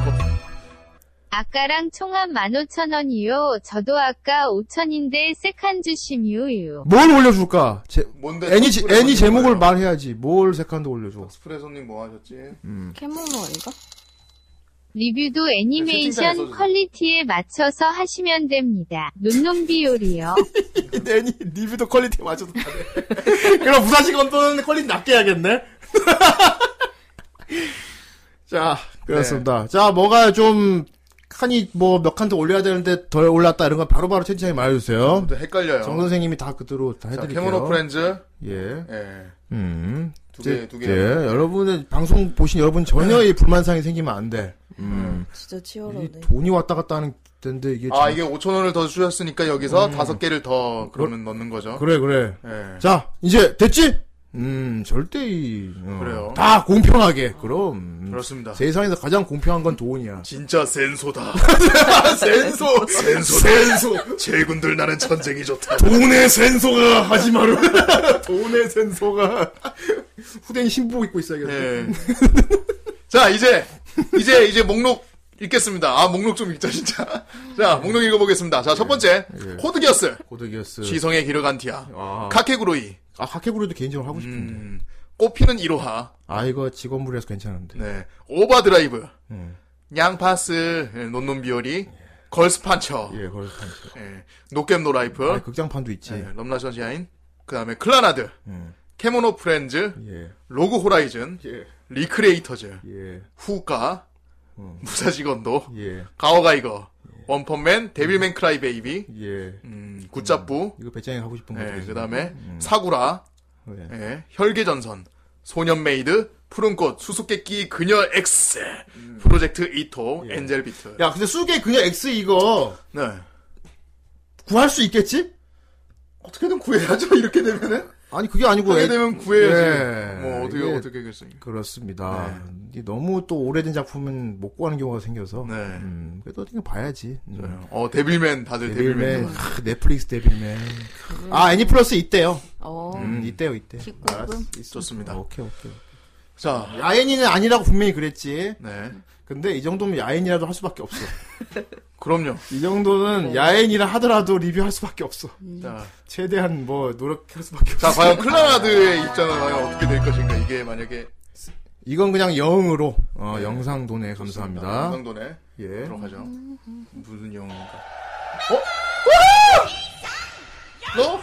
Speaker 7: 아까랑 총합 15,000원이요. 저도 아까 5,000인데 세칸 주심유유.
Speaker 1: 뭘 올려줄까? 제,
Speaker 2: 뭔데?
Speaker 1: 애니, 제-
Speaker 2: 스프레
Speaker 1: 애니
Speaker 2: 손님
Speaker 1: 제목을
Speaker 2: 뭐예요?
Speaker 1: 말해야지. 뭘 세칸도 올려줘.
Speaker 2: 스프레 손님 뭐 하셨지?
Speaker 1: 음.
Speaker 4: 캐모노인가?
Speaker 7: 리뷰도
Speaker 2: 네, 채팅창에 써주세요.
Speaker 7: 애니메이션 퀄리티에 맞춰서 하시면 됩니다. 눈놈 비율이요.
Speaker 1: 애니, 리뷰도 퀄리티 맞춰서 [laughs] 그럼 무사시 건도는 퀄리티 낮게 해야겠네? [laughs] 자, 그렇습니다. 자, 뭐가 좀, 칸이 뭐 몇 칸 더 올려야 되는데 덜 올랐다 이런 건 바로바로 채팅창에 말해주세요.
Speaker 2: 또 헷갈려요.
Speaker 1: 정 선생님이 다 그대로 다
Speaker 2: 자,
Speaker 1: 해드릴게요.
Speaker 2: 캐모노 프렌즈.
Speaker 1: 예.
Speaker 2: 예.
Speaker 1: 음.
Speaker 2: 두 개, 두 개.
Speaker 1: 예. 여러분의 방송 보신 여러분 전혀 이 불만상이 생기면 안 돼. 음.
Speaker 4: 진짜
Speaker 9: 아,
Speaker 1: 이
Speaker 4: 치열하네.
Speaker 1: 돈이 왔다 갔다 하는 텐데 이게.
Speaker 2: 아
Speaker 1: 참-
Speaker 2: 이게 5천 원을 더 주셨으니까 여기서 다섯 개를 더 그러면 넣는 거죠.
Speaker 1: 음. 그래 그래.
Speaker 2: 예.
Speaker 1: 자 이제 됐지? 음 절대 이. 어,
Speaker 2: 그래요.
Speaker 1: 다 공평하게. 그럼. 음,
Speaker 2: 그렇습니다.
Speaker 1: 세상에서 가장 공평한 건 돈이야. [laughs]
Speaker 2: 진짜 센소다. 센소, 센소, 센소. 제군들 나는 전쟁이 좋다.
Speaker 1: 돈의 센소가 하지 마라. 돈의 센소가. [laughs] 후대인 신부 입고 있어야겠다.
Speaker 2: 네. 자, 이제, 이제, 이제 목록 읽겠습니다. 아, 목록 좀 읽자, 진짜. 자, 목록 읽어보겠습니다. 자, 첫 번째.
Speaker 1: 예.
Speaker 2: 코드기어스.
Speaker 1: 고드기어스.
Speaker 2: 지성의 길을 간 티아. 음.
Speaker 1: 아.
Speaker 2: 카케구로이.
Speaker 1: 아, 카케구리도 개인적으로 하고 싶은데.
Speaker 2: 꽃피는 이로하.
Speaker 1: 아, 이거 직원물이라서 괜찮은데.
Speaker 2: 네. 오버드라이브.
Speaker 1: 음.
Speaker 2: 양파스. 예, 논논비오리. 걸스판처.
Speaker 1: 예, 걸스판처.
Speaker 2: 예. 노겜 노라이프.
Speaker 1: 아, 극장판도 있지.
Speaker 2: 예, 럼나 션샤인. 그 다음에 클라나드.
Speaker 1: 음.
Speaker 2: 캐모노 프렌즈.
Speaker 1: 예.
Speaker 2: 로그 호라이즌.
Speaker 1: 예.
Speaker 2: 리크레이터즈.
Speaker 1: 예.
Speaker 2: 후가.
Speaker 1: 음.
Speaker 2: 무사지건도.
Speaker 1: 예.
Speaker 2: 가오가이거. 원펀맨. 데빌맨 크라이베이비.
Speaker 1: 예.
Speaker 2: 음, 굿잡부.
Speaker 1: 이거 배짱이 하고 싶은 거죠.
Speaker 2: 예,
Speaker 1: 이거.
Speaker 2: 그 다음에
Speaker 1: 음.
Speaker 2: 사구라.
Speaker 1: 예.
Speaker 2: 예, 혈계전선, 소년메이드, 푸른꽃, 수수께끼, 그녀 X, 프로젝트 이토, 엔젤비트.
Speaker 1: 예. 야, 근데 수계 그냥 X 이거
Speaker 2: 네.
Speaker 1: 구할 수 있겠지?
Speaker 2: 어떻게든 구해야죠, 이렇게 되면은.
Speaker 1: 아니, 그게 아니고.
Speaker 2: 하게
Speaker 1: 애-
Speaker 2: 되면 구해야지.
Speaker 1: 예.
Speaker 2: 뭐, 어떻게,
Speaker 1: 이게
Speaker 2: 어떻게 하겠습니까?
Speaker 1: 그렇습니다. 이게 너무 또 오래된 작품은 못 구하는 경우가 생겨서.
Speaker 2: 네.
Speaker 1: 음, 그래도 어떻게 봐야지. 음.
Speaker 2: 어, 데빌맨, 다들 데빌맨.
Speaker 1: 데빌맨. 크, 넷플릭스 데빌맨. 크. 아, 애니플러스 있대요.
Speaker 4: 어.
Speaker 9: 아,
Speaker 1: 음, 이때요, 이때.
Speaker 4: 기쁨.
Speaker 2: 좋습니다.
Speaker 1: 오케이, 오케이.
Speaker 2: 자,
Speaker 1: 야엔이는 아니라고 분명히 그랬지.
Speaker 2: 네.
Speaker 1: 근데 이 정도면 야엔이라도 할 수밖에 없어.
Speaker 2: 그럼요.
Speaker 1: 이 정도는 야엔이라 하더라도 리뷰할 수밖에 없어.
Speaker 2: 자,
Speaker 1: 최대한 뭐 노력할 수밖에 없어.
Speaker 2: 자, 과연 클라나드의 입장은 과연 어떻게 될 것인가? 이게 만약에
Speaker 1: 이건 그냥 영으로 어, 영상 돈에 감사합니다.
Speaker 2: 네. 아, 영상돈에
Speaker 1: 예.
Speaker 2: 들어가죠. 무슨 영웅인가? 어?
Speaker 1: 너?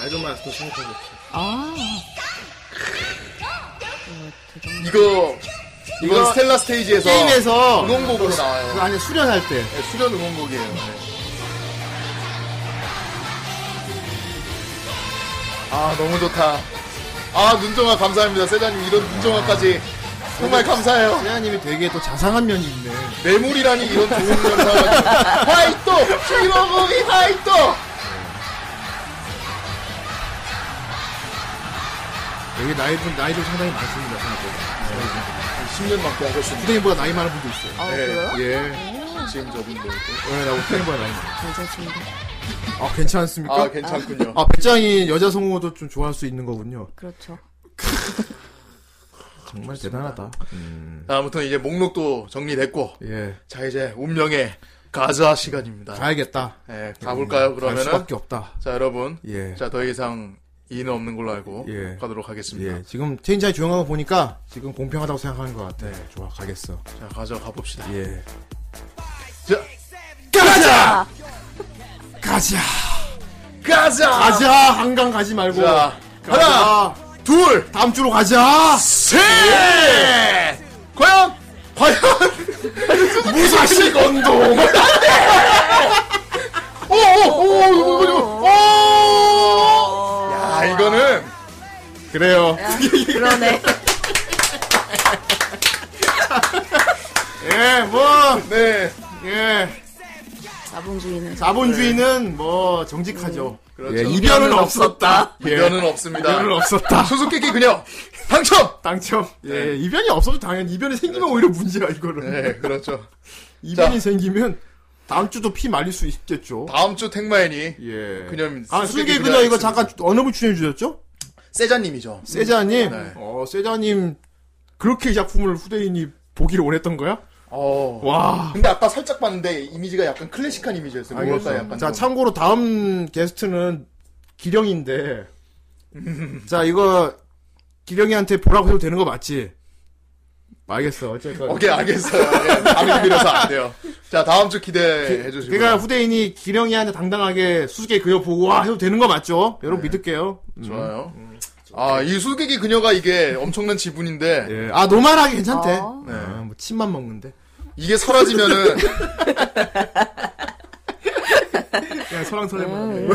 Speaker 1: 아이돌마스터 생각하겠지.
Speaker 4: 아.
Speaker 2: 이거 이건
Speaker 1: 이거
Speaker 2: 스텔라 스테이지에서
Speaker 1: 게임에서
Speaker 2: 응원곡으로
Speaker 1: 그
Speaker 2: 나와요.
Speaker 1: 안에 수련할 때.
Speaker 2: 네, 수련 응원곡이에요. 네. 아 너무 좋다. 아 눈정아 감사합니다. 세자님 이런 눈정아까지 정말 감사해요.
Speaker 1: 세아님이 되게 또 자상한 면이 있네.
Speaker 2: 매물이라니 이런 좋은 감사. 하이또 히로고미 하이또.
Speaker 1: 여기 나이도 나이도 상당히 많습니다. 생각보다.
Speaker 2: 10년밖에 안 됐습니다. 네,
Speaker 1: 후대인보다 나이 많은 분도 있어요.
Speaker 4: 아,
Speaker 1: 예.
Speaker 4: 그래요?
Speaker 1: 예.
Speaker 2: 지금 저분들.
Speaker 1: 예, 나 후대인보다 나이 많아.
Speaker 4: 여자친구.
Speaker 1: 아 괜찮습니까?
Speaker 2: 아 괜찮군요.
Speaker 1: 아 배짱이 여자 성우도 좀 좋아할 수 있는 거군요.
Speaker 4: 그렇죠.
Speaker 1: 정말 대단하다.
Speaker 2: 자, 아무튼 이제 목록도 정리됐고
Speaker 1: 예.
Speaker 2: 자 이제 운명의 가자 시간입니다.
Speaker 1: 가야겠다.
Speaker 2: 예, 가볼까요
Speaker 1: 아. 음, 갈
Speaker 2: 그러면은?
Speaker 1: 수밖에 없다.
Speaker 2: 자 여러분
Speaker 1: 예.
Speaker 2: 자, 더 이상 이의는 없는 걸로 알고
Speaker 1: 예.
Speaker 2: 가도록 하겠습니다.
Speaker 1: 예. 지금 체인장이 조용한 거 보니까 지금 공평하다고 생각하는 것 같아. 좋아 가겠어.
Speaker 2: 자, 가져가 봅시다.
Speaker 1: 예.
Speaker 2: 자,
Speaker 1: 가자. 가자.
Speaker 2: 가자!
Speaker 1: 가자. 한강 가지 말고.
Speaker 2: 자,
Speaker 1: 가자.
Speaker 2: 하나, 둘,
Speaker 1: 다음 주로 가자.
Speaker 2: 셋! 과연! [laughs] 과연!
Speaker 1: 예. 무사시 건동.
Speaker 2: 오, 오, 어, 오, 이거, 이거, 오! 야, 아, 이거는,
Speaker 1: 그래요.
Speaker 4: 그러네.
Speaker 1: [laughs] 예, 뭐,
Speaker 2: 네,
Speaker 1: 예.
Speaker 4: 자본주의는.
Speaker 1: 자본주의는 뭐 정직하죠.
Speaker 2: 그렇죠.
Speaker 1: 예, 이변은 없었다. 예.
Speaker 2: 이변은 없습니다. 아,
Speaker 1: 이변은 없었다.
Speaker 2: 수수께끼 그녀, 당첨!
Speaker 1: [laughs] 당첨. 예, 그렇죠.
Speaker 2: 네.
Speaker 1: 이변이 없어도 당연히 이변이 생기면 오히려 문제야 이거는.
Speaker 2: 네, 그렇죠.
Speaker 1: 이변이 생기면 다음 주도 피 말릴 수 있겠죠.
Speaker 2: 다음 주 택마인이,
Speaker 1: 예.
Speaker 2: 그녀입니다.
Speaker 1: 아, 수계 그녀 이거 잠깐 어느 분 출연해 주셨죠?
Speaker 2: 세자님이죠.
Speaker 1: 세자님.
Speaker 2: 네.
Speaker 1: 어, 세자님 그렇게 이 작품을 후대인이 보기를 원했던 거야?
Speaker 2: 어.
Speaker 1: 와.
Speaker 2: 근데 아까 살짝 봤는데 이미지가 약간 클래식한 이미지였어요. 뭐랄까
Speaker 1: 알겠어요.
Speaker 2: 약간
Speaker 1: 자,
Speaker 2: 좀.
Speaker 1: 참고로 다음 게스트는 기령인데. 자, 이거 기령이한테 보라고 해도 되는 거 맞지? 알겠어. 어쨌건.
Speaker 2: 오케이 알겠어요. 예, 밤이 밀려서 안 돼요. [laughs] 자 다음 주 기대해 주시고.
Speaker 1: 그러니까 후대인이 기령이한테 당당하게 수수께 그려 보고 와 해도 되는 거 맞죠? 여러분
Speaker 2: 네.
Speaker 1: 믿을게요. 음.
Speaker 2: 좋아요. 아이 수객이 그녀가 이게 엄청난 지분인데
Speaker 1: 예. 아 노말하게 괜찮대.
Speaker 4: 어.
Speaker 1: 네. 아, 뭐 침만 먹는데.
Speaker 2: 이게 사라지면은
Speaker 7: [laughs]
Speaker 1: 그냥 설랑설레만. 하네.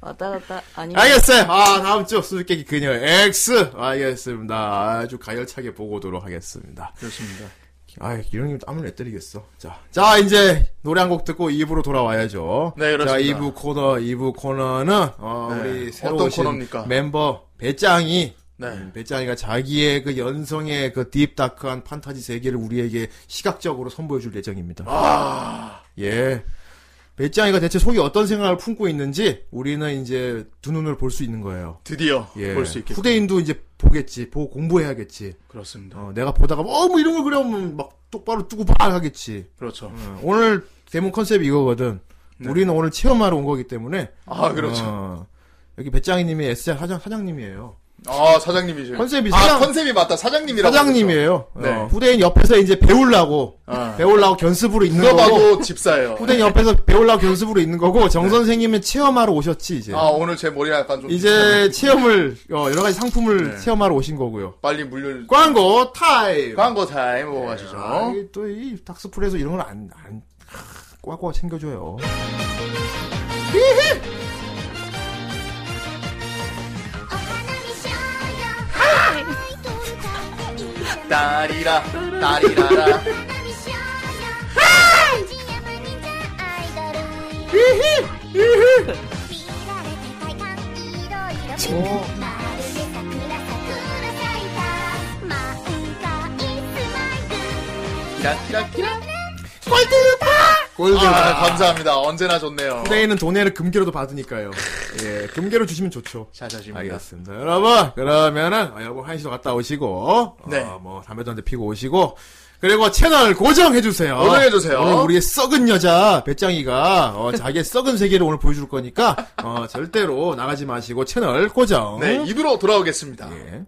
Speaker 4: 왔다 갔다. 아니면.
Speaker 1: 알겠어요. 아 다음 주 수수께끼 그녀 X 알겠습니다. 아주 가열차게 보고 오도록 하겠습니다.
Speaker 2: 그렇습니다.
Speaker 1: 아, 기령님 땀을 왜 때리겠어. 자, 자 이제 노래 한 곡 듣고 2부로 돌아와야죠.
Speaker 2: 네, 그렇습니다.
Speaker 1: 자, 2부 코너, 2부 코너는 어,
Speaker 2: 네,
Speaker 1: 우리 새로
Speaker 2: 어떤
Speaker 1: 오신
Speaker 2: 코너입니까?
Speaker 1: 멤버 배짱이
Speaker 2: 네.
Speaker 1: 음, 배짱이가 자기의 그 연성의 그 딥다크한
Speaker 2: 아.
Speaker 1: 판타지 세계를 우리에게 시각적으로 선보여줄 예정입니다. 예.
Speaker 7: 배짱이가 대체 속이 어떤 생각을 품고 있는지 우리는 이제 두 눈으로 볼 수 있는 거예요.
Speaker 2: 드디어
Speaker 7: 예.
Speaker 2: 볼 수 있게.
Speaker 7: 후대인도 이제 보겠지. 보고 공부해야겠지.
Speaker 2: 그렇습니다.
Speaker 7: 어, 내가 보다가 어, 뭐 이런 걸 그려면 막 똑바로 뚜고 봐 하겠지. 어,
Speaker 2: 그렇죠.
Speaker 7: 음. 오늘 대문 컨셉이 이거거든. 우리는 오늘 체험하러 온 거기 때문에.
Speaker 2: 아, 네. 그렇죠.
Speaker 7: 어, 여기 배짱이님이 S장 사장, 사장님이에요.
Speaker 2: 아 사장님이죠.
Speaker 7: 컨셉이
Speaker 2: 아
Speaker 7: 사장-
Speaker 2: 컨셉이 맞다. 사장님이라고.
Speaker 7: 사장님이에요.
Speaker 2: 그러죠. 네.
Speaker 7: 어, 후대인 옆에서 이제 배우려고,
Speaker 2: 아.
Speaker 7: 배우려고 견습으로 있는
Speaker 2: 누가봐도
Speaker 7: 거고,
Speaker 2: 집사예요.
Speaker 7: 후대인 옆에서 배우려고 견습으로 있는 거고, 정선생님은 체험하러 오셨지, 이제.
Speaker 2: 네. 아 오늘 제 머리가 약간 좀
Speaker 7: 이제 체험을, 어, 여러 가지 상품을
Speaker 2: 네.
Speaker 7: 체험하러 오신 거고요.
Speaker 2: 빨리 물려.
Speaker 7: 광고 타임!
Speaker 2: 광고 타임 보고 가시죠.
Speaker 7: 아, 이게 또, 이, 닥스풀에서 이런 걸 안, 안, 하, 꽉꽉 챙겨줘요.
Speaker 2: 딸이라 딸이라라. 기라 기라 기라.
Speaker 7: 골드파. 골드파.
Speaker 2: 아, 감사합니다. 언제나 좋네요.
Speaker 7: 후대인은 돈에를 금괴로도 받으니까요. 예, 금괴로 주시면 좋죠.
Speaker 2: 자자십니다.
Speaker 7: 알겠습니다. 여러분, 그러면은, 어, 여러분, 한시도 갔다 오시고,
Speaker 2: 네.
Speaker 7: 어, 뭐, 담배도 한 대 피고 오시고, 그리고 채널 고정해주세요.
Speaker 2: 고정해주세요.
Speaker 7: 오늘 우리의 썩은 여자, 배짱이가, 어, 자기의 썩은 세계를 오늘 보여줄 거니까, 어, 절대로 나가지 마시고, 채널 고정.
Speaker 2: 네, 입으로 돌아오겠습니다.
Speaker 7: 예.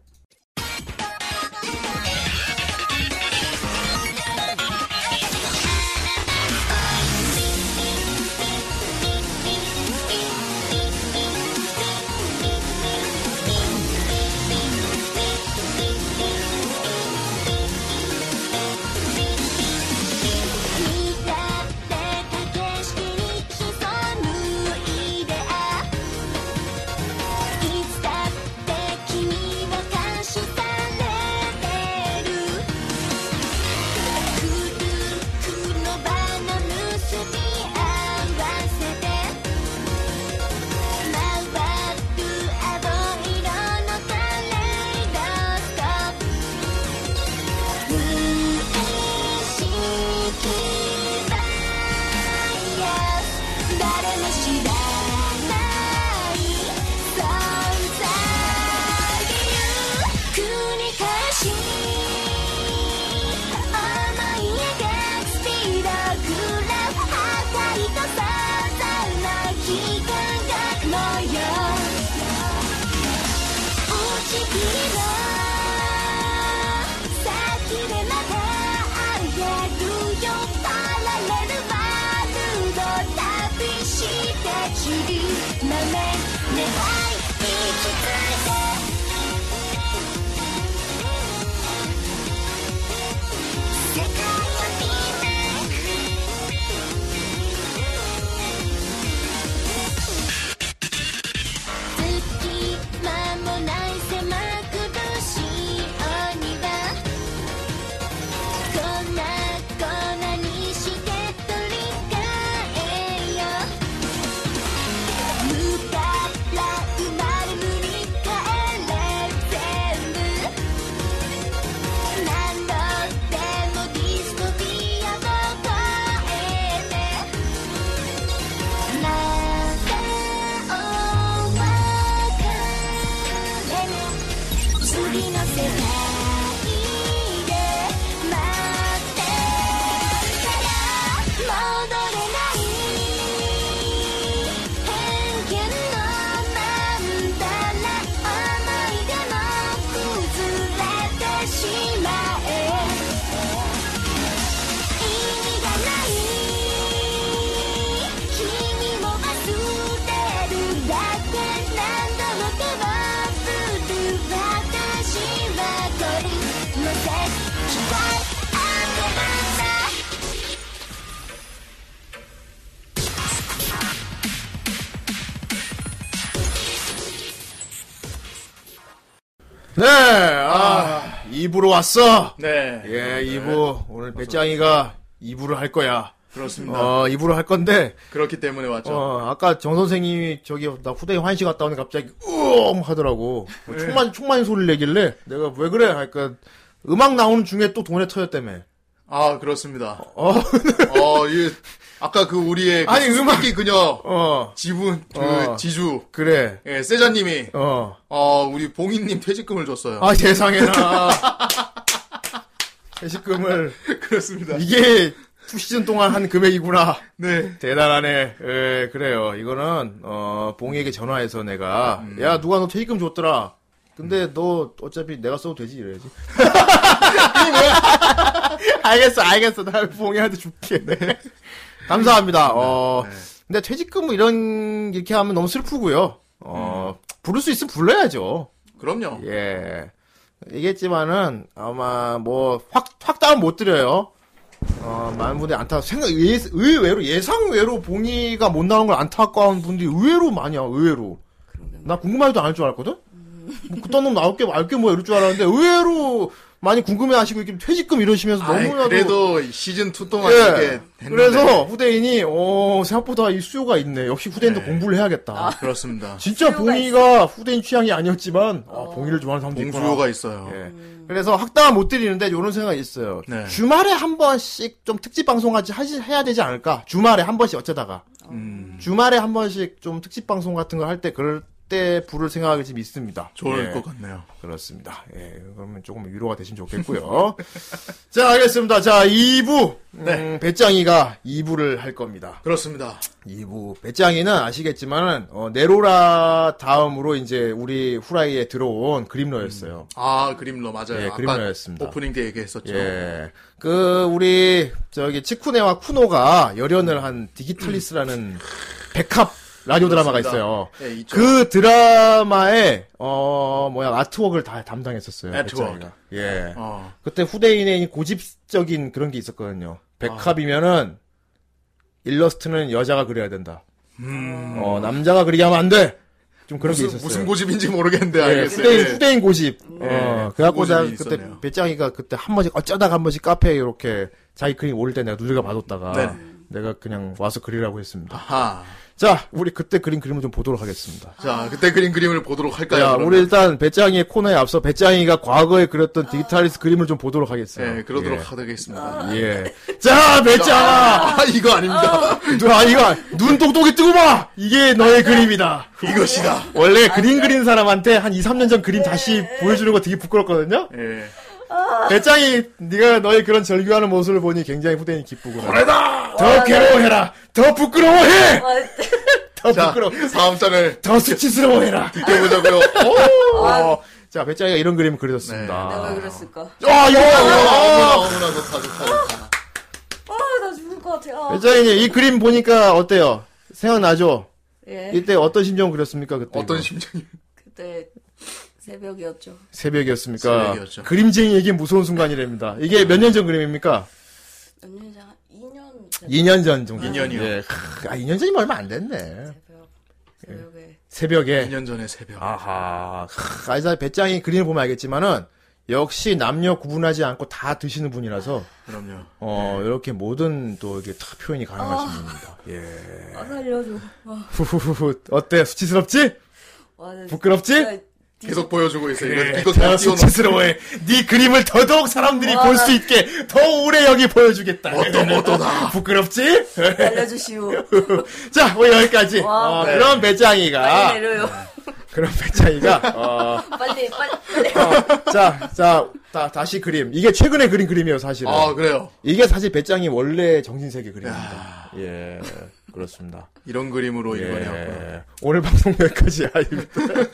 Speaker 7: 네, 아, 2부로 왔어.
Speaker 2: 네.
Speaker 7: 예, 2부. 오늘 배짱이가 2부를 할 거야.
Speaker 2: 그렇습니다.
Speaker 7: 어, 2부로 할 건데,
Speaker 2: 그렇기 때문에 왔죠.
Speaker 7: 어, 아까 정 선생님이 저기 나 후대에 환시 갔다 오니 갑자기 우엉 하더라고.
Speaker 2: 네.
Speaker 7: 뭐 총만 총만 소리를 내길래 내가 왜 그래? 하니까 음악 나오는 중에 또 돈에 터졌다며.
Speaker 2: 아 그렇습니다.
Speaker 7: 어.
Speaker 2: 어, 이 아까 그 우리의 그
Speaker 1: 어, 네. 아니, 음악-
Speaker 2: 수수께끼 그녀 지분 그
Speaker 1: 어.
Speaker 2: 지주
Speaker 1: 그래.
Speaker 2: 예, 세자님이
Speaker 1: 어.
Speaker 2: 어, 우리 봉인님 퇴직금을 줬어요.
Speaker 1: 아,
Speaker 2: [laughs]
Speaker 1: 세상에나. 퇴직금을.
Speaker 2: 그렇습니다.
Speaker 1: 이게 투 시즌 동안 한 금액이구나.
Speaker 2: 네.
Speaker 1: 대단하네. 예, 그래요. 이거는, 어, 봉이에게 전화해서 내가, 야, 누가 너 퇴직금 줬더라. 근데 너 어차피 내가 써도 되지 이래야지. [laughs] 알겠어, 알겠어. 나 봉이한테 줄게. 네. [laughs] 감사합니다. 어, 근데 퇴직금 뭐 이런 이렇게 하면 너무 슬프고요. 어, 부를 수 있으면 불러야죠.
Speaker 2: 그럼요.
Speaker 1: 예. 얘기했지만은 아마 뭐확확 다운 못 드려요. 어, 많은 분들이 안타 생각 예, 의외로 예상외로 봉이가 못 나온 걸 안타까운 분들이 의외로 많이야. 의외로. 나 궁금하지도 않을 줄 알았거든. 뭐 그딴 놈 나올 게 알게 뭐 이럴 줄 알았는데 의외로 많이 궁금해하시고 이렇게 퇴직금 이러시면서
Speaker 2: 아이,
Speaker 1: 너무나도
Speaker 2: 그래도 시즌 2 동안
Speaker 1: 예.
Speaker 2: 이게 됐는데.
Speaker 1: 그래서 후대인이 어 생각보다 이 수요가 있네. 역시 후대인도 공부를
Speaker 2: 아,
Speaker 1: 해야겠다.
Speaker 2: 그렇습니다.
Speaker 1: 진짜 봉이가 후대인 취향이 아니었지만 아, 봉이를 좋아하는 사람도 있구나.
Speaker 2: 공수요가 있어요.
Speaker 1: 예. 그래서 학당은 못 드리는데 이런 생각이 있어요.
Speaker 2: 음. 네.
Speaker 1: 주말에 한 번씩 좀 특집 방송같이 하지- 해야 되지 않을까? 주말에 한 번씩 어쩌다가
Speaker 2: 음,
Speaker 1: 주말에 한 번씩 좀 특집 방송 같은 걸 할 때 그럴 때 부를 생각이 지금 있습니다. 예.
Speaker 2: 좋을 것 같네요.
Speaker 1: 그렇습니다. 예, 그러면 조금 위로가 되시면 좋겠고요. [laughs] 자, 알겠습니다. 자, 2부.
Speaker 2: 네.
Speaker 1: 음, 배짱이가 2부를 할 겁니다.
Speaker 2: 그렇습니다.
Speaker 1: 2부. 배짱이는 아시겠지만은, 어, 네로라 다음으로 이제 우리 후라이에 들어온 그림러였어요.
Speaker 2: 아, 그림러 맞아요.
Speaker 1: 예,
Speaker 2: 아까
Speaker 1: 그림러였습니다.
Speaker 2: 오프닝 때 얘기했었죠.
Speaker 1: 예. 그, 우리, 저기, 치쿠네와 쿠노가 열연을 한 디기탈리스라는 백합 라디오 드라마가 있어요.
Speaker 2: 음. 그렇습니다. 예, 있죠.
Speaker 1: 그 드라마에, 어, 뭐야, 아트웍을 다 담당했었어요.
Speaker 2: 아트웍.
Speaker 1: 배짱이가. 예.
Speaker 2: 어.
Speaker 1: 그때 후대인의 고집적인 그런 게 있었거든요. 백합이면은, 일러스트는 여자가 그려야 된다.
Speaker 2: 음.
Speaker 1: 어, 남자가 그리게 하면 안 돼! 좀 그런
Speaker 2: 무슨,
Speaker 1: 게 있었어요.
Speaker 2: 무슨 고집인지 모르겠는데
Speaker 1: 예,
Speaker 2: 알겠어요.
Speaker 1: 후대인,
Speaker 2: 예.
Speaker 1: 후대인 고집. 어, 그래갖고 나
Speaker 2: 고집이
Speaker 1: 그때
Speaker 2: 있었네요.
Speaker 1: 배짱이가 그때 한 번씩 어쩌다가 한 번씩 카페에 이렇게 자기 그림 올릴 때 내가 누리가 봐뒀다가
Speaker 2: 네.
Speaker 1: 내가 그냥 와서 그리라고 했습니다.
Speaker 2: 아하.
Speaker 1: 자, 우리 그때 그린 그림을 좀 보도록 하겠습니다.
Speaker 2: 자, 그때 그린 그림을 보도록 할까요?
Speaker 1: 야,
Speaker 2: 그러면?
Speaker 1: 우리 일단 배짱이의 코너에 앞서 배짱이가 과거에 그렸던 디지털리스 그림을 좀 보도록 하겠습니다.
Speaker 2: 예, 그러도록
Speaker 1: 예.
Speaker 2: 하겠습니다.
Speaker 1: 예. 자, 배짱아!
Speaker 2: 아, 이거 아닙니다.
Speaker 1: 누나, 이거, 눈 똑똑히 뜨고 봐! 이게 너의 그림이다.
Speaker 2: 이것이다.
Speaker 1: 원래 그림 그린 사람한테 한 2, 3년 전 그림 다시 보여주는 거 되게 부끄럽거든요?
Speaker 2: 예.
Speaker 1: 배짱이 네가 너의 그런 절규하는 모습을 보니 굉장히 후대인이 기쁘구나.
Speaker 2: 그래다!
Speaker 1: 더 괴로워해라. 더 부끄러워해. [laughs] 더
Speaker 2: 자,
Speaker 1: 부끄러.
Speaker 2: 다음 장을
Speaker 1: 더 수치스러워해라.
Speaker 2: 네. [laughs] 느껴보자고요.
Speaker 1: 어, 자 배짱이가 이런 그림을 그려줬습니다.
Speaker 9: 내가 그랬을까?
Speaker 1: 아 이거
Speaker 2: 어머나,
Speaker 1: 봐, 이거.
Speaker 2: 어머나, 좋다, 좋다, 좋다.
Speaker 9: 아, 나 죽을 것 같아. 아.
Speaker 1: 배짱이님 이 그림 보니까 어때요? 생각나죠?
Speaker 9: 예.
Speaker 1: 이때 어떤 심정 그렸습니까 그때?
Speaker 2: 어떤
Speaker 1: 이거?
Speaker 2: 심정이?
Speaker 9: 그때 새벽이었죠.
Speaker 1: 새벽이었습니까?
Speaker 2: 새벽이었죠.
Speaker 1: 그림쟁이에게 무서운 순간이랍니다. 이게 몇 년 전 그림입니까?
Speaker 9: 몇 년이 전? 2년 전
Speaker 1: 2년 전 정도.
Speaker 2: 이 년이요.
Speaker 1: 예. 크, 아 2년 전이면 얼마 안 됐네.
Speaker 9: 새벽. 새벽에.
Speaker 1: 새벽에.
Speaker 2: 2년 전의 새벽.
Speaker 1: 아하. 크, 아이사 배짱이 그림을 보면 알겠지만은 역시 남녀 구분하지 않고 다 드시는 분이라서
Speaker 2: 그럼요.
Speaker 1: 어
Speaker 2: 네.
Speaker 1: 이렇게 모든 또 이게 다 표현이 가능하신 분입니다. 예.
Speaker 9: 아, 살려줘. 와,
Speaker 1: 후후후 어때 수치스럽지?
Speaker 9: 와, 나
Speaker 1: 부끄럽지?
Speaker 9: 진짜
Speaker 2: 계속 보여주고 있어요. 이거, 이거
Speaker 1: 더
Speaker 2: 그냥 띄워놓 아,
Speaker 1: 수치스러워해. 네 그림을 더더욱 사람들이 볼 수 있게 더 오래 여기 보여주겠다.
Speaker 2: 어떠, 어떠다.
Speaker 1: 부끄럽지? [laughs]
Speaker 9: 살려주시오.
Speaker 1: 자, 뭐 여기까지.
Speaker 9: 와.
Speaker 1: 어,
Speaker 2: 네.
Speaker 1: 그런 배짱이가
Speaker 9: 빨리 내려요.
Speaker 1: 그런 배짱이가 어,
Speaker 9: 빨리, 빨리.
Speaker 1: 어, 자, 자, 다, 다시 그림. 이게 최근에 그린 그림이에요, 사실은.
Speaker 2: 아, 그래요.
Speaker 1: 이게 사실 배짱이 원래 정신세계 그림입니다. 예, 그렇습니다.
Speaker 2: 이런 그림으로 이번에
Speaker 1: 예. 오늘 방송 여기까지야. 아, 이거.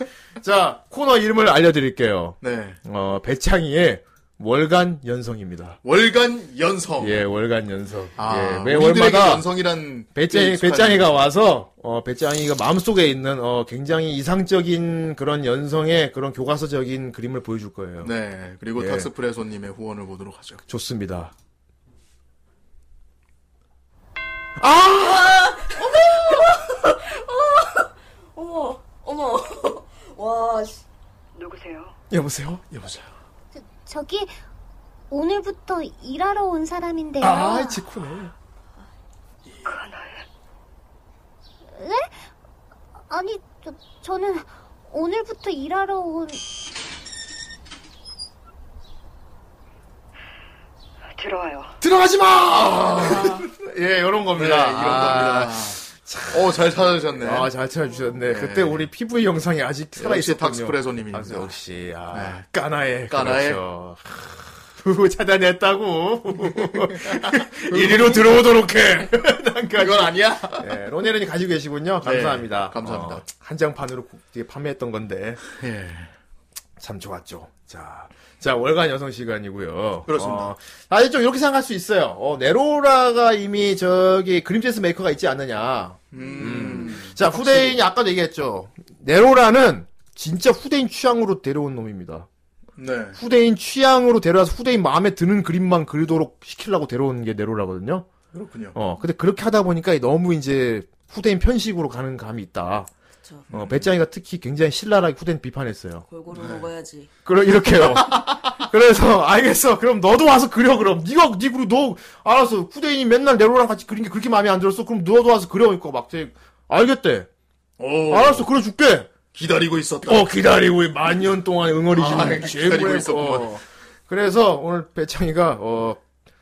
Speaker 1: [laughs] 자, 코너 이름을 알려드릴게요.
Speaker 2: 네.
Speaker 1: 어, 배창이의 월간 연성입니다.
Speaker 2: 월간 연성.
Speaker 1: 예, 월간 연성.
Speaker 2: 아,
Speaker 1: 예, 매
Speaker 2: 우리들에게
Speaker 1: 월마다
Speaker 2: 연성이란
Speaker 1: 배짱이,
Speaker 2: 익숙한-
Speaker 1: 배짱이가 와서, 어, 배짱이가 마음속에 있는, 어, 굉장히 이상적인 그런 연성의 그런 교과서적인 그림을 보여줄 거예요.
Speaker 2: 네. 그리고
Speaker 1: 예.
Speaker 2: 탁스프레소님의 후원을 보도록 하죠.
Speaker 1: 좋습니다.
Speaker 9: 어머, 어머. [laughs] 와, 씨.
Speaker 12: 누구세요?
Speaker 1: 여보세요? 여보세요?
Speaker 11: 저기 오늘부터 일하러 온 사람인데요.
Speaker 1: 아, 지코네.
Speaker 11: 네? 아니 저, 저는 오늘부터 일하러 온
Speaker 12: 들어와요.
Speaker 2: [laughs]
Speaker 1: 들어가지 마! 예, 요런 겁니다.
Speaker 2: 네, 이런 겁니다. 어, 잘 찾아주셨네.
Speaker 1: 아, 잘 찾아주셨네.
Speaker 2: 네.
Speaker 1: 그때 우리 PV 영상이 아직
Speaker 2: 역시
Speaker 1: 살아있었군요.
Speaker 2: 닥스프레소님입니다. 네.
Speaker 1: 아, 역시, 아, 까나에.
Speaker 2: 까나에.
Speaker 1: 그렇죠. 후후 차단했다고. [laughs] 이리로 들어오도록
Speaker 2: [laughs]
Speaker 1: 해.
Speaker 2: 그 그러니까 이건 아니야?
Speaker 1: 예, 로네른이 가지고 계시군요. 감사합니다.
Speaker 2: 감사합니다.
Speaker 1: 어, 한정판으로 구- 이게 판매했던 건데.
Speaker 2: 예.
Speaker 1: 참 좋았죠. 자. 자, 월간 여성 시간이고요.
Speaker 2: 그렇습니다.
Speaker 1: 어, 사실 좀 이렇게 생각할 수 있어요. 어, 네로라가 이미 저기 그림체스 메이커가 있지 않느냐.
Speaker 2: 음,
Speaker 1: 자, 후대인이 아까도 얘기했죠. 네로라는 진짜 후대인 취향으로 데려온 놈입니다.
Speaker 2: 네.
Speaker 1: 후대인 취향으로 데려와서 후대인 마음에 드는 그림만 그리도록 시키려고 데려온 게 네로라거든요.
Speaker 2: 그렇군요.
Speaker 1: 어, 근데 그렇게 하다 보니까 너무 이제 후대인 편식으로 가는 감이 있다. 어, 배짱이가 특히 굉장히 신랄하게 후대인 비판했어요.
Speaker 9: 골고루 먹어야지.
Speaker 1: 그럼 이렇게요. [laughs] 그래서 알겠어. 그럼 너도 와서 그려 그럼. 네가 네 그리고 너 알았어. 후대인이 맨날 네로랑 같이 그린 게 그렇게 마음에 안 들었어. 그럼 너도 와서 그려. 그러니까 막 되게 알겠대.
Speaker 2: 오.
Speaker 1: 알았어. 그려줄게.
Speaker 2: 기다리고 있었다.
Speaker 1: 어 기다리고 만년 동안
Speaker 2: 아,
Speaker 1: 응어리지는
Speaker 2: 기다리고
Speaker 1: 최고의
Speaker 2: 있었구만.
Speaker 1: 거. 그래서 오늘 배창이가 어,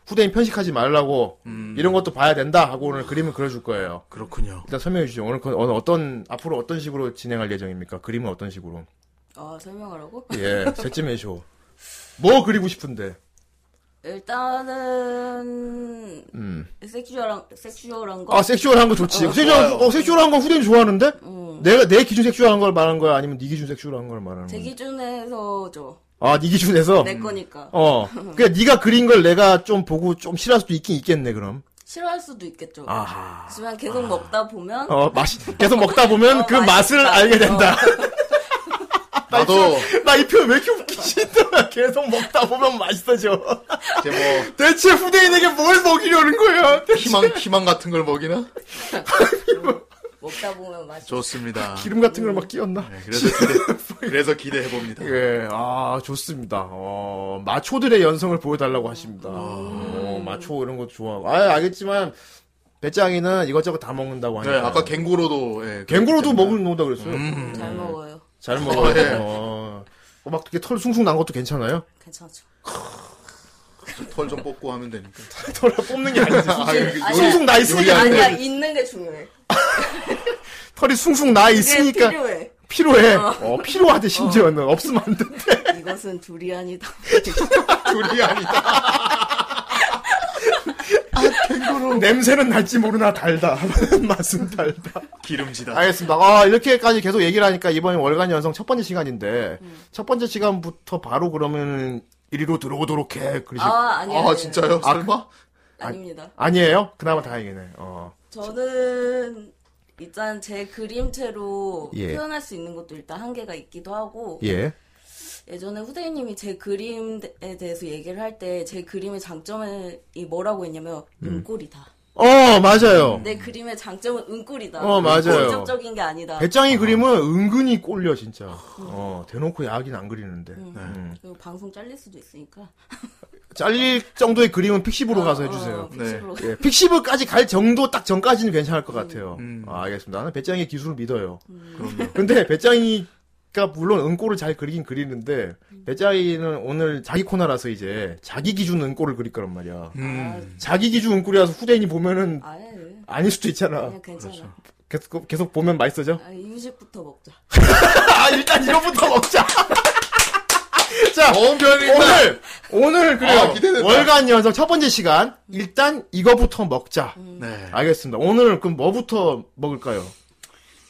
Speaker 1: 후대인 편식하지 말라고
Speaker 2: 음.
Speaker 1: 이런 것도 봐야 된다 하고 오늘 그림을 그려줄 거예요.
Speaker 2: 그렇군요.
Speaker 1: 일단 설명해 주시죠. 오늘 그 오늘 어떤 앞으로 어떤 식으로 진행할 예정입니까? 그림은 어떤 식으로?
Speaker 9: 아, 설명하라고?
Speaker 1: 예, [laughs] 셋쯤 해줘. 뭐 그리고 싶은데?
Speaker 9: 일단은
Speaker 1: 음.
Speaker 9: 섹슈얼한 섹슈얼한 거.
Speaker 1: 아 섹슈얼한 거 좋지. 섹슈얼 어 섹슈얼한 건 후대인 좋아하는데? 내가 내 기준 섹슈얼한 걸 말하는 거야? 아니면 네 기준 섹슈얼한 걸 말하는
Speaker 9: 음. 제
Speaker 1: 거야?
Speaker 9: 기준에서 저.
Speaker 1: 아네 기준에서.
Speaker 9: 내 거니까.
Speaker 1: 어. 그러니까 네가 그린 걸 내가 좀 보고 좀 싫어할 수도 있긴 있겠네 그럼.
Speaker 9: 싫어할 수도 있겠죠.
Speaker 1: 아하.
Speaker 9: 하지만 계속 먹다 보면
Speaker 1: 어 맛이 계속 먹다 어. 보면 그 맛을 알게 된다.
Speaker 2: 나도
Speaker 1: [laughs] 나 이 표현 왜 이렇게 웃기시더라. [laughs] 계속 먹다 보면 맛있어져. [laughs]
Speaker 2: 이제 뭐
Speaker 1: 대체 후대인에게 뭘 먹이려는 거야? [laughs]
Speaker 2: 희망 희망 같은 걸 먹이나?
Speaker 9: 먹다 보면 맛.
Speaker 2: 좋습니다. 네,
Speaker 1: 기름 같은 걸 막 끼얹나?
Speaker 2: 그래서 기대 [laughs] 그래서 기대해 봅니다. 네,
Speaker 1: 예, 아, 좋습니다. 어, 마초들의 연성을 보여달라고 하십니다. 어, 마초 이런 거 좋아하고. 아, 알겠지만, 배짱이는 이것저것 다 먹는다고
Speaker 2: 네,
Speaker 1: 하니까.
Speaker 2: 아까 갱고로도 예,
Speaker 1: 갱구로도 먹는다 그랬어요.
Speaker 9: 잘 먹어요.
Speaker 1: 잘 먹어요.
Speaker 2: 어, 예.
Speaker 1: 어, 어, 막 이렇게 털 숭숭 난 것도 괜찮아요?
Speaker 9: 괜찮죠.
Speaker 2: 털 좀 뽑고 하면 되니까.
Speaker 1: [laughs] 털을 뽑는 게 아니지.
Speaker 2: 아, 이거 요리-
Speaker 1: 숭숭 음. 나 있으니까.
Speaker 2: 요리하는데.
Speaker 9: 아니야 있는 게 중요해.
Speaker 1: [laughs] 털이 숭숭 나 있으니까.
Speaker 9: 그게 필요해.
Speaker 1: 필요해. 어, 필요하대, 심지어는. 없으면 안 된대.
Speaker 9: 이것은 두리안이다.
Speaker 2: 둘이 아니다.
Speaker 1: 냄새는 날지 모르나 달다. 맛은 달다.
Speaker 2: 기름지다.
Speaker 1: 알겠습니다. 아, 이렇게까지 계속 얘기를 하니까 이번에 월간 연성 첫 번째 시간인데, 첫 번째 시간부터 바로 그러면 이리로 들어오도록 해. 그러시... 아,
Speaker 9: 아 아니야.
Speaker 2: 아 진짜요? 설마?
Speaker 9: 아닙니다.
Speaker 1: 아니에요? 그나마 다행이네. 어.
Speaker 9: 저는 일단 제 그림체로
Speaker 1: 예.
Speaker 9: 표현할 수 있는 것도 일단 한계가 있기도 하고
Speaker 1: 예.
Speaker 9: 예전에 후대인님이 제 그림에 대해서 얘기를 할 때 제 그림의 장점이 뭐라고 했냐면
Speaker 1: 음.
Speaker 9: 은꼴이다.
Speaker 1: 어, 맞아요.
Speaker 9: 내 그림의 장점은 은꼴이다.
Speaker 1: 어, 맞아요.
Speaker 9: 직접적인 게 아니다.
Speaker 1: 배짱이 그림은 은근히 꼴려, 진짜. 어, 대놓고 야하긴 안 그리는데. 음.
Speaker 9: 그리고 방송 잘릴 수도 있으니까.
Speaker 1: 잘릴 정도의 그림은 픽시브로 가서 해주세요.
Speaker 9: 어, 픽시브로
Speaker 1: 예, 픽시브까지 갈 정도 딱 전까지는 괜찮을 것 같아요. 아, 알겠습니다. 나는 배짱이의 기술을 믿어요. 근데 배짱이가 물론 은꼬를 잘 그리긴 그리는데 배짱이는 오늘 자기 코너라서 이제 자기 기준 은꼬를 그릴 거란 말이야. 자기 기준 은꼬라서 후대인이 보면은
Speaker 9: 아예 그냥
Speaker 1: 아닐 수도 있잖아. 그렇죠.
Speaker 9: 괜찮아.
Speaker 1: 계속 계속 보면 맛있어져.
Speaker 9: 아, 이유식부터 먹자.
Speaker 1: [laughs] 아, 일단 이거부터 먹자. [laughs] 자,
Speaker 2: 좋은 편이다.
Speaker 1: 오늘 오늘 그래요.
Speaker 2: 아, 기대된다.
Speaker 1: 월간 연속 첫 번째 시간 일단 이거부터 먹자.
Speaker 2: 네.
Speaker 1: 알겠습니다. 오늘 그럼 뭐부터 먹을까요?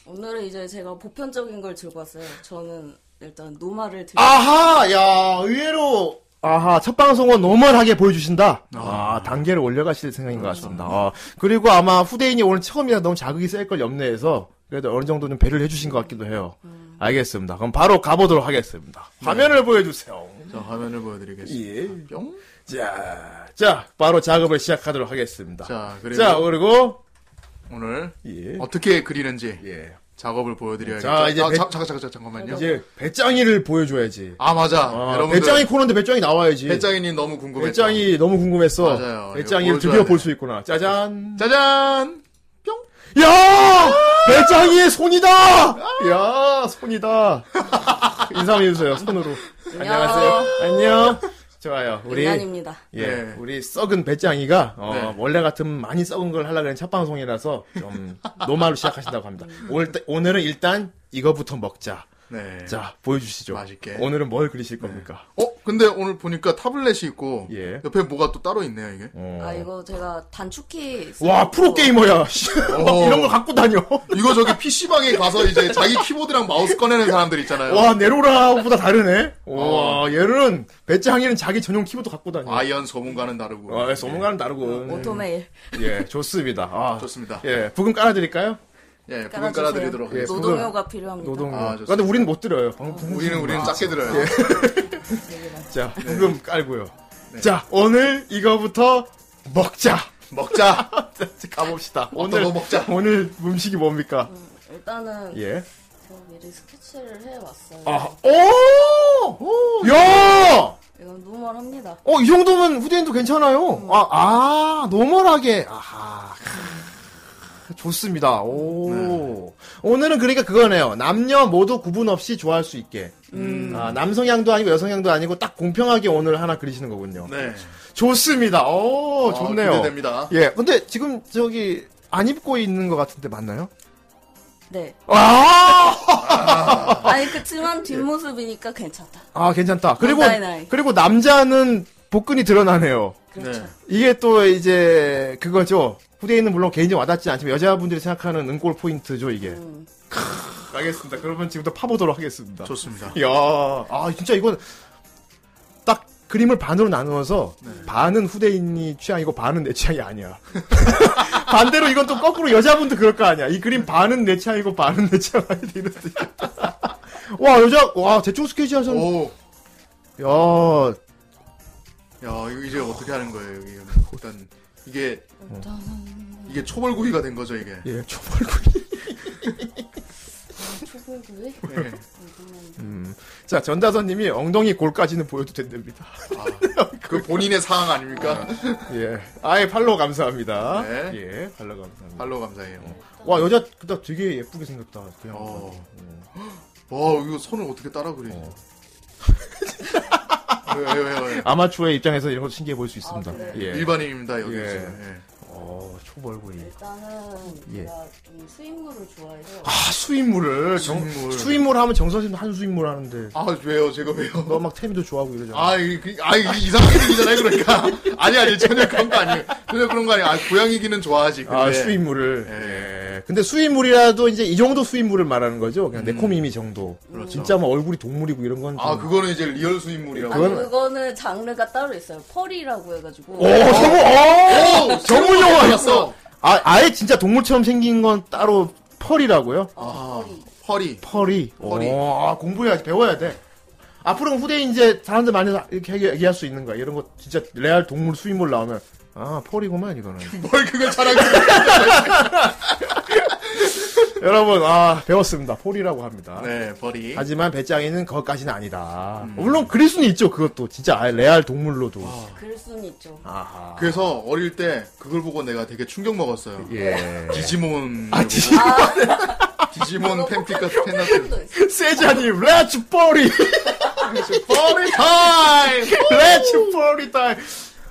Speaker 9: 오늘은 이제 제가 보편적인 걸 들고 왔어요. 저는 일단 노마를 들고
Speaker 1: 아하, 야, 의외로. 아하, 첫 방송은 노멀하게 보여주신다. 아, 단계를 올려가실 생각인 것 같습니다. 아, 그리고 아마 후대인이 오늘 처음이라 너무 자극이 셀 걸 염려해서 그래도 어느 정도 좀 배를 해주신 것 같기도 해요. 알겠습니다. 그럼 바로 가보도록 하겠습니다. 화면을 보여주세요.
Speaker 2: 자 화면을
Speaker 1: 예.
Speaker 2: 보여드리겠습니다. 뿅.
Speaker 1: 자, 자, 바로 작업을 시작하도록 하겠습니다. 자,
Speaker 2: 자 그리고
Speaker 1: 그리고
Speaker 2: 오늘
Speaker 1: 예,
Speaker 2: 어떻게 그리는지
Speaker 1: 예.
Speaker 2: 작업을 보여드려야겠죠.
Speaker 1: 자, 이제
Speaker 2: 아,
Speaker 1: 배-
Speaker 2: 잠- 잠깐 잠깐 잠깐, 잠깐만요.
Speaker 1: 이제 배짱이를 보여줘야지.
Speaker 2: 아 맞아.
Speaker 1: 아,
Speaker 2: 여러분들
Speaker 1: 배짱이 코너인데 배짱이 나와야지.
Speaker 2: 배짱이님 너무 궁금해.
Speaker 1: 배짱이 너무 궁금했어.
Speaker 2: 맞아요.
Speaker 1: 배짱이를
Speaker 2: 이거 보여줘야
Speaker 1: 드디어
Speaker 2: 돼.
Speaker 1: 볼 수 있구나. 짜잔.
Speaker 2: 짜잔.
Speaker 1: 야! 배짱이의 손이다!
Speaker 2: [laughs]
Speaker 1: 야, 손이다. 인사해주세요, 손으로. 안녕하세요. 안녕. 좋아요. 우리
Speaker 9: 인간입니다.
Speaker 1: 예,
Speaker 9: 네.
Speaker 1: 우리 썩은 배짱이가 어,
Speaker 9: 네.
Speaker 1: 원래 같으면 많이 썩은 걸 하려고 하는 첫 방송이라서 좀 노마로 시작하신다고 합니다. 오늘 오늘은 일단 이거부터 먹자.
Speaker 2: 네.
Speaker 1: 자 보여주시죠.
Speaker 2: 맛있게.
Speaker 1: 오늘은 뭘 그리실 겁니까?
Speaker 2: 어, 근데 오늘 보니까 타블렛이 있고
Speaker 1: 예.
Speaker 2: 옆에 뭐가 또 따로 있네요, 이게.
Speaker 9: 아 이거 제가 단축키
Speaker 1: 어.
Speaker 2: 네.
Speaker 1: 와 프로 게이머야. [laughs] 이런 거 갖고 다녀.
Speaker 2: 이거 저기 PC 방에 가서 이제 자기 키보드랑 마우스 꺼내는 사람들 있잖아요.
Speaker 1: 와 네로라보다 다르네. 와 얘는 배짱이는 자기 전용 키보드 갖고 다녀.
Speaker 2: 아이언 소문과는 다르고.
Speaker 1: 아, 소문과는 다르고.
Speaker 9: 오토메일.
Speaker 1: 예, 좋습니다. 아,
Speaker 2: 좋습니다.
Speaker 1: 예, 부금 깔아드릴까요?
Speaker 2: 예,
Speaker 9: 부금 깔아드리도록 깔아주세요.
Speaker 1: 부금.
Speaker 9: 노동요가 필요합니다.
Speaker 1: 노동요.
Speaker 9: 아,
Speaker 2: 좋습니다.
Speaker 1: 근데 우리는 못 들어요.
Speaker 2: 우리는-
Speaker 1: 아,
Speaker 2: 우리는 작게 들어요.
Speaker 1: 예. 자, 부금 깔고요. 자, 오늘 이거부터 먹자.
Speaker 2: 먹자.
Speaker 1: [laughs] 가봅시다.
Speaker 2: 어떤
Speaker 1: 오늘
Speaker 2: 거
Speaker 1: [laughs]
Speaker 2: 먹자.
Speaker 1: 오늘 음식이 뭡니까?
Speaker 9: 일단은
Speaker 1: 예.
Speaker 9: 제가 미리 스케치를 해왔어요.
Speaker 1: 아, 오! 야!
Speaker 9: 이건 노멀합니다.
Speaker 1: 어, 이 정도면 후대인도 괜찮아요. 아, 아, 노멀하게. 아하. 크, 좋습니다.
Speaker 2: 네.
Speaker 1: 오. 오늘은 그러니까 그거네요. 남녀 모두 구분 없이 좋아할 수 있게.
Speaker 2: 음.
Speaker 1: 아, 남성향도 아니고 여성향도 아니고 딱 공평하게 오늘 하나 그리시는 거군요.
Speaker 2: 네.
Speaker 1: 좋습니다. 오,
Speaker 2: 아,
Speaker 1: 좋네요.
Speaker 2: 기대됩니다.
Speaker 1: 예. 근데 지금 저기 안 입고 있는 것 같은데 맞나요?
Speaker 9: 네.
Speaker 1: 아!
Speaker 9: 아니 그치만 뒷모습이니까 괜찮다.
Speaker 1: 아, 괜찮다. 그리고
Speaker 9: 어, 나이, 나이.
Speaker 1: 그리고 남자는 복근이 드러나네요.
Speaker 9: 그렇죠.
Speaker 1: 이게 또 이제 그거죠. 후대인은 물론 개인이 와닿지 않지만 여자분들이 생각하는 은골 포인트죠, 이게. 크, 알겠습니다. 그러면 지금부터 파보도록
Speaker 2: 네.
Speaker 1: 하겠습니다.
Speaker 2: 좋습니다.
Speaker 1: 이야, 아 진짜 이건 딱 그림을 반으로 나누어서 반은 후대인이 취향이고 반은 내 취향이 아니야. [laughs] 반대로 이건 또 거꾸로 여자분도 그럴 거 아니야. 이 그림 반은 내 취향이고 반은 내 취향 아니다 이럴 [laughs] 수 있겠다. 와 여자, 와 대충 스케치 하셨.
Speaker 2: 오.
Speaker 1: 야,
Speaker 2: 야, 이거 이제 어떻게 하는 거예요, 여기. 일단 이게
Speaker 9: 네.
Speaker 2: 이게 초벌구이가 된 거죠, 이게.
Speaker 1: 예, 초벌.
Speaker 9: 초보구이.
Speaker 2: 네.
Speaker 1: 음. 자 전다선님이 엉덩이 골까지는 보여도 된답니다.
Speaker 2: 그 본인의 사항 아닙니까?
Speaker 1: 예, 아예 팔로 감사합니다.
Speaker 2: 네.
Speaker 1: 예, 팔로 감사합니다.
Speaker 2: 팔로 감사해요.
Speaker 1: 와 여자 그다 되게 예쁘게 생겼다. 그냥.
Speaker 2: 어. 와, 이거 손을 어떻게 따라 그리지? [laughs] 왜, 왜, 왜, 왜.
Speaker 1: 아마추어의 입장에서 이런 것도 신기해 보일 수 있습니다. 예.
Speaker 2: 일반인입니다, 여기
Speaker 1: 예.
Speaker 2: 지금. 예.
Speaker 1: 어, 초벌구이.
Speaker 9: 일단은
Speaker 1: 예.
Speaker 9: 제가 좀 수입물을 좋아해서
Speaker 1: 아, 수입물을. 정-
Speaker 2: 수입물.
Speaker 1: 수입물. 하면 정선생도 한 수입물 하는데.
Speaker 2: 아, 왜요? 제가 왜요?
Speaker 1: 너 막 태미도 좋아하고 이러잖아.
Speaker 2: 아, 이, 그, 아, 이, 이상하게 생기잖아요, 그러니까. 아니, 아니, 전혀 그런 거 아니에요. 전혀 그런 거 아니에요. 아, 고양이기는 좋아하지. 근데.
Speaker 1: 아, 수입물을. 예. 근데 수입물이라도 이제 이 정도 수입물을 말하는 거죠. 그냥 네코미미 정도. 진짜 막 얼굴이 동물이고 이런 건.
Speaker 2: 그렇죠. 아,
Speaker 1: 좀-
Speaker 2: 그거는 이제 리얼 수입물이라고.
Speaker 9: 아니
Speaker 1: 그건-
Speaker 9: 그거는 장르가 따로 있어요. 펄이라고 해가지고.
Speaker 1: 오, 정우, 오! 정우 어, 영화
Speaker 2: 봤어.
Speaker 1: 아, 아예 진짜 동물처럼 생긴 건 따로 펄이라고요?
Speaker 2: 아, 허리. [laughs]
Speaker 1: 펄이.
Speaker 2: 펄이.
Speaker 1: 오, 아, 공부해야지. 배워야 돼. 앞으로 후대인 이제 사람들 많이 이렇게 얘기- 얘기할 수 있는 거야. 이런 거 진짜 레알 동물 수입물 나오면. 아, 펄이구만, 이거는.
Speaker 2: [laughs] 뭘 그걸 자랑해.
Speaker 1: 여러분, 아, 배웠습니다. 펄이라고 합니다.
Speaker 2: 네, 음. 버리.
Speaker 1: 하지만 배짱이는 그것까지는 아니다. 물론 그릴 수는 있죠. 그것도. 진짜 아예 레알 동물로도.
Speaker 9: 그럴 수는 있죠.
Speaker 1: 아하.
Speaker 2: 그래서 어릴 때 그걸 보고 내가 되게 충격 먹었어요.
Speaker 1: 예.
Speaker 2: 디지몬. 네.
Speaker 1: 아, 디지몬.
Speaker 2: 디지몬 팬픽 같은 팬나트.
Speaker 1: 세자님, 렛츠 펄이!
Speaker 2: 버리 타임!
Speaker 1: 렛츠 펄이 타임!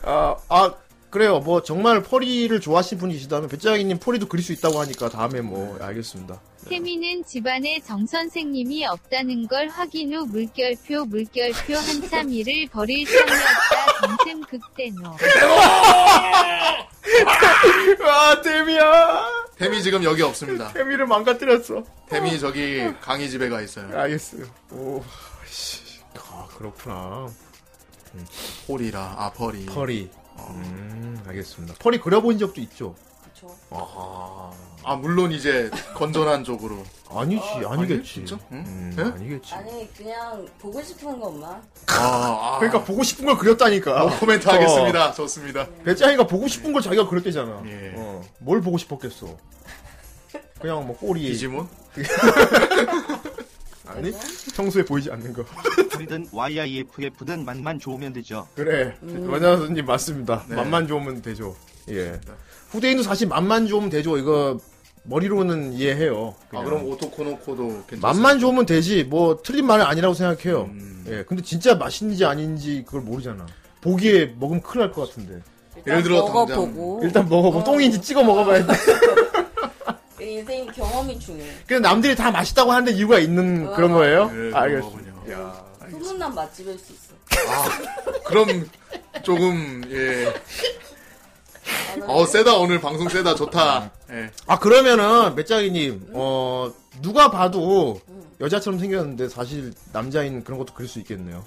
Speaker 1: 아, 아, 그래요. 뭐, 정말 펄이를 좋아하시는 분이시다면, 배짱이님 펄이도 그릴 수 있다고 하니까 다음에 뭐, 알겠습니다.
Speaker 7: 태미는 집안에 정 선생님이 없다는 걸 확인 후 물결표 물결표 한참 일을 벌일 참이었다 동샘 극대노
Speaker 1: 아, 데미야!
Speaker 2: 템이 지금 여기 없습니다.
Speaker 1: 데미를 망가뜨렸어.
Speaker 2: 템이 저기 강희 집에 가 있어요.
Speaker 1: 네, 알겠어요. 오, 씨. 아, 그렇구나.
Speaker 2: 홀이라, 아, 버리.
Speaker 1: 펄이. 예. 음, 알겠습니다. 펄이 그려본 적도 있죠?
Speaker 9: 그렇죠.
Speaker 1: 아,
Speaker 2: 아, 물론 이제 건전한 쪽으로.
Speaker 1: 아니지, 아니겠지.
Speaker 2: 아니, 진짜? 응?
Speaker 1: 음,
Speaker 2: 예?
Speaker 1: 아니겠지.
Speaker 9: 아니 그냥 보고 싶은 것만.
Speaker 2: 아, 아.
Speaker 1: 그러니까 보고 싶은 걸 그렸다니까.
Speaker 2: 어, 코멘트 하겠습니다. 좋습니다.
Speaker 1: 배짱이가 보고 싶은 걸 자기가 그렸대잖아.
Speaker 2: 예.
Speaker 1: 어, 뭘 보고 싶었겠어? 그냥 뭐 꼬리
Speaker 2: 디지몬? 뭐
Speaker 1: 아니 평소에 보이지 않는 거. [laughs]
Speaker 10: 둘이든 YIFF든 맛만 좋으면 되죠.
Speaker 1: 그래. 원장선님
Speaker 2: 네.
Speaker 1: 맞습니다. 맛만 좋으면 되죠. 예. 후대인도 사실 맛만 좋으면 되죠. 이거 머리로는 이해해요.
Speaker 2: 아, 그럼 오토코노코도 괜찮아요.
Speaker 1: 맛만 좋으면 되지 뭐 틀린 말은 아니라고 생각해요.
Speaker 2: 음.
Speaker 1: 예, 근데 진짜 맛있는지 아닌지 그걸 모르잖아. 보기에 먹으면 큰일 날 것 같은데.
Speaker 9: 일단 예를 들어 당장- 먹어보고.
Speaker 1: 일단 먹어보고 똥인지 찍어 먹어봐야 돼.
Speaker 9: 인생 경험이 중요해.
Speaker 1: 근데 남들이 다 맛있다고 하는데 이유가 있는
Speaker 9: 어.
Speaker 1: 그런 거예요?
Speaker 2: 예,
Speaker 1: 알겠습니다.
Speaker 9: 소문난 맛집일 수 있어.
Speaker 2: 그럼 조금 예. 어 세다 오늘 방송 세다 좋다. 예.
Speaker 1: 아 그러면은 배짱이님 어 누가 봐도 여자처럼 생겼는데 사실 남자인 그런 것도 그릴 수 있겠네요.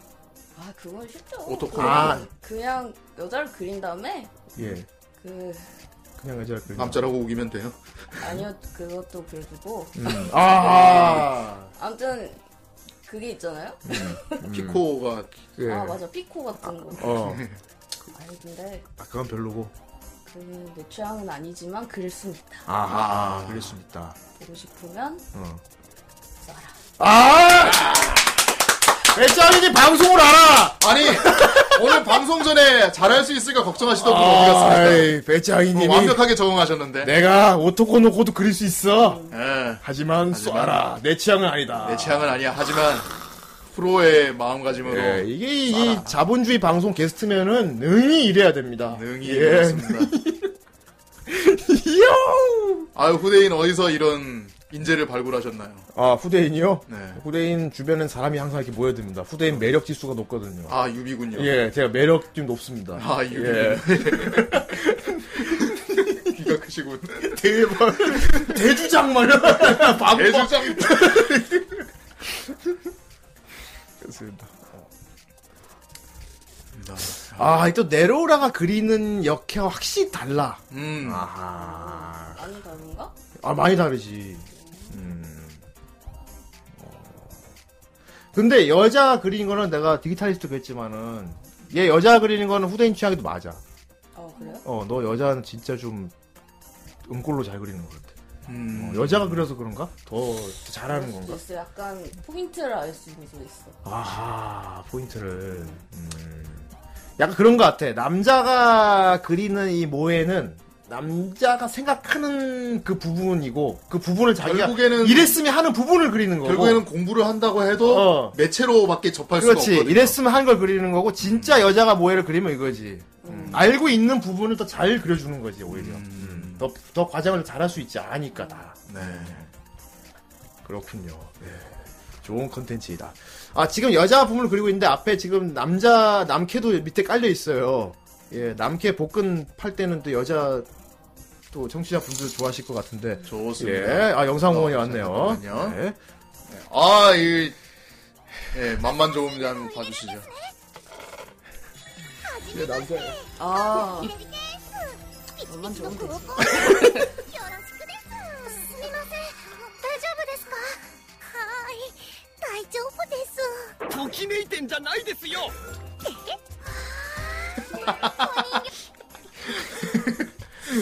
Speaker 9: 아 그건 쉽죠.
Speaker 1: 오토코.
Speaker 9: 그냥,
Speaker 1: 아.
Speaker 9: 그냥 여자를 그린 다음에
Speaker 1: 예,
Speaker 9: 그
Speaker 1: 그냥 여자 그림.
Speaker 2: 남자라고 우기면 돼요.
Speaker 9: 아니요 그것도 그려주고.
Speaker 1: 음. 아.
Speaker 9: 아무튼 그게 있잖아요.
Speaker 1: 음.
Speaker 2: 피코가
Speaker 9: 아 맞아 피코 같은 거.
Speaker 1: 예. 어.
Speaker 9: 아니 근데
Speaker 1: 아, 그건 별로고.
Speaker 9: 그 내 취향은 아니지만 그릴 수 있다.
Speaker 1: 아, 아 그릴 수 있다.
Speaker 9: 보고 싶으면
Speaker 1: 어. 아! 배짱이님 방송을 알아.
Speaker 2: 아니 오늘 방송 전에 잘할 수 있을까 걱정하시던 분이 아, 어디 갔습니까?
Speaker 1: 아이, 예, 네. 배짱이님이
Speaker 2: 어, 완벽하게 적응하셨는데.
Speaker 1: 내가 오토코 놓고도 그릴 수 있어.
Speaker 2: 예.
Speaker 1: 하지만 쏴라. 내 취향은 아니다.
Speaker 2: 내 취향은 아니야. 하지만 프로의 마음가짐으로
Speaker 1: 예, 이게 이 자본주의 방송 게스트면은 능히 이래야 됩니다. 예. 능히 [laughs]
Speaker 2: 그렇습니다. 아유 후대인 어디서 이런 인재를 발굴하셨나요?
Speaker 1: 아 후대인이요?
Speaker 2: 네.
Speaker 1: 후대인 주변엔 사람이 항상 이렇게 모여듭니다. 후대인 매력 지수가 높거든요.
Speaker 2: 아 유비군요.
Speaker 1: 예, 제가 매력 좀 높습니다.
Speaker 2: 아 유비.
Speaker 1: 예.
Speaker 2: 귀가 크시군.
Speaker 1: [laughs] 대박. 대주장 [laughs] 말이야. 바보.
Speaker 2: 대주장.
Speaker 1: 그렇습니다. 아, 또 네로라가 그리는 역해와 확실히 달라.
Speaker 2: 음.
Speaker 1: 아, 아하.
Speaker 9: 많이 다른가?
Speaker 1: 아 많이 다르지. 음. 어. 근데 여자 그리는 거는 내가 디지털리스트 그랬지만은 얘 여자 그리는 거는 후대인 취향에도 맞아.
Speaker 9: 어 그래요?
Speaker 1: 어 너 여자는 진짜 좀 은꼴로 잘 그리는 것 같아.
Speaker 2: 음.
Speaker 1: 어, 여자가 그려서 그런가? 더 잘하는 건가?
Speaker 9: 그래서 약간 포인트를 알 수도 있어.
Speaker 1: 아하 포인트를. 음. 약간 그런 것 같아. 남자가 그리는 이 모해는 남자가 생각하는 그 부분이고 그 부분을 자기가
Speaker 2: 결국에는-
Speaker 1: 이랬으면 하는 부분을 그리는 거고
Speaker 2: 결국에는 공부를 한다고 해도
Speaker 1: 어.
Speaker 2: 매체로밖에 접할
Speaker 1: 그렇지
Speaker 2: 수가 없거든요.
Speaker 1: 이랬으면 한 걸 그리는 거고 진짜 여자가 모해를 그리면 이거지
Speaker 9: 음.
Speaker 2: 음.
Speaker 1: 알고 있는 부분을 더 잘 그려주는 거지 오히려 더, 더 과장을 잘할 수 있지 아니까 다
Speaker 2: 음, 네.
Speaker 1: 그렇군요 네. 좋은 컨텐츠이다 아 지금 여자 부분을 그리고 있는데 앞에 지금 남자 남캐도 밑에 깔려 있어요 예 남캐 복근 팔 때는 또 여자 또 청취자분들 좋아하실 것 같은데
Speaker 2: 좋습니다.
Speaker 1: 예, 아 영상 후원이
Speaker 2: 어,
Speaker 1: 왔네요
Speaker 2: 잠깐만요.
Speaker 1: 네.
Speaker 2: 아, 이, 예, 맛만 좋으면 한번 봐주시죠.
Speaker 1: 남자
Speaker 9: 아. 얼마나 좋은 거지?
Speaker 11: すみません大丈夫ですかはい大丈夫です
Speaker 6: ときめいてんじゃないですよ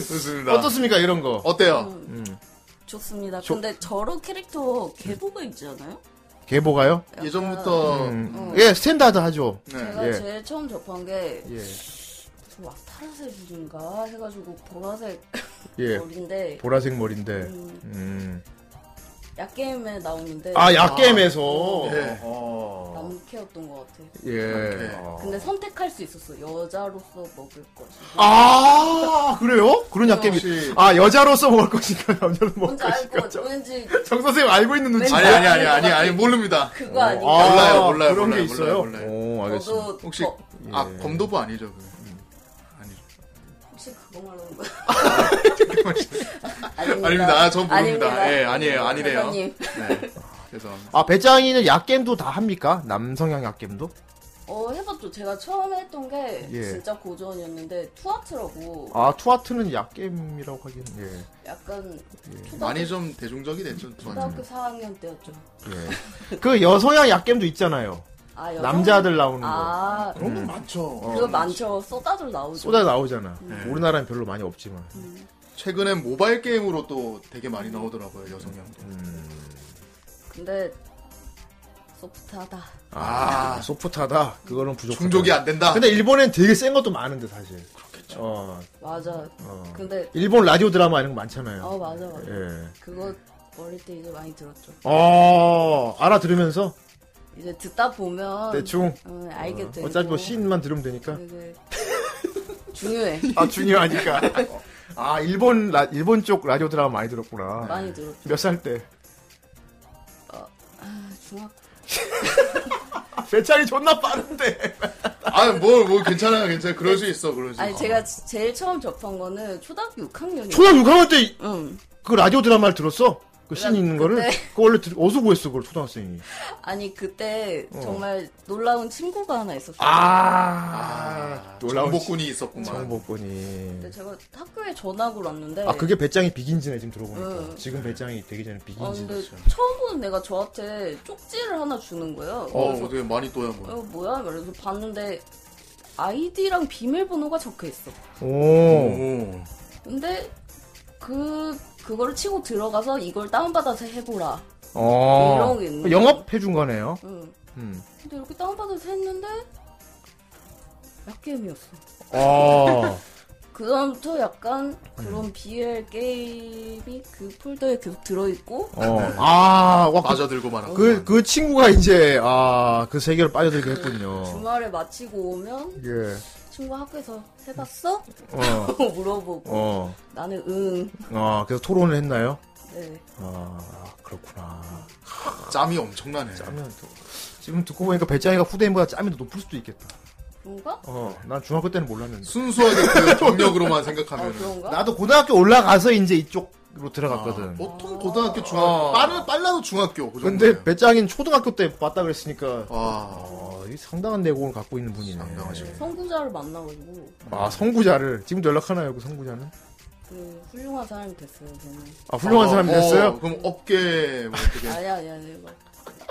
Speaker 2: 좋습니다.
Speaker 1: 어떻습니까 이런 거
Speaker 2: 어때요?
Speaker 9: 음.
Speaker 1: 음.
Speaker 9: 좋습니다.
Speaker 1: 좋-
Speaker 9: 근데 저런 캐릭터 개보가 있지 않아요?
Speaker 1: 개보가요?
Speaker 2: 예전부터 네.
Speaker 1: 음,
Speaker 9: 어.
Speaker 1: 예 스탠다드 하죠.
Speaker 9: 제가
Speaker 1: 예.
Speaker 9: 제일 처음 접한 게
Speaker 1: 예.
Speaker 9: 저 왁타르색인가 해가지고 보라색
Speaker 1: 예.
Speaker 9: 머리인데
Speaker 1: 보라색 예. 머리인데.
Speaker 9: 음.
Speaker 1: 음.
Speaker 9: 약게임에 나오는데
Speaker 1: 아, 약겜에서.
Speaker 2: 예.
Speaker 1: 어.
Speaker 9: 남캐였던 것 같아.
Speaker 1: 예.
Speaker 9: 근데 선택할 수 있었어. 여자로서 먹을 것이.
Speaker 1: 아, 그래요? 그런
Speaker 2: 어.
Speaker 1: 약겜이.
Speaker 2: 혹시-
Speaker 1: 아, 여자로서 먹을 것인가, 남자로 먹을
Speaker 9: 뭔지
Speaker 1: 것인가.
Speaker 9: 알고 왠지
Speaker 1: 정선생님 알고 있는 눈치.
Speaker 2: 아니, 아니, 아니, 아니, 아니, 모릅니다.
Speaker 9: 그거 아닌가?
Speaker 2: 어, 몰라요, 몰라요,
Speaker 1: 그런
Speaker 2: 몰라요,
Speaker 1: 게 있어요?
Speaker 2: 몰라요,
Speaker 1: 오, 알겠습니다. 예.
Speaker 9: 저도
Speaker 2: 혹시,
Speaker 9: 어,
Speaker 2: 아, 검도부 아니죠, 그. 아니죠.
Speaker 9: 혹시 그거 말하는 거야?
Speaker 2: [laughs] 아닙니다. 아, 전 모릅니다. 예, 아니에요, 아니래요.
Speaker 9: 회장님.
Speaker 2: 네. 죄송합니다.
Speaker 1: 아, 배짱이는 약겜도 다 합니까? 남성향 약겜도?
Speaker 9: 어 해봤죠. 제가 처음에 했던 게
Speaker 1: 예.
Speaker 9: 진짜 고전이었는데 투아트라고
Speaker 1: 아, 투아트는 약겜이라고 하긴, 예.
Speaker 9: 약간 초등학교,
Speaker 2: 예. 많이 좀 대중적이 됐죠, 두
Speaker 9: 초등학교 4학년 때였죠. [laughs]
Speaker 1: 예. 그 여성향 약겜도 있잖아요.
Speaker 9: 아, 여성-
Speaker 1: 남자들 나오는 거.
Speaker 9: 아
Speaker 2: 어, 그런 건 많죠.
Speaker 9: 그거 많죠. 쏟아들 나오죠.
Speaker 1: 쏟아 나오잖아.
Speaker 9: 음.
Speaker 2: 네.
Speaker 1: 우리나라는 별로 많이 없지만.
Speaker 2: 최근엔 모바일 게임으로 또 되게 많이 나오더라고요, 여성향도.
Speaker 9: 근데 소프트하다.
Speaker 1: 아, 소프트하다. 그거는 부족.
Speaker 2: 충족이 아. 안 된다.
Speaker 1: 근데 일본엔 되게 센 것도 많은데 사실. 그쵸. 어.
Speaker 9: 맞아.
Speaker 1: 어.
Speaker 9: 근데
Speaker 1: 일본 라디오 드라마 이런 거 많잖아요.
Speaker 9: 어 맞아 맞아.
Speaker 1: 예.
Speaker 9: 그거 어릴 때 이제 많이 들었죠.
Speaker 1: 어, 알아들으면서
Speaker 9: 이제 듣다 보면
Speaker 1: 대충
Speaker 9: 음, 알게 되고.
Speaker 1: 어차피 뭐 씬만 들으면 되니까.
Speaker 9: 되게 네. 중요해.
Speaker 1: [laughs] 아 중요하니까. 아 일본 라 일본 쪽 라디오 드라마 많이 들었구나.
Speaker 9: 많이 들었죠.
Speaker 1: 몇 살 때?
Speaker 9: 아, 중학.
Speaker 1: 배짱이 아, 존나 빠른데.
Speaker 2: 아, 뭘, 뭐, 괜찮아, 괜찮아. 그럴 수 있어, 그럴 수
Speaker 9: 아니
Speaker 2: 있어.
Speaker 9: 제가 지- 제일 처음 접한 거는 초등학교 6학년이에요.
Speaker 1: 초등학교 6학년 때 그
Speaker 9: 응.
Speaker 1: 라디오 드라마를 들었어? 그 씬
Speaker 9: 그래,
Speaker 1: 있는 거를?
Speaker 9: 그때.
Speaker 1: 그거 원래 들- 어디서 구했어 그걸 초등학생이?
Speaker 9: 아니 그때
Speaker 1: 어.
Speaker 9: 정말 놀라운 친구가 하나 있었어요.
Speaker 1: 아, 놀라운
Speaker 2: 정복군이 있었구만.
Speaker 1: 정복군이.
Speaker 9: 근데 제가 학교에 전학을 왔는데.
Speaker 1: 아 그게 배짱이 비긴지네 지금 들어보니까.
Speaker 9: 응.
Speaker 1: 지금 배짱이 되기 전에
Speaker 9: 아, 근데
Speaker 1: 비긴지였어.
Speaker 9: 처음 보는 애가 저한테 쪽지를 하나 주는 거예요.
Speaker 2: 어,
Speaker 9: 그래서
Speaker 2: 되게 많이 또야, 뭐.
Speaker 9: 어, 뭐야? 그래서 봤는데 아이디랑 비밀번호가 적혀 있어.
Speaker 2: 음.
Speaker 1: 오.
Speaker 2: 어.
Speaker 9: 근데 그 그거를 치고 들어가서 이걸 다운받아서 해보라.
Speaker 1: 어.
Speaker 9: 이런 게 있는
Speaker 1: 영업 해준 거네요.
Speaker 9: 응.
Speaker 1: 음.
Speaker 9: 근데 이렇게 다운받아서 했는데 약겜이었어.
Speaker 1: 어.
Speaker 9: 그다음부터 약간 그런
Speaker 1: 음.
Speaker 9: BL 게임이 그 폴더에 계속 들어있고
Speaker 1: 어. 아, 와,
Speaker 2: 빠져들고 말았구만.
Speaker 1: 그, 그 친구가 이제, 아, 그 세계를 빠져들게 했군요.
Speaker 9: 주말에 마치고 오면
Speaker 1: 예.
Speaker 9: 친구 학교에서 해봤어?
Speaker 1: 어.
Speaker 9: [laughs] 물어보고
Speaker 1: 어.
Speaker 9: 나는 응.
Speaker 1: 아, 그래서 토론을 했나요?
Speaker 9: 네.
Speaker 1: 아, 그렇구나.
Speaker 2: 짬이 엄청나네.
Speaker 1: 짬이 또. 지금 듣고 보니까 배짱이가 후대인보다 짬이 더 높을 수도 있겠다.
Speaker 9: 그런가?
Speaker 1: 어, 난 중학교 때는 몰랐는데.
Speaker 2: 순수하게 그 경력으로만 생각하면.
Speaker 9: 아, 그런가?
Speaker 1: 나도 고등학교 올라가서 이제 이쪽으로 들어갔거든. 아.
Speaker 2: 보통 고등학교, 중학교. 빠르, 빨라도 중학교. 아, 그 정도.
Speaker 1: 근데 배짱이는 초등학교 때 봤다 그랬으니까.
Speaker 2: 아.
Speaker 1: 어, 이 상당한 내공을 갖고 있는 분이네.
Speaker 9: 네, 선구자를 만나가지고
Speaker 1: 아, 성구자를. 지금도 연락하나요, 그 성구자는?
Speaker 9: 그 훌륭한 사람이 됐어요 저는.
Speaker 1: 아, 훌륭한
Speaker 2: 어,
Speaker 1: 사람이
Speaker 2: 어,
Speaker 1: 됐어요?
Speaker 2: 그럼 업계, 뭐,
Speaker 1: 예.
Speaker 2: 어떻게.
Speaker 9: 아니야 아니야 아니야. 막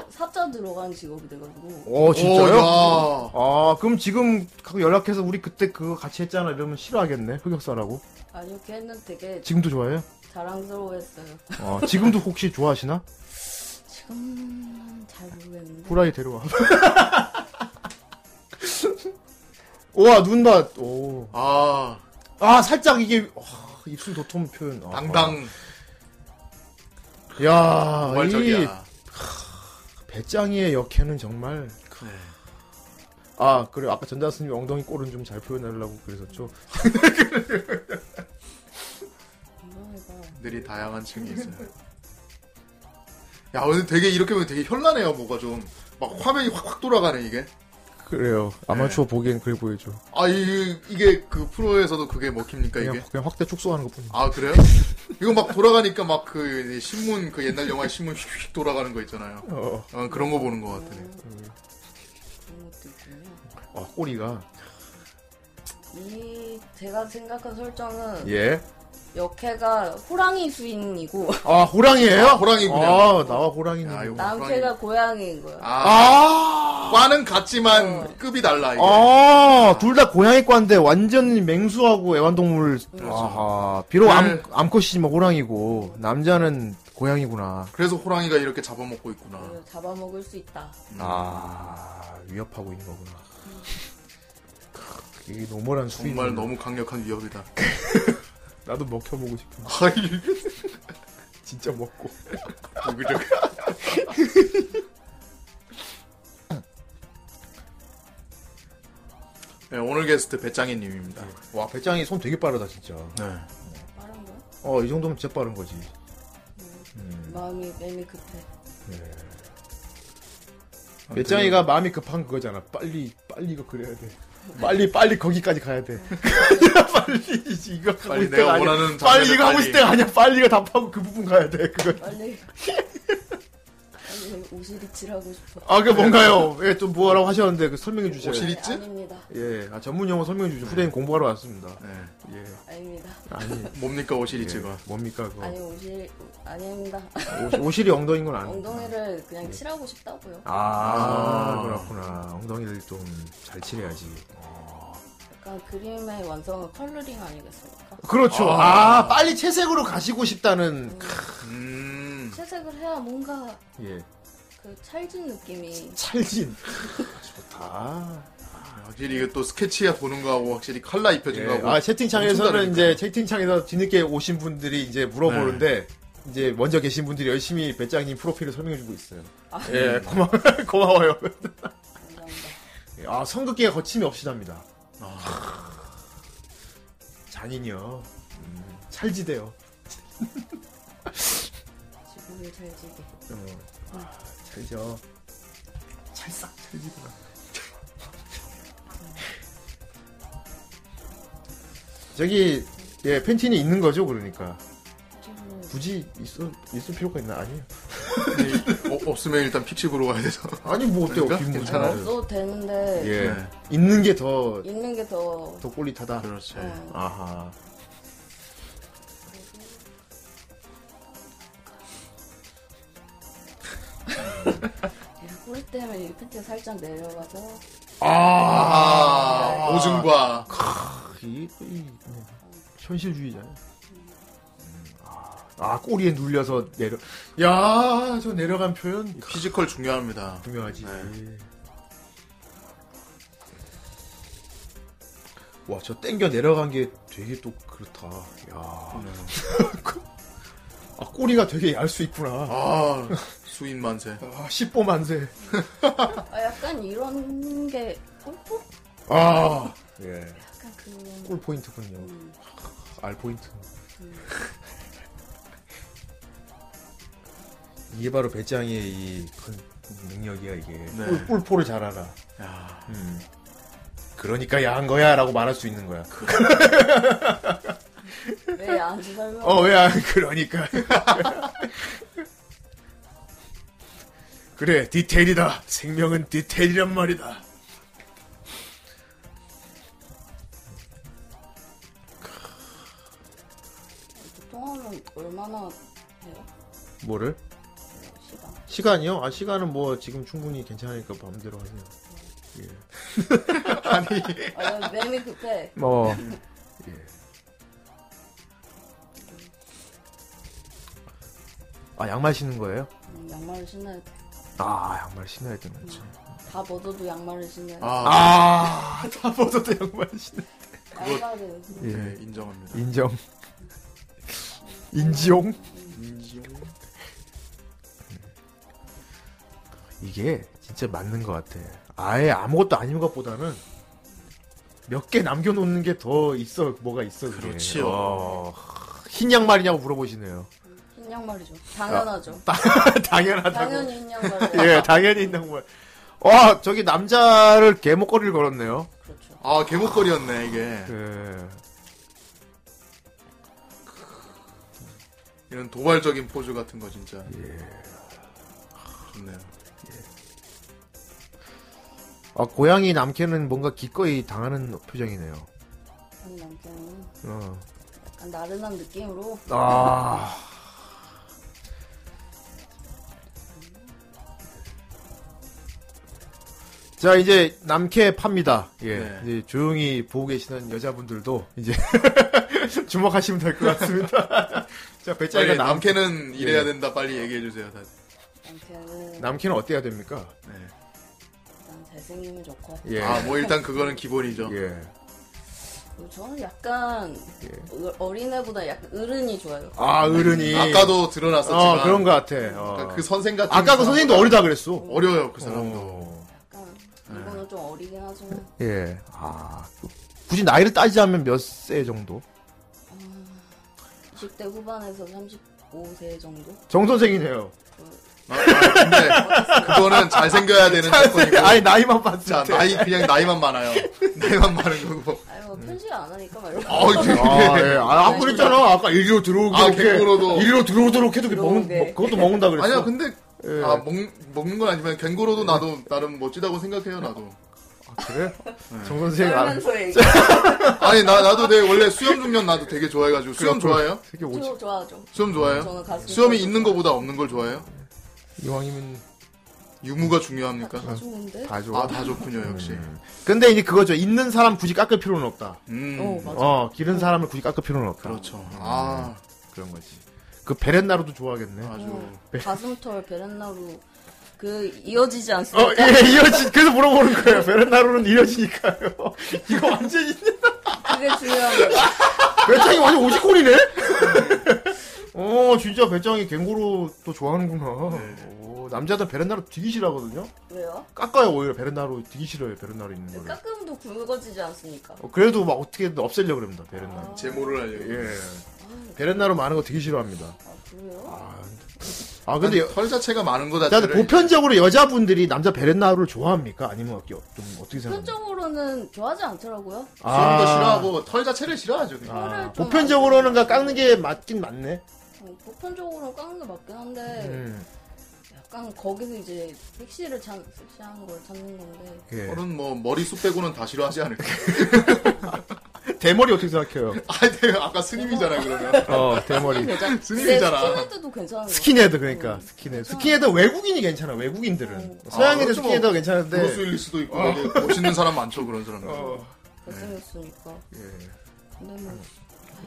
Speaker 9: 사자 들어간 직업이 돼가지고.
Speaker 1: 어, 진짜요?
Speaker 2: 오,
Speaker 1: 아, 그럼 지금 갖고 연락해서 우리 그때 그거 같이 했잖아. 이러면 싫어하겠네. 흑역사라고.
Speaker 9: 아니 이렇게 했는데 되게
Speaker 1: 지금도 좋아해요?
Speaker 9: 자랑스러워했어요.
Speaker 1: 아, 지금도 혹시 좋아하시나?
Speaker 9: 지금은 잘 모르겠는데.
Speaker 1: 후라이 데려와. [laughs] 우와, 눈 봐. 오.
Speaker 2: 아.
Speaker 1: 아, 살짝 이게, 와, 입술 도톰 표현. 아,
Speaker 2: 당당.
Speaker 1: 야, 이
Speaker 2: 우발적이야.
Speaker 1: 배짱이의 역해는 정말. 아, 그래. 아까 전다스님 엉덩이 꼴은 좀 잘 표현하려고 그랬었죠.
Speaker 2: 들이 다양한 층이 있어요. 야, 오늘 되게 이렇게 보면 되게 현란해요, 뭐가 좀. 막 화면이 확확 돌아가네, 이게.
Speaker 1: 그래요. 아마추어 보기엔 그래 보이죠.
Speaker 2: 아, 이, 이게 그 프로에서도 그게 먹힙니까, 이게?
Speaker 1: 그냥, 그냥 확대 축소하는 것 뿐이야.
Speaker 2: 아, 그래요? 이거 막 돌아가니까 막 그 신문, 그 옛날 영화 신문 휙휙 돌아가는 거 있잖아요.
Speaker 1: 어.
Speaker 2: 어, 그런 거 보는 것 같아.
Speaker 9: 뭐
Speaker 1: 음. 아, 꼬리가.
Speaker 9: 이 제가 생각한 설정은
Speaker 1: 예.
Speaker 9: 역해가 호랑이 수인이고 [laughs]
Speaker 1: 아, 호랑이에요?
Speaker 2: 아, 호랑이군요.
Speaker 1: 아, 나와 호랑이님. 아,
Speaker 9: 남캐가 고양이인 거야.
Speaker 1: 아!
Speaker 2: 아, 과는 같지만
Speaker 1: 어.
Speaker 2: 급이 달라, 이게.
Speaker 1: 둘 다 고양이과인데 완전히 맹수하고 애완동물. 아하. 비록 암,
Speaker 2: 네.
Speaker 1: 암컷이지만 뭐 호랑이고, 남자는 고양이구나.
Speaker 2: 그래서 호랑이가 이렇게 잡아먹고 있구나.
Speaker 9: 잡아먹을 수 있다.
Speaker 1: 음. 아, 위협하고 있는 거구나. [laughs] 크, 이게 노멀한 수위.
Speaker 2: 정말 너무 강력한 위협이다. [laughs]
Speaker 1: 나도 먹혀보고 싶은.
Speaker 2: 아이,
Speaker 1: 진짜 먹고.
Speaker 2: 무기력. [laughs] 네, 오늘 게스트 배짱이님입니다.
Speaker 1: 와, 배짱이 손 되게 빠르다, 진짜.
Speaker 2: 네.
Speaker 9: 빠른 거야?
Speaker 1: 어, 이 정도면 진짜 빠른 거지.
Speaker 9: 마음이 맴이 급해.
Speaker 2: 아,
Speaker 1: 배짱이가 마음이 급한 그거잖아. 빨리, 빨리 이거 그려야 돼. 빨리, 빨리 거기까지 가야 돼. [laughs] 빨리 이거 하고
Speaker 2: 빨리
Speaker 1: 있을
Speaker 2: 내가
Speaker 1: 때가 아니야.
Speaker 2: 원하는
Speaker 1: 빨리
Speaker 2: 장면을
Speaker 1: 이거 하고
Speaker 2: 빨리.
Speaker 1: 있을 때가 아니야. 빨리 이거 답하고 그 부분 가야 돼. 그거.
Speaker 9: 빨리 빨리 오시리치를 하고 싶어.
Speaker 1: 아, 그게 뭔가요? 예, 좀 뭐라고 하셨는데 그 설명해 주세요.
Speaker 2: 오시리치?
Speaker 9: 아닙니다.
Speaker 1: 예, 아, 전문 용어 설명해 주죠. 후대인 공부하러 왔습니다.
Speaker 2: 네.
Speaker 1: 예.
Speaker 9: 아닙니다.
Speaker 1: 아니,
Speaker 2: 뭡니까 오시리치가?
Speaker 1: 예, 뭡니까, 그거.
Speaker 9: 아니 오실 아닙니다. 네.
Speaker 1: 오시- 오실이 엉덩인 건 아니고.
Speaker 9: 엉덩이를 그냥 칠하고 싶다고요.
Speaker 1: 아,
Speaker 2: 아.
Speaker 1: 그렇구나. 엉덩이를 좀 잘 칠해야지. 어.
Speaker 9: 약간 그림의 완성은 컬러링 아니겠습니까?
Speaker 1: 그렇죠. 아, 빨리 채색으로 가시고 싶다는.
Speaker 2: 음.
Speaker 9: 채색을 해야 뭔가
Speaker 1: 예.
Speaker 9: 그 찰진 느낌이
Speaker 1: 찰진. 좋다.
Speaker 2: 확실히 이게 또 스케치에 보는 거하고 확실히 컬러 입혀진
Speaker 1: 예,
Speaker 2: 거하고. 뭐
Speaker 1: 아
Speaker 2: 엄청
Speaker 1: 채팅창에서는
Speaker 2: 다르니까. 네.
Speaker 1: 이제 채팅창에서 뒤늦게 오신 분들이 이제 물어보는데 이제 먼저 계신 분들이 열심히 배짱님 프로필을 설명해주고 있어요.
Speaker 9: 아.
Speaker 1: 예 고마 [laughs] 고마워요. 예, 아 성극기가 거침이 없이답니다.
Speaker 2: 아.
Speaker 1: 잔인이요. 음, 찰지대요.
Speaker 9: 지붕을 잘 지게.
Speaker 1: 어, 아, 찰져. 찰싹 찰지구나. 저기 예 팬티는 있는 거죠 그러니까. 굳이 있어 있을 필요가 있나 아니에요.
Speaker 2: [laughs] 어, 없으면 일단 픽시브로 가야 돼서.
Speaker 1: 아니 뭐 어때요?
Speaker 2: 그러니까?
Speaker 1: 빈부잖아.
Speaker 2: 괜찮아요. 네.
Speaker 9: 써도 되는데
Speaker 1: 예 있는 게 더
Speaker 9: 있는 게더
Speaker 1: 더 꼴릿하다. 네.
Speaker 2: 그렇지.
Speaker 1: 아하.
Speaker 9: 꼬리 때문에 이 팬티가 살짝 내려가서
Speaker 2: 아, 오줌과.
Speaker 1: 크, 아, 이, 이, 네. 현실주의자야. 음, 아, 아, 꼬리에 눌려서 내려. 야, 저 내려간 표현.
Speaker 2: 피지컬 중요합니다.
Speaker 1: 중요하지. 와, 저 땡겨 내려간 게 되게 또 그렇다. 야. [laughs] 아, 꼬리가 되게 얇 수 있구나.
Speaker 2: 아, 수인 만세.
Speaker 1: 아, 십보 만세.
Speaker 9: 아, 약간 이런 게 골프?
Speaker 1: 아, 예.
Speaker 9: 약간 그런 음,
Speaker 1: 꿀 포인트군요. 음. 알 포인트. 이게 바로 배짱의 이 컨- 능력이야 이게.
Speaker 2: 네.
Speaker 1: 꿀, 꿀포를 잘 알아. 음. 그러니까 야한 거야라고 말할 수 있는 거야.
Speaker 9: 왜 야한지 설명.
Speaker 1: 어, 왜 안, 그러니까. 그래, 디테일이다. 생명은 디테일이란 말이다.
Speaker 9: 보통하면 얼마나 해요?
Speaker 1: 뭐를?
Speaker 9: 시간.
Speaker 1: 시간이요? 아, 시간은 뭐 지금 충분히 괜찮으니까 마음대로 하세요. 예. [laughs] 아니.
Speaker 9: 아, 맴이 급해.
Speaker 1: 어. 예. 아, 양말 신는 거예요?
Speaker 9: 음, 양말을 신어야 돼.
Speaker 1: 아, 양말 신어야 되는 거지.
Speaker 9: 다 벗어도 양말을 신어야 돼.
Speaker 1: 아, 다 벗어도 양말 신어.
Speaker 9: 양말은.
Speaker 1: 예.
Speaker 2: 네, 인정합니다.
Speaker 1: 인정. 인지용?
Speaker 2: 인지용.
Speaker 1: 이게 진짜 맞는 것 같아. 아예 아무것도 아닌 것보다는 몇 개 남겨놓는 게 더 있어, 뭐가 있어. 그게.
Speaker 2: 그렇지요.
Speaker 1: 어, 흰 양말이냐고 물어보시네요. [laughs]
Speaker 9: 흰 양말이죠. 당연하죠.
Speaker 1: 당연하다고.
Speaker 9: 당연히 흰 양말이에요.
Speaker 1: 아, [laughs] 예, 당연히 있는 거야. 와, 저기 남자를 개목걸이를 걸었네요.
Speaker 9: 그렇죠.
Speaker 2: 아, 개목걸이였네, 이게.
Speaker 1: 그,
Speaker 2: 이런 도발적인 포즈 같은 거, 진짜.
Speaker 1: 예.
Speaker 2: 좋네요.
Speaker 1: 아, 고양이 남캐는 뭔가 기꺼이 당하는 표정이네요.
Speaker 9: 아니, 남편은
Speaker 1: 어.
Speaker 9: 약간 나른한 느낌으로.
Speaker 1: 아. 자, 이제 남캐 팝니다. 예.
Speaker 2: 네.
Speaker 1: 이제 조용히 보고 계시는 여자분들도 이제 [laughs] 주목하시면 될 것 같습니다. [laughs] 자, 배짱이가 남-
Speaker 2: 빨리 네, 남캐는 이래야
Speaker 1: 예.
Speaker 2: 된다, 빨리 얘기해주세요, 다들.
Speaker 9: 남편은
Speaker 1: 남캐는 어때야 됩니까?
Speaker 9: 일단 잘생기면 좋고.
Speaker 1: 예.
Speaker 2: 아, 뭐 일단 그거는 기본이죠.
Speaker 1: 예.
Speaker 9: 그리고 저는 약간 어- 어린애보다 약간 어른이 좋아요.
Speaker 1: 아, 어른이.
Speaker 2: 음, 아까도 드러났었지만.
Speaker 1: 어, 그런 것 같아.
Speaker 2: 그러니까
Speaker 1: 어.
Speaker 2: 그 선생 같은
Speaker 1: 아까 그
Speaker 2: 사람보다
Speaker 1: 선생님도 어리다 그랬어.
Speaker 2: 어려요, 그 사람도.
Speaker 9: 약간
Speaker 1: 음.
Speaker 9: 이거는 좀 어리긴 하지만
Speaker 1: 예. 아. 굳이 나이를 따지자면 몇 세 정도?
Speaker 9: 20대 후반에서 35세 정도?
Speaker 1: 정 선생이네요.
Speaker 2: 아, 아, 근데 그거는 잘생겨야 되는
Speaker 1: 잘생-
Speaker 2: 조건이고.
Speaker 1: 아니, 나이만 봤을
Speaker 2: 자,
Speaker 1: 때.
Speaker 2: 나이, 그냥
Speaker 1: [laughs]
Speaker 2: 나이만 많아요. 나이만 많은 거고.
Speaker 9: 아니
Speaker 1: 음.
Speaker 9: 뭐 편식 안 하니까 말로
Speaker 2: 어, 이게-
Speaker 1: 아, 예. 아, 아까 그랬잖아. 아까 일로 들어오게.
Speaker 2: 아,
Speaker 1: 이렇게
Speaker 2: 캥거루도.
Speaker 1: 일로 들어오도록 해도 먹는,
Speaker 9: 네.
Speaker 1: 먹- 그것도 먹는다 그랬어.
Speaker 2: 아니야, 근데,
Speaker 1: 예.
Speaker 2: 아, 먹, 먹는 건 아니지만, 갱고로도 나도 나름 멋지다고 생각해요, 나도.
Speaker 1: 그래? 정 선생. 아,
Speaker 9: 하면서 얘기
Speaker 2: 아니, 나, 나도 내 원래 수염 중년 나도 되게 좋아해가지고. 수염 좋아해요?
Speaker 1: 되게 오지.
Speaker 9: 저 좋아하죠
Speaker 2: 수염
Speaker 9: 저는
Speaker 2: 좋아해요?
Speaker 9: 가슴
Speaker 2: 수염이
Speaker 9: 펴고
Speaker 2: 있는 거보다 없는 걸 좋아해요?
Speaker 1: 이왕이면
Speaker 2: 유무가 중요합니까?
Speaker 9: 다 좋은데?
Speaker 1: 다 좋아. 음.
Speaker 2: 아, 다 좋군요, 역시.
Speaker 1: 근데 이제 그거죠. 있는 사람 굳이 깎을 필요는 없다.
Speaker 9: 어
Speaker 2: 음,
Speaker 9: 맞아
Speaker 1: 어, 기른 사람을 굳이 깎을 필요는 없다.
Speaker 2: 그렇죠. 아,
Speaker 1: 그런 거지. 그 베렌나루도 좋아하겠네.
Speaker 2: 아주.
Speaker 9: 가슴털 베렌나루 그 이어지지 않습니까?
Speaker 1: 어, 예, 이어지, 그래서 물어보는 거예요. 베른나루는 이어지니까요. [laughs] 이거 완전히.
Speaker 9: 그게 중요한 거예요.
Speaker 1: 배짱이 완전 오지콘이네? [laughs] 어, 진짜 배짱이 갱고로 또 좋아하는구나. 오, 남자들 베른나루 되게 싫어하거든요?
Speaker 9: 왜요?
Speaker 1: 깎아요, 오히려 베른나루 되게 싫어요, 베른나루 있는
Speaker 2: 아,
Speaker 1: 거를.
Speaker 9: 깎음도 굵어지지 않습니까?
Speaker 1: 어, 그래도 막 어떻게든 없애려고 합니다,
Speaker 2: 아.
Speaker 1: 베른나루.
Speaker 2: 제모를 하려고.
Speaker 1: 예. 베른나루 많은 거 되게 싫어합니다.
Speaker 2: 아.
Speaker 9: 그래요?
Speaker 1: 아, 근데.
Speaker 2: 털 자체가 많은 거다.
Speaker 1: 나는 보편적으로 여자분들이 남자 베렌나루를 좋아합니까? 아니면 어떻게, 좀 어떻게 생각합니까?
Speaker 9: 현적으로는 좋아하지 않더라고요.
Speaker 2: 도 싫어하고 털 자체를 싫어하죠. 그냥.
Speaker 1: 아, 보편적으로는 그러니까 깎는 게 맞긴 맞네.
Speaker 9: 어, 보편적으로는 깎는 게 맞긴 한데
Speaker 1: 음.
Speaker 9: 약간 거기서 이제 섹시를 찾, 섹시한 걸 찾는 건데
Speaker 1: 예. 네.
Speaker 2: 털은 뭐 머리숱 빼고는 다 싫어하지 않을까. [laughs]
Speaker 1: 대머리 어떻게 생각해요?
Speaker 2: 아, 내가 아까
Speaker 1: [laughs]
Speaker 2: 스님이잖아 그러면.
Speaker 1: 어, 대머리.
Speaker 9: 괜찮-
Speaker 2: 스님이잖아.
Speaker 9: 근데 스킨헤드도 괜찮은 거
Speaker 1: 스킨헤드 그러니까 스킨헤드 스킨헤드 외국인이 괜찮아 외국인들은
Speaker 2: 아,
Speaker 1: 서양인들
Speaker 2: 그렇죠, 뭐.
Speaker 1: 스킨헤드가 괜찮은데
Speaker 2: 브루스 윌리스 수도 있고
Speaker 1: 어.
Speaker 2: 되게 멋있는 사람 많죠 그런 사람. 어.
Speaker 9: 잘생겼으니까
Speaker 2: 예.
Speaker 9: 근데 뭐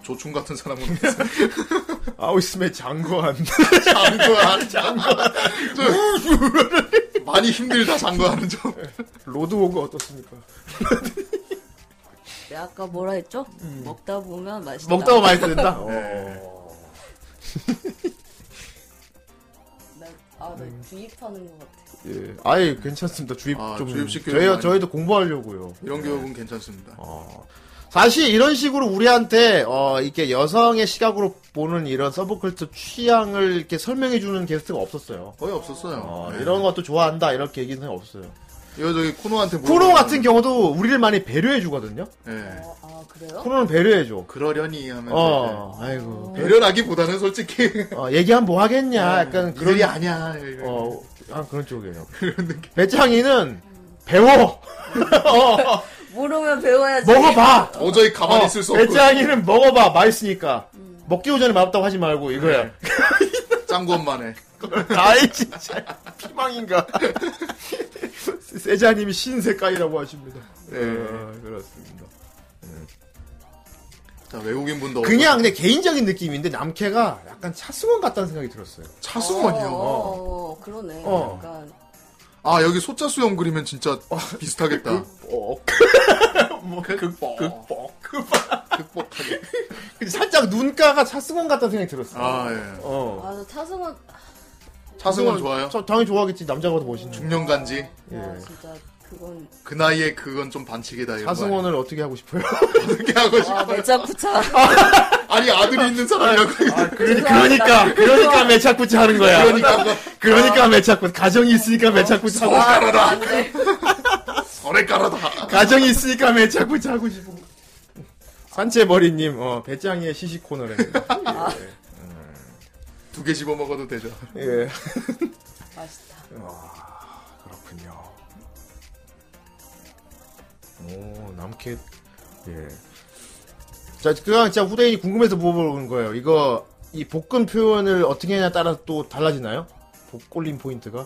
Speaker 2: 조충 같은 사람은
Speaker 1: 아우스메 장거한
Speaker 2: [laughs]
Speaker 1: [laughs]
Speaker 2: 장거한 장거한 좀 많이 힘들다 장거하는 점.
Speaker 1: 로드워크 어떻습니까?
Speaker 9: 내가 네, 아까 뭐라 했죠?
Speaker 2: 음.
Speaker 9: 먹다 보면 맛있다
Speaker 1: 먹다가 많이 된다. 어.
Speaker 9: 나, 아,
Speaker 2: 음.
Speaker 9: 나 주입하는 것 같아
Speaker 1: 예, 아예 괜찮습니다. 주입
Speaker 2: 아,
Speaker 1: 좀
Speaker 2: 주입식 교육
Speaker 1: 저희
Speaker 2: 많이-
Speaker 1: 저희도 공부하려고요.
Speaker 2: 이런 교육은 괜찮습니다.
Speaker 1: 어. 사실 이런 식으로 우리한테 어 이렇게 여성의 시각으로 보는 이런 서브컬처 취향을 이렇게 설명해 주는 게스트가 없었어요.
Speaker 2: 거의 없었어요. 네.
Speaker 1: 어, 이런 것도 좋아한다 이렇게 얘기는 사람이 없어요.
Speaker 2: 이거 저기 쿠노한테 물어보면-
Speaker 1: 쿠노 같은 경우도 우리를 많이 배려해 주거든요.
Speaker 2: 예.
Speaker 9: 아 그래요?
Speaker 1: 쿠노는 배려해 줘.
Speaker 2: 그러려니 하면서
Speaker 1: 어, 아이고.
Speaker 2: 이제 배려라기보다는 솔직히
Speaker 1: 어, 얘기하면 뭐 하겠냐.
Speaker 2: [laughs]
Speaker 1: 약간 그런
Speaker 2: 네. 일이 아니야.
Speaker 1: 어, 아, 그런 쪽이에요. 배짱이는 배워. 어,
Speaker 9: 모르면 배워야지
Speaker 1: 먹어봐.
Speaker 2: 도저히 [laughs] 가만히 있을 수 없고.
Speaker 1: 배짱이는 먹어봐. 맛있으니까. 먹기 오전에 맛없다고 하지 말고 이거야.
Speaker 2: 네. 짱구엄마네.
Speaker 1: [laughs] 아이 진짜 피망인가. [laughs] 세자님이 신색깔이라고 하십니다. 어.
Speaker 2: 네,
Speaker 1: 그렇습니다.
Speaker 2: 자 외국인 분도
Speaker 1: 그냥 근데 개인적인 느낌인데 남캐가 약간 차승원 같다는 생각이 들었어요.
Speaker 2: 차승원이요?
Speaker 9: 어, 어, 그러네
Speaker 1: 어.
Speaker 9: 약간
Speaker 2: 아 여기 소자 수염 그리면 진짜 비슷하겠다.
Speaker 1: 극복. 어. 그, 뭐
Speaker 2: 극복.
Speaker 1: 극복.
Speaker 2: 극복하게.
Speaker 1: 근데 살짝 눈가가 차승원 같다는 생각이 들었어요.
Speaker 2: 아 예.
Speaker 1: 어.
Speaker 9: 아저 차승원
Speaker 2: 차승원 좋아요?
Speaker 1: 뭐, 저, 당연히 좋아하겠지. 남자가 더 멋있는.
Speaker 2: 중년간지
Speaker 9: 와 아, 진짜 그건
Speaker 2: 그 나이에 그건 좀 반칙이다. 이런
Speaker 1: 차승원을 어떻게 하고 싶어요?
Speaker 2: 거 아니야? 네. 어떻게 하고 싶어?
Speaker 9: 아
Speaker 1: 네.
Speaker 9: 매짝구차
Speaker 2: 아니 아들이 있는 사람이라고.
Speaker 1: 네. 그러니까, 그러니까 매차쿠치 하는 거야.
Speaker 2: 그러니까 뭐
Speaker 1: 그러니까 매차쿠 가정이 있으니까 매차쿠치 하고 싶어.
Speaker 2: 가라다. 설에 가라다.
Speaker 1: 가정이 있으니까 매차쿠치 하고 싶어. 산채머리님, 어, 배짱이의 시시코너래.
Speaker 2: 두 개 집어 먹어도 되죠.
Speaker 1: [laughs] 예.
Speaker 9: 맛있다
Speaker 1: 아, 그렇군요. 오, 남캐. 예. 자, 그냥 진짜 후대인이 궁금해서 물어보는 거예요. 이거, 이 볶음 표현을 어떻게 하냐에 따라 또 달라지나요? 볶올림 포인트가?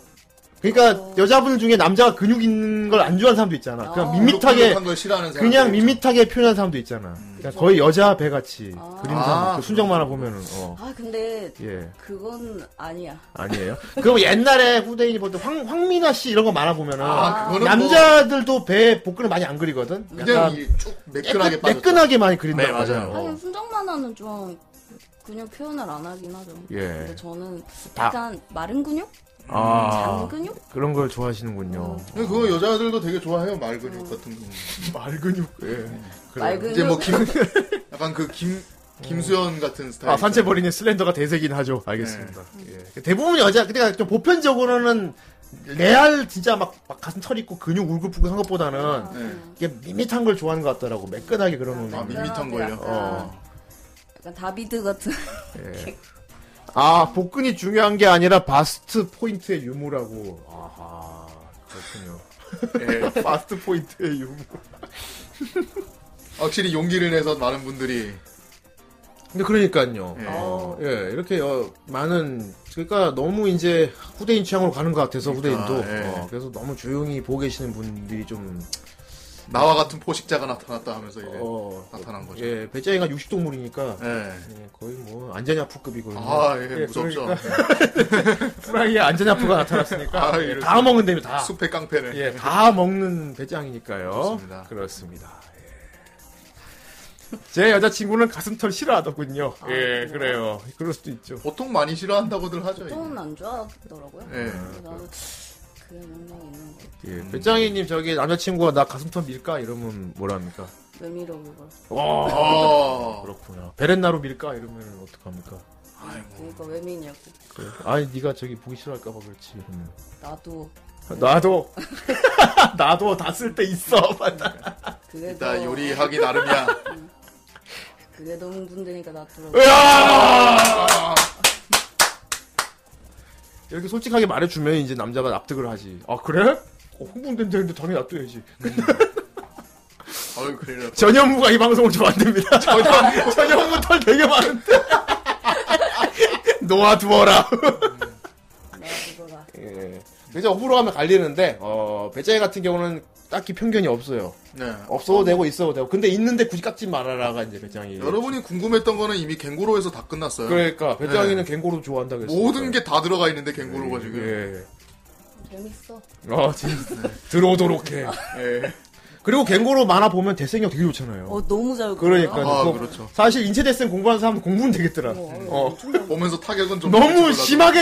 Speaker 1: 그러니까, 여자분 중에 남자가 근육 있는 걸 안 좋아하는 사람도 있잖아. 그냥 밋밋하게,
Speaker 2: 한 걸 싫어하는 사람.
Speaker 1: 그냥 밋밋하게 표현한 사람도 있잖아. 그러니까 거의 여자 배같이 그리는 사람.
Speaker 2: 아,
Speaker 1: 그 순정 만화 보면은, 어.
Speaker 9: 아 근데
Speaker 1: 예.
Speaker 9: 그건 아니야
Speaker 1: 아니에요. 그럼 옛날에 후대인이 볼때 황, 황민아 씨 이런 거 많아 보면은
Speaker 2: 아, 그거는
Speaker 1: 남자들도 배에 복근을 많이 안 그리거든.
Speaker 2: 그냥 이쭉 매끈하게 빠져.
Speaker 1: 매끈하게 많이 그린다.
Speaker 2: 네, 맞아요.
Speaker 9: 하긴 순정 만화는 좀 그냥 표현을 안 하긴 하죠
Speaker 1: 예.
Speaker 9: 근데 저는
Speaker 1: 다.
Speaker 9: 약간 마른 근육?
Speaker 1: 아
Speaker 9: 장 근육?
Speaker 1: 그런 걸 좋아하시는군요.
Speaker 2: 그거 여자들도 되게 좋아해요 말
Speaker 1: 어.
Speaker 2: 근육 같은 거.
Speaker 1: 말 근육. 예.
Speaker 9: 말 근육?
Speaker 2: 이제 뭐 김, [laughs] 약간 그 김 김수현 같은 스타일.
Speaker 1: 그렇죠. 아 산채버리는 슬렌더가 대세긴 하죠. 알겠습니다.
Speaker 2: 네.
Speaker 1: 예. 대부분 여자 그러니까 좀 보편적으로는 레알 진짜 막, 막 가슴 털 있고 근육 울긋불긋한 것보다는
Speaker 2: 네.
Speaker 1: 이게 밋밋한 걸 좋아하는 것 같더라고. 매끈하게 음, 그런
Speaker 2: 아
Speaker 1: 거.
Speaker 2: 밋밋한 걸요.
Speaker 9: 어. 약간
Speaker 2: [laughs]
Speaker 9: 다비드 같은
Speaker 1: 아, 복근이 중요한 게 아니라 바스트 포인트의 유무라고. 아하, 그렇군요. 예, 바스트 포인트의 유무.
Speaker 2: 확실히 용기를 내서 많은 분들이
Speaker 1: 근데 그러니까요.
Speaker 2: 예.
Speaker 1: 어, 예, 이렇게 어, 많은 그러니까 너무 이제 후대인 취향으로 가는 것 같아서 후대인도
Speaker 2: 예.
Speaker 1: 어, 그래서 너무 조용히 보고 계시는 분들이 좀
Speaker 2: 나와 같은 포식자가 나타났다 하면서 이제
Speaker 1: 어,
Speaker 2: 나타난 거죠.
Speaker 1: 예, 배짱이가 육식동물이니까
Speaker 2: 예.
Speaker 1: 예, 거의 뭐 완전히 아프급이거든요.
Speaker 2: 아, 예, 무섭죠.
Speaker 1: 후라이에 완전히 아프가 나타났으니까
Speaker 2: [laughs] 아, 예,
Speaker 1: 그러니까. 다 먹는 데면 다.
Speaker 2: 숲의 깡패네.
Speaker 1: 예, 다 먹는 대장이니까요.
Speaker 2: 좋습니다.
Speaker 1: 그렇습니다. 예. 제 여자친구는 가슴털 싫어하더군요. 예, 그래요. 그럴 수도 있죠.
Speaker 2: 보통 많이 싫어한다고들 하죠.
Speaker 9: 보통은 안 좋아하더라고요.
Speaker 1: 예.
Speaker 9: 근데 나도 그게 영향이 있는 거.
Speaker 1: 예, 배짱이님 저기 남자친구가 나 가슴털 밀까 이러면 뭐랍니까?
Speaker 9: 왜 밀어 그걸?
Speaker 2: 아.
Speaker 1: 와 그렇구나. 베렌나로 밀까 이러면 어떡합니까?
Speaker 9: 그러니까 왜 미냐고.
Speaker 1: 그래. 아니 네가 저기 보기 싫어할까봐 그렇지. 이러면.
Speaker 9: 나도
Speaker 1: 나도 [laughs] 나도 다 쓸 때 있어. [laughs]
Speaker 9: 그게
Speaker 2: 일단
Speaker 9: 더-
Speaker 2: 요리하기 나름이야. [laughs]
Speaker 9: 응. 그게 너무 문제니까 놔두라고.
Speaker 1: 으아! 이렇게 솔직하게 말해주면 이제 남자가 납득을 하지. 아 그래? 어, 흥분된다는데 당연히 놔둬야지. 그
Speaker 2: 아유, 그래. 요
Speaker 1: 전현무가 이 방송을 좋아한답니다. [laughs] 전현무, 전현무 털 되게 많은데. [laughs] 놓아두어라. [laughs] 예. 그래서 호불호 하면 갈리는데, 어, 배짱이 같은 경우는 딱히 편견이 없어요.
Speaker 2: 네.
Speaker 1: 없어도 되고 있어도 되고. 근데 있는데 굳이 깎지 말아라가 이제 배짱이.
Speaker 2: 여러분이 궁금했던 거는 이미 갱고로에서 다 끝났어요.
Speaker 1: 예. 그러니까, 배짱이는 갱고로 좋아한다 그랬어요.
Speaker 2: 모든 게 다 들어가 있는데
Speaker 1: 예,
Speaker 2: 갱고로가 지금.
Speaker 9: 재밌어.
Speaker 1: 어, 재밌어. 들어오도록 해.
Speaker 2: 예.
Speaker 1: 그리고 갱고로 만화 보면 대생력 되게 좋잖아요.
Speaker 9: 어 너무 잘.
Speaker 1: 그러니까
Speaker 2: 아,
Speaker 1: 그거
Speaker 2: 그렇죠.
Speaker 1: 사실 인체 대생 공부하는 사람 공부는 되겠더라. 어.
Speaker 2: [laughs] 보면서 타격은 좀
Speaker 1: 너무
Speaker 2: 될지
Speaker 1: 심하게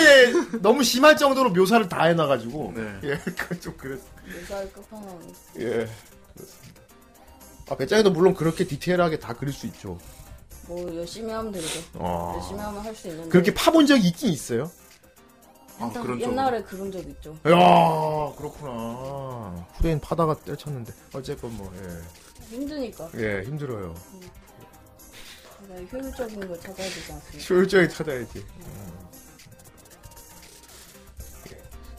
Speaker 1: 너무 심할 정도로 묘사를 다 해놔가지고
Speaker 2: 네.
Speaker 1: 예, 그좀 그랬어.
Speaker 9: 여자의 끝판왕.
Speaker 1: 예, 그렇습니다. 아 배짱이도 물론 그렇게 디테일하게 다 그릴 수 있죠.
Speaker 9: 뭐 열심히 하면 되죠.
Speaker 1: 아.
Speaker 9: 네, 열심히 하면 할 수 있는데.
Speaker 1: 그렇게 아, 파본 적이 있긴 있어요.
Speaker 2: 아,
Speaker 9: 일단 옛날에 그런 적 있죠.
Speaker 1: 이야 그렇구나. 후대인 파다가 때쳤는데 어쨌건 뭐 예,
Speaker 9: 힘드니까.
Speaker 1: 예 힘들어요.
Speaker 9: 내가 효율적인 걸 찾아야 되지 않습니까?
Speaker 1: 효율적이 찾아야지.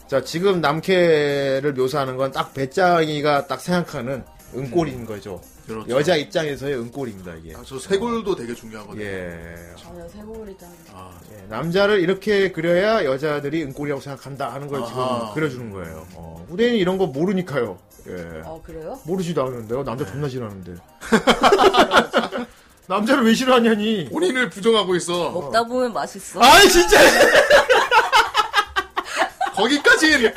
Speaker 1: 자, 지금 남캐를 묘사하는 건 딱 배짱이가 딱 생각하는 은꼴인 거죠.
Speaker 2: 그렇죠.
Speaker 1: 여자 입장에서의 은꼴입니다, 이게.
Speaker 2: 몰라도. 아, 네. 저 쇄골도 되게 중요하거든요.
Speaker 1: 예.
Speaker 9: 전혀 세골이잖아.
Speaker 1: 예, 남자를 이렇게 그려야 여자들이 은꼴이라고 생각한다 하는 걸 지금
Speaker 2: 아하.
Speaker 1: 그려주는 거예요. 어, 후대인이 이런 거 모르니까요. 예.
Speaker 2: 아.
Speaker 9: 어 그래요?
Speaker 1: 모르지도 않은데요. 남자
Speaker 2: 네.
Speaker 1: 존나 싫어하는데. [laughs] 남자를 왜 싫어하냐니.
Speaker 2: 본인을 부정하고 있어.
Speaker 9: 먹다 보면 맛있어.
Speaker 1: 아이, 진짜!
Speaker 9: [laughs]
Speaker 2: 거기까진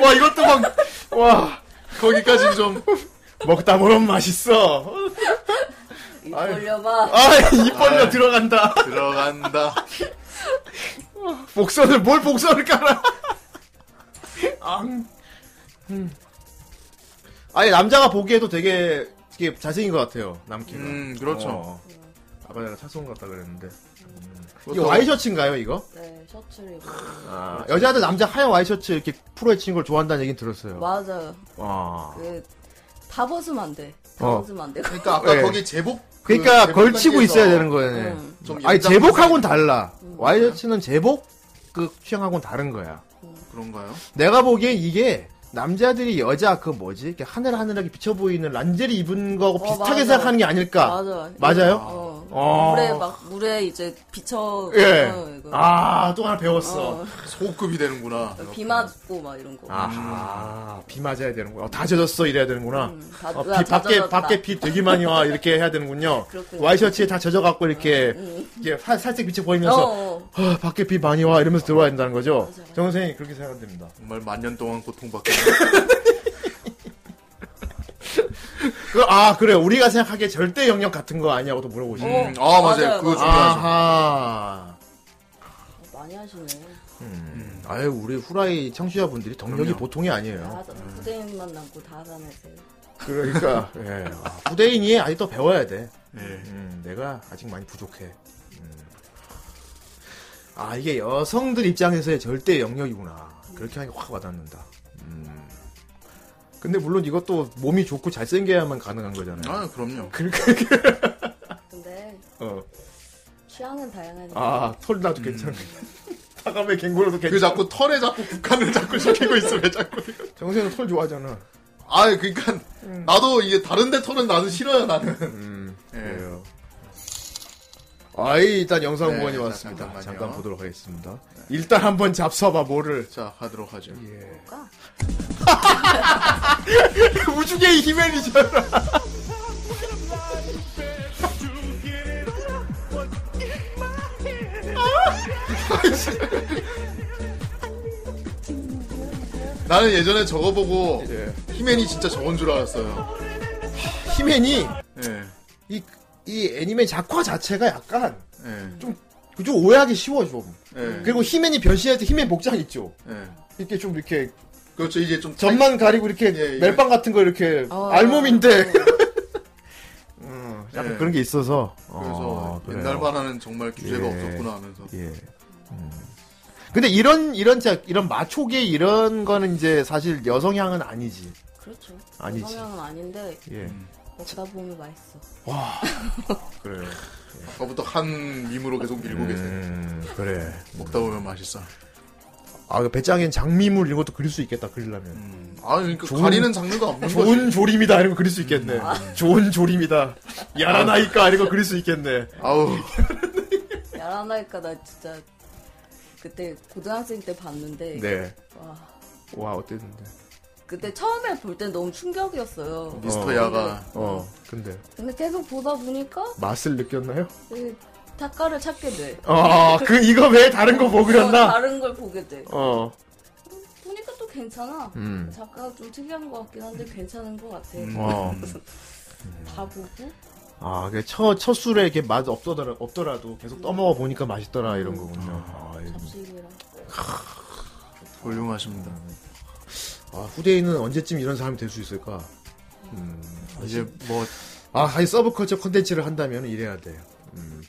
Speaker 1: 와, 이것도 막, 와.
Speaker 2: 거기까진 좀.
Speaker 1: 먹다 보면 맛있어.
Speaker 9: 입 벌려봐.
Speaker 1: 아, 입 벌려
Speaker 2: 아이.
Speaker 1: 들어간다.
Speaker 2: 들어간다.
Speaker 1: 복선을, 뭘 복선을 깔아. 앙. 음. 아니, 남자가 보기에도 되게, 되게 잘생긴 것 같아요, 남캐가.
Speaker 2: 음, 그렇죠.
Speaker 1: 어. 아까 내가 차송 같다 그랬는데. 음. 이게
Speaker 2: 그것도-
Speaker 1: 와이셔츠인가요, 이거?
Speaker 9: 네 셔츠를 입고.
Speaker 1: 아, 여자들 남자 하얀 와이셔츠 이렇게 프로에 치는 걸 좋아한다는 얘기는 들었어요.
Speaker 9: 맞아요. 그,
Speaker 1: 와.
Speaker 9: 그다 벗으면 안 돼. 다
Speaker 1: 어.
Speaker 9: 벗으면 안 돼.
Speaker 2: 그러니까 아까
Speaker 1: 예.
Speaker 2: 거기 제복. 그
Speaker 1: 그러니까
Speaker 2: 제복
Speaker 1: 걸치고
Speaker 2: 단계에서
Speaker 1: 있어야 되는 거예요.
Speaker 9: 음.
Speaker 2: 좀
Speaker 1: 아니
Speaker 2: 연장
Speaker 1: 제복하고는 달라. 와이셔츠는 제복 그 취향하고는 다른 거야.
Speaker 2: 그런가요?
Speaker 1: 내가 보기엔 이게 남자들이 여자 그 뭐지 이렇게 하늘하늘하게 비쳐 보이는 란제리 입은 거하고
Speaker 9: 어,
Speaker 1: 비슷하게
Speaker 9: 맞아.
Speaker 1: 생각하는 게 아닐까.
Speaker 9: 맞아.
Speaker 1: 맞아요?
Speaker 9: 어.
Speaker 1: 어.
Speaker 9: 물에 막 물에 이제 비쳐.
Speaker 1: 예.
Speaker 9: 어, 이거.
Speaker 1: 아, 또 하나 배웠어.
Speaker 9: 어.
Speaker 2: 소급이 되는구나.
Speaker 9: 비 맞고 막 이런 거.
Speaker 1: 아. 아하, 비 맞아야 되는구나. 어, 다 젖었어, 이래야 되는구나.
Speaker 9: 다-
Speaker 1: 어, 비
Speaker 9: 음. 다
Speaker 1: 밖에,
Speaker 9: 젖었다.
Speaker 1: 밖에 비 되게 많이 와, 이렇게 해야 되는군요.
Speaker 9: 그렇군요.
Speaker 1: 와이셔츠에 다 젖어갖고, 이렇게,
Speaker 9: 음.
Speaker 1: 이렇게 살- 살짝 비쳐 보이면서,
Speaker 9: 어,
Speaker 1: 아, 밖에 비 많이 와, 이러면서 들어와야 된다는 거죠. 정 선생님이 그렇게 생각하면 됩니다.
Speaker 2: 정말 만년 동안 고통받고.
Speaker 1: 그, 아, 그래. 우리가 생각하기에 절대 영역 같은 거 아니냐고도 물어보시네.
Speaker 2: 음, 아 맞아요.
Speaker 9: 맞아요,
Speaker 2: 그거
Speaker 9: 맞아요.
Speaker 2: 중요하죠.
Speaker 1: 아하.
Speaker 9: 많이 하시네.
Speaker 1: 음, 아유, 우리 후라이 청취자분들이 덕력이
Speaker 2: 그럼요.
Speaker 1: 보통이 아니에요.
Speaker 9: 다 후대인만 남고 다 하산했어요.
Speaker 1: 그러니까 [laughs] 예. 아, 후대인이 아직도 배워야 돼.
Speaker 2: 예.
Speaker 1: 음, 내가 아직 많이 부족해. 음. 아 이게 여성들 입장에서의 절대 영역이구나. 그렇게 하니까 확 와닿는다. 음. 근데 물론 이것도 몸이 좋고 잘생겨야만 가능한 거잖아요.
Speaker 2: 아 그럼요.
Speaker 1: 그러니까
Speaker 9: 근데
Speaker 1: 어.
Speaker 9: 취향은 다양하니까.
Speaker 1: 아털 나도 괜찮아. 음. [laughs] 다감에 갱고로도
Speaker 2: 그
Speaker 1: 괜찮아.
Speaker 2: 자꾸 털에 자꾸 국한을 자꾸 시키고 있어 왜 자꾸.
Speaker 1: 정세는 털 좋아하잖아.
Speaker 2: 아 그러니까 나도 이게 다른데 털은 나도 싫어요 나는.
Speaker 1: 음,
Speaker 2: 예.
Speaker 1: 그래요. 아이, 일단 영상
Speaker 2: 네,
Speaker 1: 후원이
Speaker 2: 자,
Speaker 1: 왔습니다.
Speaker 2: 잠깐만요.
Speaker 1: 잠깐 보도록 하겠습니다. 일단 한번 잡숴봐,
Speaker 2: [laughs]
Speaker 1: 뭐를.
Speaker 2: 자 하도록 하죠.
Speaker 1: 예. 우주계의 히맨이잖아.
Speaker 2: 나는 예전에 저거 보고 히맨이 진짜 저건 줄 알았어요.
Speaker 1: 히맨이
Speaker 2: 예.
Speaker 1: 이, 이 애니메 작화 자체가 약간
Speaker 2: 예.
Speaker 1: 좀 오해하기 쉬워 좀.
Speaker 2: 예.
Speaker 1: 그리고 히맨이 변신할 때 히맨 복장 있죠.
Speaker 2: 예.
Speaker 1: 이렇게 좀 이렇게
Speaker 2: 그렇죠. 이게 좀
Speaker 1: 점만 가리고 이렇게
Speaker 2: 예,
Speaker 1: 멜빵 같은 거 이렇게 알몸인데 [laughs] 음, 약간
Speaker 2: 예.
Speaker 1: 그런 게 있어서
Speaker 2: 그래서
Speaker 1: 어, 그래요.
Speaker 2: 옛날 반하는 정말 규제가
Speaker 1: 예.
Speaker 2: 없었구나 하면서.
Speaker 1: 예. 음. 근데 이런 이런 자 이런 마초계 이런 거는 이제 사실 여성향은 아니지.
Speaker 9: 그렇죠.
Speaker 1: 아니지.
Speaker 9: 성향은 아닌데
Speaker 1: 예.
Speaker 9: 먹다 보면 맛있어.
Speaker 1: 와. 그래요.
Speaker 2: 아까부터 한 밈으로 계속
Speaker 1: 예.
Speaker 2: 밀고
Speaker 1: 계세요. 그래.
Speaker 2: 먹다 보면 맛있어.
Speaker 1: 아, 배짱엔 장미물 이런 것도 그릴 수 있겠다. 그리려면.
Speaker 2: 아, 그러니까
Speaker 1: 좋은-
Speaker 2: 가리는 장르가 없는
Speaker 1: 좋은
Speaker 2: 거지.
Speaker 1: 조림이다 이런 거 그릴 수 있겠네. 좋은 조림이다. 야라나이까 이런 거 그릴 수 있겠네.
Speaker 2: 아우.
Speaker 1: 예.
Speaker 9: 야라나니까 나 진짜 그때 고등학생 때 봤는데
Speaker 1: 네.
Speaker 9: 와
Speaker 1: 와 어땠는데?
Speaker 9: 그때 처음에 볼 때 너무 충격이었어요.
Speaker 1: 어.
Speaker 9: 근데-
Speaker 1: 어. 근데
Speaker 9: 근데 계속 보다 보니까
Speaker 1: 맛을 느꼈나요?
Speaker 9: 그 닭가를 찾게 돼.
Speaker 1: 아, 그 이거 왜 다른 거 보고
Speaker 9: 어,
Speaker 1: 그랬나?
Speaker 9: 다른 걸 보게 돼.
Speaker 1: 어.
Speaker 9: 보니까 또 괜찮아.
Speaker 1: 음.
Speaker 9: 작가가 좀 특이한 것 같긴 한데 괜찮은 것 같아.
Speaker 1: 음. 어.
Speaker 9: 그래서 다 보고
Speaker 1: 아, 그게 첫, 첫 술에 이게 맛 없더라, 없더라도 계속 떠먹어 보니까 맛있더라, 이런
Speaker 2: 음.
Speaker 1: 거군요. 아, 이-
Speaker 2: 예.
Speaker 9: 잡식이랑
Speaker 2: 훌륭하십니다.
Speaker 1: 아, 후대인은 언제쯤 이런 사람이 될 수 있을까? 음,
Speaker 2: 이제 뭐.
Speaker 1: 아, 아니, 서브컬처 콘텐츠를 한다면 이래야 돼. 음.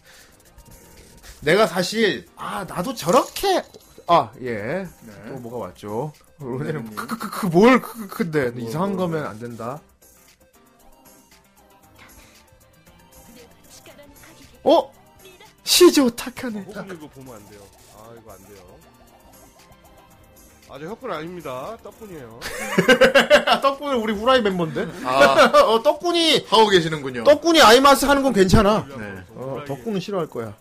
Speaker 1: 내가 사실, 아, 나도 저렇게, 아, 예.
Speaker 2: 네.
Speaker 1: 또 뭐가 왔죠. 그, 로네는 크크크크, 뭘 크크크인데.
Speaker 12: 뭐,
Speaker 1: 이상한 거면 안 된다. 어? 시조 타카네.
Speaker 12: 혹시 어, 이거 보면 안 돼요. 아 이거 안 돼요. 아저 혁군 아닙니다. 떡분이에요.
Speaker 1: [laughs] 떡분은 우리 후라이 멤버인데? [laughs]
Speaker 12: 아.
Speaker 1: 어, 떡분이.
Speaker 2: 하고 계시는군요.
Speaker 1: 떡분이 아이마스 하는 건 괜찮아.
Speaker 2: 네.
Speaker 1: 어, 덕군은 싫어할 거야.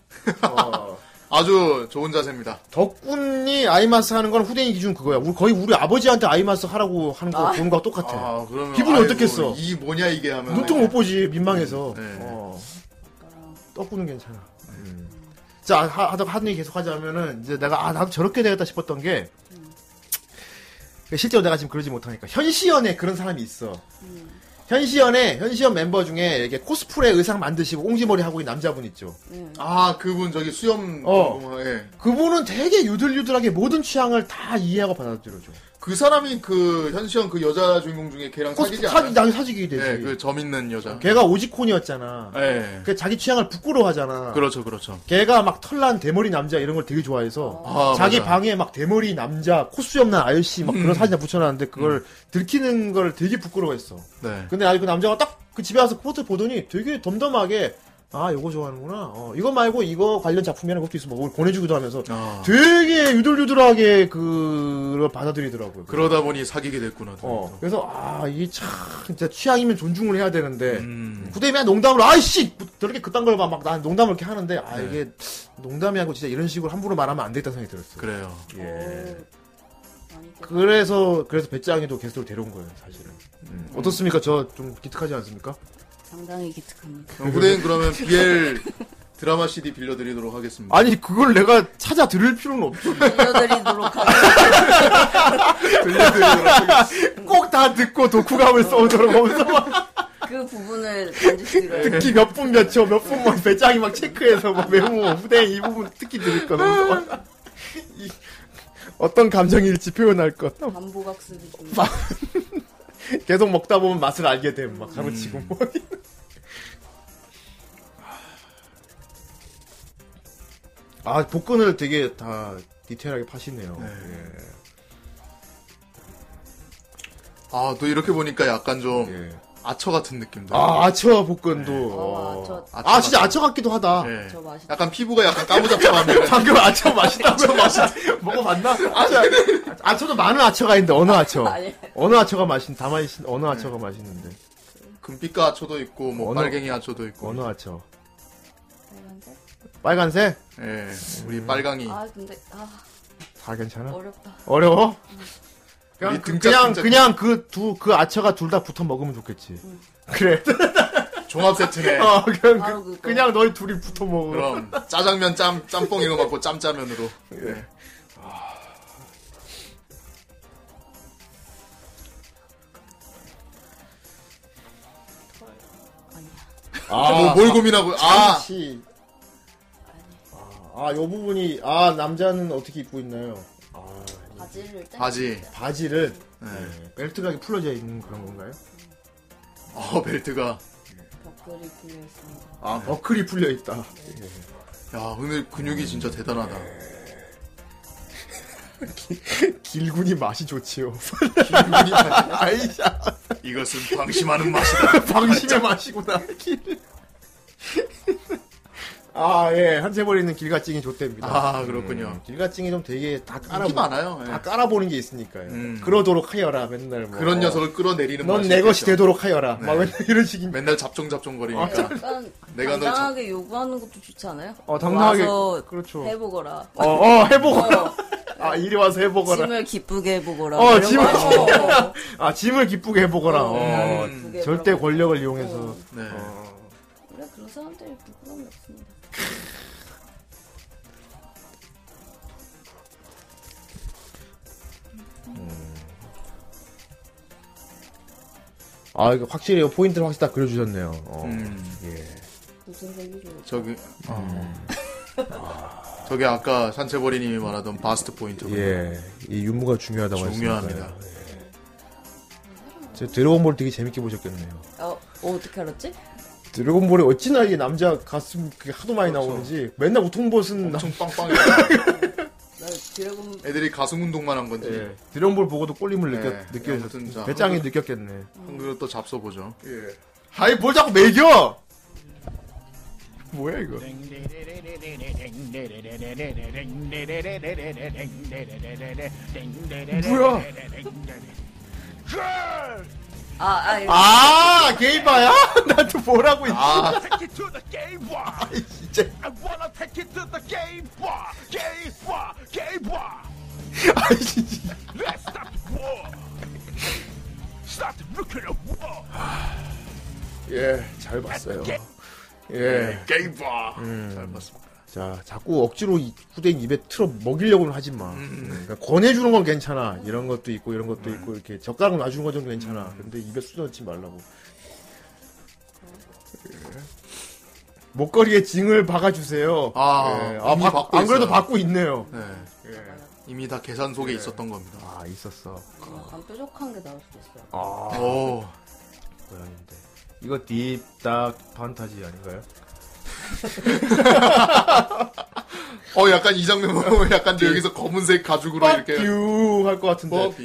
Speaker 2: 아주 좋은 자세입니다.
Speaker 1: 덕군이 아이마스 하는 건 후대인 기준 그거야. 우리 거의 우리 아버지한테 아이마스 하라고 하는 거
Speaker 2: 아.
Speaker 1: 보는 거랑 똑같아.
Speaker 2: 아, 그러면
Speaker 1: 기분이
Speaker 2: 아이고,
Speaker 1: 어떻겠어?
Speaker 2: 이 뭐냐 이게 하면.
Speaker 1: 눈통 못 보지 민망해서.
Speaker 2: 네.
Speaker 1: 어. 떡군은 괜찮아. 음. 자 하, 하다 하는 얘기 계속 하자면은 이제 내가 아 나도 저렇게 되겠다 싶었던 게 실제로 내가 지금 그러지 못하니까 현시연에 그런 사람이 있어. 현시연에 현시연 멤버 중에 이렇게 코스프레 의상 만드시고 옹지머리 하고 있는 남자분 있죠.
Speaker 9: 네,
Speaker 2: 아 그분 저기 수염
Speaker 1: 어.
Speaker 2: 전공- 예.
Speaker 1: 그분은 되게 유들유들하게 모든 취향을 다 이해하고 받아들여줘.
Speaker 2: 그 사람이 그 현시형 그 여자 주인공 중에 걔랑 사귀지
Speaker 1: 코스프
Speaker 2: 않아요?
Speaker 1: 사기 당 사지기 되지.
Speaker 2: 예, 그점 있는 여자.
Speaker 1: 걔가 오지콘이었잖아.
Speaker 2: 예.
Speaker 1: 그 자기 취향을 부끄러워하잖아.
Speaker 2: 그렇죠, 그렇죠.
Speaker 1: 걔가 막 털난 대머리 남자 이런 걸 되게 좋아해서
Speaker 2: 아,
Speaker 1: 자기
Speaker 2: 맞아.
Speaker 1: 방에 막 대머리 남자 코수염난 아저씨 막
Speaker 2: 음.
Speaker 1: 그런 사진 다 붙여놨는데 그걸 들키는 걸 되게 부끄러워했어.
Speaker 2: 네.
Speaker 1: 근데 아니 그 남자가 딱 그 집에 와서 포트 보더니 되게 덤덤하게 아 요거 좋아하는구나. 어, 이거 말고 이거 관련 작품이라는 것도 있어. 뭐 그걸 보내주기도 하면서
Speaker 2: 아,
Speaker 1: 되게 유들유들하게 그걸 받아들이더라고요.
Speaker 2: 그러다 보니 사귀게 됐구나.
Speaker 1: 어, 그래서 아 이게 참 진짜 취향이면 존중을 해야
Speaker 2: 예.
Speaker 1: 되는데
Speaker 2: 음,
Speaker 1: 후대면 농담으로 아이씨 뭐 저렇게 그딴 걸 막 난 농담을 이렇게 하는데 아
Speaker 2: 네.
Speaker 1: 이게 농담이 아니고 진짜 이런 식으로 함부로 말하면 안 되겠다 생각이 들었어요.
Speaker 2: 그래요.
Speaker 9: 네.
Speaker 2: 예.
Speaker 1: 예. 그래서 그래서 배짱이도 게스트로 데려온 거예요 사실은.
Speaker 2: 음.
Speaker 1: 음. 어떻습니까? 저 좀 기특하지 않습니까?
Speaker 9: 상당히 기특합니다.
Speaker 1: 음.
Speaker 2: 그럼 후대인 그러면 BL 드라마 CD 빌려드리도록 하겠습니다.
Speaker 1: 아니 그걸 내가 찾아 들을 필요는 없죠.
Speaker 9: 빌려드리도록
Speaker 1: 꼭 다 듣고 독후감을
Speaker 2: [laughs]
Speaker 1: 써오도록 하면서 막
Speaker 9: 그 부분을 편집실에
Speaker 1: 특히
Speaker 2: 예.
Speaker 1: 몇 분 몇 초 몇 분만 배짱이 막 체크해서 막 메모 후대인 이 부분 특히 들을 거 너무
Speaker 2: [laughs]
Speaker 1: 좋아. 이- 어떤 감정일지 표현할 것.
Speaker 9: 반복학습이 좀
Speaker 1: 막 계속 먹다 보면 맛을 알게 됨. 막 가로치고 뭐. 아 복근을 되게 다 디테일하게 파시네요.
Speaker 2: 아, 또 이렇게 보니까 약간 좀
Speaker 1: 예.
Speaker 2: 아처 같은 느낌도.
Speaker 1: 아 아처 복근도.
Speaker 2: 어, 아처.
Speaker 1: 아, 진짜 아처 같기도 하다.
Speaker 2: 네. 예.
Speaker 1: 아.
Speaker 2: 약간 피부가 약간 까무잡잡합니다.
Speaker 1: 방금 아처 맛있다고 아처 맛있. 먹어봤나? 아처 아처도 많은 아처가 있는데 어느 아처?
Speaker 2: 아니. 예.
Speaker 1: 어느 아처가 맛있? 다 맛있. 어느 아처가 맛있는데?
Speaker 2: 금빛과 아처도 있고 뭐
Speaker 1: 언어-
Speaker 2: 빨갱이 아처도 있고.
Speaker 1: 어느 아처? 빨간색?
Speaker 2: 예, 우리
Speaker 1: 음.
Speaker 2: 빨강이.
Speaker 9: 아 근데 아
Speaker 1: 다 괜찮아?
Speaker 9: 어렵다.
Speaker 1: 어려워?
Speaker 2: 우리
Speaker 1: 그냥 그,
Speaker 2: 등짝,
Speaker 1: 그냥
Speaker 2: 등짝.
Speaker 1: 그냥 그 두 그 음. 아처가 둘 다 붙어 먹으면 좋겠지. 그래.
Speaker 2: 종합 세트네.
Speaker 1: 어, 그냥, 그, 그냥 너희 둘이 붙어 먹어.
Speaker 2: 그럼 짜장면 짬 짬뽕 이거 먹고 짬짜면으로.
Speaker 1: 예. 아.
Speaker 2: 뭐, 뭘 고민하고? 아,
Speaker 1: 잠시. 아, 요 부분이, 아, 남자는 어떻게 입고 있나요? 아,
Speaker 9: 바지를 땡-
Speaker 1: 바지를. 네. 벨트가 풀어져 있는 그런 건가요?
Speaker 2: 어 벨트가
Speaker 9: 버클이 풀려있습니다.
Speaker 1: 아,
Speaker 2: 네.
Speaker 1: 버클이 풀려 있다. 예.
Speaker 2: [laughs] 야 오늘 근육이 진짜 대단하다.
Speaker 1: 길군이 맛이 좋지요. [laughs]
Speaker 2: 아이샤. 이것은 방심하는 맛이다.
Speaker 1: 방심의 맛이구나. 길. [laughs] 아, 예. 한채버리는 길가찡이 좋답니다.
Speaker 2: 아, 그렇군요.
Speaker 1: 길가찡이 좀 되게 다 깔아.
Speaker 2: 인기 많아요, 예.
Speaker 1: 다 음. 깔아보는 게 있으니까요. 그러도록 하여라, 맨날. 뭐.
Speaker 2: 그런 녀석을 끌어내리는
Speaker 1: 넌
Speaker 2: 맛이
Speaker 1: 내 것이 아,
Speaker 2: 있겠죠. 네.
Speaker 1: 되도록 하여라. 막 맨날 [laughs] 이런 식인
Speaker 2: 맨날 잡종잡종거리니까.
Speaker 9: 약간
Speaker 2: 내가 너
Speaker 9: 당당하게 요구하는 것도 좋지 않아요?
Speaker 1: 어, 당당하게.
Speaker 9: 와서
Speaker 1: 그렇죠.
Speaker 9: 해보거라.
Speaker 1: 어, 어, 해보거라. 아, 이리 와서 해보거라.
Speaker 9: 짐을 기쁘게 해보거라.
Speaker 1: 어,
Speaker 9: 이런 거
Speaker 1: 짐을,
Speaker 9: 하죠.
Speaker 1: 아, 짐을 기쁘게 해보거라.
Speaker 9: 어,
Speaker 1: 어,
Speaker 9: 음. 기쁘게
Speaker 1: 절대
Speaker 9: 해보라고.
Speaker 1: 권력을 이용해서.
Speaker 2: 네.
Speaker 1: 어.
Speaker 9: 원래 그런 사람들이 부끄러움이 없습니다.
Speaker 1: 아, 이거 확실히 요 포인트를 확실히 딱 그려주셨네요. 어.
Speaker 2: 음.
Speaker 1: 예.
Speaker 9: 무슨 생기죠?
Speaker 2: 저기
Speaker 1: 어.
Speaker 2: 음. 아. 저게 아까 산채버리님이 말하던 바스트 포인트군요.
Speaker 1: 예. 이 유무가 중요하다고
Speaker 2: 중요합니다.
Speaker 1: 저 드래곤볼 되게 재밌게 보셨겠네요.
Speaker 9: 어, 어, 어떻게 알았지?
Speaker 1: 드래곤볼이 어찌나 이게 남자 가슴 그게 하도 많이
Speaker 2: 그렇죠.
Speaker 1: 나오는지 맨날 우통봇은 엄청
Speaker 2: 빵빵해.
Speaker 9: 나 드래곤
Speaker 2: 애들이 가슴 운동만 한 건지.
Speaker 1: 예. 드래곤볼 보고도 꼴림을 느꼈
Speaker 2: 예. 아무튼 자,
Speaker 1: 느껴 배짱이
Speaker 2: 한글-
Speaker 1: 느꼈겠네.
Speaker 2: 한 그릇 또 잡숴보죠.
Speaker 1: 예. 아이 뭘 자꾸 매겨? 뭐야 이거? 뭐야?
Speaker 9: 아, 아, 이거.
Speaker 1: 아 게이바야? [laughs] 나도 뭐라고 있지?
Speaker 2: 아.
Speaker 1: 진짜.
Speaker 6: 아이 진짜. Let's stop the war. Stop the nuclear war.
Speaker 1: 아, 예, 잘 봤어요. 예.
Speaker 2: 예. 게이바.
Speaker 1: 음.
Speaker 2: 잘 봤습니다.
Speaker 1: 자, 자꾸 억지로 이- 후대인 입에 틀어 먹이려고는 하지 마.
Speaker 2: 음.
Speaker 1: 그러니까 권해주는 건 괜찮아. 이런 것도 있고, 이런 것도 있고, 이렇게 젓가락 놔주는 건 좀 괜찮아. 근데 입에 쑤져 넣지 말라고. 예. 목걸이에 징을 박아주세요.
Speaker 2: 아,
Speaker 1: 예. 아,
Speaker 2: 이미
Speaker 1: 박-
Speaker 2: 받고
Speaker 1: 안 그래도
Speaker 2: 있어요.
Speaker 1: 받고 있네요.
Speaker 2: 네. 이미 다 계산 속에 있었던 겁니다.
Speaker 1: 아, 있었어.
Speaker 9: 약간 뾰족한 게 나올 수도 있어요.
Speaker 1: 아,
Speaker 2: 오.
Speaker 1: 고양인데. 이거 딥닥 판타지 아닌가요?
Speaker 2: 어, 약간 이 장면 보면
Speaker 1: 아.
Speaker 2: 약간 저 여기서 검은색 가죽으로 이렇게. 네,
Speaker 1: 뷰할 것 같은데.
Speaker 2: 어, 뷰.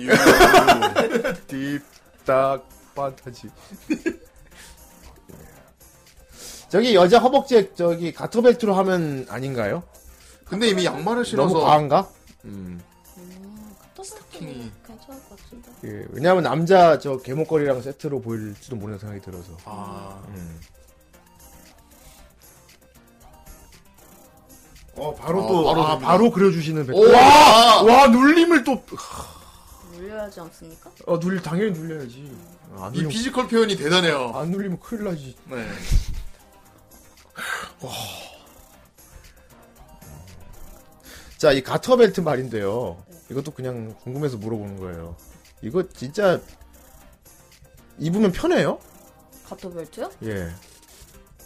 Speaker 1: 딥닥 판타지. [laughs] 저기 여자 허벅지에 저기 가터벨트로 하면 아닌가요?
Speaker 2: 근데 이미 양말을 신어서.
Speaker 1: 너무 과한가? 음.
Speaker 9: 스타킹이 괜찮을 것 같은데.
Speaker 1: 예, 왜냐하면 남자 저 개목걸이랑 세트로 보일지도 모르는 생각이 들어서.
Speaker 2: 아.
Speaker 1: 음. 어 바로
Speaker 2: 아,
Speaker 1: 또
Speaker 2: 바로
Speaker 1: 바로,
Speaker 2: 됩니다.
Speaker 1: 바로 그려주시는 백.
Speaker 2: 오!
Speaker 1: 와, 와 눌림을 또.
Speaker 9: 물려야 하지 않습니까?
Speaker 1: 어 눌, 당연히 눌려야지. 아, 안
Speaker 2: 이
Speaker 1: 눌리면-
Speaker 2: 피지컬 표현이 대단해요.
Speaker 1: 안 눌리면 큰일 나지.
Speaker 2: 네.
Speaker 1: 자, 이 가터벨트 말인데요. 이것도 그냥 궁금해서 물어보는 거예요. 이거 진짜 입으면 편해요?
Speaker 9: 가토벨트요?
Speaker 1: 예.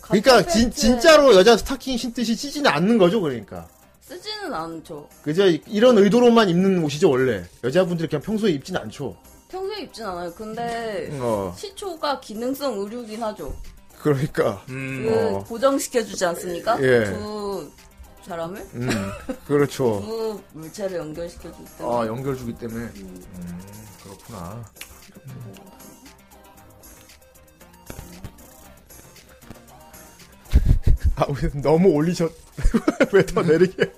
Speaker 1: 그러니까 진,
Speaker 9: 가토벨트에
Speaker 1: 진짜로 여자 스타킹 신듯이 찌지는 않는 거죠, 그러니까.
Speaker 9: 쓰지는 않죠.
Speaker 1: 그저 이- 이런 의도로만 입는 옷이죠, 원래. 여자분들이 그냥 평소에 입진 않죠.
Speaker 9: 평소에 입진 않아요. 근데
Speaker 1: 어.
Speaker 9: 시초가 기능성 의류긴 하죠.
Speaker 1: 그러니까.
Speaker 2: 음.
Speaker 9: 그 고정시켜주지 않습니까?
Speaker 1: 예.
Speaker 9: 두 사람을
Speaker 1: 음, 그렇죠.
Speaker 9: 두 물체를 연결시켜줄 때.
Speaker 1: 아, 연결 주기 때문에. 음, 그렇구나. 아, 왜 너무 올리셨, [laughs] 왜 더 내리게.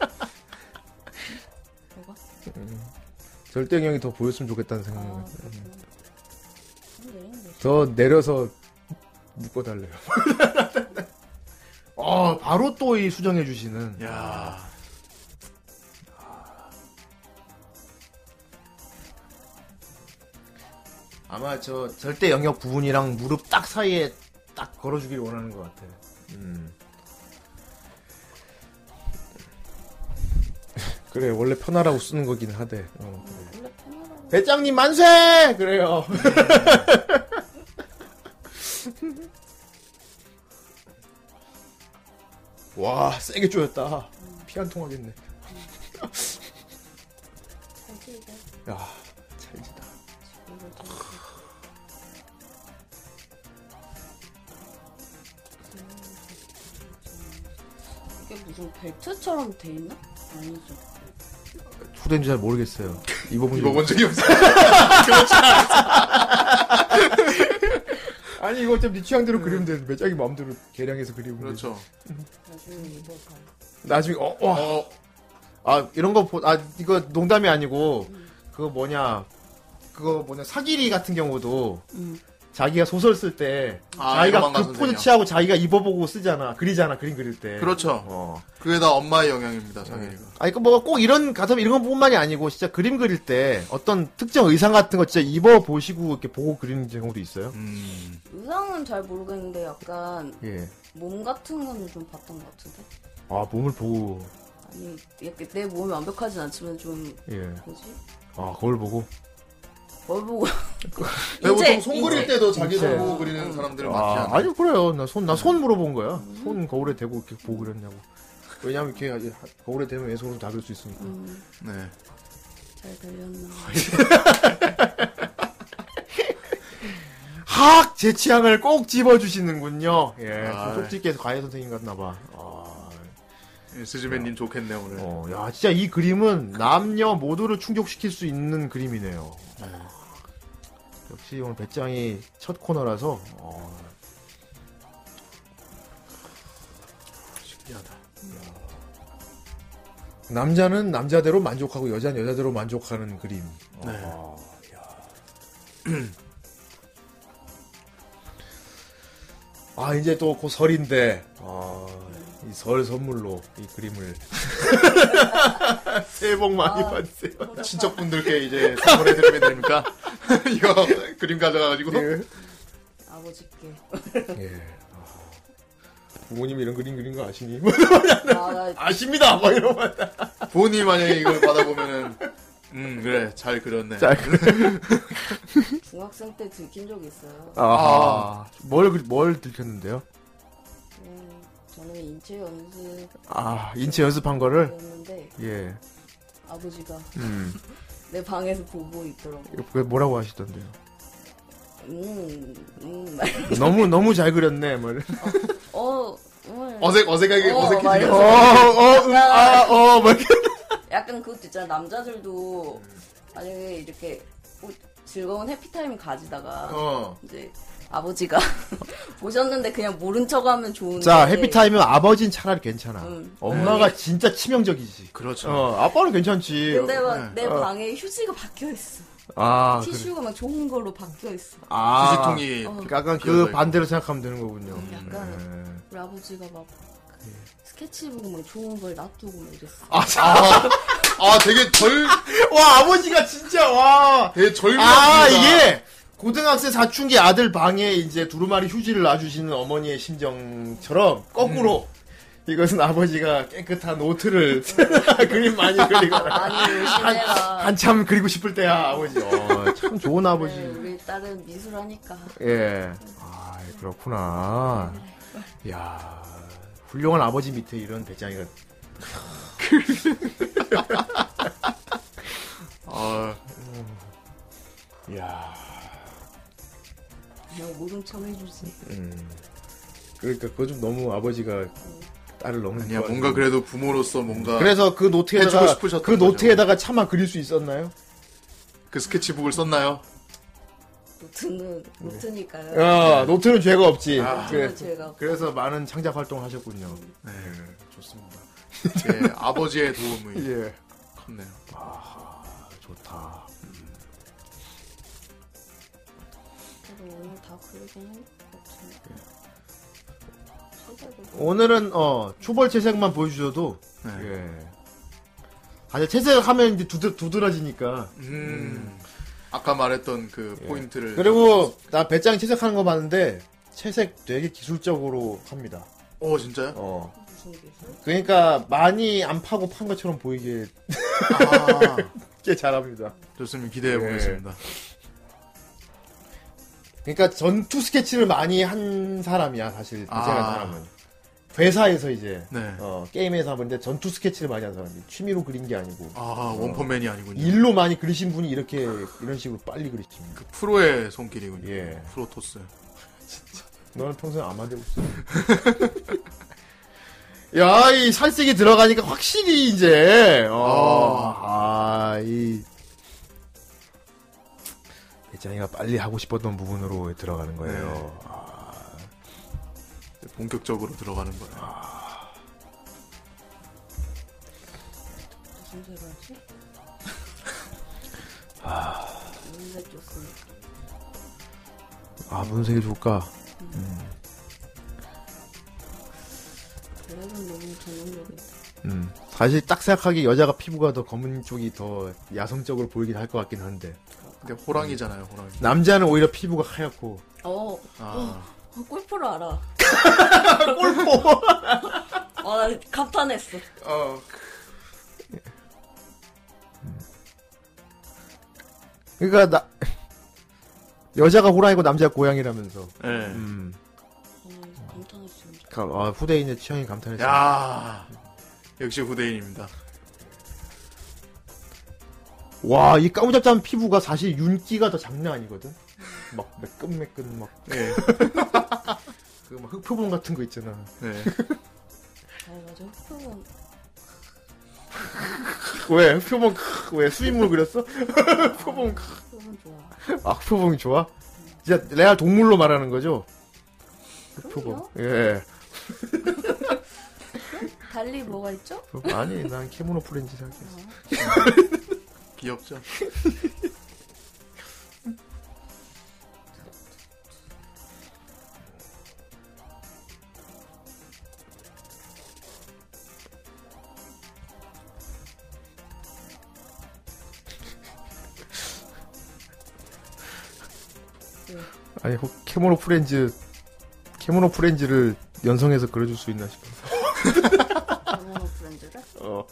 Speaker 1: 음, 절대형이 더 보였으면 좋겠다는 생각. 음. 더 내려서 [laughs] 묶어달래요. 아, 바로 또 이 수정해주시는.
Speaker 2: 야
Speaker 1: 아마 저 절대 영역 부분이랑 무릎 딱 사이에 딱 걸어주길 원하는 것 같아. 음. 그래 원래 편하라고 쓰는 거긴 하대. 어, 그래. 배짱님 만세! 그래요. 와 세게 쪼였다. 피 안 통하겠네. 야 찰지다.
Speaker 9: 이게 무슨 벨트처럼 돼 있나? 아니죠.
Speaker 1: 후대인지 잘 모르겠어요. 입어본
Speaker 2: 입어본 적이 없어요.
Speaker 1: 그렇지 아니 이거 좀네 취향대로 그리면 되는데 왜 자기 마음대로 계량해서 그리면 그렇죠.
Speaker 9: 나중에 입어봐.
Speaker 1: 나중에 어, 와. 아 이런 거 보, 아 이거 농담이 아니고 그거 뭐냐 그거 뭐냐 사기리 같은 경우도
Speaker 9: 음.
Speaker 1: 자기가 소설 쓸 때
Speaker 2: 아,
Speaker 1: 자기가
Speaker 2: 로망가
Speaker 1: 그 포즈
Speaker 2: 선생이요.
Speaker 1: 취하고 자기가 입어보고 쓰잖아 그리잖아 그림 그릴 때
Speaker 2: 그렇죠.
Speaker 1: 어.
Speaker 2: 그게 다 엄마의 영향입니다, 사기리가.
Speaker 1: 아니, 그, 뭐, 꼭 이런, 가서 이런 것뿐만이 아니고, 진짜 그림 그릴 때, 어떤 특정 의상 같은 거 진짜 입어보시고, 이렇게 보고 그리는 경우도 있어요?
Speaker 2: 음.
Speaker 9: 의상은 잘 모르겠는데 약간
Speaker 1: 예.
Speaker 9: 몸 같은 거는 좀 봤던 것 같은데.
Speaker 1: 아, 몸을 보고,
Speaker 9: 아니 이렇게 내 몸이 완벽하진 않지만 좀
Speaker 1: 예.
Speaker 9: 뭐지?
Speaker 1: 아, 거울 보고.
Speaker 9: 뭘 보고?
Speaker 2: 왜 보통
Speaker 9: 이제,
Speaker 2: 손 그릴
Speaker 9: 이제.
Speaker 2: 때도 자기
Speaker 1: 이제.
Speaker 2: 손 보고 그리는 사람들을 많지
Speaker 1: 아,
Speaker 2: 않아요? 음.
Speaker 1: 아니, 그래요. 나 손, 나 손 물어본 거야. 손 거울에 대고 이렇게 보고 그렸냐고. 왜냐면 이렇게 아주 하- 거울에 대면 왼손으로 다 그릴 수 있으니까.
Speaker 9: 음.
Speaker 2: 네.
Speaker 9: 잘 들렸나?
Speaker 2: 아,
Speaker 1: 학! 제 취향을 꼭 집어주시는군요. 예.
Speaker 2: 아,
Speaker 1: 쪽집게에서 과외 선생님 같나봐. 아,
Speaker 2: 네. 예, 스즈맨님 좋겠네, 오늘.
Speaker 1: 어, 야, 진짜 이 그림은 남녀 모두를 충족시킬 수 있는 그림이네요. 역시 오늘 배짱이 첫 코너라서, 어,
Speaker 2: 신기하다.
Speaker 1: 남자는 남자대로 만족하고 여자는 여자대로 만족하는 그림.
Speaker 2: 네.
Speaker 1: 어, 아 이제 또 곧 설인데 아, 이 설 선물로 이 그림을 새해 복 많이 받으세요.
Speaker 2: 친척분들께 이제 선물해드리면 됩니까? [laughs] 이거 그림 가져가가지고. [laughs] 네.
Speaker 9: 아버지께.
Speaker 1: 예. 아, 부모님 이런 그림 그린 거 아시니? [laughs]
Speaker 9: 나-
Speaker 1: 아십니다. 막 이런 말.
Speaker 2: 본인이 만약에 이걸 받아보면은, 음, 그래, 잘 그렸네.
Speaker 1: 잘 그렸네.
Speaker 9: 중학생 때 들킨 적 있어요.
Speaker 1: 아, 뭘, 뭘 들켰는데요?
Speaker 9: 음, 저는 인체 연습
Speaker 1: 아, 인체 연습한 거를?
Speaker 9: 했는데
Speaker 1: 예.
Speaker 9: 아버지가
Speaker 1: 음.
Speaker 9: [laughs] 내 방에서 보고 있더라고.
Speaker 1: 그 뭐라고 하시던데요?
Speaker 9: 음, 음.
Speaker 1: 너무, 너무 잘 그렸네. 뭐.
Speaker 9: 어, 음.
Speaker 2: 어색- 어색하게-
Speaker 9: 어,
Speaker 2: 어색해지게
Speaker 9: 막 이러면서.
Speaker 1: 어, 어, 음, 아, 어, 막 이렇게.
Speaker 9: 약간 그것도 있잖아. 남자들도 만약에 이렇게 뭐 즐거운 해피타임 가지다가
Speaker 1: 어.
Speaker 9: 이제 아버지가 [laughs] 보셨는데 그냥 모른 척하면 좋은데.
Speaker 1: 자, 해피타임은 아버진 차라리 괜찮아.
Speaker 9: 음.
Speaker 1: 엄마가 진짜 치명적이지.
Speaker 2: 그렇죠.
Speaker 1: 어, 아빠는 괜찮지.
Speaker 9: 근데 막 내
Speaker 1: 어.
Speaker 9: 방에 휴지가 박혀 있어.
Speaker 1: 아, 그래.
Speaker 9: 티슈가 막 좋은 걸로 박혀 있어.
Speaker 1: 아,
Speaker 2: 휴지통이
Speaker 1: 어. 약간 그
Speaker 2: 비어져
Speaker 1: 반대로 생각하면 되는 거군요.
Speaker 9: 약간
Speaker 1: 예.
Speaker 9: 우리 아버지가 막 스케치북 막 좋은 걸 놔두고 막 이랬어.
Speaker 1: 아,
Speaker 2: 아, 아, 되게 절.
Speaker 1: 와, 아버지가 진짜, 와.
Speaker 2: 되게 절묘합니다.
Speaker 1: 아, 이게 고등학생 사춘기 아들 방에 이제 두루마리 휴지를 놔주시는 어머니의 심정처럼 거꾸로 이것은 아버지가 깨끗한 노트를 [laughs] 그림 많이 그리거나 한, 한참 그리고 싶을 때야 아버지. 어, 참 좋은 아버지.
Speaker 9: 네, 우리 딸은 미술하니까.
Speaker 1: 예. 아, 그렇구나. 야, 훌륭한 아버지 밑에 이런 [laughs] 배짱이가.
Speaker 2: 아,
Speaker 1: 음. 야.
Speaker 9: 그냥 모른 척 해주지.
Speaker 1: 음. 그러니까 그거 좀 너무 아버지가 딸을 너무
Speaker 2: 아니야,
Speaker 1: 좋아하는
Speaker 2: 뭔가 그래도 부모로서 뭔가.
Speaker 1: 그래서 그
Speaker 2: 해주고
Speaker 1: 노트에다가
Speaker 2: 싶으셨던
Speaker 1: 그
Speaker 2: 거죠.
Speaker 1: 노트에다가 차마 그릴 수 있었나요?
Speaker 2: 그 스케치북을 썼나요?
Speaker 9: 노트는 노트니까요.
Speaker 1: 네. 아 노트는 죄가 없지. 예.
Speaker 2: 아.
Speaker 1: 그래,
Speaker 9: 노트는 죄가 없고.
Speaker 1: 서 많은 창작 활동을 하셨군요.
Speaker 2: 네,
Speaker 1: 좋습니다. [laughs]
Speaker 2: 제 아버지의 도움이
Speaker 1: 예.
Speaker 2: 컸네요.
Speaker 1: 아 좋다.
Speaker 9: 그래도 오늘 다 그리긴 할것 같은데.
Speaker 1: 네.
Speaker 9: 선택을-
Speaker 1: 오늘은 어 초벌 채색만 보여주셔도
Speaker 2: 네.
Speaker 1: 예. 아니 채색하면 이제 두드 두드러지니까. 예.
Speaker 2: 음. 아까 음. 말했던 그 포인트를.
Speaker 1: 그리고 나 배짱 채색하는 거 봤는데 채색 되게 기술적으로 합니다.
Speaker 2: 오 진짜요?
Speaker 1: 어. 그러니까 많이 안 파고 판 것처럼 보이게 [laughs] 꽤 잘합니다.
Speaker 2: 좋습니다.
Speaker 1: 예.
Speaker 2: 기대해 보겠습니다.
Speaker 1: 그러니까 전투 스케치를 많이 한 사람이야 사실
Speaker 2: 아.
Speaker 1: 제가 사람은 회사에서 이제
Speaker 2: 네.
Speaker 1: 어, 게임에서 하는데 전투 스케치를 많이 한 사람이 취미로 그린 게 아니고
Speaker 2: 아,
Speaker 1: 어,
Speaker 2: 원펀맨이 아니군요.
Speaker 1: 일로 많이 그리신 분이 이렇게 이런 식으로 빨리 그리십니다.
Speaker 2: 프로의 손길이군요.
Speaker 1: 예.
Speaker 2: 프로토스.
Speaker 1: 너는 평소에 안 만들고 있어. [laughs] 야, 이 살색이 들어가니까 확실히 이제, 어, 아, 이. 배짱이가 빨리 하고 싶었던 부분으로 들어가는 거예요.
Speaker 2: 본격적으로 들어가는 거예요.
Speaker 1: 아.
Speaker 9: 무슨 소리 하지?
Speaker 1: [laughs]
Speaker 9: 뭔데 좋습니까?
Speaker 1: 아, 무슨 색이 좋을까?
Speaker 9: 그래서 너무 전형적이다.
Speaker 1: 음. 사실 딱 생각하기 여자가 피부가 더 검은 쪽이 더 야성적으로 보이긴 할 것 같긴 한데.
Speaker 2: 근데 호랑이잖아요, 호랑이.
Speaker 1: 남자는 오히려 피부가 하얗고.
Speaker 9: 어,
Speaker 2: 아.
Speaker 9: 어, 어, 골프를 알아.
Speaker 1: [laughs] 골프.
Speaker 9: [laughs] 아, 나 감탄했어.
Speaker 2: 어.
Speaker 1: 그- 그러니까 나 [laughs] 여자가 호랑이고 남자가 고양이라면서.
Speaker 2: 예.
Speaker 1: 음.
Speaker 9: 어, 감탄했어.
Speaker 1: 가- 아, 후대인의 취향이 감탄했어요.
Speaker 2: 야 역시 후대인입니다.
Speaker 1: 와, 이 까무잡잡한 피부가 사실 윤기가 더 장난 아니거든. 막 매끈매끈 막.
Speaker 2: 예.
Speaker 1: 그막 흑표본 같은 거 있잖아. [laughs]
Speaker 2: 네.
Speaker 9: 아, 맞아. 흑표범.
Speaker 1: 왜 흑표본 크, 왜 수입물 그렸어? 흑표본 크.
Speaker 9: 흑표범 좋아.
Speaker 1: 아, 흑표본이 좋아? 진짜 레알 동물로 말하는 거죠? 흑표본. 예.
Speaker 9: 달리 뭐가 있죠?
Speaker 1: 아니, 난 캐모노 프렌즈 생각했어.
Speaker 2: 귀엽죠?
Speaker 1: 아니, 혹 캐모노 프렌즈 캐모노 프렌즈를 연성해서 그려줄 수 있나 싶어서.
Speaker 9: 영어 브랜드를?
Speaker 1: 어.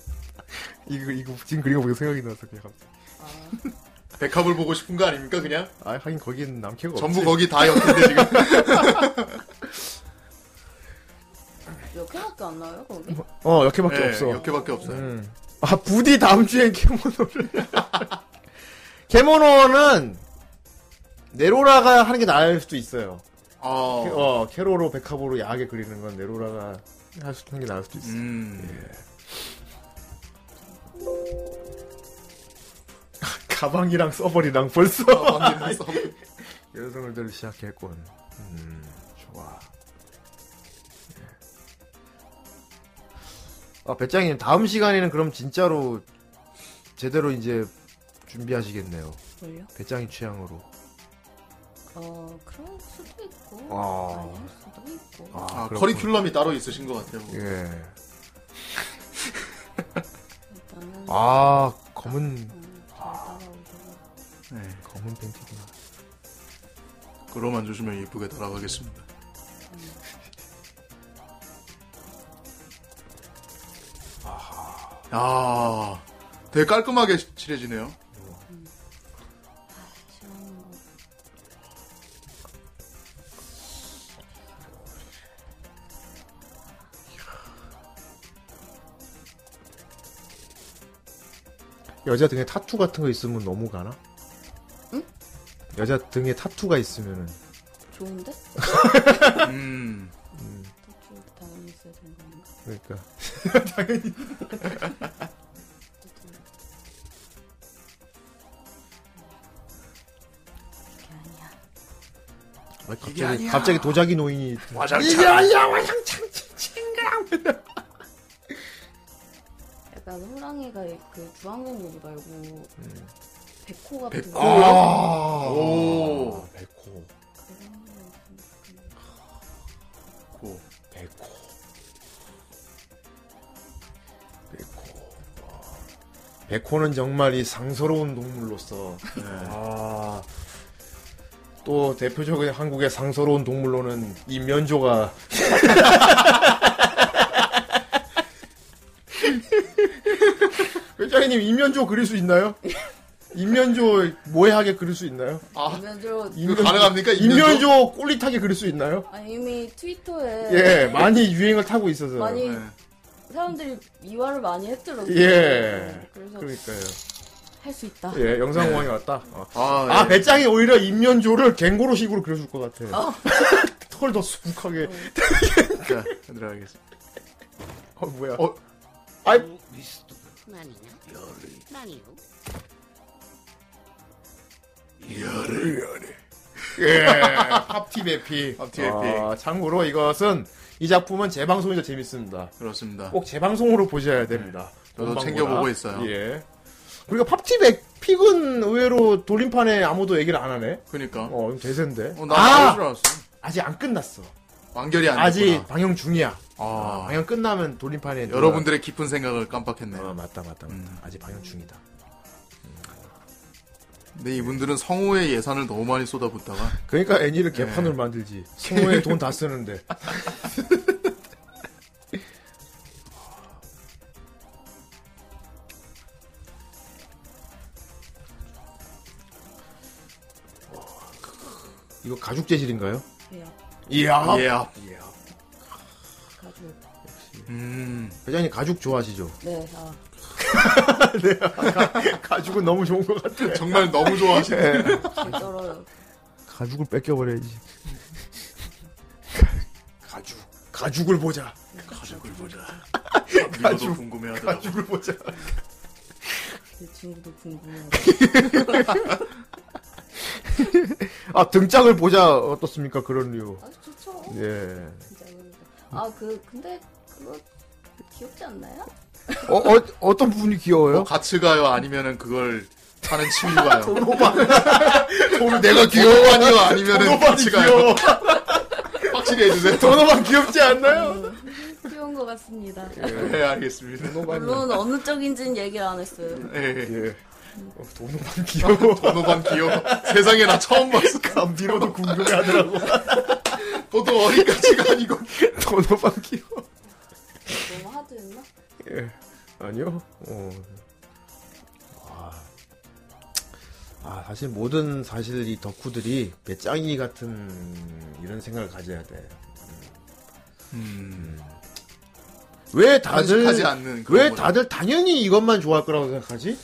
Speaker 1: 이거 이거 지금 그린 거 보고 생각이 나서 그냥 갑자기.
Speaker 9: 아,
Speaker 2: 백합을 보고 싶은 거 아닙니까 그냥?
Speaker 1: 아 하긴 거기는 남캐가
Speaker 2: 전부
Speaker 1: 없지.
Speaker 2: 거기 다 엮인데 지금.
Speaker 9: 몇 개밖에 안 나와요, 거기?
Speaker 1: 어, [laughs] 역회밖에
Speaker 2: 예,
Speaker 1: 없어.
Speaker 2: 역회밖에 없어요.
Speaker 1: 음. 아, 부디 다음 주엔 캐모노를. [laughs] 캐모노는 네로라가 하는 게 나을 수도 있어요.
Speaker 2: 어.
Speaker 1: 캐, 어, 캐로로 백합으로 야하게 그리는 건 네로라가 할 수 있는 게 나을 수도
Speaker 2: 음.
Speaker 1: 있어. 예. 가방이랑 서버리랑 벌써
Speaker 2: 어.
Speaker 1: [laughs]
Speaker 2: 아, 가방이랑 서버리.
Speaker 1: 여성을 들 시작했군. 음, 좋아. 예. 아, 배짱이님, 다음 시간에는 그럼 진짜로 제대로 이제 준비하시겠네요.
Speaker 9: 뭘요?
Speaker 1: 배짱이 취향으로.
Speaker 9: 어, 그럴 수도 있고.
Speaker 1: 아.
Speaker 9: 아닐 수도 있고.
Speaker 2: 아,
Speaker 1: 그렇군.
Speaker 2: 커리큘럼이 따로 있으신 것 같아요.
Speaker 1: 예.
Speaker 9: 일단은.
Speaker 1: 아, 검은,
Speaker 9: 음, 잘 따라오셔서.
Speaker 2: 네.
Speaker 1: 검은 팬티구나.
Speaker 2: 그로만 주시면 예쁘게 따라가겠습니다. 아, 되게 깔끔하게 칠해지네요.
Speaker 1: 여자 등에 타투 같은 거 있으면 너무 가나?
Speaker 9: 응?
Speaker 1: 여자 등에 타투가 있으면은.
Speaker 9: 좋은데?
Speaker 2: 음.
Speaker 9: 도쿄 당연히 있어야 되는 건가?
Speaker 1: 그러니까.
Speaker 2: 당연히.
Speaker 1: 아,
Speaker 13: 이게
Speaker 1: 갑자기,
Speaker 13: 아니야.
Speaker 1: 갑자기 도자기 노인이.
Speaker 13: 와장창.
Speaker 1: 이게 아니야, 와장창, 칭칭강!
Speaker 9: 약간 호랑이가 그 주황색 무늬 말고 백호 같은
Speaker 1: 음. 백호.
Speaker 9: 거.
Speaker 1: 아,
Speaker 2: 오.
Speaker 1: 백호.
Speaker 9: 그런 게 있으면 좋겠네.
Speaker 2: 고.
Speaker 1: 백호. 백호. 와. 백호는 정말 이 상서로운 동물로서. 아. 예. 또 대표적인 한국의 상서로운 동물로는 이
Speaker 2: [laughs]
Speaker 1: 면조가 회장님 인면조 그릴 수 있나요? 인면조 모해하게 그릴 수 있나요?
Speaker 9: 이면조
Speaker 1: 인면조-
Speaker 2: 가능합니까? 인면조?
Speaker 1: 인면조 꼴릿하게 그릴 수 있나요?
Speaker 9: 아, 이미 트위터에
Speaker 1: 예, 많이 유행을 타고 있어서.
Speaker 2: 네.
Speaker 9: 많이
Speaker 1: 예.
Speaker 9: 사람들이 미화를 많이 했더라고요.
Speaker 1: 예.
Speaker 9: 그래서
Speaker 1: 그러니까요.
Speaker 9: 할 수 있다.
Speaker 1: 예, 영상 공항에 왔다.
Speaker 2: 아,
Speaker 1: 아,
Speaker 2: 예.
Speaker 1: 배짱이 오히려 인면조를 갱고로식으로 그려줄 것 같아.
Speaker 9: 어.
Speaker 1: [laughs] 털 더 수북하게.
Speaker 2: 자, 들어가겠습니다.
Speaker 1: 어, 뭐야.
Speaker 2: 어,
Speaker 1: 아이,
Speaker 14: 何が何を
Speaker 1: 예, [laughs] 팝티 베피.
Speaker 2: 팝티 베피.
Speaker 1: 아, 참고로 이것은, 이 작품은 재방송이 더 재밌습니다.
Speaker 2: 그렇습니다.
Speaker 1: 꼭 재방송으로 보셔야 됩니다.
Speaker 2: 네. 저도
Speaker 1: 본방보다.
Speaker 2: 챙겨보고 있어요.
Speaker 1: 예. 그리고 팝티 베픽은 의외로 돌림판에 아무도 얘기를 안 하네?
Speaker 2: 그니까.
Speaker 1: 어, 이거 대세인데.
Speaker 2: 그러니까. 어, 나
Speaker 1: 아!
Speaker 2: 아!
Speaker 1: 아직 안 끝났어.
Speaker 2: 완결이 안
Speaker 1: 아직
Speaker 2: 됐구나.
Speaker 1: 방영 중이야.
Speaker 2: 아.
Speaker 1: 방영 끝나면 아. 돌림판에 누가- 어,
Speaker 2: 여러분들의 음. 깊은 생각을 깜빡했네요.
Speaker 1: 맞다, 맞다, 맞다. 아직 방영 중이다.
Speaker 2: 근데 이분들은 성우의 예산을 너무 많이 쏟아붓다가.
Speaker 1: 그러니까 애니를 개판으로 만들지. 성우에 돈 다 쓰는데. [laughs] 이거 가죽 재질인가요?
Speaker 9: 예.
Speaker 1: 이야.
Speaker 2: 이야.
Speaker 9: 가지고.
Speaker 2: 음.
Speaker 1: 회장님 가죽 좋아하시죠?
Speaker 9: 네. 아.
Speaker 1: 네. [laughs] 가죽은 너무 좋은 것 같아요.
Speaker 2: [laughs] 정말 너무 좋아하시네.
Speaker 1: 예.
Speaker 9: 잘 떨어요.
Speaker 1: 가죽을 뺏겨버려야지. [laughs] 가죽. 가죽을 보자.
Speaker 2: 가죽을 보자.
Speaker 1: 가죽.
Speaker 2: 궁금해하더라고.
Speaker 1: 가죽을 보자.
Speaker 9: 제 친구도 궁금해요.
Speaker 1: 아 등짝을 보자 어떻습니까 그런 류.
Speaker 9: 아 좋죠.
Speaker 1: 예.
Speaker 9: 진짜 그러니까. 아, 그 근데 그거 귀엽지 않나요?
Speaker 1: 어, 어 어떤 부분이 귀여워요?
Speaker 2: 뭐 같이 가요 아니면은 그걸
Speaker 1: [laughs]
Speaker 2: 하는 친구가요.
Speaker 1: 도로반. 어,
Speaker 2: 도로 내가 귀여워하니요 아니면은
Speaker 1: 도로반이
Speaker 2: 같이 가요.
Speaker 1: 귀여워.
Speaker 2: 확실히 해주세요.
Speaker 1: 도로반 귀엽지 않나요?
Speaker 9: 음, 귀여운 것 같습니다.
Speaker 1: 예.
Speaker 2: 네 알겠습니다.
Speaker 9: 물론 어느 쪽인지는 얘기를 안 했어요.
Speaker 1: 네,
Speaker 2: 예.
Speaker 1: 도노반 어, 귀여워.
Speaker 2: 도노반 귀여워. 세상에 나 처음 봤어.
Speaker 1: [laughs] 감비로도 [laughs] 궁금해하더라고.
Speaker 2: 너도 어디까지가 아니고.
Speaker 1: 도노반 귀여워.
Speaker 9: 너무 하드였나?
Speaker 1: 예. 아니요. 어. 와. 아, 사실 모든 사실 이 덕후들이 배짱이 같은 이런 생각을 가져야 돼.
Speaker 2: 음.
Speaker 1: 왜 다들
Speaker 2: 편식하지 않는 그런
Speaker 1: 왜
Speaker 2: 거죠.
Speaker 1: 다들 당연히 이것만 좋아할 거라고 생각하지?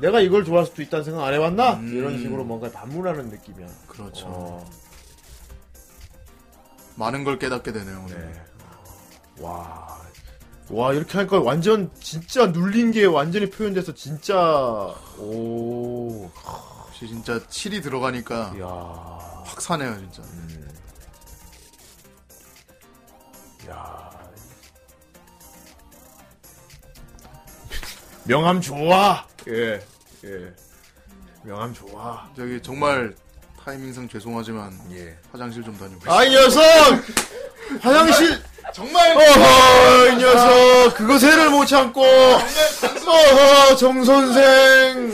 Speaker 1: 내가 이걸 좋아할 수도 있다는 생각 안 해봤나? 이런 식으로 뭔가 반문하는 느낌이야.
Speaker 2: 음. 그렇죠.
Speaker 1: 어.
Speaker 2: 많은 걸 깨닫게 되네요. 오늘.
Speaker 1: 와, 와 이렇게 하니까 완전 진짜 눌린 게 완전히 표현돼서 진짜 오,
Speaker 2: 혹시 진짜 7이 들어가니까
Speaker 1: 예.
Speaker 2: 확 사네요 진짜.
Speaker 1: 야 명함 좋아. 예, 예. 명함 좋아.
Speaker 2: 저기 정말 타이밍상 죄송하지만
Speaker 1: 예.
Speaker 2: 화장실 좀 다니고.
Speaker 1: 아, 이 녀석! 화장실!
Speaker 2: 정말
Speaker 1: 어허, 이 녀석! 그것에를 못 참고! 어허, 정선생!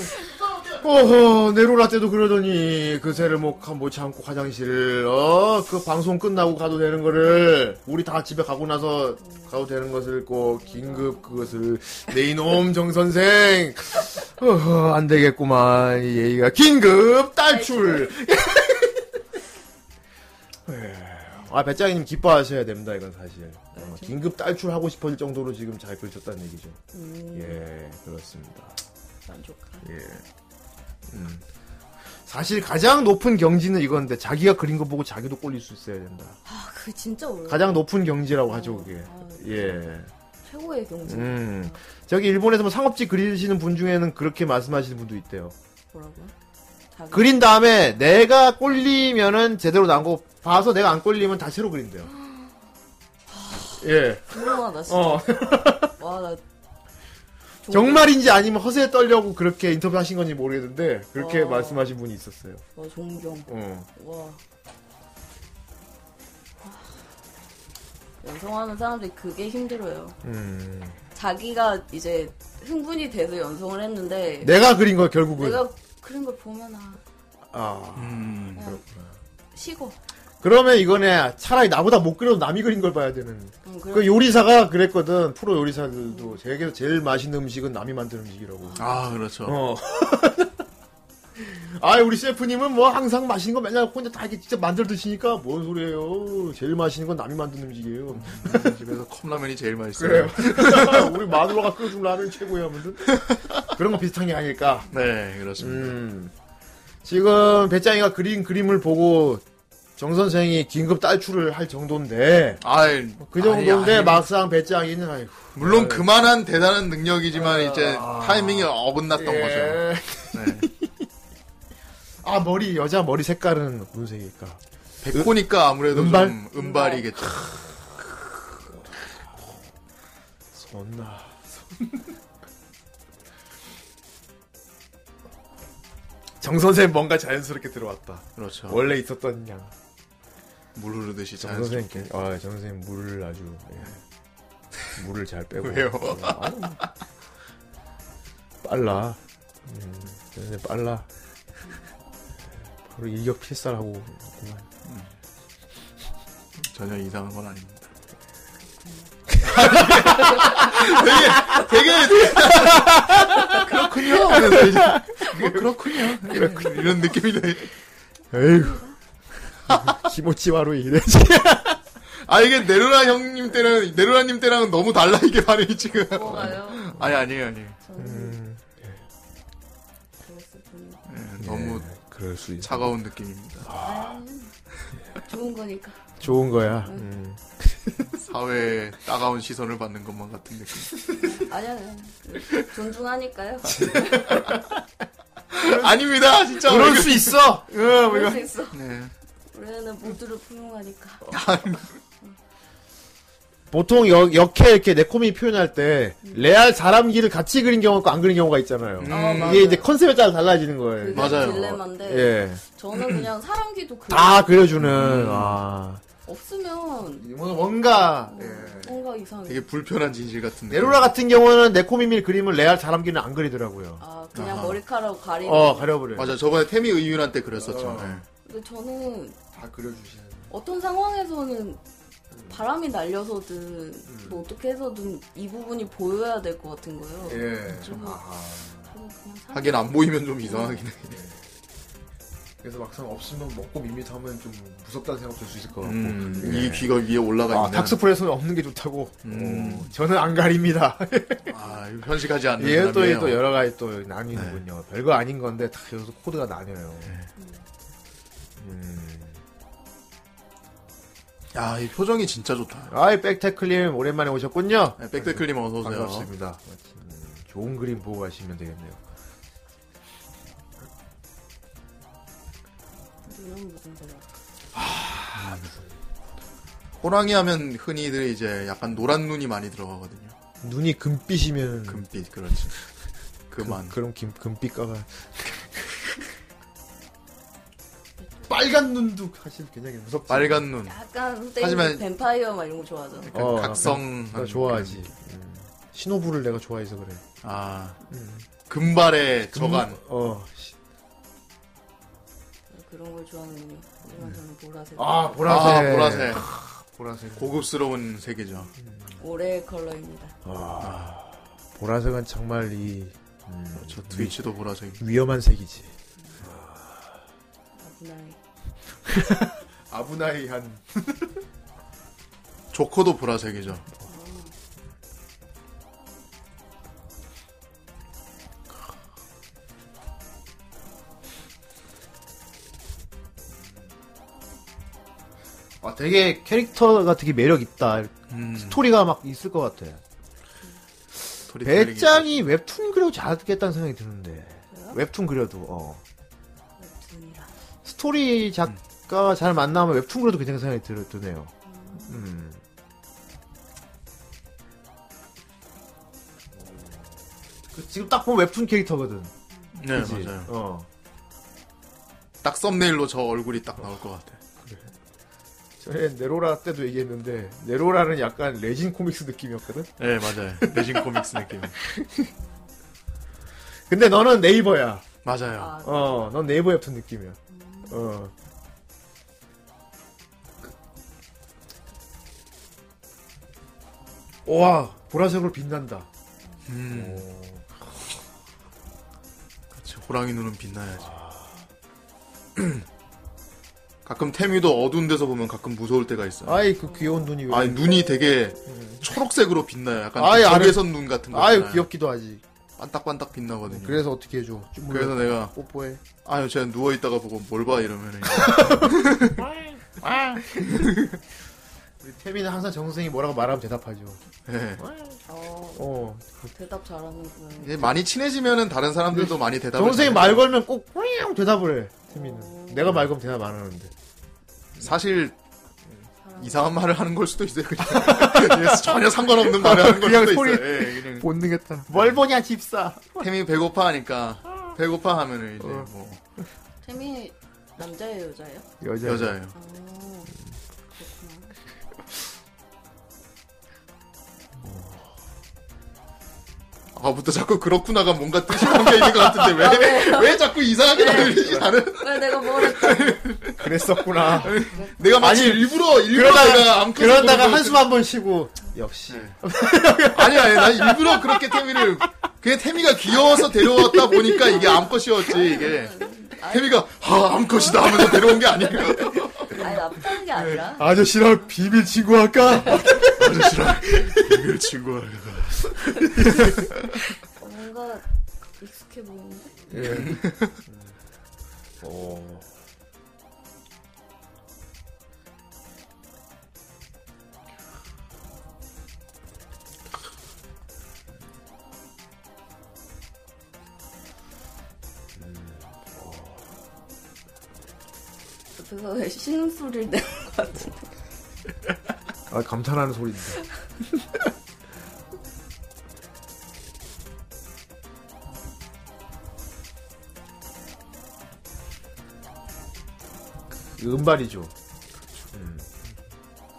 Speaker 1: 어허, 네로라 때도 그러더니, 그새를 못, 못 참고 화장실을, 어, 그 방송 끝나고 가도 되는 거를, 우리 다 집에 가고 나서 가도 되는 것을 꼭, 긴급 그것을, 내 이놈 정선생! 어허, 안 되겠구만, 이 얘기가. 긴급 탈출! 아 배짱이님 기뻐하셔야 됩니다 이건 사실 어, 긴급 탈출하고 싶어질 정도로 지금 잘 그리셨다는 얘기죠
Speaker 9: 음.
Speaker 1: 예 그렇습니다
Speaker 9: 만족한.
Speaker 1: 예 음. 사실 가장 높은 경지는 이건데 자기가 그린 거 보고 자기도 꼴릴 수 있어야 된다
Speaker 9: 아, 그게 진짜 어려워. 아,
Speaker 1: 가장 높은 경지라고 하죠 그게 예
Speaker 9: 최고의 경지.
Speaker 1: 음. 저기 일본에서 뭐 상업지 그리시는 분 중에는 그렇게 말씀하시는 분도 있대요
Speaker 9: 뭐라고요? 자기-
Speaker 1: 그린 다음에 내가 꼴리면은 제대로 난 거 봐서 내가 안 꼴리면 다시 새로 그린대요 예
Speaker 9: 훌륭하다 진짜.
Speaker 1: 어.
Speaker 9: 와, 나
Speaker 1: 정말인지 아니면 허세에 떨려고 그렇게 인터뷰 하신 건지 모르겠는데 그렇게
Speaker 9: 와.
Speaker 1: 말씀하신 분이 있었어요.
Speaker 9: 와, 존경.
Speaker 1: 어.
Speaker 9: 와. 연성하는 사람들이 그게 힘들어요.
Speaker 1: 음.
Speaker 9: 자기가 이제 흥분이 돼서 연성을 했는데
Speaker 1: 네, 뭐. 내가 그린 거 결국은
Speaker 9: 내가 그런 걸 보면 아
Speaker 1: 아.
Speaker 2: 음.
Speaker 9: 쉬고.
Speaker 1: 그러면 이거네 차라리 나보다 못 그려도 남이 그린 걸 봐야 되는.
Speaker 9: 음, 그럼-
Speaker 1: 그 요리사가 그랬거든. 프로 요리사들도 제게 제일 맛있는 음식은 남이 만든 음식이라고.
Speaker 2: 아, 그렇죠.
Speaker 1: 어. [laughs] 아, 우리 셰프님은 뭐 항상 맛있는 거 맨날 혼자 다 이렇게 직접 만들어 드시니까 뭔 소리예요? 제일 맛있는 건 남이 만든 음식이에요.
Speaker 2: 집에서 컵라면이 제일 맛있어요.
Speaker 1: 그래요. [laughs] 우리 마누라가 끓여준 라면 최고야, 아무튼. 그런 거 비슷한 게 아닐까.
Speaker 2: 네, 그렇습니다.
Speaker 1: 음. 지금 배짱이가 그린 그림을 보고 정 선생이 긴급 탈출을 할 정도인데
Speaker 2: 아이,
Speaker 1: 그 정도인데
Speaker 2: 아니, 아니.
Speaker 1: 막상 배짱이는 아이고
Speaker 2: 물론
Speaker 1: 아이,
Speaker 2: 그만한 대단한 능력이지만 이제
Speaker 1: 아.
Speaker 2: 타이밍이 어긋났던
Speaker 1: 예.
Speaker 2: 거죠. 네.
Speaker 1: 아 머리 여자 머리 색깔은 무슨 색일까?
Speaker 2: 그 백호니까 아무래도
Speaker 1: 은발?
Speaker 2: 좀 은발이겠죠.
Speaker 1: 존나 정 선생 뭔가 자연스럽게 들어왔다.
Speaker 2: 그렇죠.
Speaker 1: 원래 있었던 양.
Speaker 2: 물 흐르듯이
Speaker 1: 정
Speaker 2: 자연스럽게.
Speaker 1: 선생, 아, 정 선생 물을 아주 예. 물을 잘 빼고.
Speaker 2: [laughs]
Speaker 1: 예,
Speaker 2: 왜요?
Speaker 1: 아유, 빨라. 음, 정 선생 빨라. 바로 일격 필살하고 있구만.
Speaker 2: 전혀 이상한 건 아닙니다. [laughs] 되게, 되게. [laughs] 그렇군요. 하면서 이제, 뭐, 그렇군요. 그렇군요. 이런 느낌이네.
Speaker 1: 에휴. [laughs] 기모치와로 이래.
Speaker 2: 아, 이게 네루라 형님 때는, 네루라님 때랑은 너무 달라, 이게 반응이 지금.
Speaker 9: 뭐가요?
Speaker 2: 아니, 아니에요, 아니에요.
Speaker 1: 음.
Speaker 2: 음, 예, 너무
Speaker 1: 그럴 수 있어.
Speaker 2: 차가운 느낌입니다.
Speaker 9: 아, 좋은 거니까.
Speaker 1: 좋은 거야. 음.
Speaker 2: 음. 사회에 따가운 시선을 받는 것만 같은 느낌.
Speaker 9: 아니야, 아니야.
Speaker 1: [laughs]
Speaker 9: 존중하니까요.
Speaker 2: 아닙니다, 진짜.
Speaker 1: 그럴 수 있어. 예,
Speaker 9: 그럴 수
Speaker 1: 우리가-
Speaker 9: 있어.
Speaker 2: 네.
Speaker 9: 우리는 모두를 포용하니까.
Speaker 1: 보통 역, 역해 이렇게 네코미 표현할 때
Speaker 2: 음.
Speaker 1: 레알 사람기를 같이 그린 경우가 안 그린 경우가 있잖아요.
Speaker 9: 아, 맞아요.
Speaker 1: 음, 이게 이제 컨셉에 따라 달라지는 거예요.
Speaker 9: 그게 딜레마인데
Speaker 1: 예.
Speaker 9: 저는 그냥 사람 귀도 그
Speaker 1: 다 그려주는 아.
Speaker 9: 없으면
Speaker 1: 뭔가 예,
Speaker 9: 뭔가 이상해.
Speaker 2: 네. 되게 불편한 진실 같은 느낌.
Speaker 1: 네로라 같은 경우는 네코미밀 그림을 레알 사람기는 안 그리더라고요.
Speaker 9: 아, 그냥 머리카락 가리고.
Speaker 1: 어 가려버려.
Speaker 2: 네. 맞아, 저번에 태미 의윤한테 그랬었죠.
Speaker 1: 어.
Speaker 2: 네.
Speaker 9: 근데 저는
Speaker 1: 다 그려주시는.
Speaker 9: 어떤 상황에서는
Speaker 2: 음.
Speaker 9: 바람이 날려서든 뭐 어떻게 해서든 이 부분이 보여야 될 것 같은 거예요.
Speaker 2: 예.
Speaker 9: 저는
Speaker 1: 아.
Speaker 2: 하긴 안 보이면 좀 이상하긴 해.
Speaker 1: 그래서 막상 없으면 먹고 밋밋하면 좀 무섭다는 생각 들 수 있을 것 같고.
Speaker 2: 음,
Speaker 1: 예.
Speaker 2: 이 귀가 위에 올라가
Speaker 1: 아,
Speaker 2: 있는.
Speaker 1: 닥스프레스는 없는 게 좋다고.
Speaker 2: 음.
Speaker 1: 어, 저는 안 가립니다.
Speaker 2: 아, 이거 현식하지 않는
Speaker 1: 예, 또,
Speaker 2: 사람이에요.
Speaker 1: 또 여러 가지 또 나뉘는군요. 별거 아닌 건데 다 여기서 코드가 나뉘어요. 음.
Speaker 2: 야, 이 표정이 진짜 좋다.
Speaker 1: 아이 백테클님 오랜만에 오셨군요.
Speaker 2: 네, 백테클님 어서 오세요.
Speaker 1: 반갑습니다. 음, 좋은 그림 보고 가시면 되겠네요.
Speaker 9: 이런 무슨 소리야.
Speaker 2: 호랑이 하면 흔히들 이제 약간 노란 눈이 많이 들어가거든요.
Speaker 1: 눈이 금빛이면
Speaker 2: 금빛, 그렇지. 그만.
Speaker 1: 그, 럼 김, [laughs] 금빛가가
Speaker 2: 빨간 눈도
Speaker 1: 사실 굉장히 무섭지.
Speaker 2: 빨간 눈.
Speaker 9: 약간 후대인
Speaker 2: 하지만- 네.
Speaker 9: vampire 막 이런 거 좋아하죠.
Speaker 2: 약간 각성.
Speaker 1: 어, 나 좋아하지. 음. 신호부를 내가 좋아해서 그래.
Speaker 2: 아,
Speaker 1: 음.
Speaker 2: 금발의 저간.
Speaker 1: 어.
Speaker 9: 네, 그런 걸 좋아하는군요. 하지만 저는 보라색.
Speaker 1: 아, 보라색.
Speaker 2: 네. 아, 보라색.
Speaker 1: 보라색.
Speaker 2: 고급스러운 색이죠.
Speaker 9: 올해의 컬러입니다.
Speaker 1: 아, 보라색은 정말 이 음,
Speaker 2: 그렇죠. 트위치도 보라색.
Speaker 1: 위험한 색이지.
Speaker 9: 아브나이.
Speaker 1: 아브나이한.
Speaker 2: [laughs] 조커도 보라색이죠.
Speaker 1: 아, 되게 캐릭터가 되게 매력 있다.
Speaker 2: 음.
Speaker 1: 스토리가 막 있을 것 같아.
Speaker 2: 네, 스토리텔링이
Speaker 1: 배짱이 웹툰 그려도 잘하겠다는 생각이 드는데. 웹툰 그려도, 어.
Speaker 2: 네.
Speaker 1: 스토리 작가가 잘 만나면 웹툰 그려도 괜찮은 생각이 들, 드네요. 음. 그 지금 딱 보면 웹툰 캐릭터거든.
Speaker 2: 네,
Speaker 1: 그치?
Speaker 2: 맞아요.
Speaker 1: 어.
Speaker 2: 딱 썸네일로 저 얼굴이 딱 나올 것 같아.
Speaker 1: 전에 네로라 때도 얘기했는데, 네로라는 약간 레진 코믹스 느낌이었거든?
Speaker 2: 네, 맞아요. 레진 코믹스 느낌.
Speaker 1: 근데 너는 네이버야.
Speaker 2: [laughs] 맞아요.
Speaker 1: 어, 넌 네이버 웹툰 느낌이야. 어. 그, 와, 보라색으로 빛난다.
Speaker 2: 음. 그렇지. 호랑이 눈은 빛나야지. [clears throat] 가끔 태미도 어두운 데서 보면 가끔 무서울 때가 있어요.
Speaker 1: 아이, 그 귀여운 눈이 왜.
Speaker 2: 아니 눈이 되게 초록색으로 빛나요. 약간
Speaker 1: 아이, 아래-
Speaker 2: 아래선 눈 같은 거.
Speaker 1: 아유,
Speaker 2: 있잖아요.
Speaker 1: 귀엽기도 하지.
Speaker 2: 반딱반딱 빛나거든요.
Speaker 1: 그래서 어떻게 해줘? 좀
Speaker 2: 음. 그래서
Speaker 1: 몰라.
Speaker 2: 내가
Speaker 1: 뽀뽀해.
Speaker 2: 아유 제가 누워 있다가 보고 뭘
Speaker 1: [laughs]
Speaker 2: 봐 이러면
Speaker 1: 우리 태민은 항상 정선생이 뭐라고 말하면 대답하죠.
Speaker 2: 예.
Speaker 1: 뭐?
Speaker 9: 어,
Speaker 1: 어.
Speaker 9: 대답 잘하는군.
Speaker 2: 이제 많이 친해지면은 다른 사람들도 많이 대답을.
Speaker 1: 정선생이
Speaker 2: 잘해요.
Speaker 1: 말 걸면 꼭 뿌잉 대답을 해. 태민은. 내가 말 걸면 대답 안 하는데.
Speaker 2: 사실 이상한 말을 하는 걸 수도 있어요. 그냥 [laughs] 예, 전혀 상관없는 말을 하는 걸
Speaker 1: 그냥
Speaker 2: 수도
Speaker 1: 소리-
Speaker 2: 있어요. 예, 그냥
Speaker 1: 본능했다. 뭘 보냐 집사.
Speaker 2: 템이 배고파 하니까 배고파 하면은 이제
Speaker 1: 어.
Speaker 2: 뭐
Speaker 9: 태미 남자예요, 여자예요?
Speaker 1: 여자
Speaker 2: 여자예요.
Speaker 9: 어, 그렇구나.
Speaker 2: 아까부터 자꾸 그렇구나가 뭔가 뜻이 뭔가 있는 것 같은데
Speaker 9: 아,
Speaker 2: 왜
Speaker 1: 뭐.
Speaker 9: 왜요?
Speaker 2: 왜 자꾸 이상하게
Speaker 1: 네.
Speaker 2: 들리지 나는
Speaker 9: 왜 내가 뭘 했다?
Speaker 1: 그랬었구나.
Speaker 2: 내가 마치 일부러 일부러 내가 암컷을
Speaker 1: 그러다가
Speaker 2: 보는
Speaker 1: 한숨 한 번 쉬고 역시
Speaker 2: 아니야, 아니야. 난 일부러 그렇게 태미를 그게 태미가 귀여워서 데려왔다 보니까 이게 암컷이었지 이게 태미가 아 암컷이다 하면서 데려온 게 아니에요.
Speaker 9: 아니 나쁘다는 게 아니라
Speaker 1: 아저씨랑 비밀 친구 할까?
Speaker 2: 아저씨랑 비밀 친구 할까?
Speaker 9: 뭔가 익숙해 보이는데.
Speaker 1: 오.
Speaker 9: 옆에서 왜 쉬는 소리를 내는 것 같은데.
Speaker 1: 아 감탄하는 소리인데. [laughs] 이 음발이죠. 음.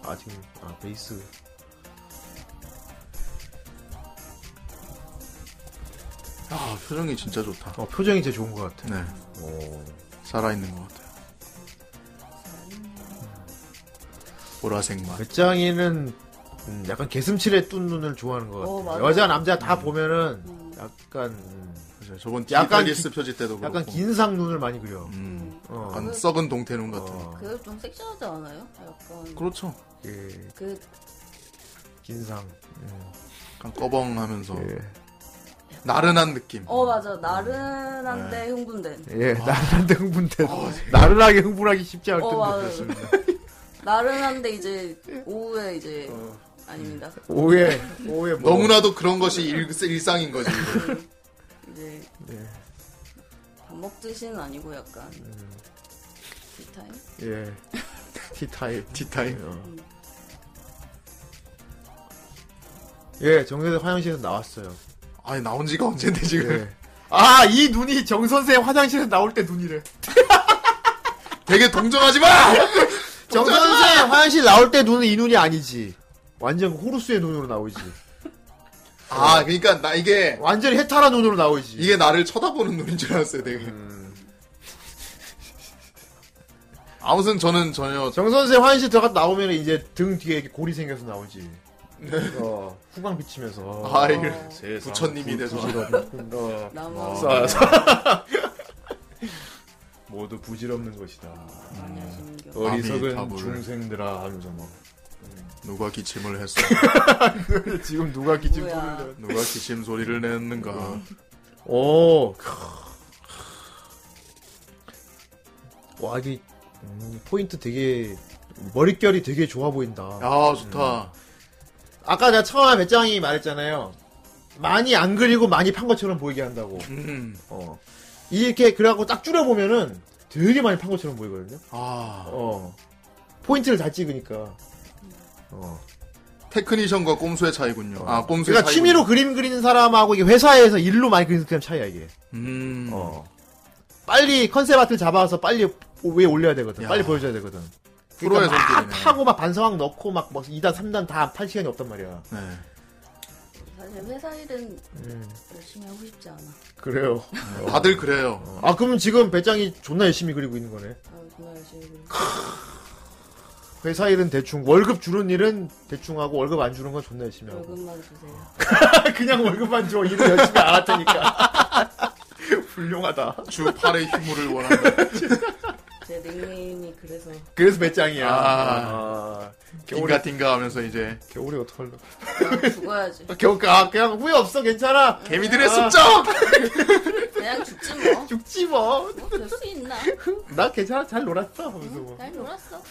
Speaker 1: 아 지금 아 베이스.
Speaker 2: 아 표정이 진짜 좋다.
Speaker 1: 어 표정이 제일 좋은 것 같아.
Speaker 2: 네.
Speaker 1: 오.
Speaker 2: 살아있는 것 같아요.
Speaker 1: 아.
Speaker 2: 보라색만.
Speaker 1: 배짱이는 음, 약간 개슴칠에 뚠 눈을 좋아하는 것
Speaker 9: 어,
Speaker 1: 같아.
Speaker 9: 맞아요.
Speaker 1: 요 음. 여자 남자 다 보면은 약간 음,
Speaker 2: 맞아요. 저번
Speaker 1: 약간
Speaker 2: 디지털리스
Speaker 1: 기-
Speaker 2: 표지 때도
Speaker 1: 약간
Speaker 2: 그렇고.
Speaker 1: 긴상 눈을 많이 그려.
Speaker 2: 음,
Speaker 1: 어.
Speaker 2: 약간 썩은 동태 눈 같은.
Speaker 9: 그게 좀 섹시하지 않아요? 약간
Speaker 2: 그렇죠.
Speaker 1: 예,
Speaker 9: 그
Speaker 1: 긴상.
Speaker 2: 약간 꺼벙하면서
Speaker 1: 예.
Speaker 2: 나른한 느낌.
Speaker 9: 어 맞아 나른한데 흥분된
Speaker 1: 예,
Speaker 2: 아.
Speaker 1: 나른한데 흥분돼. 나른하게 흥분하기 쉽지 않을
Speaker 9: 어,
Speaker 1: 텐데.
Speaker 9: 맞아요.
Speaker 1: 그렇습니다.
Speaker 9: [laughs] 나른한데 이제 오후에 이제
Speaker 1: 어.
Speaker 9: 아닙니다
Speaker 1: 음. 오해, 오해. 뭐.
Speaker 2: 너무나도 그런 것이 일, 상인 거지.
Speaker 9: 그 이제
Speaker 1: 네.
Speaker 9: 밥 먹듯이는 아니고 약간
Speaker 1: 음.
Speaker 9: 티타임
Speaker 1: 예. [laughs] 티타임.
Speaker 2: 티타임.
Speaker 1: 어. 예, 정세대 화장실에서 나왔어요.
Speaker 2: 아니 나온 지가 언젠데 지금.
Speaker 1: 예. 아, 이 눈이 정선생 화장실에서 나올 때 눈이래.
Speaker 2: 어, 되게 동정하지 마.
Speaker 1: 정선생 화장실 나올 때 눈은 이 눈이 아니지. 완전 호루스의 눈으로 나오지.
Speaker 2: 아 그러니까 나 이게
Speaker 1: 완전히 해탈한 눈으로 나오지.
Speaker 2: 이게 나를 쳐다보는 눈인 줄 알았어요. 되게. 아무튼 저는 전혀
Speaker 1: 정선생 화장실 들어갔다 나오면 이제 등 뒤에 이렇게 골이 생겨서 나오지. 어, 후광 비치면서.
Speaker 2: 네. 아 이거 부처님이 돼서
Speaker 1: 부지런, 어,
Speaker 9: 나무
Speaker 1: 쏴, [laughs] 모두 부질없는 것이다.
Speaker 9: 안녕하십니까
Speaker 1: 어리석은
Speaker 2: 아미 다불.
Speaker 1: 중생들아 하면서 뭐. 막.
Speaker 2: 누가 기침을 했어?
Speaker 1: [laughs] 지금 누가 기침
Speaker 9: 뭐야.
Speaker 1: 소리를.
Speaker 2: 누가 기침 소리를 냈는가?
Speaker 1: 오. 크. 와, 이게, 음, 포인트 되게, 머릿결이 되게 좋아 보인다.
Speaker 2: 아 좋다.
Speaker 1: 아까 내가 처음에 배짱이 말했잖아요. 많이 안 그리고 많이 판 것처럼 보이게 한다고.
Speaker 2: 음.
Speaker 1: 어. 이렇게 그래갖고 딱 줄여보면은 되게 많이 판 것처럼 보이거든요.
Speaker 2: 아
Speaker 1: 어. 포인트를 잘 찍으니까. 어.
Speaker 2: 테크니션과 꼼수의 차이군요. 아 꼼수의
Speaker 1: 그러니까
Speaker 2: 차이.
Speaker 1: 취미로 그림 그리는 사람하고 이게 회사에서 일로 많이 그리는 사람 차이야 이게.
Speaker 2: 음.
Speaker 1: 어. 빨리 컨셉 아트를 잡아서 빨리 위에 올려야 되거든.
Speaker 2: 야.
Speaker 1: 빨리 보여줘야 되거든. 그러니까
Speaker 2: 프로의
Speaker 1: 막
Speaker 2: 손길이네.
Speaker 1: 뭐 파고 막 반성학 넣고 막뭐 2단 3단 다 팔 시간이 없단 말이야.
Speaker 2: 네.
Speaker 9: 사실 회사 일은
Speaker 1: 음.
Speaker 9: 열심히 하고 싶지 않아.
Speaker 1: 그래요.
Speaker 2: 다들 그래요.
Speaker 1: 아, 그럼 지금 배짱이 존나 열심히 그리고 있는 거네.
Speaker 9: 아, 정말 열심히. 그리고.
Speaker 1: 회사 일은 대충, 월급 주는 일은 대충 하고, 월급 안 주는 건 존나 열심히 하고.
Speaker 9: 월급만 주세요.
Speaker 1: [laughs] 그냥 월급만 줘. 일을 열심히 안 할 테니까.
Speaker 2: [laughs]
Speaker 1: [laughs] 훌륭하다.
Speaker 2: 주 8의 휴무를 [laughs] 원한다.
Speaker 9: 제 닉네임이 그래서
Speaker 1: 그래서 배짱이야.
Speaker 2: 아, 딘가 딘가 하면서 이제
Speaker 1: 겨울에 어떡하려고.
Speaker 9: 아, 죽어야지.
Speaker 1: 겨울, 아, 그냥 후회 없어. 괜찮아.
Speaker 2: 개미들의
Speaker 1: 아.
Speaker 2: 숲적!
Speaker 9: 그냥 죽지 뭐.
Speaker 1: 죽지 뭐.
Speaker 9: 뭐 될 수 있나?
Speaker 1: 나 괜찮아. 잘 놀았어. 하면서 뭐.
Speaker 9: 잘 놀았어.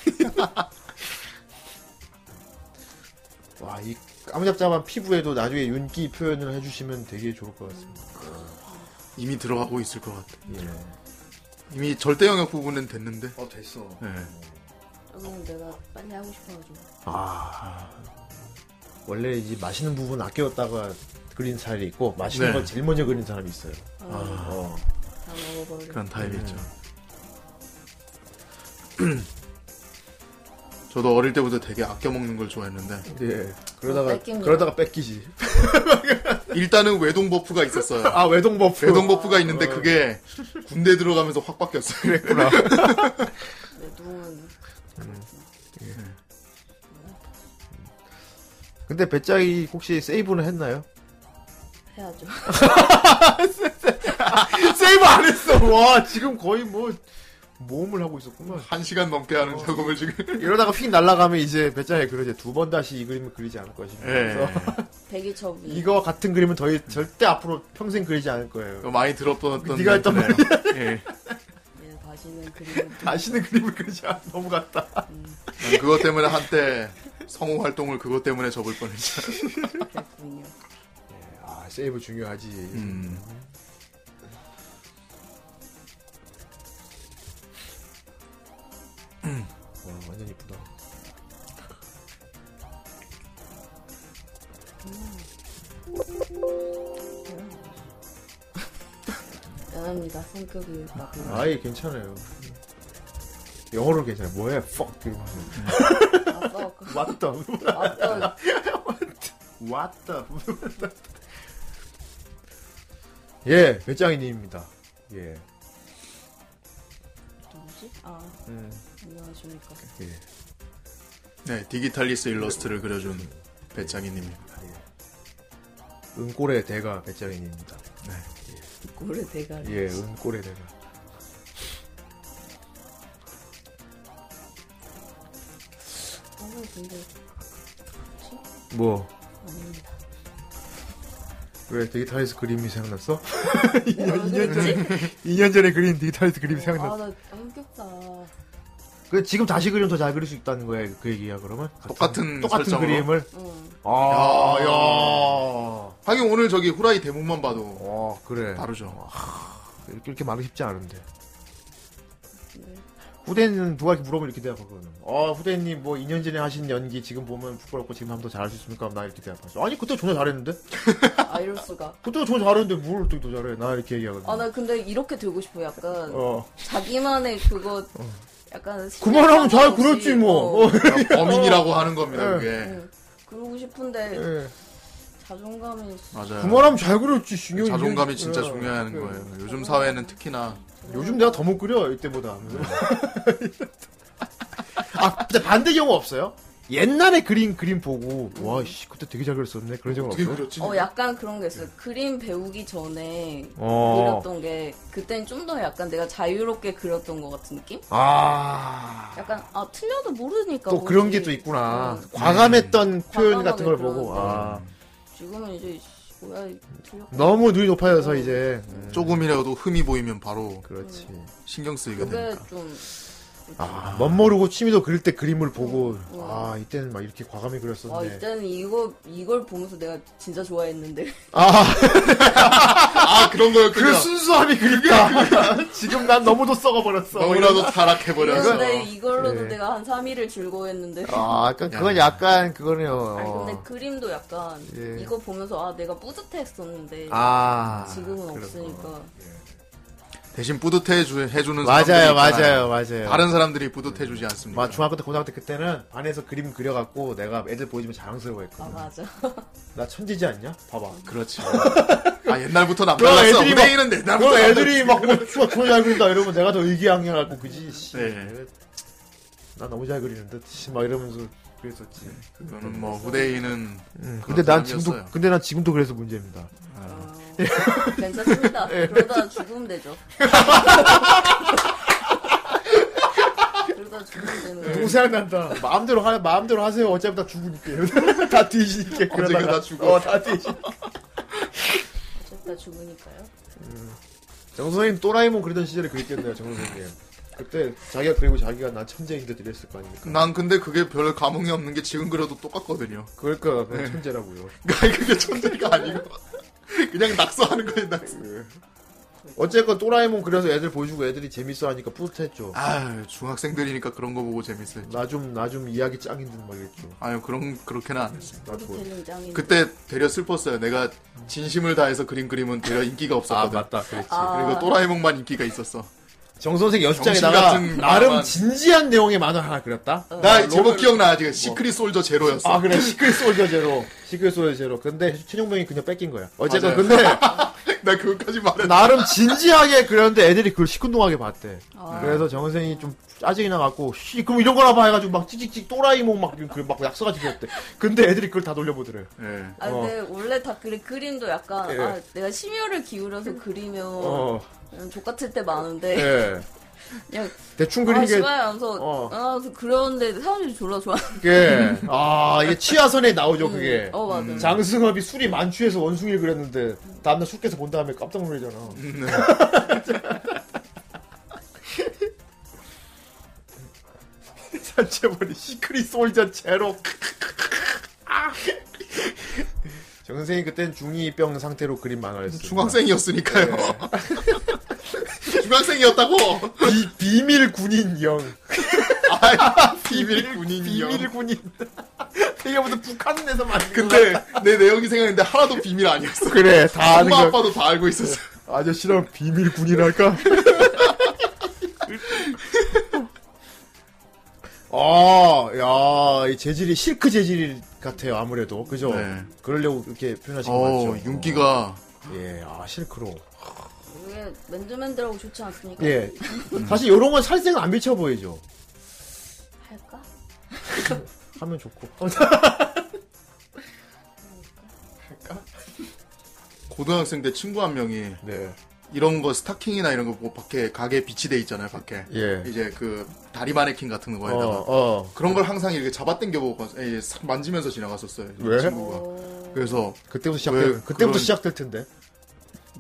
Speaker 1: 와, 이 까무잡잡한 피부에도 나중에 윤기 표현을 해주시면 되게 좋을 것 같습니다. 예.
Speaker 2: 이미 들어가고 있을 것 같아. 이미 절대 영역 부분은 됐는데.
Speaker 1: 어, 됐어.
Speaker 2: 네.
Speaker 9: 오늘 내가 빨리 하고 싶어가지고.
Speaker 1: 아. 원래 이제 마시는 부분 아껴뒀다가 그린 사람이 있고, 마시는
Speaker 2: 네.
Speaker 1: 걸 제일 먼저 그린 사람이 있어요.
Speaker 9: 아.
Speaker 1: 어.
Speaker 9: 다 먹어버려.
Speaker 2: 그런 타입이
Speaker 1: 음.
Speaker 2: 있죠. [clears throat] 저도 어릴 때부터 되게 아껴 먹는 걸 좋아했는데.
Speaker 1: 예. 그러다가,
Speaker 9: 뺏깁니다.
Speaker 1: 그러다가 뺏기지.
Speaker 2: 일단은 외동 버프가 있었어요.
Speaker 1: [laughs] 아, 외동 버프.
Speaker 2: 외동 버프가
Speaker 1: 어.
Speaker 2: 있는데 그게 군대 들어가면서 확 바뀌었어요. 그랬구나.
Speaker 9: 내 동은
Speaker 1: 근데 배짱이 혹시 세이브는 했나요?
Speaker 9: 해야죠. [laughs]
Speaker 1: 세이브 안 했어! 와, 지금 거의 뭐, 모험을 하고 있었구만.
Speaker 2: [laughs] 한 시간 넘게
Speaker 1: 어.
Speaker 2: 하는 작업을 지금.
Speaker 1: 이러다가 휙 날아가면 이제 배짱이 그러지. 두 번 다시 이 그림을 그리지 않을 것입니다.
Speaker 2: 예. [laughs]
Speaker 1: 그래서
Speaker 9: 대기 처분.
Speaker 1: 이거 같은 그림은 더 이- 절대 앞으로 평생 그리지 않을 거예요.
Speaker 2: 많이 들었던
Speaker 1: 네가 했던
Speaker 2: 멘트네요. 예.
Speaker 9: 얘 다시는 그림.
Speaker 1: 다시는 그림을 그리지 않아. 너무 같다.
Speaker 2: 난 그것 때문에 한때 성우 활동을 그것 때문에 접을 뻔했잖아.
Speaker 9: 그랬군요.
Speaker 1: 아, 세이브 중요하지. 음. 와, 완전 이쁘다.
Speaker 9: 미안합니다. 성격이 나쁜. 아,
Speaker 1: 아예 괜찮아요. 영어로 괜찮아요. 뭐해? fuck 이러면. What the? What the? [laughs] 예, 배짱이님입니다. 예.
Speaker 9: 누구지? 아,
Speaker 1: 음,
Speaker 9: 안녕하십니까.
Speaker 1: 예.
Speaker 2: [laughs] 네, 디지털리스 일러스트를 그려준 배짱이님입니다.
Speaker 1: 예. 은꼴의 대가 배짱이님입니다.
Speaker 9: 꼴의 대가리.
Speaker 1: 예, 은꼴의 대가.
Speaker 9: 오늘 아, 근데 혹시
Speaker 1: 뭐?
Speaker 9: 아닙니다.
Speaker 1: 왜 디지털리스 그림이 생각났어?
Speaker 9: 왜
Speaker 1: 2년,
Speaker 9: 그러지?
Speaker 1: 전에 2년 전에 그린 디지털리스 그림이 생각났어.
Speaker 9: 아, 나 성격다.
Speaker 1: 그 지금 다시 그리면 더 잘 그릴 수 있다는 거야 그 얘기야 그러면
Speaker 2: 똑같은
Speaker 1: 똑같은
Speaker 2: 설정으로?
Speaker 1: 그림을
Speaker 9: 응.
Speaker 1: 아,
Speaker 2: 야,
Speaker 1: 야.
Speaker 2: 하긴 오늘 저기 후라이
Speaker 1: 어.
Speaker 2: 대목만 봐도
Speaker 1: 그래
Speaker 2: 다르죠.
Speaker 1: 이렇게, 이렇게 말이 쉽지 않은데
Speaker 9: 네.
Speaker 1: 후대는 누가 이렇게 물어보면 이렇게 대답할 거는 아 후대님 뭐 2년 전에 하신 연기 지금 보면 부끄럽고 지금 하면 더 잘할 수 있습니까? 나 이렇게 대답하죠 아니 그때 존나 잘했는데
Speaker 9: 아, 이럴 수가.
Speaker 1: 그때 존나 잘했는데 뭘 어떻게 더 잘해 나 이렇게 얘기하거든
Speaker 9: 아, 나 근데 이렇게 되고 싶어. 약간
Speaker 1: 어.
Speaker 9: 자기만의 그거 약간
Speaker 1: 그만하면 잘
Speaker 9: 없이,
Speaker 1: 그렸지 뭐
Speaker 9: 어.
Speaker 1: 어.
Speaker 2: 범인이라고 하는 겁니다,
Speaker 1: 예.
Speaker 2: 그게.
Speaker 9: 그러고 싶은데
Speaker 1: 예.
Speaker 9: 자존감이 어,
Speaker 1: [laughs]
Speaker 2: 맞아요.
Speaker 1: 그만하면 잘 그렸지 중요
Speaker 2: 자존감이 진짜
Speaker 1: 어, 그
Speaker 2: 중요한 거예요. 요즘 사회는 특히나
Speaker 1: 요즘 내가 더 못 그려 이때보다. 아 근데 반대 경우 없어요? 옛날에 그린 그림 보고 와씨 그때 되게 잘 그렸었네 그런 적은 없어요?
Speaker 9: 어 약간 그런 게 있어요. 그림 배우기 전에
Speaker 1: 어.
Speaker 9: 그렸던 게 그때는 좀 더 약간 내가 자유롭게 그렸던 것 같은 느낌?
Speaker 1: 아.
Speaker 9: 약간 아 틀려도 모르니까
Speaker 1: 또
Speaker 9: 뭐지.
Speaker 1: 그런 게 또 있구나. 과감했던 표현 같은 걸
Speaker 9: 과감하게
Speaker 1: 보고 아
Speaker 9: 지금은 이제 씨, 뭐야 이 틀려
Speaker 1: 너무 눈이 높아져서 이제
Speaker 2: 네. 음. 조금이라도 흠이 보이면 바로
Speaker 1: 그렇지.
Speaker 2: 신경 쓰이게
Speaker 9: 그게
Speaker 2: 됩니다.
Speaker 9: 좀
Speaker 1: 아, 멋모르고 취미도 그릴 때 그림을 보고 아 이때는 막 이렇게 과감히 그렸었네.
Speaker 9: 아, 이때는 이거 이걸 보면서 내가 진짜 좋아했는데
Speaker 1: 아,
Speaker 2: 아 그런 거였군요.
Speaker 1: 그 순수함이 그립다. 지금 난 너무도 썩어버렸어.
Speaker 2: 너무나도 타락해버려서.
Speaker 9: 근데 이걸로도
Speaker 1: 네.
Speaker 9: 내가 한 3일을 즐거워했는데
Speaker 1: 아, 약간 그건 약간 그거네요.
Speaker 9: [laughs] 아니 근데 그림도 약간
Speaker 1: 예.
Speaker 9: 이거 보면서 아 내가 뿌듯했었는데
Speaker 1: 아,
Speaker 9: 지금은
Speaker 1: 그렇구나.
Speaker 9: 없으니까
Speaker 2: 대신 뿌듯해 주, 해주는
Speaker 1: 맞아요,
Speaker 2: 사람들이
Speaker 1: 맞아요,
Speaker 2: 있잖아요.
Speaker 1: 맞아요.
Speaker 2: 다른 사람들이 뿌듯해 주지 않습니다.
Speaker 1: 막 중학교 때 고등학교 때 그때는 반에서 그림 그려갖고 내가 애들 보여주면 자랑스러워했거든.
Speaker 9: 아 맞아.
Speaker 1: 나 천지지 않냐? 봐봐.
Speaker 2: 그렇지. 아 옛날부터는 안
Speaker 1: 그럼
Speaker 2: 달랐어.
Speaker 1: 애들이 막-
Speaker 2: 후대인은 옛날부터
Speaker 1: 그럼 애들이 막뭐 추가 잘 그린다 이러면 내가 더 의기양양하고 그지. 씨.
Speaker 2: 네.
Speaker 1: 나 너무 잘 그리는데 씨, 막 이러면서 그랬었지.
Speaker 2: 그거는 뭐 후대인은 음, 그런
Speaker 1: 음, 근데 난 지금도
Speaker 2: 사람이었어요.
Speaker 1: 근데 난 지금도 그래서 문제입니다.
Speaker 9: 어. 괜찮습니다.
Speaker 1: 예.
Speaker 9: 그러다 죽으면 되죠. 그러다 죽으면 되는
Speaker 2: 네.
Speaker 9: 거예요.
Speaker 1: 너무 생각난다. 마음대로 하 마음대로 하세요. 어차피 다
Speaker 2: [laughs]
Speaker 1: 죽으니까 다 뒤지니까
Speaker 2: 언젠가
Speaker 1: 그러다가
Speaker 2: 다 죽어.
Speaker 1: 어, 다 뒤지.
Speaker 9: 죽다 죽으니까요.
Speaker 1: 정 선생님 또라이몬 그리던 시절에 그랬겠네요, 정 선생님. 그때 자기가 그리고 자기가 난 천재인데 이랬을 거 아닙니까?
Speaker 2: 난 근데 그게 별 감흥이 없는 게 지금 그려도 똑같거든요.
Speaker 1: 그럴까,
Speaker 2: 네.
Speaker 1: 그냥 천재라고요.
Speaker 2: 그러니까 아니, 그게 천재가 아니고 그냥 낙서하는 거예요, 낙서.
Speaker 1: 어쨌건 또라이몬 그려서 애들 보여주고 애들이 재밌어 하니까 뿌듯했죠.
Speaker 2: 아, 중학생들이니까 그런 거 보고 재밌어요.
Speaker 1: 나 좀 나 좀 이야기 짱인 듯 막 이랬죠.
Speaker 2: 아유, 그런 그렇게는 안 했어요.
Speaker 1: 아, 뭐,
Speaker 9: 되는 짱인
Speaker 2: 그때 되려 슬펐어요. 내가 진심을 다해서 그린 그림은 되려 인기가 없었거든.
Speaker 1: 아, 맞다. 그랬지.
Speaker 9: 아.
Speaker 2: 그리고 또라이몽만 인기가 있었어.
Speaker 1: 정 선생
Speaker 2: 정신
Speaker 1: 연습장에다가
Speaker 2: 같은
Speaker 1: 나름
Speaker 2: 나만. 어.
Speaker 1: 진지한 내용의 만화 하나 그렸다.
Speaker 2: 나 제목 뭐 기억나 아직 시크릿 솔저
Speaker 1: 어.
Speaker 2: 제로였어.
Speaker 1: 뭐. 아 그래 시크릿 솔저 제로 시크릿 솔저 제로 근데 최종명이 그냥 뺏긴 거야 어쨌든
Speaker 2: 맞아요.
Speaker 1: 근데
Speaker 2: [laughs] 나 그것까지 말해.
Speaker 1: 나름 진지하게 그렸는데 애들이 그걸 시큰둥하게 봤대
Speaker 2: 아.
Speaker 1: 그래서 정선생이 좀 짜증이 나갖고 씨 그럼 이런 거나 봐 해가지고 막 찌직찌직 또라이몽 막, 이런 그막 약서같이 그렸대 근데 애들이 그걸 다 돌려보더래
Speaker 9: 아
Speaker 1: 어.
Speaker 9: 근데 원래 다 그리, 그림도 약간
Speaker 1: 예.
Speaker 9: 아, 내가 심혈을 기울여서 그리면
Speaker 1: 어.
Speaker 9: 족같을 때 많은데
Speaker 1: 예.
Speaker 9: 그냥
Speaker 1: 대충 그린
Speaker 9: 아,
Speaker 1: 게-
Speaker 9: 씨발 하면서
Speaker 1: 어.
Speaker 9: 아, 그러는데 사람들이 졸라 좋아
Speaker 1: 그게 아 이게 치아선에 나오죠 그게
Speaker 9: 어, 맞아요.
Speaker 1: 음. 장승업이 술이 만취해서 원숭이를 그렸는데 다음날 술께서 본 다음에 깜짝 놀라잖아 [laughs] 산채버리 시크릿 솔저 제로 정 선생이 그땐 중2병 상태로 그린 만화를 했어요
Speaker 2: 중학생이었으니까요.
Speaker 1: 네.
Speaker 2: [laughs] 중학생이었다고?
Speaker 1: 비, 밀 군인 영
Speaker 2: 아, 비밀 군인 영.
Speaker 1: 비밀 군인 [laughs] 되게 무슨 북한에서 만든
Speaker 2: 근데 네, 내 내용이 생각했는데 하나도 비밀 아니었어.
Speaker 1: 그래, 다 아는
Speaker 2: 엄마
Speaker 1: 거-
Speaker 2: 아빠도 다 알고 있었어.
Speaker 1: 아저씨랑 비밀
Speaker 2: [laughs]
Speaker 1: 군인할까? 아, 야, 이 재질이 실크 재질 같아요, 아무래도. 그죠?
Speaker 2: 네.
Speaker 1: 그러려고 이렇게 표현하신 거
Speaker 2: 어,
Speaker 1: 맞죠?
Speaker 2: 윤기가
Speaker 1: 예, 아, 실크로.
Speaker 9: 이게 맨들맨들하고 좋지 않습니까?
Speaker 1: 예. 사실 요런 건 살색은 안 비쳐 보이죠?
Speaker 9: 할까?
Speaker 1: 하면 좋고.
Speaker 2: 어. 고등학생 때 친구 한 명이
Speaker 1: 네.
Speaker 2: 이런 거 스타킹이나 이런 거 뭐 밖에 가게 비치돼 있잖아요 밖에
Speaker 1: 예.
Speaker 2: 이제 그 다리 마네킹 같은 거에다가
Speaker 1: 어, 어.
Speaker 2: 그런 걸 항상 이렇게 잡아당겨 보고 가- 예, 싹 만지면서 지나갔었어요
Speaker 1: 왜?
Speaker 2: 친구가 그래서
Speaker 1: 그때부터
Speaker 2: 왜
Speaker 1: 시작될, 그때부터
Speaker 2: 그런-
Speaker 1: 시작될 텐데.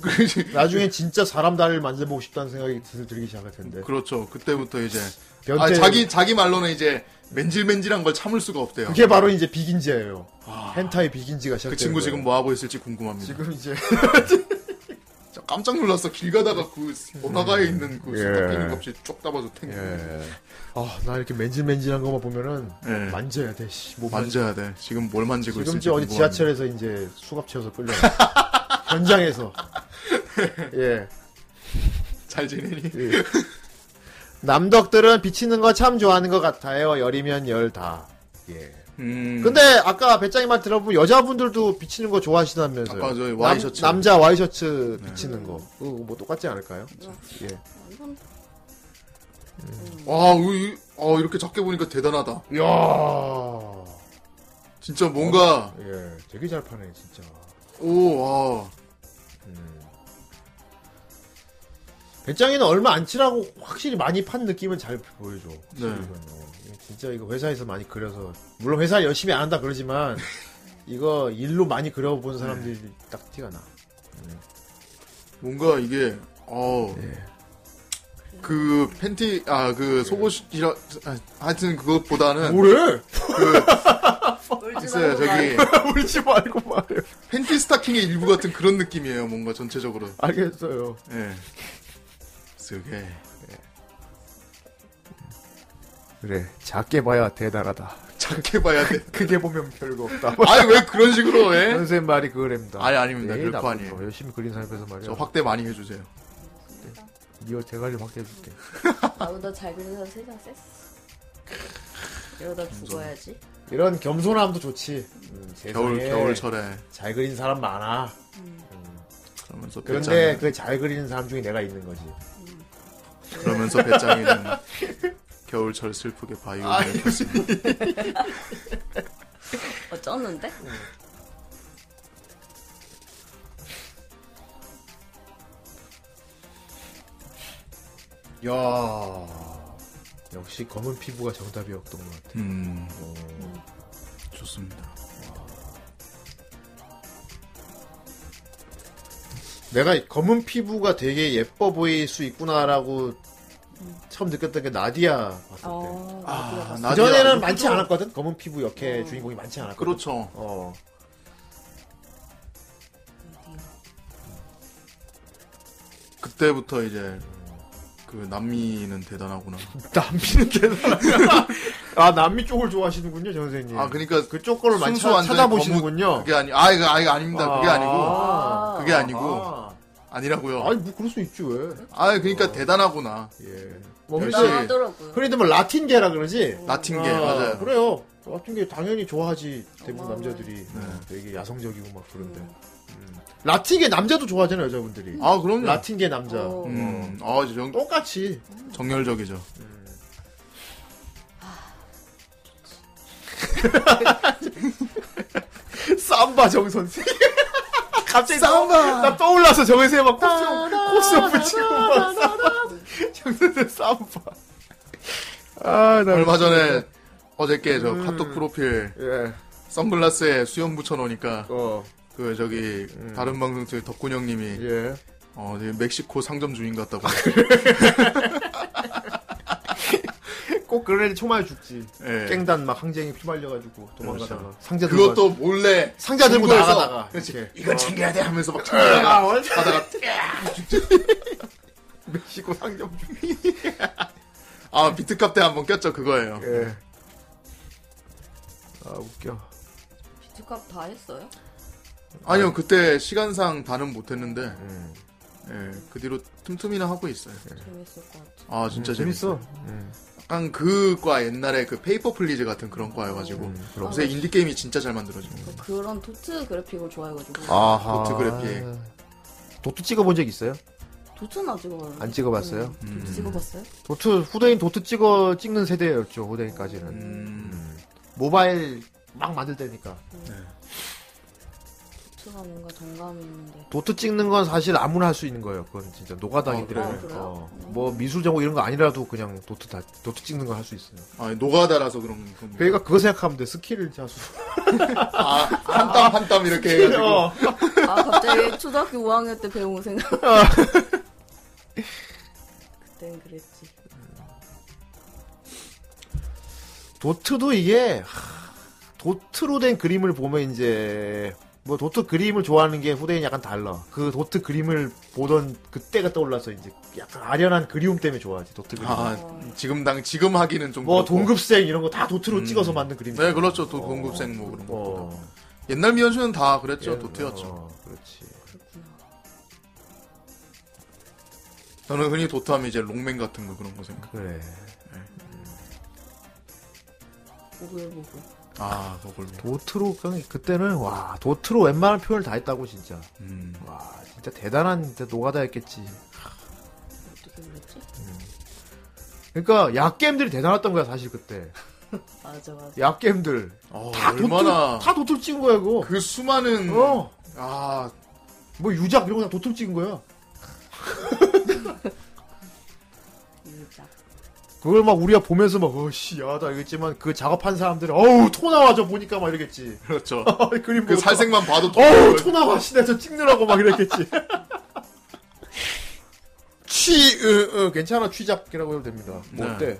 Speaker 2: 그
Speaker 1: 나중에 진짜 사람 다리를 만져보고 싶다는 생각이 들- 들기 시작할 텐데.
Speaker 2: 그렇죠 그때부터 이제
Speaker 1: 변태-
Speaker 2: 아, 자기 자기 말로는 이제 맨질맨질한 걸 참을 수가 없대요
Speaker 1: 그게 바로 이제 비긴즈예요. 헨타의 비긴즈가 시작된
Speaker 2: 아. 그 친구
Speaker 1: 거예요.
Speaker 2: 지금 뭐 하고 있을지 궁금합니다
Speaker 1: 지금 이제
Speaker 2: 저 깜짝 놀랐어 길 가다가 그 오나가에 있는 그
Speaker 1: 예.
Speaker 2: 스타킹 값이 쭉 따봐서 탱
Speaker 1: [laughs] 아, 나 이렇게 맨질맨질한 것만 보면은
Speaker 2: 예.
Speaker 1: 만져야 돼. 씨, 뭐
Speaker 2: 만져야 돼 지금 뭘 만지고
Speaker 1: 지금
Speaker 2: 있을지
Speaker 1: 저 어디
Speaker 2: 궁금합니다.
Speaker 1: 지하철에서 이제 수갑 채워서 끌려. [laughs]
Speaker 2: [laughs]
Speaker 1: 현장에서. 예.
Speaker 2: 잘 지내니?
Speaker 1: 예. 남덕들은 비치는 거 참 좋아하는 것 같아요. 열이면 열 다. 예.
Speaker 2: 음.
Speaker 1: 근데 아까 배짱이 말 들어보면 여자분들도 비치는 거 좋아하시다면서요.
Speaker 2: 아, 맞아요. 와이셔츠. 네.
Speaker 1: 남, 남자 와이셔츠 비치는 거. 그거 뭐 똑같지 않을까요? 예.
Speaker 9: 완전
Speaker 2: 와, 이, 어, 이렇게 작게 보니까 대단하다.
Speaker 1: 이야.
Speaker 2: 진짜 뭔가,
Speaker 1: 예. 되게 잘 파네, 진짜. 음.
Speaker 2: 오, 와.
Speaker 1: 배짱이는 얼마 안 치라고 확실히 많이 판 느낌은 잘 보여줘.
Speaker 2: 네.
Speaker 1: 이건, 어, 진짜 이거 회사에서 많이 그려서 물론 회사 열심히 안 한다 [laughs] 그러지만 이거 일로 많이 그려본 사람들이 딱 티가 나.
Speaker 2: 뭔가 이게, 어.
Speaker 1: 네.
Speaker 2: 그 팬티, 아, 그 속옷이라, 아, 하여튼 그것보다는.
Speaker 1: 뭐래?
Speaker 2: 그, 있어요, 저기.
Speaker 1: [laughs] 울지 말고 말해요.
Speaker 2: 팬티 스타킹의 일부 같은 그런 느낌이에요, 뭔가 전체적으로.
Speaker 1: 알겠어요.
Speaker 2: 예. 쓰게.
Speaker 1: 그래 작게 봐야 대단하다.
Speaker 2: 작게 봐야 돼.
Speaker 1: 크게 보면 별거 [laughs] 없다.
Speaker 2: 아니, 왜 그런 식으로 해?
Speaker 1: 선생님 말이 그거랍니다.
Speaker 2: 아니, 아닙니다.
Speaker 1: 에이,
Speaker 2: 그럴 거
Speaker 1: 나쁜
Speaker 2: 아니에요.
Speaker 1: 거. 열심히 그린 사람에서 말이야.
Speaker 2: 저 확대 많이 해주세요.
Speaker 1: 니가 대가리 박대줄게.
Speaker 9: 나보다 잘 그린 사람 세상 쎘어. 이러다 죽어야지.
Speaker 1: 이런 겸손함도 좋지. 음,
Speaker 2: 겨울,
Speaker 1: 세상에
Speaker 2: 겨울철에.
Speaker 1: 잘 그린 사람 많아.
Speaker 2: 그러면서
Speaker 1: 그런데
Speaker 2: 배짱이
Speaker 1: 그 잘 그리는 사람 중에 내가 있는 거지.
Speaker 2: 그러면서 배짱이는 겨울철 슬프게
Speaker 1: 아,
Speaker 2: 바이올린을 쳤습니다.
Speaker 9: 어쩌는데?
Speaker 1: 야 역시 검은 피부가 정답이었던 것 같아.
Speaker 2: 음.
Speaker 1: 어.
Speaker 2: 좋습니다.
Speaker 1: 내가 이 검은 피부가 되게 예뻐 보일 수 있구나라고 처음 느꼈던 게 나디아.
Speaker 9: 어,
Speaker 2: 아,
Speaker 1: 그 전에는 많지 않았거든. 검은 피부 역해 주인공이 많지 않았거든.
Speaker 2: 그렇죠.
Speaker 1: 어.
Speaker 2: 그때부터 이제 그 남미는 대단하구나.
Speaker 1: 남미는 [laughs] 대단하구나. 아 남미 쪽을 좋아하시는군요, 전 선생님.
Speaker 2: 아, 그러니까
Speaker 1: 그쪽 거를 많이
Speaker 2: 순수 완전히
Speaker 1: 찾아보시는군요.
Speaker 2: 검은- 그게 아니, 아 이거 아 이거 아닙니다. 그게
Speaker 1: 아.
Speaker 2: 아니고, 그게 아니고
Speaker 1: 아.
Speaker 2: 아니라고요.
Speaker 1: 아니 뭐 그럴 수 있지 왜?
Speaker 2: 아 그러니까 대단하구나.
Speaker 1: 예.
Speaker 2: 역시
Speaker 1: [laughs] 흔히들 뭐 라틴계라 그러지.
Speaker 2: 라틴계,
Speaker 1: 아,
Speaker 2: 맞아요.
Speaker 1: 그래요. 라틴계 당연히 좋아하지 대부분 남자들이 어, 되게 야성적이고 막 그런데. 음. 라틴계 남자도 좋아하잖아요 여자분들이.
Speaker 2: 아 그럼요.
Speaker 1: 라틴계 남자.
Speaker 2: 음, 아 이제 정,
Speaker 1: 똑같이
Speaker 2: 정열적이죠.
Speaker 1: 삼바 정 선생. 갑자기 삼바. 나 떠올라서 정선생막 코스 코스 붙이고 막 삼바. 정 선생 삼바. 아, 나
Speaker 2: 얼마 전에
Speaker 1: 미치겠다.
Speaker 2: 어저께 저
Speaker 1: 음.
Speaker 2: 카톡 프로필
Speaker 1: 예.
Speaker 2: 선글라스에 수염 붙여놓으니까
Speaker 1: 어.
Speaker 2: 그 저기
Speaker 1: 예. 음.
Speaker 2: 다른 방송 중에 덕군 형님이 어 되게 멕시코 상점 주인
Speaker 1: 아,
Speaker 2: 같다고
Speaker 1: 꼭 그런 애들 총알 죽지.
Speaker 2: 예.
Speaker 1: 깽단 막 항쟁이 피말려가지고 도망가다가
Speaker 2: 그렇죠.
Speaker 1: 상자 들고
Speaker 2: 그것도 몰래
Speaker 1: 상자 들고
Speaker 2: 친구에서
Speaker 1: 나가다가
Speaker 2: 그렇지.
Speaker 1: 이렇게.
Speaker 2: 이건
Speaker 1: 어.
Speaker 2: 챙겨야 돼 하면서 막
Speaker 1: 아,
Speaker 2: 챙겨다가
Speaker 1: 원래-
Speaker 2: 하다가
Speaker 1: 멕시코 상점 중.
Speaker 2: 아 비트값 때 한번 꼈죠 그거예요.
Speaker 1: 예. 아 웃겨.
Speaker 9: 비트값 다 했어요?
Speaker 2: 아니요 그때 시간상 다는 못했는데 예, 그 뒤로 틈틈이나 하고 있어요.
Speaker 9: 재밌을 것 같아.
Speaker 2: 아 진짜
Speaker 1: 예. 음,
Speaker 2: 재밌어.
Speaker 1: 재밌어.
Speaker 2: 약간 그과 옛날에 그 페이퍼 플리즈 같은 그런 과여가지고
Speaker 1: 음. 아,
Speaker 2: 요새 인디 게임이 진짜 잘 만들어지고.
Speaker 9: 아, 네. 그런 도트 그래픽을 좋아해가지고.
Speaker 1: 아하.
Speaker 2: 도트 그래픽.
Speaker 1: 도트 찍어본 적 있어요?
Speaker 9: 도트는 안 찍어봤어요.
Speaker 1: 안 찍어봤어요?
Speaker 9: 도트 찍어봤어요?
Speaker 1: 도트 후대인 도트 찍어 찍는 세대였죠 후대인까지는. 음. 모바일 막 만들 때니까.
Speaker 9: 도트가 뭔가 정감이 있는데.
Speaker 1: 도트 찍는 건 사실 아무나 할 수 있는 거예요. 그건 진짜 노가다니들은
Speaker 9: 아, 그래요?
Speaker 1: 어, 뭐 미술 전공 이런 거 아니라도 그냥 도트 다 도트 찍는 거 할 수 있어요.
Speaker 2: 아 노가다라서 그런 건.
Speaker 1: 그러니까 그거 생각하면 돼. 스킬을 자수.
Speaker 2: 아한 땀 한
Speaker 1: [laughs]
Speaker 2: 땀 이렇게 해가지고.
Speaker 1: 어.
Speaker 9: 아 갑자기 초등학교 5학년 때 배운
Speaker 1: [laughs]
Speaker 9: 거 생각.
Speaker 1: 어.
Speaker 9: 그땐 그랬지.
Speaker 1: 도트도 이게 하, 도트로 된 그림을 보면 이제 뭐 도트 그림을 좋아하는 게 후대인 약간 달라. 그 도트 그림을 보던 그때가 떠올라서 이제 약간 아련한 그리움 때문에 좋아하지 도트 그림.
Speaker 2: 아 지금 당 지금 하기는 좀.
Speaker 1: 뭐
Speaker 2: 그렇고.
Speaker 1: 동급생 이런 거 다 도트로 찍어서 만든 그림.
Speaker 2: 네 그렇죠. 또 동급생 뭐 그런 거.
Speaker 1: 어.
Speaker 2: 옛날 미연수는 다 그랬죠.
Speaker 1: 예,
Speaker 2: 도트였죠.
Speaker 1: 어, 그렇지.
Speaker 2: 저는 흔히 도트하면 이제 롱맨 같은 거 그런 거 생각.
Speaker 1: 그래.
Speaker 9: 보글보글.
Speaker 2: 아 너굴미.
Speaker 1: 도트로 그냥 그때는 와 도트로 웬만한 표현을 다 했다고 진짜.
Speaker 2: 음.
Speaker 1: 와 진짜 대단한 진짜 노가다였겠지.
Speaker 9: 어떻게 그랬지?
Speaker 1: 그러니까 약 게임들이 대단했던 거야 사실 그때.
Speaker 9: 맞아 맞아.
Speaker 1: 약 게임들 다
Speaker 2: 어, 얼마나-
Speaker 1: 도트 다 도트 찍은 거야 그거.
Speaker 2: 그 수많은
Speaker 1: 어.
Speaker 2: 아,
Speaker 1: 뭐 유작 이런 거 다 도트 찍은 거야.
Speaker 9: 유작.
Speaker 1: 그걸 막 우리가 보면서 막 어씨 야다 이랬지만 그 작업한 사람들은 어우 토 나와 저 보니까 막 이러겠지. [laughs] 아,
Speaker 2: 그렇죠.
Speaker 1: 그림
Speaker 2: 그
Speaker 1: 보고
Speaker 2: 살색만 봐도
Speaker 1: 또- 어, 어우 토 나와 씨나 저 찍느라고 막
Speaker 2: [laughs]
Speaker 1: 이랬겠지. 취, 으, 으, 괜찮아 취작이라고 해도 됩니다. 뭐
Speaker 2: 네.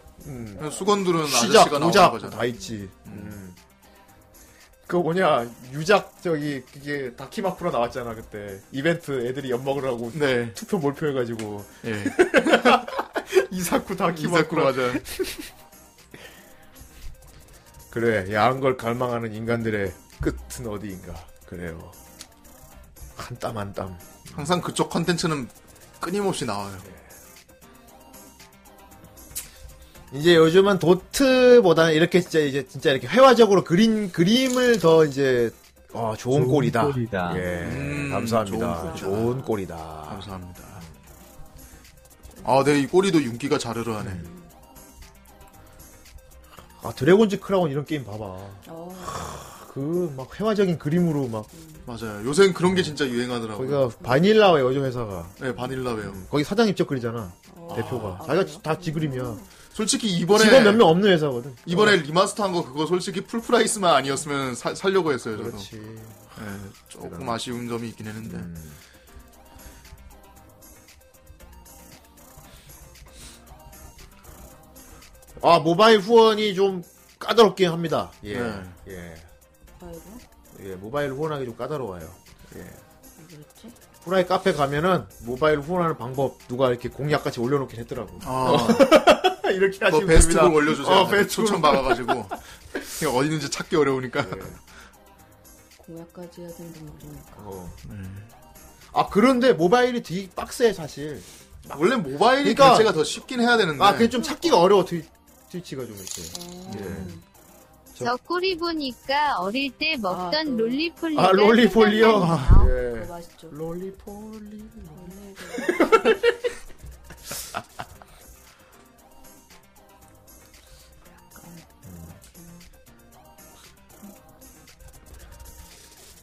Speaker 1: 어때?
Speaker 2: 수건들은
Speaker 1: 시작,
Speaker 2: 아저씨가
Speaker 1: 도작
Speaker 2: 나오는 거잖아.
Speaker 1: 다 있지. 음. 그거 뭐냐 유작 저기 그게 다키마쿠라 나왔잖아 그때 이벤트 애들이 엿 먹으라고
Speaker 2: 네.
Speaker 1: 투표 몰표해가지고 [laughs]
Speaker 2: 예.
Speaker 1: 이사쿠
Speaker 2: 이사쿠
Speaker 1: 다키마쿠라
Speaker 2: 맞아요.
Speaker 1: 그래 야한 걸 갈망하는 인간들의 끝은 어디인가 그래요 한 땀 한 땀
Speaker 2: 항상 그쪽 컨텐츠는 끊임없이 나와요.
Speaker 1: 이제 요즘은 도트보다는 이렇게 진짜 이제 진짜 이렇게 회화적으로 그린 그림을 더 이제 어, 좋은,
Speaker 3: 좋은
Speaker 1: 꼴이다.
Speaker 3: 꼴이다.
Speaker 1: 예,
Speaker 3: 음,
Speaker 1: 감사합니다.
Speaker 2: 좋은 꼴이다.
Speaker 1: 좋은 꼴이다.
Speaker 2: 감사합니다. 아, 네, 이 꼬리도 윤기가 자르르 하네.
Speaker 1: 음. 아 드래곤즈 크라운 이런 게임 봐봐.
Speaker 9: 어.
Speaker 1: 그 막 회화적인 그림으로 막
Speaker 2: 맞아요. 요새는 그런 게 진짜 유행하더라고요.
Speaker 1: 거기가 바닐라웨 요즘 회사가
Speaker 2: 네, 바닐라웨요.
Speaker 1: 거기 사장 입적 그리잖아
Speaker 9: 어.
Speaker 1: 대표가 자기가 다 지그림이야.
Speaker 2: 솔직히 이번에
Speaker 1: 직원 몇 명 없는 회사거든.
Speaker 2: 이번에 리마스터 한 거 그거 솔직히 풀 프라이스만 아니었으면 사, 살려고 했어요, 저도.
Speaker 1: 그렇지.
Speaker 2: 네, 조금 아쉬운 점이 있긴 했는데.
Speaker 1: 음. 아 모바일 후원이 좀 까다롭긴 합니다. 예,
Speaker 2: 네.
Speaker 1: 예,
Speaker 9: 아이고
Speaker 1: 예, 모바일 후원하기 좀 까다로워요. 예.
Speaker 9: 그렇지?
Speaker 1: 후라이 카페 가면은 모바일 후원하는 방법 누가 이렇게 공약 같이 올려놓긴 했더라고. [laughs] 이렇게
Speaker 2: 뭐
Speaker 1: 하시면
Speaker 2: 아, 베스트
Speaker 1: 됩니다.
Speaker 2: 곡 올려주세요.
Speaker 1: 어, 베스트
Speaker 2: 초청
Speaker 1: 곡.
Speaker 2: 받아가지고 이거 어디 있는지 찾기 어려우니까.
Speaker 9: 공약까지 해야 되는데 모르니까.
Speaker 1: 어. 아 그런데 모바일이 되게 빡세 사실.
Speaker 2: 원래 모바일이 교체가 더 쉽긴 해야 되는데.
Speaker 1: 그러니까 아 그게 좀 찾기가 어려워 트위, 트위치가 좀 이렇게.
Speaker 9: 어,
Speaker 1: 예.
Speaker 7: 저 꼬리 보니까 어릴 때 먹던 롤리폴리.
Speaker 1: 아 롤리폴리요. 예.
Speaker 9: 맛있죠.
Speaker 1: 롤리폴리.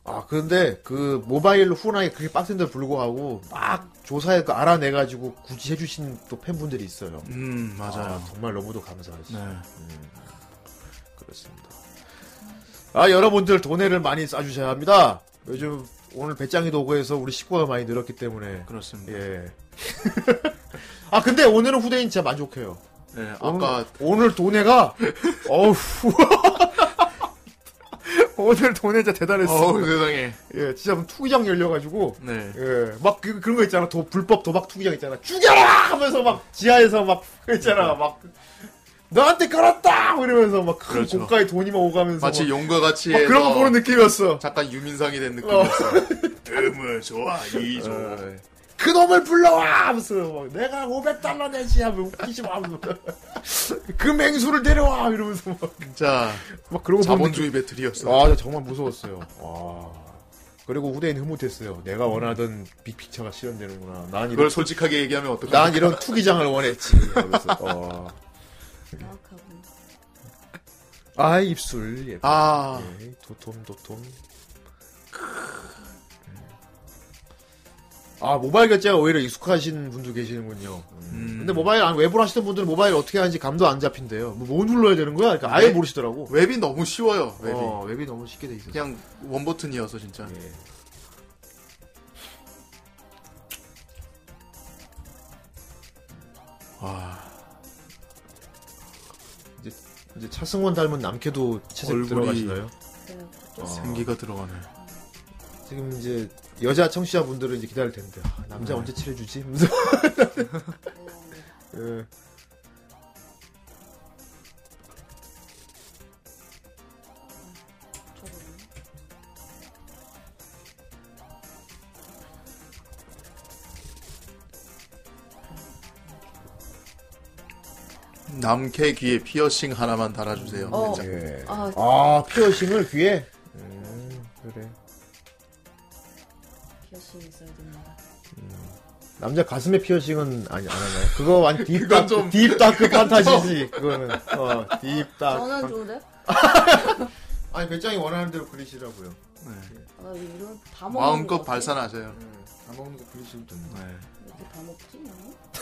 Speaker 1: 아 근데 그 모바일로 후원하기 그렇게 빡센데 불구하고 막 조사해 그 알아내가지고 굳이 해주신 또 팬분들이 있어요.
Speaker 2: 음 맞아요.
Speaker 1: 아, 정말 너무도 감사하죠.
Speaker 2: 네.
Speaker 1: 음, 그렇습니다. 아 여러분들 돈해를 많이 싸주셔야 합니다. 요즘 오늘 배짱이도 오고 해서 우리 식구가 많이 늘었기 때문에
Speaker 2: 그렇습니다.
Speaker 1: 예. [laughs] 아 근데 오늘은 후대인 진짜 만족해요.
Speaker 2: 네,
Speaker 1: 오늘-
Speaker 2: 아까
Speaker 1: 오늘
Speaker 2: [laughs]
Speaker 1: 돈해가 어우 [laughs] 오늘 돈해 진짜 대단했어.
Speaker 2: 어우 세상에.
Speaker 1: 예, 진짜 뭐 투기장 열려가지고
Speaker 2: 네.
Speaker 1: 예, 막 그, 런거 있잖아. 도, 불법 도박 투기장 있잖아. 죽여라 하면서 막 지하에서 막
Speaker 2: 네.
Speaker 1: 있잖아. 막 너한테 걸었다 뭐 이러면서 막 큰
Speaker 2: 그렇죠.
Speaker 1: 고가의 돈이 막 오가면서
Speaker 2: 마치
Speaker 1: 막,
Speaker 2: 용과 같이
Speaker 1: 막뭐 어, 그런 거
Speaker 2: 해서
Speaker 1: 보는 느낌이었어.
Speaker 2: 약간 유민상이 된 느낌이었어. 뜸을 좋아 이조.
Speaker 1: 그 놈을 불러와 하면서 막 내가 500달러 내지 하면 웃기지 마
Speaker 2: [laughs]
Speaker 1: 하면서 그 맹수를 데려와 이러면서 막
Speaker 2: 자,
Speaker 1: 막 그런 거
Speaker 2: 자본주의
Speaker 1: 뭐 보는
Speaker 2: 배틀이었어.
Speaker 1: 아, 저 정말 무서웠어요. 와. 그리고 후대인 흠뭇했어요. 내가 원하던 빅픽처가 실현되는구나. 난 이런-
Speaker 2: 그걸 솔직하게 얘기하면 어떡해?
Speaker 1: 난 이런
Speaker 2: [laughs]
Speaker 1: 투기장을 원했지. 이러면서. 어. 아 입술 예뻐.
Speaker 2: 아.
Speaker 1: 예, 도톰 도톰. 아 모바일 결제가 오히려 익숙하신 분도 계시는군요. 음.
Speaker 2: 음.
Speaker 1: 근데 모바일 안- 웹으로 하시던 분들은 모바일 어떻게 하는지 감도 안 잡힌대요. 뭐, 뭐 눌러야 되는 거야? 그러니까 아예
Speaker 2: 웹-
Speaker 1: 모르시더라고.
Speaker 2: 웹이 너무 쉬워요. 네. 웹이.
Speaker 1: 어, 예. 웹이 너무 쉽게 돼 있어서.
Speaker 2: 그냥 원 버튼이어서 진짜.
Speaker 1: 와. 이제, 이제 차승원 닮은 남캐도 채색
Speaker 2: 얼굴이-
Speaker 1: 들어가시나요?
Speaker 9: 네,
Speaker 1: 어.
Speaker 9: 그렇죠.
Speaker 2: 생기가 들어가네.
Speaker 1: 지금 이제 여자 청취자분들은 이제 기다릴 텐데 아, 남자
Speaker 2: 네.
Speaker 1: 언제 칠해주지? 하면서. [laughs]
Speaker 9: 네,
Speaker 1: 예.
Speaker 9: 아,
Speaker 2: 남캐 귀에 피어싱 하나만 달아주세요.
Speaker 1: 어.
Speaker 2: 진짜.
Speaker 1: 예.
Speaker 9: 아,
Speaker 1: 아 피어싱을 귀에. 음, 그래.
Speaker 9: 피어싱 있어야 됩니다.
Speaker 1: 남자 가슴에 피어싱은 아니 안 하나요? 그거 [laughs] 완 딥
Speaker 2: 그건
Speaker 1: 다크
Speaker 2: 좀-
Speaker 1: 딥 다크
Speaker 2: 그건
Speaker 1: 판타지지 그거는 어딥 다크.
Speaker 9: 저는 좋은데?
Speaker 1: 아니 배짱이 원하는 대로 그리시라고요.
Speaker 2: 네.
Speaker 9: 아, 이런 다 먹는
Speaker 2: 마음껏
Speaker 9: 거
Speaker 2: 발산하세요.
Speaker 1: 다 먹는 거 그리시면 됩니다.
Speaker 9: 이렇게 다 먹지? 뭐?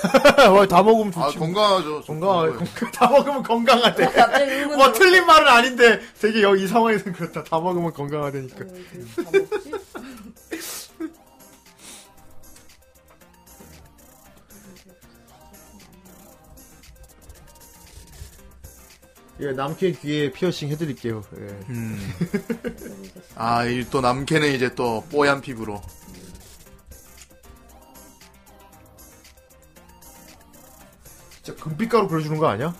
Speaker 9: 나는?
Speaker 1: 네. 다 먹으면
Speaker 2: 아
Speaker 1: 좋지.
Speaker 2: 건강하죠.
Speaker 1: 건강 건강 다 먹으면 건강하대.
Speaker 9: 갑자기 의문으로.
Speaker 1: 뭐 틀린 말은 아닌데 되게 여기 이 상황에서는 그렇다. 다 먹으면 [laughs] 건강하다니까. 예, 남캐 귀에 피어싱 해드릴게요. 예.
Speaker 2: 아, 이 또 남캐는 이제 또 뽀얀 피부로.
Speaker 1: 진짜 금빛가루 그려주는 거 아니야?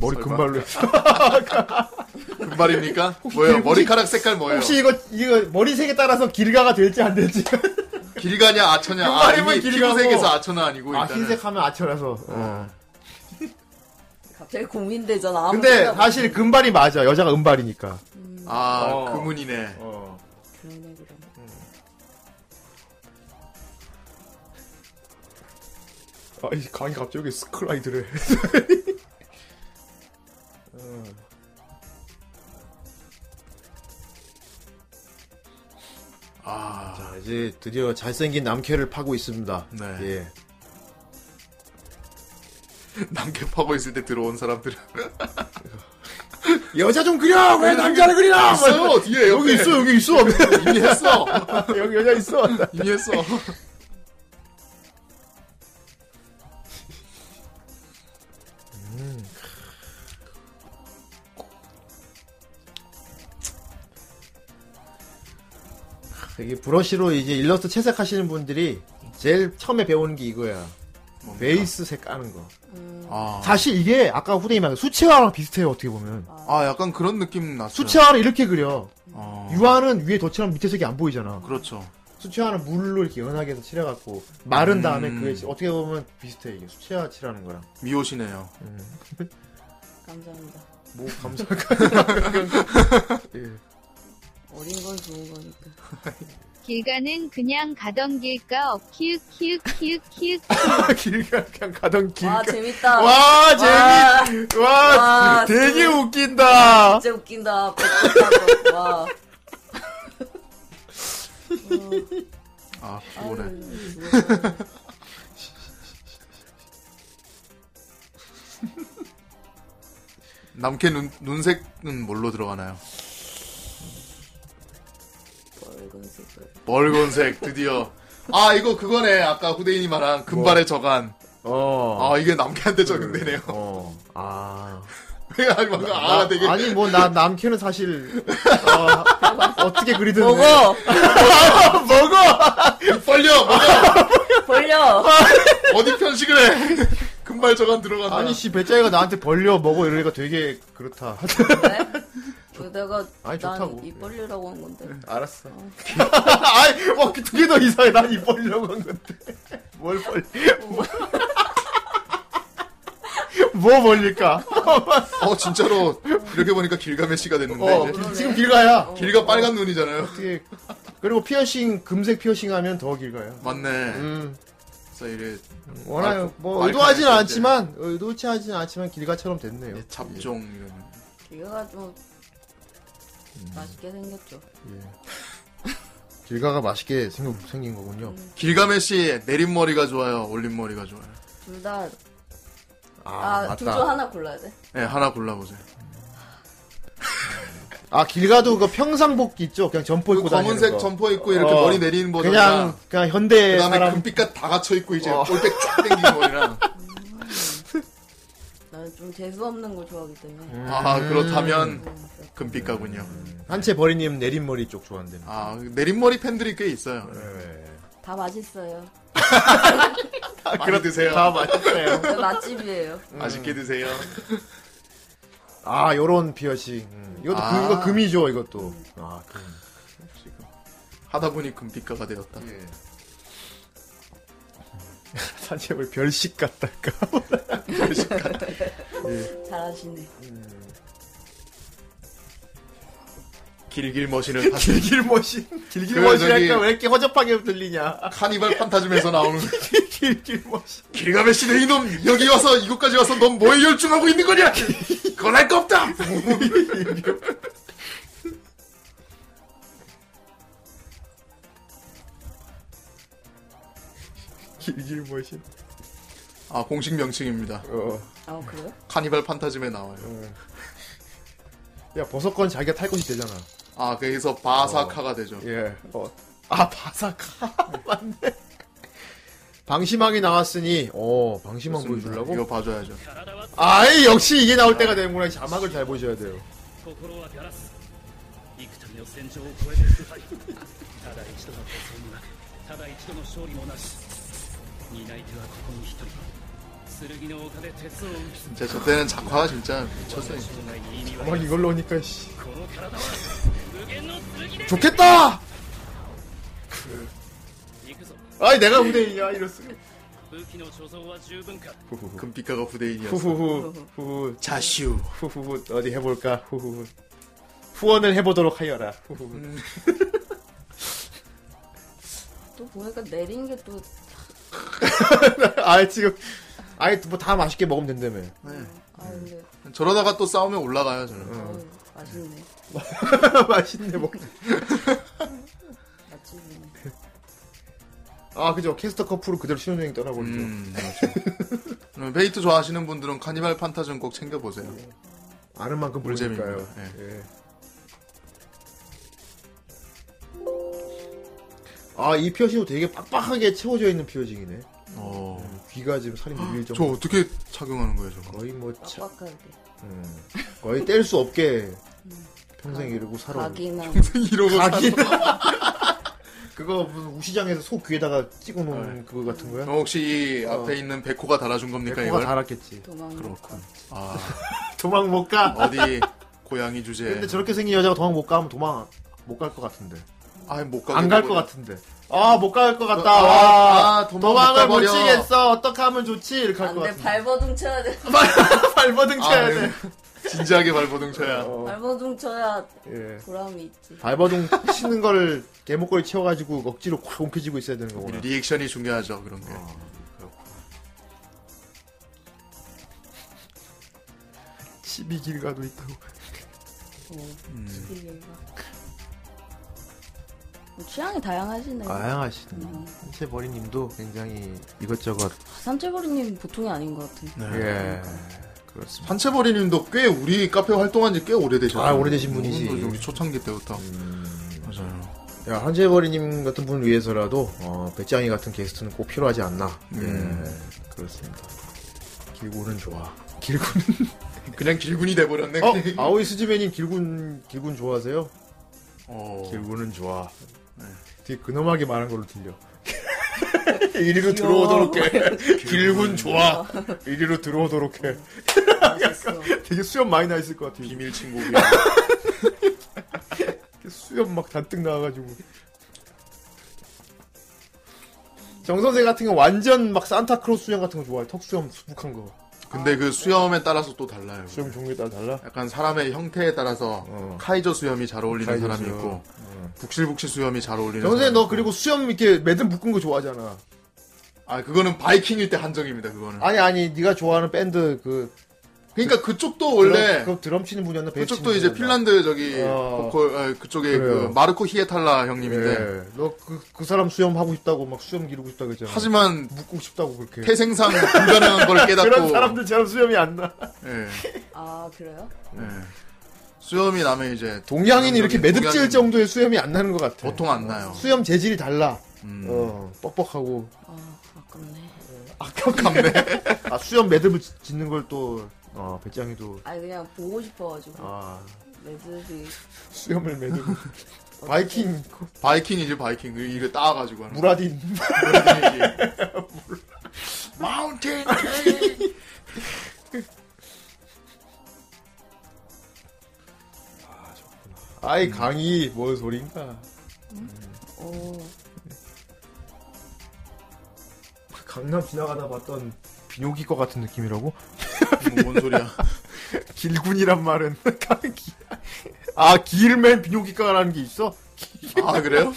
Speaker 1: 머리
Speaker 2: 설마?
Speaker 1: 금발로.
Speaker 2: 금발입니까? 뭐예요?
Speaker 1: [laughs] 혹시-
Speaker 2: 머리카락 색깔 뭐예요?
Speaker 1: 혹시 이거 이거 머리색에 따라서 길가가 될지 안 될지.
Speaker 2: 길가냐 아처냐? 아,
Speaker 1: 금발이면
Speaker 2: 이미 아
Speaker 1: 길가고.
Speaker 2: 피부색에서 아처는 아니고
Speaker 1: 아
Speaker 2: 일단은.
Speaker 1: 흰색 하면 아처라서. 어.
Speaker 9: 갑자기 고민되잖아. 아무
Speaker 1: 근데
Speaker 9: 생각
Speaker 1: 사실 금발이 맞아. 여자가 은발이니까.
Speaker 2: 아,
Speaker 1: 어.
Speaker 2: 금은이네.
Speaker 9: 그러네 그러네.
Speaker 1: 아이 강이 갑자기 스크라이드를. [laughs] 아, 자, 이제 드디어 잘생긴 남캐를 파고 있습니다.
Speaker 2: 네.
Speaker 1: 예.
Speaker 2: [laughs] 남캐 파고 있을 때 들어온 사람들은
Speaker 1: 여자 좀 그려! 왜 남자를 그리나!
Speaker 2: 있어요, 뒤에 옆에.
Speaker 1: 여기 있어, 여기 있어!
Speaker 2: 이미 했어.
Speaker 1: [laughs]
Speaker 2: [laughs]
Speaker 1: 여기 여자 있어!
Speaker 2: 이미 했어.
Speaker 1: 여기 브러쉬로 이제 일러스트 채색하시는 분들이 제일 처음에 배우는 게 이거야. 베이스 색 까는 거.
Speaker 9: 음,
Speaker 2: 아,
Speaker 1: 사실 이게 아까 후대이 말한 수채화랑 비슷해요, 어떻게 보면.
Speaker 2: 아, 약간 그런 느낌 났어.
Speaker 1: 수채화를 이렇게 그려.
Speaker 2: 어.
Speaker 1: 유화는 위에 덧칠하면 밑에 색이 안 보이잖아.
Speaker 2: 그렇죠.
Speaker 1: 수채화는 물로 이렇게 연하게 해서 칠해갖고 마른
Speaker 2: 음.
Speaker 1: 다음에 그게 어떻게 보면 비슷해 이게 수채화 칠하는 거랑.
Speaker 2: 미호시네요.
Speaker 9: 감사합니다.
Speaker 1: 뭐 감사할까? 예. [laughs]
Speaker 9: 어린 건 좋은 거니까.
Speaker 7: 길가는 그냥 가던 길가 키읔 키읔 키읔 키읔
Speaker 1: 길가 그냥 가던 길가.
Speaker 9: 와 재밌다.
Speaker 1: 와 재미. 와,
Speaker 9: 와,
Speaker 1: 되게
Speaker 9: 진짜-
Speaker 1: 웃긴다.
Speaker 9: 진짜 웃긴다. 배꼽하고. 와.
Speaker 2: 아, 피곤해. 남캐 눈, 눈색은 뭘로 들어가나요?
Speaker 9: 뭐 빨간색을.
Speaker 2: 멀건색, 드디어. 아, 이거 그거네. 아까 후대인이 말한 금발의 저간.
Speaker 1: 뭐? 어.
Speaker 2: 아, 이게 남캐한테 적용되네요.
Speaker 1: 어. 아.
Speaker 2: 내가 방금 [laughs] 아, 되게.
Speaker 1: 아니 뭐 나 남캐는 사실 어, 어떻게 그리든
Speaker 9: 먹어.
Speaker 1: 먹어
Speaker 2: 벌려! 뭐야!
Speaker 9: 벌려.
Speaker 2: 어디 편식을 해! [laughs] 금발 저간 들어간다.
Speaker 1: 아니 씨 배짱이가 나한테 벌려 먹어 이러니까 되게 그렇다
Speaker 9: 왜 내가
Speaker 1: 아니, 좋다고.
Speaker 9: 네?
Speaker 1: 네.
Speaker 9: 난입 벌리라고 한 건데.
Speaker 1: 알았어 [laughs] 아이 와 그게 더 이상해 난 이 벌려고 한 건데 뭘 벌? 뭐, 뭐 벌릴까?
Speaker 2: 어, 진짜로. 이렇게 보니까 길가메시가 됐는데.
Speaker 1: 어,
Speaker 2: 네, 이제.
Speaker 1: 지금 길가야
Speaker 2: 길가 빨간 눈이잖아요.
Speaker 1: 어떻게 그리고 피어싱 금색 피어싱 하면 더 길가야
Speaker 2: 맞네.
Speaker 1: 음.
Speaker 2: 그래서 이래.
Speaker 1: 원하요
Speaker 2: 말-
Speaker 1: 뭐
Speaker 2: 말-
Speaker 1: 의도하진
Speaker 2: 말-
Speaker 1: 않지만 의도치 하진 않지만 길가처럼 됐네요
Speaker 2: 예, 잡종 이런.
Speaker 9: 기가가 좀
Speaker 1: 음.
Speaker 9: 맛있게 생겼죠.
Speaker 1: 길가가 맛있게 생긴, 생긴 거군요.
Speaker 2: 길가메시 내린 머리가 좋아요, 올린 머리가 좋아요.
Speaker 9: 둘 다. 아, 둘 중 하나 골라야 돼.
Speaker 2: 예, 하나 골라보세요.
Speaker 1: 아 길가도 그 평상복 있죠? 그냥 점퍼 입고 다니는
Speaker 2: 검은색
Speaker 1: 거. 어,
Speaker 2: 점퍼 입고 이렇게 머리 내리는 버전이랑
Speaker 1: 그냥 그냥 현대
Speaker 2: 그다음에
Speaker 1: 사람
Speaker 2: 금빛깔 다 갇혀 있고 이제
Speaker 1: 어.
Speaker 2: 볼백 쫙 땡기는
Speaker 1: [laughs]
Speaker 2: 머리랑.
Speaker 9: 나는 좀 재수 없는 걸 좋아하기
Speaker 1: 음.
Speaker 9: 때문에.
Speaker 2: 아 그렇다면
Speaker 9: 음,
Speaker 2: 금빛가군요.
Speaker 1: 한채 버리님 내린 머리 쪽 좋아한대요.
Speaker 2: 아 내린 머리 팬들이 꽤 있어요. 네.
Speaker 1: 네.
Speaker 9: 다 맛있어요.
Speaker 2: 많이 드세요.
Speaker 1: 아, 다
Speaker 2: [laughs]
Speaker 1: 음. 맛있어요.
Speaker 9: 네, 맛집이에요.
Speaker 2: 맛있게 드세요.
Speaker 1: 아 요런 피어싱. 음. 이것도
Speaker 2: 아.
Speaker 1: 금, 이거 금이죠 이것도. 아 금.
Speaker 2: 하다 보니 금빛가가 되었다.
Speaker 1: 예. [laughs] 산채벌 별식 같달까.
Speaker 9: 잘하시네.
Speaker 2: 길길 머신을 다시
Speaker 1: [laughs] 길길 머신. 길길
Speaker 2: 그
Speaker 1: 머신할까
Speaker 2: 저기-
Speaker 1: 왜 이렇게 허접하게 들리냐. [laughs]
Speaker 2: [laughs] 카니발 판타즘에서 나오는 [laughs]
Speaker 1: 길길 머신.
Speaker 2: 길가메시는 이놈 여기 와서 이곳까지 와서 넌 뭐에 열중하고
Speaker 1: [laughs]
Speaker 2: 있는 거냐? 그건 할거 없다.
Speaker 1: 길길 머신.
Speaker 2: 아 공식 명칭입니다.
Speaker 1: 어.
Speaker 9: 아 그래요?
Speaker 2: 카니발 판타즘에 나와요.
Speaker 1: 야 버섯건 자기가 탈 것이 되잖아.
Speaker 2: 아 거기서 바사카가 되죠.
Speaker 1: 예. 어. 아 바사카 [laughs] 맞네. 방심하게 나왔으니 어 방심한
Speaker 2: 좋습니다.
Speaker 1: 보여주려고.
Speaker 2: 이거 봐줘야죠.
Speaker 1: 아이 역시 이게 나올 때가 되는구나 자막을 잘 보셔야 돼요
Speaker 6: 心はガラス幾度の戦場を越えて腐敗ただ一度の構成もなくただ一度の勝利もなし担い手はここに一人剣の丘で鉄を打つ
Speaker 2: 진짜 저 때는 작화가 진짜 미쳤어요.
Speaker 1: 막 이걸로 오니까 씨
Speaker 6: この体は無限の剣で
Speaker 1: 좋겠다
Speaker 6: 行くぞ
Speaker 1: 아이 내가 후대이냐 이럴수가
Speaker 15: 武器の貯蔵は十分か
Speaker 2: 금빛가가 후대인이었어.
Speaker 1: 후후후 후후
Speaker 2: 자슈
Speaker 1: 후후후 어디 해볼까 후후후 후원을 해보도록 하여라 후후후 [laughs]
Speaker 9: 또 보니까 내린 게 또
Speaker 1: 아 지금 아이 뭐다 맛있게 먹으면 된다며 [laughs]
Speaker 9: 아, 근데
Speaker 2: 네. 저러다가 또 싸우면 올라가요 저는.
Speaker 1: 음.
Speaker 9: 맛있네.
Speaker 1: 맛있네 먹.
Speaker 9: 맛집이네.
Speaker 1: 아 그죠 캐스터 커플로 그대로 신혼여행 떠나버리죠
Speaker 2: 음. 네. [laughs] 그럼 베이트 좋아하시는 분들은 카니발 판타전 꼭 챙겨보세요.
Speaker 1: 아는 만큼
Speaker 2: 물잼이니까요. 네.
Speaker 1: 보니까요. 예. 아이 피어싱도 되게 빡빡하게 채워져 있는 피어싱이네 음,
Speaker 2: 어.
Speaker 1: 귀가 지금 살이 밀릴
Speaker 2: 저
Speaker 1: 정도
Speaker 2: 어떻게 착용하는 거예요 [laughs] 저거?
Speaker 1: 거의 뭐 차,
Speaker 9: 빡빡하게.
Speaker 1: 음, 거의 뗄 수 없게 평생 이러고 살아 [laughs]
Speaker 9: 각이나
Speaker 2: 평생 이러고
Speaker 1: 그거 무슨 우시장에서 소 귀에다가 찍어놓은 그거 같은 거야?
Speaker 2: 어, 혹시 이 앞에
Speaker 1: 어.
Speaker 2: 있는 백호가 달아준 겁니까
Speaker 1: 백호가
Speaker 2: 그러니까 이걸? [laughs]
Speaker 1: 달았겠지.
Speaker 9: 도망.
Speaker 2: 그렇군. 아
Speaker 1: 도망 못 가.
Speaker 2: 어디 고양이 주제.
Speaker 1: 근데 저렇게 생긴 여자가 도망 못 가면 도망 못 갈 것 같은데.
Speaker 2: 아못 가.
Speaker 1: 안 갈 것 같은데. 아, 못 갈 것 같다.
Speaker 2: 아,
Speaker 1: 와,
Speaker 2: 아, 도망
Speaker 1: 도망을
Speaker 2: 못
Speaker 1: 못
Speaker 2: 가버려.
Speaker 1: 치겠어. 어떻게 하면 좋지? 이렇게 할 것
Speaker 9: 안돼
Speaker 1: 같은데. [laughs]
Speaker 9: 발버둥 쳐야 돼.
Speaker 1: 발버둥 쳐야
Speaker 2: 아,
Speaker 1: 돼.
Speaker 2: 네. 진지하게 발버둥 쳐야.
Speaker 1: 어.
Speaker 9: 발버둥 쳐야
Speaker 1: 예.
Speaker 9: 보람이 있지.
Speaker 1: 발버둥 치는 거를 개목걸이 채워가지고 억지로 콱 움켜쥐고 있어야 되는
Speaker 2: 이
Speaker 1: 거구나.
Speaker 2: 리액션이 중요하죠 그런 게.
Speaker 1: 시비 길가도 있다고.
Speaker 9: 어,
Speaker 1: 음.
Speaker 9: 시비가. 뭐 취향이 다양하시네.
Speaker 1: 아, 다양하시네. 한채버리님도 굉장히 이것저것.
Speaker 9: 삼채버리님 보통이 아닌 것 같아.
Speaker 1: 예. 그렇습니다.
Speaker 2: 산채버리님도 꽤 우리 카페 활동한 지 꽤 오래되셨어요.
Speaker 1: 아, 오래되신 분이지. 음.
Speaker 2: 우리 초창기 때부터. 맞아요.
Speaker 1: 야, 한재버리님 같은 분을 위해서라도, 어, 배짱이 같은 게스트는 꼭 필요하지 않나.
Speaker 2: 음.
Speaker 1: 예, 그렇습니다. 길고는 좋아. 길고
Speaker 2: 그냥 길군이 돼버렸네.
Speaker 1: 어? 아오이 수지매님 길군, 길군 좋아하세요?
Speaker 2: [laughs] 어. 네.
Speaker 1: 길군은 좋아. 되게 근엄하게 말한 걸로
Speaker 2: [laughs]
Speaker 1: 들려. 이리로 들어오도록 해. 길군 좋아. 이리로 들어오도록 해.
Speaker 9: 맛있어.
Speaker 1: 되게 수염 많이 나 있을 것 같아요.
Speaker 2: 비밀 친구.
Speaker 1: 이렇게 수염 막 잔뜩 나와가지고. 정선생 같은 경우 완전 막 산타크로스 수염 같은 거 좋아해. 턱수염 수북한 거.
Speaker 2: 근데 그 수염에 따라서 또 달라요.
Speaker 1: 수염 종류에 따라 달라?
Speaker 2: 약간 사람의 형태에 따라서 카이저 수염이 잘 어울리는
Speaker 1: 카이저
Speaker 2: 사람이
Speaker 1: 수염.
Speaker 2: 있고 북실북실 수염이 잘 어울리는.
Speaker 1: 정선생
Speaker 2: 사람이
Speaker 1: 너 그리고 수염 이렇게 매듭 묶은 거 좋아하잖아.
Speaker 2: 있고. 아 그거는 바이킹일 때 한정입니다. 그거는.
Speaker 1: 아니 아니 네가 좋아하는 밴드 그
Speaker 2: 그러니까 그쪽도
Speaker 1: 드럼,
Speaker 2: 원래
Speaker 1: 그 드럼 치는 분이었나 베이스
Speaker 2: 그쪽도
Speaker 1: 치는
Speaker 2: 이제
Speaker 1: 분이었나?
Speaker 2: 핀란드 저기
Speaker 1: 어.
Speaker 2: 보컬 아, 그쪽에
Speaker 1: 그래요.
Speaker 2: 그 마르코 히에탈라 형님인데
Speaker 1: 예. 너그 그 사람 수염 하고 싶다고 막 수염 기르고 싶다 그랬잖아.
Speaker 2: 하지만
Speaker 1: 묶고 싶다고 그렇게. [laughs]
Speaker 2: 태생상 불가능한 걸 깨닫고
Speaker 1: 그런 사람들처럼 수염이 안 나.
Speaker 2: 예,
Speaker 9: 아 그래요?
Speaker 2: 예. 수염이 나면 이제
Speaker 1: 동양인 이렇게
Speaker 2: 동양인-
Speaker 1: 매듭 지을 정도의 수염이 안 나는 것 같아.
Speaker 2: 보통 안 나요.
Speaker 1: 수염 재질이 달라.
Speaker 2: 음.
Speaker 1: 어, 뻑뻑하고.
Speaker 9: 아 아깝네.
Speaker 1: 아깝네. 아, 수염 매듭을 짓- 짓는 걸 또, 어, 배짱이도.
Speaker 9: 아니 그냥 보고 싶어가지고
Speaker 1: 아,
Speaker 9: 매듭이
Speaker 1: 수염을 매듭. [laughs] 바이킹,
Speaker 2: [laughs] 바이킹이지 바이킹 이거 따가지고 하는
Speaker 1: 무라딘. [laughs]
Speaker 2: 마운틴
Speaker 1: 아이, 강이, 뭔 소린가.
Speaker 9: 오
Speaker 1: 강남 지나가다 봤던 비뇨기 거 같은 느낌이라고?
Speaker 2: 뭐, 뭔 소리야?
Speaker 1: 길군이란 말은. [laughs] 강기. 아, 길맨 비뇨기과라는 게 있어?
Speaker 2: 아 그래요?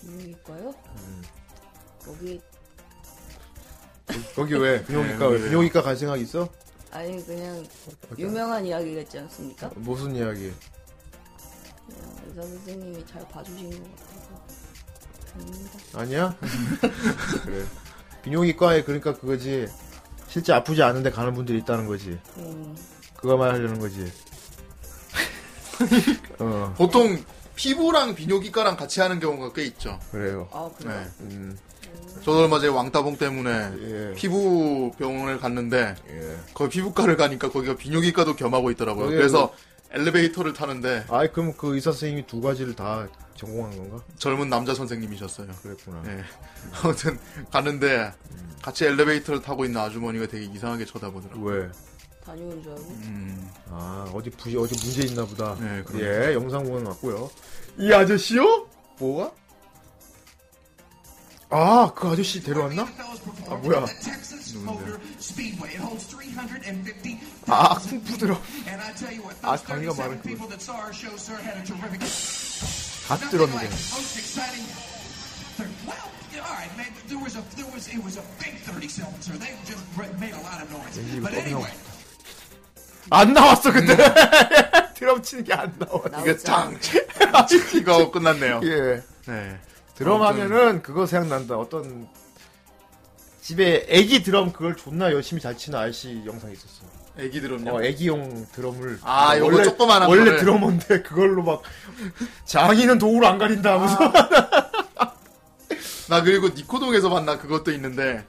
Speaker 9: 비밀일까요?
Speaker 2: 음.
Speaker 9: 거기
Speaker 1: 거기 왜? 비뇨기과
Speaker 2: 네,
Speaker 1: 왜?
Speaker 2: 왜요?
Speaker 1: 비뇨기과 갈 생각 있어?
Speaker 9: 아니 그냥
Speaker 2: 어,
Speaker 9: 유명한 이야기 같지 않습니까?
Speaker 1: 무슨 이야기?
Speaker 9: 그냥 의사 선생님이 잘 봐주신 것 같아서 갑니다.
Speaker 1: 아니야? [laughs] 그래. 비뇨기과에 그러니까 그거지. 실제 아프지 않은데 가는 분들이 있다는 거지.
Speaker 9: 음,
Speaker 1: 그거 말하려는 [laughs] 거지. 어,
Speaker 2: 보통 피부랑 비뇨기과랑 같이 하는 경우가 꽤 있죠.
Speaker 1: 그래요.
Speaker 9: 아 그래요?
Speaker 2: 네.
Speaker 1: 음,
Speaker 2: 저도 얼마 전에 왕따봉 때문에
Speaker 1: 예.
Speaker 2: 피부 병원을 갔는데
Speaker 1: 예.
Speaker 2: 거기 피부과를 가니까 거기가 비뇨기과도 겸하고 있더라고요.
Speaker 1: 거기에
Speaker 2: 그래서
Speaker 1: 예.
Speaker 2: 엘리베이터를 타는데
Speaker 1: 아이, 그럼 그 의사 선생님이 두 가지를 다 전공한 건가?
Speaker 2: 젊은 남자 선생님이셨어요. [laughs]
Speaker 1: 그랬구나.
Speaker 2: 예. 아무튼 가는데 같이 엘리베이터를 타고 있는 아주머니가 되게 이상하게 쳐다보더라고요.
Speaker 1: 왜?
Speaker 9: 다녀온 줄 알고
Speaker 2: 음.
Speaker 1: 아, 어디 부지, 어디 문제 있나 보다.
Speaker 2: 네, 그럼.
Speaker 1: 예, 영상 보는 것 같고요. 이 아저씨요? 뭐가? 아, 그 아저씨 데려왔나? 아, 뭐야. 아, 쿵푸드러. 아, 강의가 말은 그거. 다 들었는데. 안 나왔어, 근데. [laughs] 드럼 치는 게 안 나와.
Speaker 2: 이게 짱.
Speaker 1: [laughs]
Speaker 2: 이거 끝났네요.
Speaker 1: 예. 네. 드럼 하면은 그거 생각난다. 어떤 집에 애기 드럼 그걸 존나 열심히 잘 치는 아저씨 영상이 있었어.
Speaker 2: 애기 드럼요?
Speaker 1: 어, 애기용 드럼을.
Speaker 2: 네. 아, 요거
Speaker 1: 원래-
Speaker 2: 조그만한
Speaker 1: 원래
Speaker 2: 거를.
Speaker 1: 드러머인데 그걸로 막 장인은 도구를 안 가린다
Speaker 2: 아,
Speaker 1: 하면서.
Speaker 2: 나 그리고 니코동에서 만난 그것도 있는데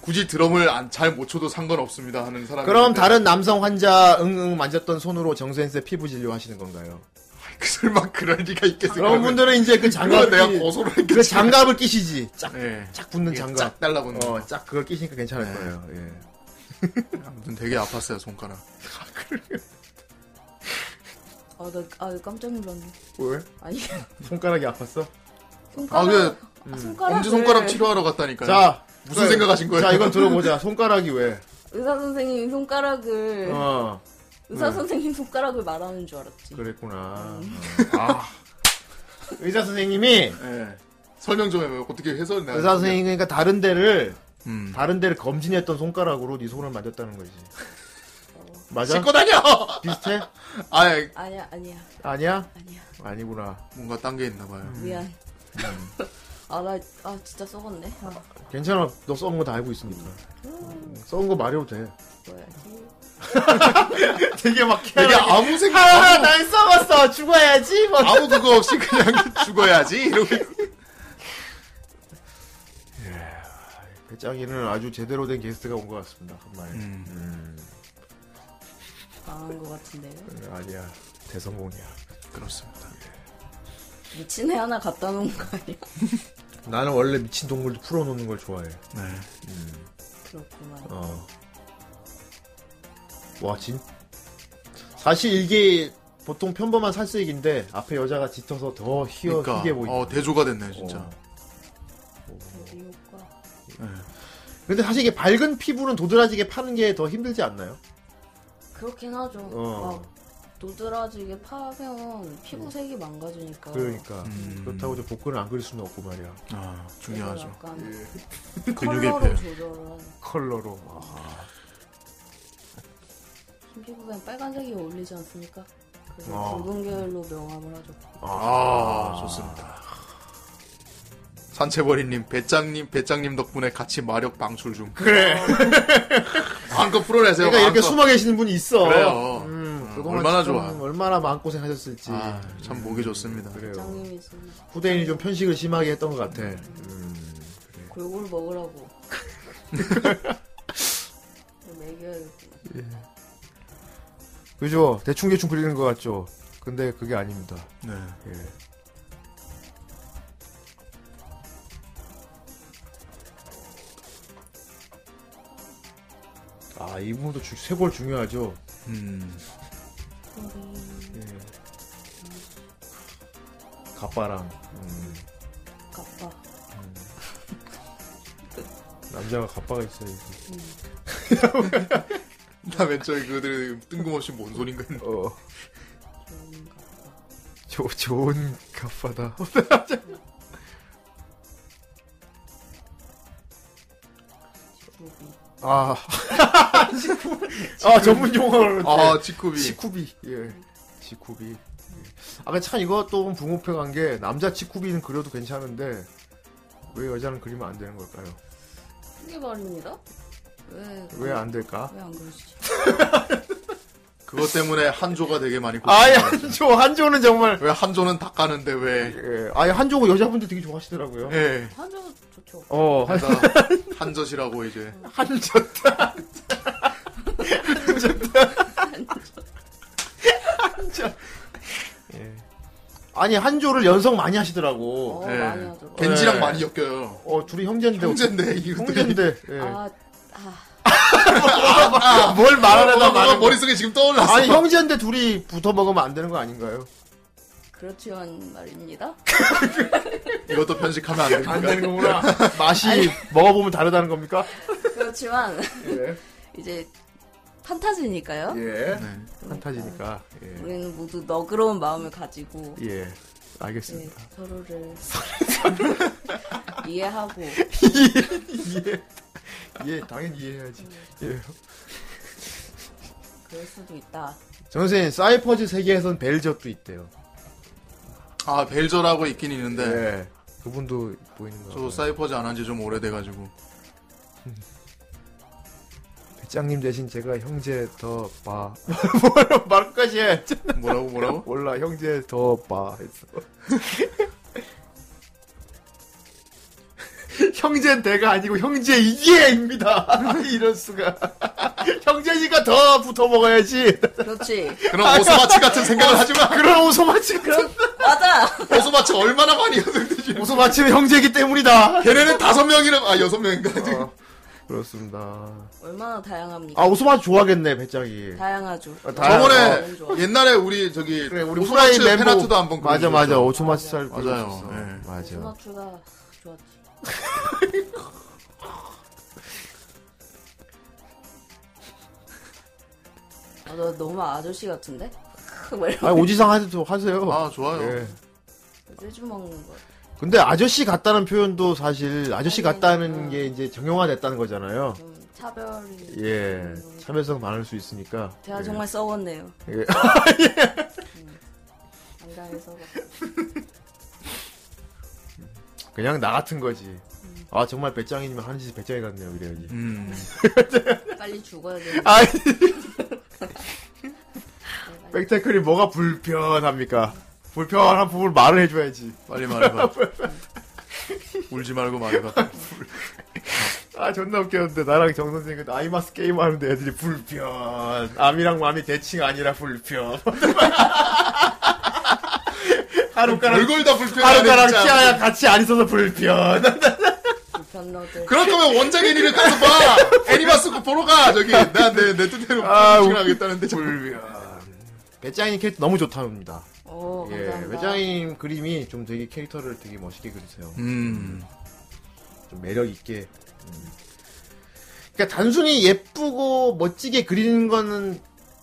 Speaker 2: 굳이 드럼을 잘 못 쳐도 상관없습니다 하는 사람.
Speaker 1: 음. 그럼 다른 남성 환자 응응 만졌던 손으로 정수현 씨 피부 진료 하시는 건가요?
Speaker 2: 설마 그럴 리가 있겠어?
Speaker 1: 그런 분들은 이제 그 장갑을
Speaker 2: 내가
Speaker 1: 끼-
Speaker 2: 고소를
Speaker 1: 그 장갑을 끼시지. 쫙,
Speaker 2: 예. 네.
Speaker 1: 쫙 붙는
Speaker 2: 이게
Speaker 1: 장갑.
Speaker 2: 쫙 달라붙는
Speaker 1: 어, 쫙 그걸 끼시니까 괜찮을 거예요. 예.
Speaker 2: 아무튼 되게 아팠어요 손가락.
Speaker 9: 아, 나 아, 깜짝 놀랐네.
Speaker 1: 왜?
Speaker 9: 아니,
Speaker 1: 손가락이 아팠어?
Speaker 9: 손가락. 아,
Speaker 1: 음.
Speaker 9: 손가락을-
Speaker 2: 그, 엄지손가락 치료하러 갔다니까요.
Speaker 1: 자,
Speaker 2: 무슨 생각하신 거예요?
Speaker 1: 자, 이건 들어보자. 손가락이 왜?
Speaker 9: 의사 선생님
Speaker 2: 네.
Speaker 9: 손가락을
Speaker 1: 어.
Speaker 9: 의사
Speaker 1: 네.
Speaker 9: 선생님 손가락을 말하는 줄 알았지.
Speaker 1: 그랬구나.
Speaker 2: 음.
Speaker 1: 어. 아. 의사 선생님이
Speaker 2: 예. 설명 좀 해봐요. 어떻게 해설 내가.
Speaker 1: 의사 선생님 그러니까 다른 데를
Speaker 2: 음.
Speaker 1: 다른 데를 검진했던 손가락으로 네 손을 만졌다는 거지. 맞아?
Speaker 2: 씻고 다녀! [laughs]
Speaker 1: 비슷해?
Speaker 2: 아예
Speaker 9: 아니야, 아니야.
Speaker 1: 아니야? 아니야. 아니구나.
Speaker 2: 뭔가 딴 게 있나 봐요.
Speaker 9: 미안.
Speaker 2: 음.
Speaker 9: [laughs] 아, 나 아, 진짜 썩었네. 아,
Speaker 1: 괜찮아. 너 썩은 거 다 알고 있으니까. 음, 썩은 거 말해도 돼.
Speaker 9: 뭐야지.
Speaker 1: 되게 막
Speaker 2: 되게 아무 생각
Speaker 1: 아, 날 썩었어. 죽어야지. 뭐.
Speaker 2: 아무 그거 없이 그냥 [laughs] 죽어야지 이러고 있-
Speaker 1: 배짱이는 아주 제대로 된 게스트가 온 것 같습니다. 한마에.
Speaker 2: 음.
Speaker 1: 음,
Speaker 9: 망한 것 같은데요.
Speaker 1: 아니야. 대성공이야.
Speaker 2: 그렇습니다.
Speaker 9: 미친 애 하나 갖다 놓은 거 아니야?
Speaker 1: 나는 원래 미친 동물도 풀어놓는 걸 좋아해.
Speaker 2: 네.
Speaker 9: 그렇구만.
Speaker 1: 어. 와, 진. 사실 이게 보통 평범한 살색인데 앞에 여자가 짙어서 더 희어
Speaker 2: 그러니까,
Speaker 1: 희게 보이네. 어.
Speaker 2: 어, 대조가 됐네요, 진짜.
Speaker 1: 근데 사실 이게 밝은 피부는 도드라지게 파는 게 더 힘들지 않나요?
Speaker 9: 그렇긴 하죠.
Speaker 1: 어.
Speaker 9: 막 도드라지게 파면 피부색이 망가지니까.
Speaker 1: 음. 그러니까
Speaker 2: 음.
Speaker 1: 그렇다고 저 복근을 안 그릴 수는 없고 말이야.
Speaker 2: 아 예.
Speaker 9: 중요하죠. 약간
Speaker 1: [laughs] 근육의
Speaker 9: 컬러로 조절은
Speaker 1: 컬러로.
Speaker 9: 흰 피부엔 빨간색이 어울리지 않습니까? 그래서
Speaker 1: 아.
Speaker 9: 붉은 계열로 명함을 하죠.
Speaker 2: 아, 좋습니다. 산채버리님, 배짱님, 배짱님 덕분에 같이 마력 방출 중. [laughs]
Speaker 1: 그래.
Speaker 2: 한껏 풀어내세요.
Speaker 1: 그러니까 이렇게
Speaker 2: 마음껏.
Speaker 1: 숨어 계시는 분이 있어.
Speaker 2: 그래요.
Speaker 1: 음,
Speaker 2: 음,
Speaker 1: 그동안
Speaker 2: 얼마나
Speaker 1: 좀
Speaker 2: 좋아.
Speaker 1: 얼마나 마음고생 하셨을지.
Speaker 2: 아, 참 목이 좋습니다.
Speaker 1: 그래요.
Speaker 9: 님이 있으면
Speaker 1: 후대인이 좀 편식을 심하게 했던 것 같아.
Speaker 2: 음.
Speaker 1: 음. 네.
Speaker 9: 골고루
Speaker 1: [laughs]
Speaker 9: 먹으라고. 먹여야겠구나.
Speaker 1: 그죠? 대충 대충 그리는 것 같죠? 근데 그게 아닙니다.
Speaker 2: 네.
Speaker 1: 예. 아, 이 부분도 주- 쇄골 중요하죠?
Speaker 2: 음.
Speaker 1: 예. 갑바랑. 음.
Speaker 9: 갑바.
Speaker 1: 남자가 갑바가 있어야지.
Speaker 2: 나 왼쪽에 그들이 뜬금없이 뭔 소린가 했는데.
Speaker 1: 어. 조, 좋은 갑바다. 아. 아, 전문 용어로.
Speaker 2: 아,
Speaker 1: 예.
Speaker 2: 치쿠비.
Speaker 1: 치쿠비. 예. 치쿠비. 아, 근데 참 이것도 붕어표간 게, 남자 치쿠비는 그려도 괜찮은데, 왜 여자는 그리면 안 되는 걸까요?
Speaker 9: 그게 말입니다. 왜?
Speaker 1: 왜 안 될까?
Speaker 9: 왜안 그러시지?
Speaker 2: 그것 때문에 한조가 되게 많이
Speaker 1: 아예 한조, 한조는 정말.
Speaker 2: 왜 한조는 다 까는데 왜.
Speaker 1: 예. 아예 한조고 여자분들 되게 좋아하시더라고요.
Speaker 2: 예.
Speaker 9: 한조 좋죠.
Speaker 1: 어, 한-
Speaker 2: 한다. 한젓이라고 이제.
Speaker 1: 한젓다. 한조. 예. 아니 한조를 연성 많이 하시더라고.
Speaker 2: 어, 예. 많이 하더라고. 겐지랑 많이 엮여요.
Speaker 1: 어 둘이 네. 형제인데.
Speaker 2: 형제인데, 이것들이.
Speaker 1: 형제인데. 예.
Speaker 9: 아,
Speaker 2: 아,
Speaker 1: 뭘 말하려다 말하는
Speaker 2: 뭐가
Speaker 1: 거야.
Speaker 2: 머릿속에 지금 떠올랐어.
Speaker 1: 아니 형제인데 둘이 붙어 먹으면 안 되는 거 아닌가요?
Speaker 9: 그렇지만 말입니다.
Speaker 2: 이것도 편식하면 안 되는
Speaker 1: 안 되는 거구나. 그러니까 맛이 먹어보면 다르다는 겁니까?
Speaker 9: 그렇지만 [laughs]
Speaker 1: 예.
Speaker 9: 이제 판타지니까요. 네.
Speaker 1: 예. 판타지니까. 예.
Speaker 9: 우리는 모두 너그러운 마음을 가지고
Speaker 1: 예.
Speaker 9: 네,
Speaker 1: 알겠습니다.
Speaker 9: 서로를 [laughs] 이해하고
Speaker 1: 이해. 이해. 예, 당연히 이해해야지. 예.
Speaker 9: 그럴 수도 있다.
Speaker 1: 정선생님, 사이퍼즈 세계에선 벨젓도 있대요.
Speaker 2: 아 벨저라고 있긴 있는데
Speaker 1: 네. 예. 그분도 보이는 거.
Speaker 2: 네. 저 사이퍼즈 안 한 지 좀 오래돼가지고
Speaker 1: 배짱님 대신 제가 형제 더
Speaker 2: [laughs]
Speaker 1: 봐.
Speaker 2: 말까지 해 뭐라고 뭐라고?
Speaker 1: 몰라, 형제 더 봐. 했어. [laughs] 형제는 대가 아니고 형제 이계입니다. [laughs] 이럴 수가. [laughs] 형제니까 더 붙어 먹어야지. [laughs]
Speaker 9: 그렇지.
Speaker 2: 그런 오소마치 같은 생각을 하지 마.
Speaker 1: 그런 오소마치 그런
Speaker 9: 맞아.
Speaker 2: 오소마치 얼마나 많이 하는지.
Speaker 1: 오소마치는 형제이기 때문이다.
Speaker 2: 걔네는 다섯 명이랑 아 여섯 명인가 지금.
Speaker 1: 그렇습니다.
Speaker 9: 얼마나 다양합니까?
Speaker 1: 아 오소마치 좋아하겠네 배짱이.
Speaker 9: 다양하죠.
Speaker 1: 아, 다-
Speaker 2: 저번에
Speaker 1: 너무
Speaker 2: 옛날에 우리 저기
Speaker 1: 우리 후라이
Speaker 2: 오소마치
Speaker 1: 멤버
Speaker 2: 페나트도 한번
Speaker 1: 맞아
Speaker 2: 그려주셨죠.
Speaker 1: 맞아 오소마치 살
Speaker 2: 맞아요.
Speaker 1: 그려줬어.
Speaker 2: 예.
Speaker 1: 맞아.
Speaker 9: 스마트가 좋았지.
Speaker 1: [laughs]
Speaker 9: 아, 너 너무 아저씨 같은데? [laughs] 왜 이러고
Speaker 1: 아 오지상 하도 하세요.
Speaker 2: 아 좋아요.
Speaker 1: 예.
Speaker 9: 쇠주 먹는 거.
Speaker 1: 근데 아저씨 같다는 표현도 사실 아저씨 같다는
Speaker 9: 음.
Speaker 1: 게 이제 정형화됐다는 거잖아요.
Speaker 9: 차별이.
Speaker 1: 예 차별성 많을 수 있으니까.
Speaker 9: 제가
Speaker 1: 예.
Speaker 9: 정말 썩었네요. 음.
Speaker 1: 예.
Speaker 9: 안가해서
Speaker 1: 그냥 나 같은 거지.
Speaker 9: 음.
Speaker 1: 아 정말 배짱이면 하는 짓이 배짱이 같네요 이래야지.
Speaker 9: 빨리 죽어야 돼.
Speaker 1: 아니. 백테클이 뭐가 불편합니까? 불편한 부분을 말을 해줘야지.
Speaker 2: 빨리
Speaker 1: [laughs]
Speaker 2: 말해봐. 울지 말고 말해봐.
Speaker 1: 아 존나 웃겼는데 나랑 정 선생이 아이마스 게임 하는데 애들이 불편. 암이랑 맘이 대칭 아니라 불편. [laughs] 하루가락
Speaker 2: 얼굴 다 불편하네,
Speaker 1: 하루가락
Speaker 2: 진짜.
Speaker 1: 치아야 같이 안 있어서 불편.
Speaker 9: 불편러들.
Speaker 2: 그럴 거면 원작 애니를 가서 봐.
Speaker 1: [laughs]
Speaker 2: 애니마스 그 보러 가 저기 나내내 뜻대로
Speaker 1: 아,
Speaker 2: 불신을 하겠다는데
Speaker 1: 배짱이 캐릭터 너무 좋답니다.
Speaker 9: 오,
Speaker 1: 예,
Speaker 9: 어, 감사합니다.
Speaker 1: 배짱이 그림이 좀 되게 캐릭터를 되게 멋있게 그리세요.
Speaker 2: 음.
Speaker 1: 좀 매력 있게. 음. 그러니까 단순히 예쁘고 멋지게 그리는 거는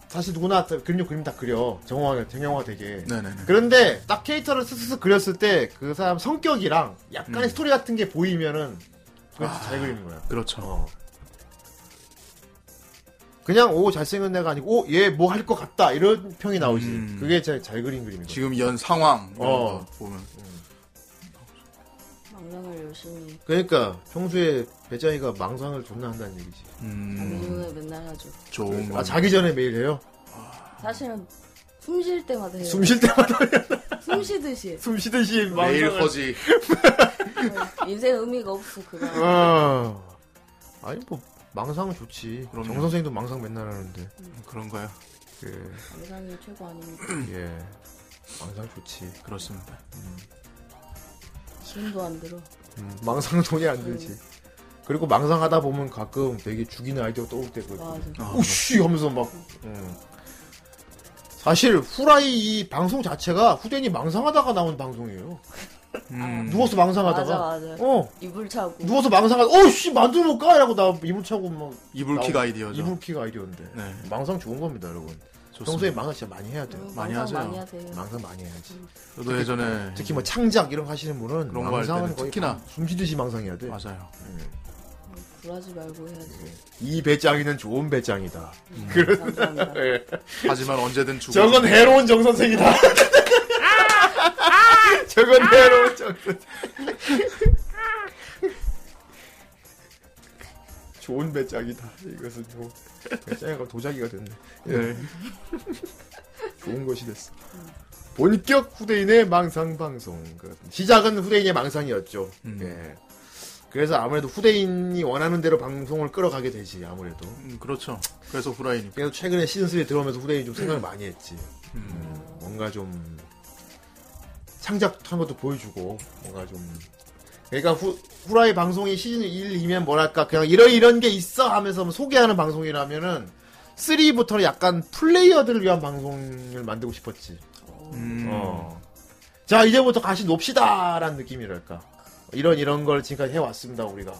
Speaker 1: 사실 누구나 다 그림요 그림 다 그려 정형화 정형화 되게.
Speaker 2: 네네네.
Speaker 1: 그런데 딱 캐릭터를 스스로 그렸을 때 그 사람 성격이랑 약간의
Speaker 2: 음.
Speaker 1: 스토리 같은 게 보이면은 그걸
Speaker 2: 아.
Speaker 1: 잘 그리는 거야.
Speaker 2: 그렇죠.
Speaker 1: 그냥 오 잘생긴 애가 아니고 오 얘 뭐 할 것 같다 이런 평이 나오지.
Speaker 2: 음.
Speaker 1: 그게 잘, 잘 그린 그림인 거야.
Speaker 2: 지금 연 상황 이런
Speaker 1: 어.
Speaker 2: 거 보면
Speaker 9: 망명을 열심히.
Speaker 1: 그러니까 평소에 배짱이가 망상을 존나 한다는 얘기지. 음.
Speaker 9: 이후에 맨날 하죠.
Speaker 2: 음, 좋은
Speaker 1: 아 자기 전에 매일 해요?
Speaker 9: 사실은 숨 쉴 때마다 해요.
Speaker 1: 숨 쉴 때마다 [laughs]
Speaker 9: 숨 쉬듯이.
Speaker 1: 숨 쉬듯이
Speaker 2: 매일
Speaker 1: 망상을-
Speaker 2: 허지.
Speaker 9: 인생 의미가 없어 그거.
Speaker 1: 어. 아니 뭐 망상은 좋지.
Speaker 2: 그럼요. 음,
Speaker 1: 정 선생도 망상 맨날 하는데.
Speaker 2: 그런가요?
Speaker 1: 예.
Speaker 2: 음.
Speaker 9: 감상이 최고 아닙니까?
Speaker 1: 예. 망상 좋지.
Speaker 2: 그렇습니다.
Speaker 9: 지금도 안 들어.
Speaker 1: 음, 망상은 돈이 안 들지.
Speaker 9: 음.
Speaker 1: 그리고 망상하다 보면 가끔 되게 죽이는 아이디어 떠올 때가
Speaker 9: 맞아.
Speaker 1: 있거든. 오씨 하면서 막. 음. 사실 후라이 이 방송 자체가 후대니 망상하다가 나온 방송이에요. 음.
Speaker 2: 음.
Speaker 1: 누워서 망상하다가
Speaker 9: 맞아 맞아.
Speaker 1: 어.
Speaker 9: 이불 차고.
Speaker 1: 누워서 망상하다 오씨 만두 먹까 이라고 나 이불 차고 막
Speaker 2: 이불킥
Speaker 1: 나오-
Speaker 2: 아이디어죠.
Speaker 1: 이불킥 아이디어인데
Speaker 2: 네.
Speaker 1: 망상 좋은 겁니다 여러분.
Speaker 2: 좋습니다.
Speaker 1: 평소에 망상 진짜 많이 해야 돼요.
Speaker 9: 음, 많이 망상 하세요. 많이 하세요.
Speaker 1: 망상 많이 해야지.
Speaker 2: 저도 예전에
Speaker 1: 특히 뭐 창작 이런 거 하시는 분은
Speaker 2: 네. 그런 거할
Speaker 1: 망상은
Speaker 2: 때는
Speaker 1: 거의 네.
Speaker 2: 특히나
Speaker 1: 숨쉬듯이 망상해야 돼.
Speaker 2: 맞아요.
Speaker 9: 굴하지 말고
Speaker 1: [laughs]
Speaker 9: 해야지.
Speaker 1: 이 배짱이는 좋은 배짱이다. 그런 예.
Speaker 2: 하지만 언제든 죽을
Speaker 1: 저건 해로운 정 선생이다. [laughs] 저건 해로운 정 선생. [laughs] 좋은 배짱이다. 이것은 뭐 배짱이가 도자기가 됐네. [laughs] 예. 좋은 것이 됐어. 본격 후대인의 망상 방송. 그 시작은 후대인의 망상이었죠. 예. 그래서 아무래도 후대인이 원하는 대로 방송을 끌어가게 되지 아무래도.
Speaker 2: 음, 그렇죠. 그래서 후라이니.
Speaker 1: 그래서 최근에 시즌3에 들어오면서 후대인이 좀 생각을 많이 했지. 음, 뭔가 좀, 창작한 것도 보여주고, 뭔가 좀. 그러니까 후, 후라이 방송이 시즌 1이면 뭐랄까, 그냥 이런, 이런 게 있어 하면서 뭐 소개하는 방송이라면은,
Speaker 2: 음.
Speaker 16: 음.
Speaker 1: 3부터는 약간 음. 플레이어들을 위한 방송을 만들고 싶었지. 어. 자 이제부터 같이 놉시다라는 느낌이랄까 이런 이런 걸 지금까지 해왔습니다 우리가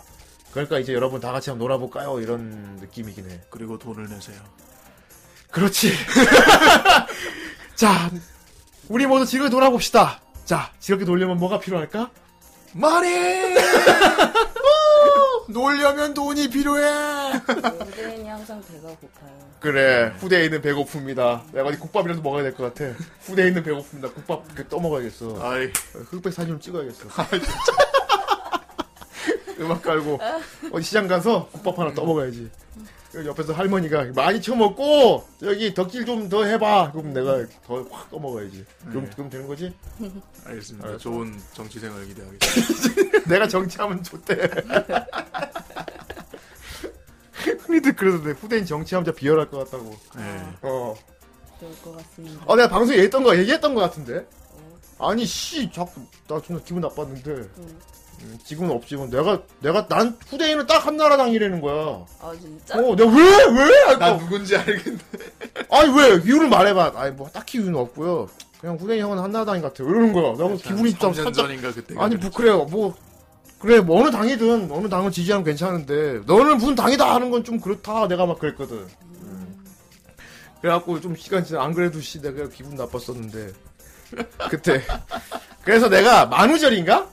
Speaker 1: 그러니까 이제 여러분 다 같이 한번 놀아볼까요 이런 느낌이긴 해
Speaker 16: 그리고 돈을 내세요
Speaker 1: 그렇지 [laughs] 자 우리 모두 지금 돌아봅시다 자 지렇게 돌리면 뭐가 필요할까
Speaker 16: [laughs] 말해 놀려면 돈이 필요해
Speaker 9: 후대인이 항상 배가 고파요.
Speaker 1: 그래 후대인은 배고픕니다 내가 어디 국밥이라도 먹어야 될 것 같아 후대인은 배고픕니다 국밥 이렇게 떠먹어야겠어
Speaker 2: 아이. 아,
Speaker 1: 흑백 사진 좀 찍어야겠어 [laughs] 음악 깔고 어디 시장 가서 국밥 하나 떠먹어야지 여기 옆에서 할머니가 많이 쳐먹고 여기 덕질 좀 더 해봐 그럼 내가 더 확 떠먹어야지 그럼,
Speaker 2: 네.
Speaker 1: 그럼 되는 거지? [laughs]
Speaker 16: 알겠습니다
Speaker 1: 알았어.
Speaker 16: 좋은 정치 생활 기대하겠습니다
Speaker 1: 내가 정치하면 좋대 [laughs] 흔히들 그래서 내 후대인 정치하면 진짜 비열할 것 같다고
Speaker 2: 아.
Speaker 16: 네.
Speaker 1: 어.
Speaker 9: 그럴 것 같습니다. 어,
Speaker 1: 아, 내가 방송에 얘기했던 거, 얘기했던 거 같은데? 아니, 씨, 자꾸, 나 존나 기분 나빴는데. 음, 지금은 없지만, 내가, 내가, 난 후대인은 딱 한나라당이라는 거야.
Speaker 9: 아 진짜?
Speaker 1: 어, 내가 왜, 왜?
Speaker 2: 나 누군지 알겠는데.
Speaker 1: 아니, 왜? 이유를 말해봐. 아니, 뭐, 딱히 이유는 없고요. 그냥 후대인 형은 한나라당인 것 같아. 이러는 거야. 나
Speaker 2: 네,
Speaker 1: 그래서 어, 기분이 좀
Speaker 2: 3년
Speaker 1: 살짝.
Speaker 2: 전인가 그때가
Speaker 1: 아니, 뭐, 그래요. 뭐, 그래, 뭐, 어느 당이든, 어느 당을 지지하면 괜찮은데, 너는 무슨 당이다 하는 건 좀 그렇다. 내가 막 그랬거든. 그래갖고 좀 시간 지나 안 그래도 씨 내가 기분 나빴었는데 그때 [laughs] 그래서 내가 만우절인가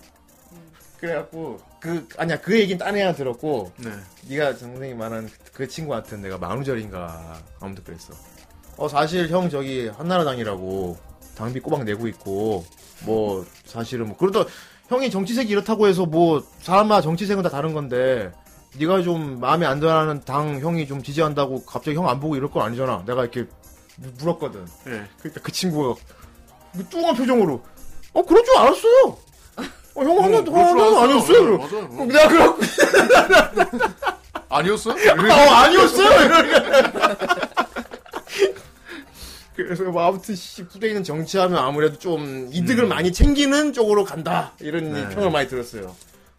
Speaker 1: 그래갖고 그 아니야 그 얘기는 딴 애가 들었고
Speaker 16: 네.
Speaker 1: 네가 선생님 말한 그 친구한테 내가 만우절인가 아무튼 그랬어 어 사실 형 저기 한나라당이라고 당비 꼬박 내고 있고 뭐 사실은 뭐 그러다 형이 정치색이 이렇다고 해서 뭐 사람마다 정치색은 다 다른 건데 네가 좀 마음에 안 드는 당 형이 좀 지지한다고 갑자기 형 안 보고 이럴 건 아니잖아 내가 이렇게 물- 물었거든
Speaker 16: 예.
Speaker 1: 그러니까 그 친구가 그 뚱한 표정으로 어 그럴 줄 알았어요 어, 형 하나도
Speaker 16: 그럴 줄
Speaker 1: 하나도
Speaker 16: 알았어.
Speaker 1: 아니었어요
Speaker 16: 맞아, 맞아.
Speaker 1: 그럼 내가 그럼
Speaker 2: 아니었어? 요
Speaker 1: 어, 아니었어요! 이러니까. [laughs] 그래서 뭐 아무튼 씨, 후대인은 정치하면 아무래도 좀 이득을 많이 챙기는 쪽으로 간다 이런
Speaker 16: 네.
Speaker 1: 평을 많이 들었어요.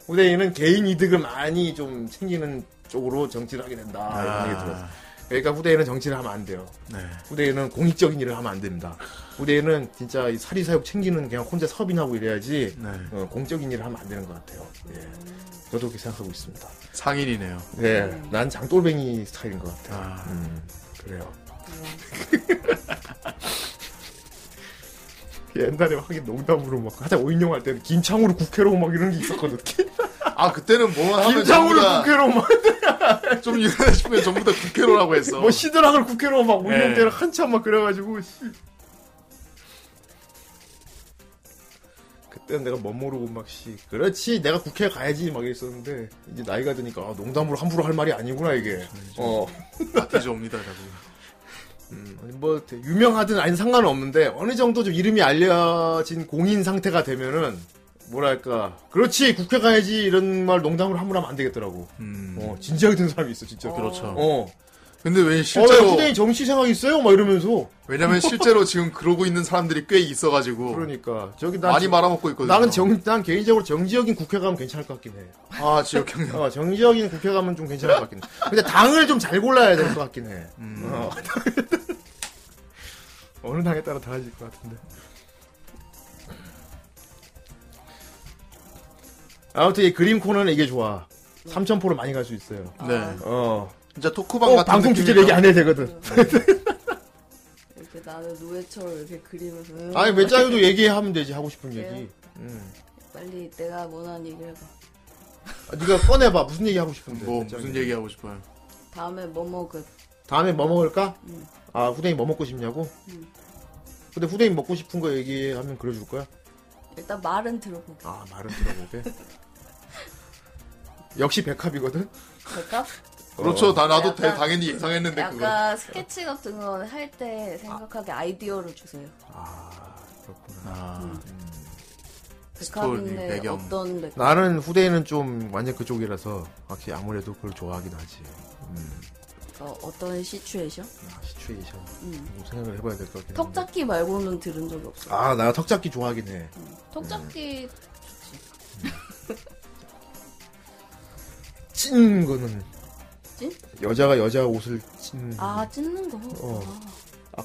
Speaker 1: 후대인은 개인 이득을 많이 좀 챙기는 쪽으로 정치를 하게 된다 이런 아, 얘기 들었어요. 그러니까 후대인은 정치를 하면 안 돼요.
Speaker 16: 아, 네.
Speaker 1: 후대인은 공익적인 일을 하면 안 됩니다. 후대인은 진짜 이 사리사욕 챙기는 그냥 혼자 서빙하고 이래야지 어, 공적인 일을 하면 안 되는 것 같아요. 예. 저도 그렇게 생각하고 있습니다.
Speaker 16: 상인이네요
Speaker 1: 네, 난 장돌뱅이 스타일인 것 같아요. 음, 그래요. [laughs] 옛날에 하긴 농담으로 막 하자 오인용 할 때는 김창우로 국회로 막 이런 게 있었거든.
Speaker 2: 아 그때는 뭐 하면
Speaker 1: 김창우로
Speaker 2: 전부 다-
Speaker 1: 국회로 막.
Speaker 2: 좀 유명해 싶으면 전부 다 국회로라고 했어.
Speaker 1: 뭐 시드락을 국회로 막 오인용
Speaker 2: 네.
Speaker 1: 때는 한참 막 그래가지고. 씨. 그때는 내가 멋 모르고 막 씨. 그렇지, 내가 국회 가야지 막 이랬었는데 이제 나이가 드니까 아, 농담으로 함부로 할 말이 아니구나 이게. 어.
Speaker 2: 그렇죠. 아티즈 옵니다, 자꾸.
Speaker 1: 음, 아니, 뭐 되게 유명하든 아닌 상관은 없는데 어느 정도 좀 이름이 알려진 공인 상태가 되면은 뭐랄까 그렇지 국회 가야지 이런 말 농담으로 함부로 하면 안 되겠더라고
Speaker 16: 음.
Speaker 1: 어, 진지하게 든 사람이 있어 진짜
Speaker 2: 음. 그렇죠.
Speaker 1: 어.
Speaker 2: 근데 왜
Speaker 1: 실제로
Speaker 2: 실제로
Speaker 1: 후대인 어, 정치 생각 있어요? 막 이러면서
Speaker 2: 왜냐면 실제로 지금 그러고 있는 사람들이 꽤 있어가지고.
Speaker 1: 그러니까 저기 나
Speaker 2: 많이
Speaker 1: 지-
Speaker 2: 말아먹고 있거든요.
Speaker 1: 나는 정, 난 개인적으로 정지적인 국회 가면 괜찮을 것 같긴 해.
Speaker 2: 아 지역 경력.
Speaker 1: 어, 정지적인 국회 가면 좀 괜찮을 것 같긴 해. 근데 당을 좀 잘 골라야 될 것 같긴 해. 어. [laughs] 어느 당에 따라 달라질 것 같은데. 아무튼 이 그림 코너는 이게 좋아. 삼천포로 많이 갈 수 있어요.
Speaker 9: 아,
Speaker 2: 네.
Speaker 1: 어.
Speaker 2: 진짜 토크방
Speaker 1: 어,
Speaker 2: 같은
Speaker 1: 방송
Speaker 2: 느낌이죠.
Speaker 1: 주제 얘기 안 해도 되거든.
Speaker 9: 이렇게 나는 노예처럼 이렇게 그리면서 음,
Speaker 1: 아니 몇 장에도 얘기하면 되지 하고 싶은
Speaker 9: 그래요?
Speaker 1: 얘기. 음.
Speaker 9: 빨리 내가 원하는 얘기를 해봐.
Speaker 1: 아, 네가 꺼내봐 무슨 얘기 하고 싶은데.
Speaker 2: 뭐
Speaker 1: 몇 장에.
Speaker 2: 무슨 얘기 하고 싶어요?
Speaker 9: 다음에 뭐 먹을?
Speaker 1: 다음에 뭐 먹을까?
Speaker 9: 음.
Speaker 1: 아 후대인 뭐 먹고 싶냐고?
Speaker 9: 음.
Speaker 1: 근데 후대인 먹고 싶은 거 얘기하면 그려줄 거야?
Speaker 9: 일단 말은 들어보게.
Speaker 1: 아 말은 들어보게. [laughs] 역시 백합이거든. [laughs]
Speaker 9: 될까?
Speaker 2: 그렇죠. 나 나도
Speaker 9: 약간-
Speaker 2: 대- 당연히 예상했는데
Speaker 1: 어.
Speaker 2: 그거.
Speaker 9: 약간 스케치 같은 건 할 때 생각하게 아. 이디어를 주세요.
Speaker 1: 아, 음.
Speaker 9: 백합인데 그 어떤 백합?
Speaker 1: 나는 후대인은 좀 완전 그쪽이라서 확실히 아무래도 그걸 좋아하긴 하지. 음.
Speaker 9: 어, 떤 시츄에이션?
Speaker 1: 시츄에이션.
Speaker 9: 음.
Speaker 1: 아, 좀 생각을 해봐야 될 것 같긴. 한데.
Speaker 9: 턱잡기 말고는 들은 적이 없어.
Speaker 1: 아, 나 턱잡기 좋아하긴 해.
Speaker 9: 턱잡기
Speaker 1: 찐 거는
Speaker 9: 찐?
Speaker 1: 여자가 여자 옷을 찐.
Speaker 9: 어, 아 찢는 거.
Speaker 1: 어.
Speaker 9: 아.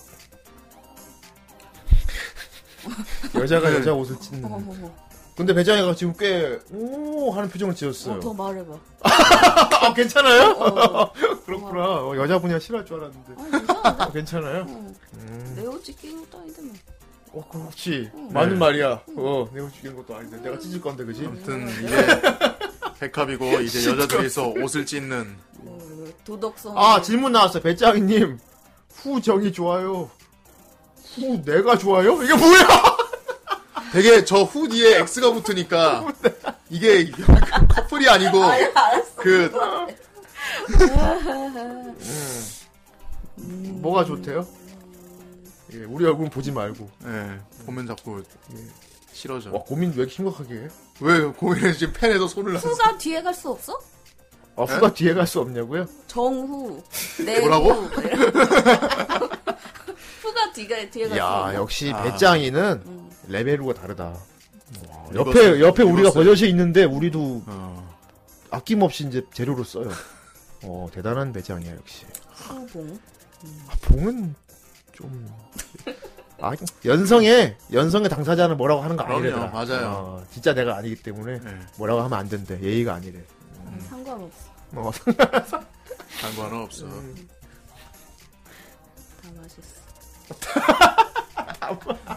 Speaker 1: 여자가
Speaker 2: [laughs]
Speaker 1: 여자 옷을 찢는.
Speaker 9: 어, 어,
Speaker 1: 근데 배짱이가 지금 꽤 오 하는 표정을
Speaker 9: 어.
Speaker 1: 지었어요.
Speaker 9: 어, 더 어, 말해봐.
Speaker 1: 아, 괜찮아요? 그렇구나. 어, 여자분이라 싫어할 줄 알았는데. 어, 괜찮아요?
Speaker 9: 아,
Speaker 1: 음.
Speaker 9: 내 옷이 끼는 것도 아니더만.
Speaker 1: 어, 그렇지.
Speaker 9: 음.
Speaker 1: 맞는
Speaker 2: 네.
Speaker 1: 말이야. 어, 내가 죽이는 것도 아닌데. 내가 찢을 건데, 그지?
Speaker 2: 아무튼,
Speaker 9: 음.
Speaker 2: 이게 백합이고, 이제 여자들이서 옷을 찢는.
Speaker 9: 도덕성.
Speaker 1: 아, 질문 나왔어. 배짱이님. 후정이 좋아요. 후, 내가 좋아요? 이게 뭐야?
Speaker 2: 되게 저 후 뒤에 X가 붙으니까, 이게 그 커플이 아니고, 그,
Speaker 1: 뭐가 좋대요? 예, 우리 얼굴 보지 말고.
Speaker 2: 예, 보면 자꾸 싫어져.
Speaker 1: 와, 고민 왜 이렇게 심각하게 해?
Speaker 2: 왜 고민을 지금 펜에서 손을 놨어?
Speaker 9: 후가 뒤에 갈 수 없어?
Speaker 1: 아,
Speaker 2: 네?
Speaker 1: 후가 뒤에 갈 수 없냐고요?
Speaker 9: 정후.
Speaker 1: 네,
Speaker 9: 내후.
Speaker 1: 뭐라고?
Speaker 9: [laughs] 후가 뒤가 음. 뒤에 갈 수 없어.
Speaker 1: 야, 역시
Speaker 2: 아.
Speaker 1: 배짱이는 레벨우가 다르다. 옆에
Speaker 2: 음. 이것은-
Speaker 1: 옆에 우리가
Speaker 2: 이것은-
Speaker 1: 버젓이 있는데 우리도
Speaker 2: 어,
Speaker 1: 아낌없이 이제 재료로 써요. 어 대단한 배짱이야 역시.
Speaker 9: 후봉.
Speaker 1: 아, 봉은 좀 아, 연성에 연성의 당사자는 뭐라고 하는 거
Speaker 2: 그럼요,
Speaker 1: 아니래. 어,
Speaker 2: 맞아요.
Speaker 1: 진짜 내가 아니기 때문에
Speaker 2: 네,
Speaker 1: 뭐라고 하면 안 된대. 예의가 아니래. 음.
Speaker 9: 상관없어.
Speaker 2: 뭐
Speaker 1: 어.
Speaker 2: 상관없어.
Speaker 9: 다 맛있어.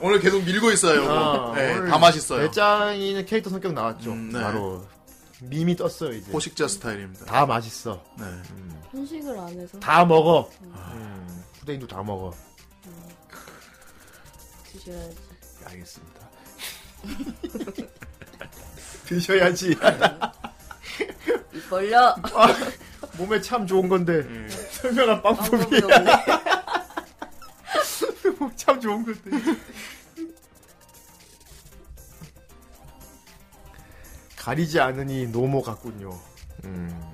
Speaker 2: 오늘 계속 밀고 있어요.
Speaker 1: 아,
Speaker 2: 이거. 네,
Speaker 1: 오늘
Speaker 2: 다 맛있어요.
Speaker 1: 배짱이는 캐릭터 성격 나왔죠.
Speaker 2: 음, 네.
Speaker 1: 바로 밈이 떴어요 이제.
Speaker 2: 포식자 스타일입니다. 네.
Speaker 1: 다 맛있어. 음.
Speaker 9: 편식을 안 해서.
Speaker 1: 다 먹어. 음, 후대인도 다 먹어.
Speaker 9: 드셔야지.
Speaker 1: 예,
Speaker 2: [laughs]
Speaker 1: 알겠습니다.
Speaker 2: [laughs]
Speaker 1: 드셔야지.
Speaker 9: 입 벌려.
Speaker 1: 아, 몸에 참 좋은 건데
Speaker 2: 음.
Speaker 1: 설명한 방법이 어, 참 좋은 건데. 가리지 않으니 노모 같군요. 음.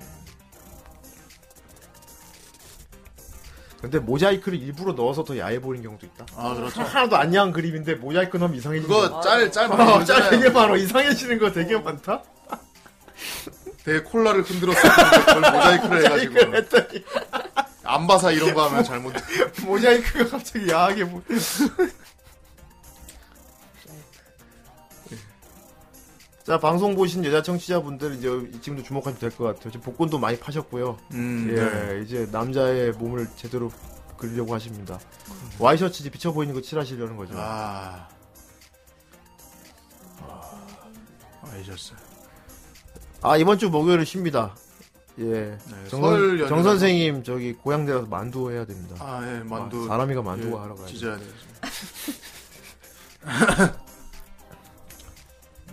Speaker 1: 근데 모자이크를 일부러 넣어서 더 야해 보이는 경우도 있다.
Speaker 2: 아, 그렇죠.
Speaker 1: 하나도 안 야한 그림인데 모자이크 넣으면 이상해지는
Speaker 2: 그거
Speaker 1: 거.
Speaker 2: 짤- 짤 많이
Speaker 1: 어, [laughs]
Speaker 2: 보잖아요.
Speaker 1: 짤 되게 많아. 이상해지는 거 되게 많다.
Speaker 2: 되게 콜라를 흔들었을 때 그걸 모자이크를 [laughs]
Speaker 1: 모자이크를
Speaker 2: 해가지고. 안바사 이런 거 하면 잘못.
Speaker 1: 모자이크가 갑자기 야하게 뭐.
Speaker 2: [laughs]
Speaker 1: 보. 자 방송 보신 여자 청취자분들 이제 지금도 주목하시면 될 것 같아요. 지금 복권도 많이 파셨고요.
Speaker 2: 음,
Speaker 1: 예, 이제 남자의 몸을 제대로 그리려고 하십니다. 와이셔츠 이제 비쳐 보이는 거 칠하시려는 거죠.
Speaker 2: 아. 아, 잊었어요.
Speaker 1: 아 이번 주 목요일은 쉽니다. 예,
Speaker 2: 설
Speaker 1: 정,
Speaker 2: 네, 연휴라서.
Speaker 1: 정 선생님 저기 고향 내려서 만두 해야 됩니다.
Speaker 2: 아, 예, 만두. 예,
Speaker 1: 아, 사람이가 만두가 하러 가야
Speaker 2: 찢어야 돼요. [laughs]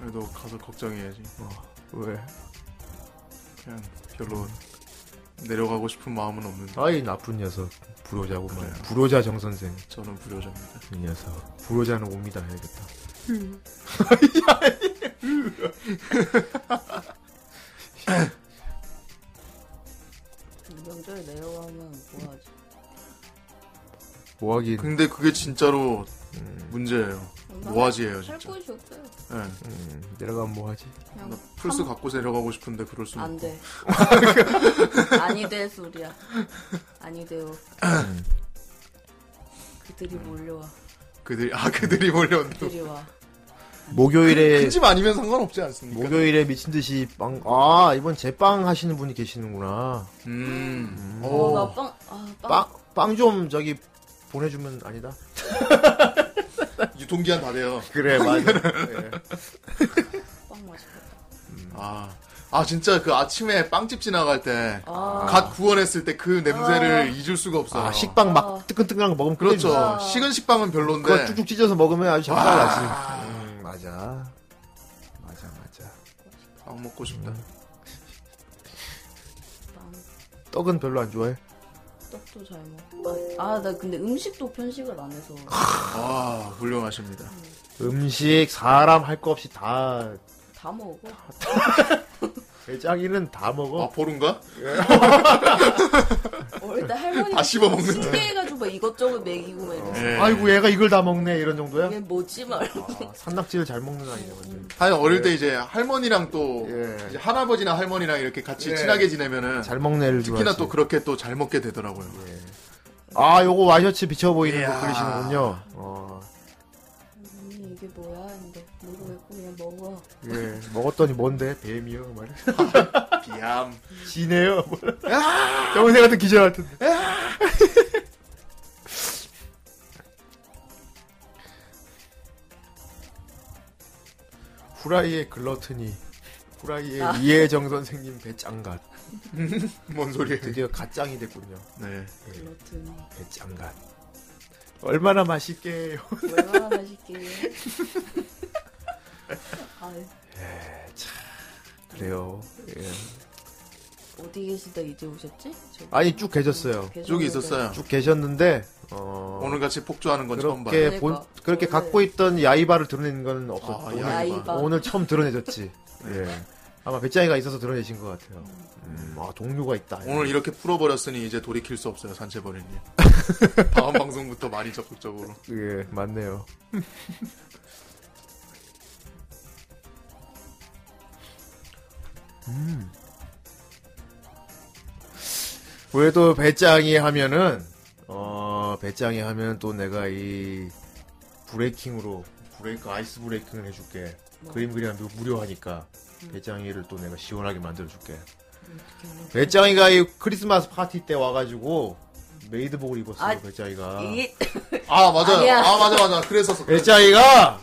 Speaker 2: 그래도 가서 걱정해야지.
Speaker 1: 어. 왜?
Speaker 2: 그냥 별로 내려가고 싶은 마음은 없는데.
Speaker 1: 아이 나쁜 녀석
Speaker 2: 네.
Speaker 1: 불효자고만 불효자 정 선생
Speaker 2: 저는 불효자입니다.
Speaker 1: 이 녀석 불효자는 옵니다 해야겠다
Speaker 9: 명절에 내려가면 뭐하지?
Speaker 1: 뭐하긴
Speaker 2: 근데 그게 진짜로
Speaker 1: 음.
Speaker 2: 문제예요. 뭐하지예요, 진짜.
Speaker 9: 할 곳이 없어요.
Speaker 2: 예.
Speaker 1: 내려가면 뭐하지?
Speaker 9: 그냥
Speaker 2: 나 플스
Speaker 9: 한-
Speaker 2: 갖고 내려가고 싶은데 그럴 수는
Speaker 9: 안
Speaker 2: 없고.
Speaker 1: [laughs]
Speaker 9: 돼. 아니 돼 소리야. 아니 돼요.
Speaker 1: 음.
Speaker 9: 그들이 몰려와.
Speaker 2: 그들이 아 그들이 몰려온다.
Speaker 9: 그들이 와.
Speaker 1: 음. 목요일에
Speaker 2: 그 큰집 아니면 상관없지 않습니까?
Speaker 1: 목요일에 미친 듯이 빵아 이번 제빵 하시는 분이 계시는구나
Speaker 2: 음.
Speaker 9: 어, 나 빵, 아, 빵.
Speaker 1: 빵빵 좀 저기 보내주면 아니다
Speaker 2: 유통기한 다 돼요.
Speaker 1: 그래
Speaker 2: [laughs]
Speaker 1: 맞아 네.
Speaker 9: 빵 맛있겠다.
Speaker 2: 아, 아 진짜 그 아침에 빵집 지나갈 때
Speaker 9: 아.
Speaker 2: 갓 구워냈을 때 그 냄새를
Speaker 1: 아.
Speaker 2: 잊을 수가 없어요.
Speaker 1: 아 식빵 막 뜨끈뜨끈한 거 먹으면
Speaker 2: 그렇죠.
Speaker 1: 끓이면
Speaker 2: 식은 식빵은 별론데.
Speaker 1: 그거 쭉쭉 찢어서 먹으면 아주 잡살나지
Speaker 2: 와.
Speaker 1: 네. 음, 맞아 맞아 맞아
Speaker 2: 빵 먹고 싶다.
Speaker 9: 빵.
Speaker 1: 떡은 별로 안 좋아해
Speaker 9: 떡도 잘 먹고. 아, 나 근데 음식도 편식을 안 해서.
Speaker 2: 아 훌륭하십니다.
Speaker 1: 음식 사람 할 거 없이 다
Speaker 9: 다 먹어.
Speaker 1: 배짱이는 다 먹어.
Speaker 2: 아, 보름가?
Speaker 9: 원래 나 어, 할머니가
Speaker 1: 다 씹어먹는다. [laughs]
Speaker 9: 신기해가지고 막 이것저것 먹이고 막 이러고.
Speaker 1: 아이고 얘가 이걸 다 어. 먹네 이런 정도야?
Speaker 9: 이게 뭐지 말고.
Speaker 2: 어.
Speaker 1: 산낙지를 잘 먹는 아이야 완전.
Speaker 2: 하여 어릴 때 이제 할머니랑 또 이제 할아버지나 할머니랑 이렇게 같이
Speaker 1: 예.
Speaker 2: 친하게 지내면은
Speaker 1: 잘 먹네 를
Speaker 2: 특히나
Speaker 1: 좋아하지.
Speaker 2: 또 그렇게 또 잘 먹게 되더라고요.
Speaker 1: [laughs] 아 요거 와셔츠 비쳐 보이는 거
Speaker 2: 이야.
Speaker 1: 그리시는군요. 어.
Speaker 9: 언니, 모르겠고 그냥 먹어.
Speaker 1: 예, 먹었더니 뭔데? 뱀이요? 말이
Speaker 2: 비암.
Speaker 1: [laughs] 지네요? 뭐 [laughs] 정은세 같은 기절할 텐데. [laughs] 후라이의 글러트니. 후라이의
Speaker 2: 아.
Speaker 1: 이혜정 선생님 배짱갓.
Speaker 2: 뭔 소리예요?
Speaker 1: 드디어 갓짱이 됐군요.
Speaker 2: 네.
Speaker 9: 글러트니.
Speaker 1: 배짱갓. 얼마나 맛있게 해요.
Speaker 9: [laughs] 얼마나 맛있게. 아
Speaker 1: 예, 참. 그래요. 예.
Speaker 9: 어디 계시다 이제 오셨지? 저기. 음,
Speaker 1: 아니 쭉 계셨어요.
Speaker 9: 계셨는데.
Speaker 1: 쭉 계셨는데 어,
Speaker 2: 오늘 같이 폭주하는 건 처음
Speaker 1: 그렇게
Speaker 2: 봐요.
Speaker 1: 본-
Speaker 2: 그러니까.
Speaker 1: 그렇게 갖고 있던 야이바를 드러낸 건 없었고
Speaker 2: 아,
Speaker 1: 오늘,
Speaker 2: 야이바.
Speaker 1: 오늘 처음 드러내졌지. 예. 아마 배짱이가 있어서 드러내신 것 같아요. 음, 아 동료가 있다.
Speaker 2: 오늘 이렇게 풀어버렸으니 이제 돌이킬 수 없어요, 산채버린님.
Speaker 1: [laughs]
Speaker 2: 다음 방송부터 많이 적극적으로.
Speaker 1: 예 맞네요. 음. 그래도 배짱이 하면은 어 배짱이 하면 또 내가 이 브레이킹으로 브레이크 아이스 브레이킹을 해줄게 그림 그리면 무- 무료하니까 배짱이를 또 내가 시원하게 음. 만들어줄게 배짱이가 이 크리스마스 파티 때 와가지고 메이드복을 입었어요
Speaker 9: 아,
Speaker 1: 배짱이가
Speaker 9: 이- [laughs]
Speaker 2: 아 맞아요.
Speaker 9: 아니야.
Speaker 2: 아 맞아 맞아. 그랬었어.
Speaker 1: 배짱이가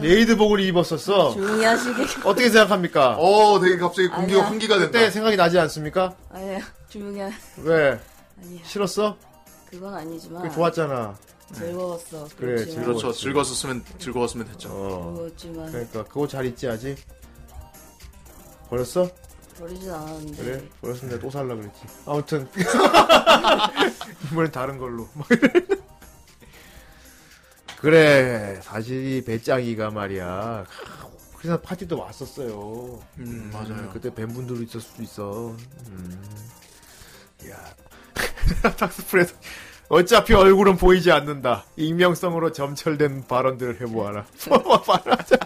Speaker 1: 메이드복을 입었었어
Speaker 9: 조용히 하시게.
Speaker 1: 어떻게 생각합니까?
Speaker 2: 어 되게 갑자기
Speaker 9: 공기가 아니야. 환기가 된다.
Speaker 1: 그때 생각이 나지 않습니까?
Speaker 9: 아예 조용히 하.
Speaker 1: 왜?
Speaker 9: 아니야.
Speaker 1: 싫었어?
Speaker 9: 그건 아니지만.
Speaker 1: 그게 좋았잖아.
Speaker 9: 즐거웠어.
Speaker 1: 그래,
Speaker 9: 그렇지만-
Speaker 1: 즐거웠어.
Speaker 2: 그렇죠. 즐거웠으면 즐거웠으면 됐죠.
Speaker 9: 어. 즐거웠지만
Speaker 1: 그러니까 그거 잘 있지 아직? 버렸어?
Speaker 9: 버리진 않았는데.
Speaker 1: 그래? 버렸으면 내가 또 살라 그랬지. 아무튼 [laughs] 이번엔 다른 걸로. [laughs] 그래 사실 이 배짱이가 말이야 크리스마스 파티도 왔었어요.
Speaker 2: 음, 맞아요.
Speaker 1: 그때 뵌 분들도 있을 수도 있어. 음. [laughs] 탁스프레드 어차피 얼굴은 보이지 않는다. 익명성으로 점철된 발언들을 해보아라. [laughs] 발언자.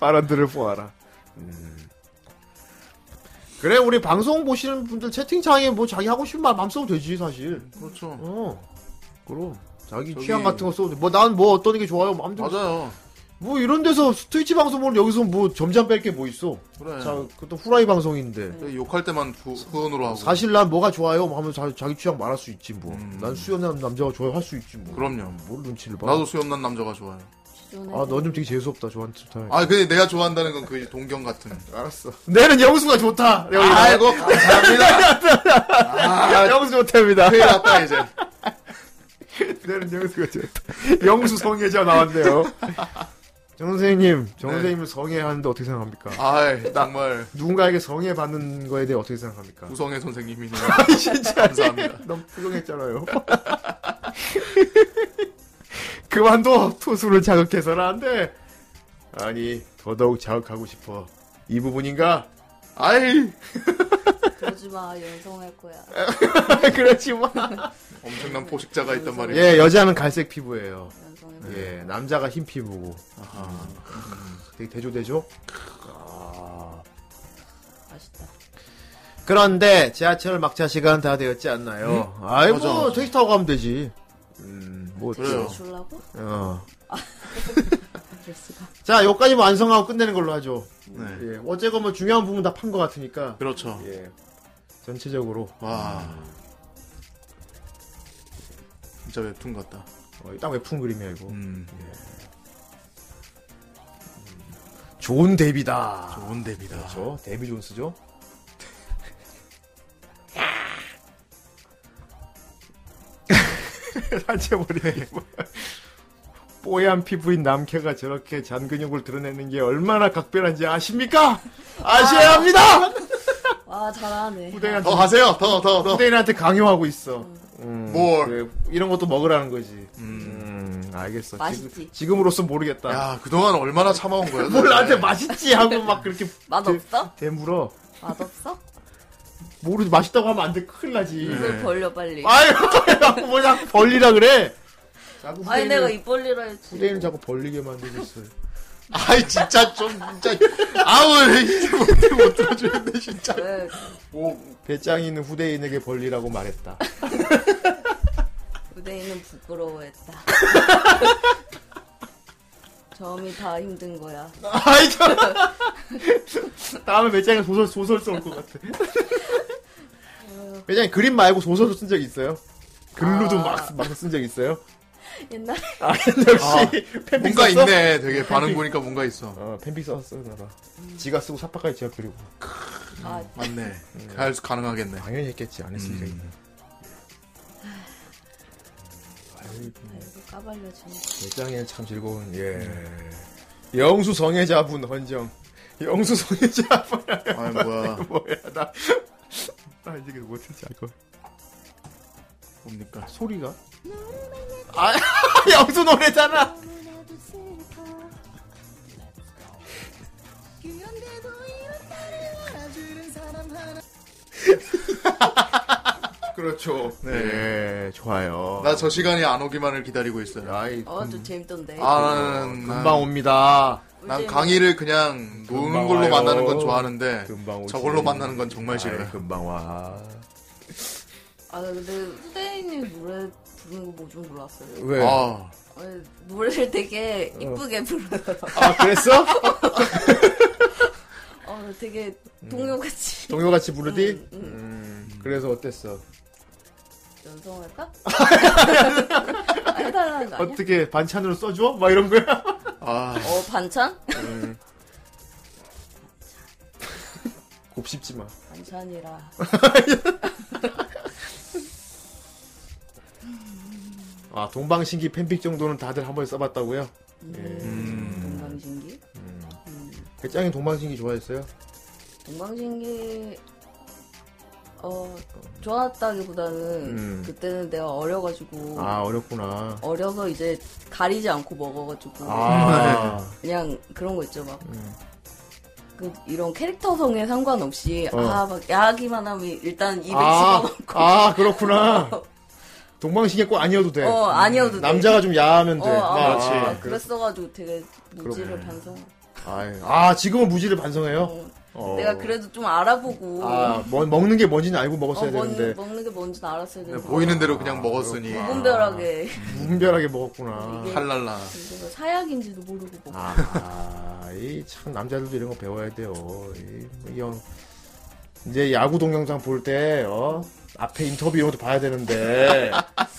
Speaker 1: 발언들을 보아라. 음. 그래 우리 방송 보시는 분들 채팅창에 뭐 자기 하고 싶은 말 맘쓰면 되지 사실.
Speaker 2: 그렇죠.
Speaker 1: 어. 그럼 자기
Speaker 2: 저기-
Speaker 1: 취향 같은 거 써도 뭐난 뭐 어떤 게 좋아요. 뭐 아무튼
Speaker 2: 맞아요.
Speaker 1: 뭐 이런 데서 트위치 방송 보는 여기서 뭐 점점 뺄 게 뭐 있어.
Speaker 2: 그래.
Speaker 1: 자, 그것도 후라이 방송인데.
Speaker 2: 음. 욕할 때만 구, 후원으로 하고.
Speaker 1: 사실 난 뭐가 좋아요 뭐 하면 자, 기 취향 말할 수 있지 뭐. 난 수염난 남자가 좋아할 수 있지 뭐.
Speaker 2: 그럼요.
Speaker 1: 뭘 눈치를 봐.
Speaker 2: 나도 수염난 남자가 좋아요.
Speaker 1: 아, 넌 좀 되게 재수없다. 저한테 좋다.
Speaker 2: 아 근데 내가 좋아한다는 건 그 동경 같은.
Speaker 1: 알았어. 내는 영수가 좋다. 네,
Speaker 2: 아이고
Speaker 1: [laughs] 감사합니다. 아, 영수 좋답니다.
Speaker 2: 큰일 났다 이제.
Speaker 1: 내는 영수가 좋다. [laughs] 영수 성애자 나왔네요. 정 선생님, 정
Speaker 2: 네.
Speaker 1: 선생님은 성애하는데 어떻게 생각합니까?
Speaker 2: 아 정말
Speaker 1: 누군가에게 성애 받는 거에 대해 어떻게 생각합니까?
Speaker 2: 구성의
Speaker 1: [laughs]
Speaker 2: 선생님이네요.
Speaker 1: 진짜
Speaker 2: 감사합니다.
Speaker 1: 너무 푸동했잖아요. [laughs] 그만둬 투수를 자극해서는 안 돼. 아니 더더욱 자극하고 싶어. 이 부분인가? [laughs] 아이
Speaker 9: 그러지 마 연성할 거야.
Speaker 1: 그렇지 마.
Speaker 2: 엄청난 포식자가 있단 말이에요.
Speaker 1: 예 여자는 갈색 피부예요. 예 남자가 흰 피부고. 음, 되게 대조대조. 아.
Speaker 9: 맛있다.
Speaker 1: 그런데 지하철 막차 시간 다 되었지 않나요?
Speaker 2: 음?
Speaker 1: 아이 뭐
Speaker 2: 맞아.
Speaker 1: 택시 타고 가면 되지. 음뭐
Speaker 2: 그래요.
Speaker 9: 줄라고?
Speaker 1: 어. [laughs]
Speaker 9: 드레스가.
Speaker 1: 자, 여기까지 뭐 완성하고 끝내는 걸로 하죠.
Speaker 2: 네.
Speaker 1: 예, 어쨌건 뭐 중요한 부분 다 판 것 같으니까.
Speaker 2: 그렇죠.
Speaker 1: 예. 전체적으로.
Speaker 2: 와. 진짜 웹툰 같다.
Speaker 1: 어, 딱 웹툰 그림이야, 이거. 예. 음. 좋은 데뷔다.
Speaker 2: 좋은 데뷔다.
Speaker 1: 그렇죠. 데뷔 [laughs] 존스죠. [laughs] 산채머리 뭐 뽀얀 피부인 남캐가 저렇게 잔근육을 드러내는 게 얼마나 각별한지 아십니까? 아셔야 합니다!
Speaker 9: 와 잘하네.
Speaker 1: 후대인한테
Speaker 2: 더 하세요. 더, 더, 더.
Speaker 1: 후대인한테 강요하고 있어. 음,
Speaker 2: 뭘.
Speaker 1: 그래, 이런 것도 먹으라는 거지. 음, 알겠어.
Speaker 9: 맛있지.
Speaker 1: 지금, 으로선 모르겠다.
Speaker 2: 야, 그동안 얼마나 참아온 네. 거야?
Speaker 1: 뭘 나한테 맛있지 하고 막 그렇게
Speaker 9: 맛 없어?
Speaker 1: 대물어.
Speaker 9: 맛 없어?
Speaker 1: 모르지 맛있다고 하면 안 돼. 큰일 나지.
Speaker 9: 입을 벌려 빨리.
Speaker 1: 아, 아유, 뭐냐 벌리라 그래. 자꾸
Speaker 9: 아니
Speaker 1: 후대인을-
Speaker 9: 내가 입 벌리라 했지.
Speaker 1: 후대인을 자꾸 벌리게 만들고 [laughs] 있어요.
Speaker 2: 아이, 진짜 좀, 진짜. 아우, 왜 이제 못, 못 들어주는데, 진짜.
Speaker 9: 네.
Speaker 2: 오,
Speaker 1: 뭐, 배짱이 있는 후대인에게 벌리라고 말했다. [laughs]
Speaker 9: 무대인은 부끄러워했다. 점이 다 힘든 거야.
Speaker 1: 아이 참. [laughs] 다음에 배짱이 소설 소설 써 올 것 [laughs] 같아. 배짱이 그림 말고 소설도 쓴 적 있어요? 글로도 막막쓴 적 있어요?
Speaker 9: 옛날에
Speaker 1: 아 [laughs] 역시 팬픽
Speaker 2: 뭔가
Speaker 1: 썼어?
Speaker 2: 있네. 되게 반응
Speaker 1: 팬픽.
Speaker 2: 보니까 뭔가 있어.
Speaker 1: 어, 팬픽 썼었나봐. 음. 지가 쓰고 삽박까지 지가 그리고.
Speaker 9: 아,
Speaker 2: 맞네. 음. 할 수- 가능하겠네.
Speaker 1: 당연히 했겠지. 안 했으니까.
Speaker 9: 이거 까발려주네.
Speaker 1: 배짱이는 참 즐거운 예. 영수 성애자분 헌정. 영수 성애자분.
Speaker 2: 아 뭐야.
Speaker 1: 이거 [laughs] 뭐야 나. 나 이제 못 듣지 않고.
Speaker 2: 뭡니까?
Speaker 1: 소리가? 아, [laughs] 영수 노래잖아.
Speaker 2: 그렇죠. 네.
Speaker 1: 네, 좋아요.
Speaker 2: 나 저 시간이 안 오기만을 기다리고 있어요.
Speaker 9: 어,
Speaker 1: 음.
Speaker 9: 또 재밌던데.
Speaker 2: 아,
Speaker 1: 어, 금방 옵니다.
Speaker 2: 난
Speaker 1: 뭐
Speaker 2: 강의를 그냥 노는
Speaker 1: 금방
Speaker 2: 걸로
Speaker 1: 와요.
Speaker 2: 만나는 건 좋아하는데
Speaker 1: 금방 그뭐 오지.
Speaker 2: 네. 저걸로 만나는 건 정말 싫어요.
Speaker 1: 아이, 금방 와.
Speaker 9: 아, 근데 후대인이 노래 부르는 거 뭐 좀 몰랐어요.
Speaker 1: 왜?
Speaker 2: 아.
Speaker 9: 어, 노래를 되게
Speaker 1: 어.
Speaker 9: 이쁘게 불러요.
Speaker 1: 아, 그랬어?
Speaker 9: 어, 되게
Speaker 1: [laughs]
Speaker 9: 동요같이.
Speaker 1: 음. 동요같이 부르디?
Speaker 9: 음, 음.
Speaker 1: 음, 그래서 어땠어? [laughs]
Speaker 9: 연성할까? 해달라는 거 아니야?
Speaker 1: 어떻게 반찬으로 써줘? 막 이런 거야?
Speaker 2: 아.
Speaker 9: 어, 반찬?
Speaker 1: 음. 곱씹지 마.
Speaker 9: 반찬이라.
Speaker 1: 아, 동방신기 팬픽 정도는 다들 한 번에 써봤다고요?
Speaker 9: 음, 동방신기?
Speaker 1: 배짱이 동방신기 좋아했어요?
Speaker 9: 동방신기 어 좋았다기보다는
Speaker 1: 음.
Speaker 9: 그때는 내가 어려가지고
Speaker 1: 아, 어렵구나.
Speaker 9: 어려서 이제 가리지 않고 먹어가지고
Speaker 1: 아.
Speaker 9: 그냥 그런 거 있죠 막.
Speaker 1: 음.
Speaker 9: 그 이런 캐릭터성에 상관없이
Speaker 1: 어.
Speaker 9: 아 막 야하기만 하면 일단 입에
Speaker 1: 아,
Speaker 9: 집어넣고
Speaker 1: 아, 그렇구나. 동방신기 꼭 아니어도 돼.
Speaker 9: 어, 아니어도 돼.
Speaker 1: 남자가 좀 야하면 돼.
Speaker 9: 어, 아,
Speaker 1: 아,
Speaker 9: 아,
Speaker 1: 그래.
Speaker 9: 그랬어가지고 되게 무지를
Speaker 1: 그러네.
Speaker 9: 반성
Speaker 1: 아이, 아, 지금은 무지를 반성해요? 어.
Speaker 9: 내가 그래도 좀 알아보고
Speaker 1: 아, 뭐- 먹는 게 뭔지는 알고 먹었어야
Speaker 9: 어, 먹는,
Speaker 1: 되는데. 네,
Speaker 9: 먹는 게 뭔지 알았어야 되는데 아,
Speaker 2: 보이는 대로 그냥 먹었으니
Speaker 9: 무분별하게
Speaker 1: 아. 무분별하게 먹었구나.
Speaker 9: 이게-
Speaker 2: 할랄라.
Speaker 9: 그리고 사약인지도 모르고 뭐 먹고
Speaker 1: 아, 이 참 남자들도 이런 거 배워야 돼요. 이, 이 형. 이제 야구 동영상 볼 때, 어? 앞에 인터뷰 이런 것도 봐야
Speaker 9: [laughs]
Speaker 1: 되는데,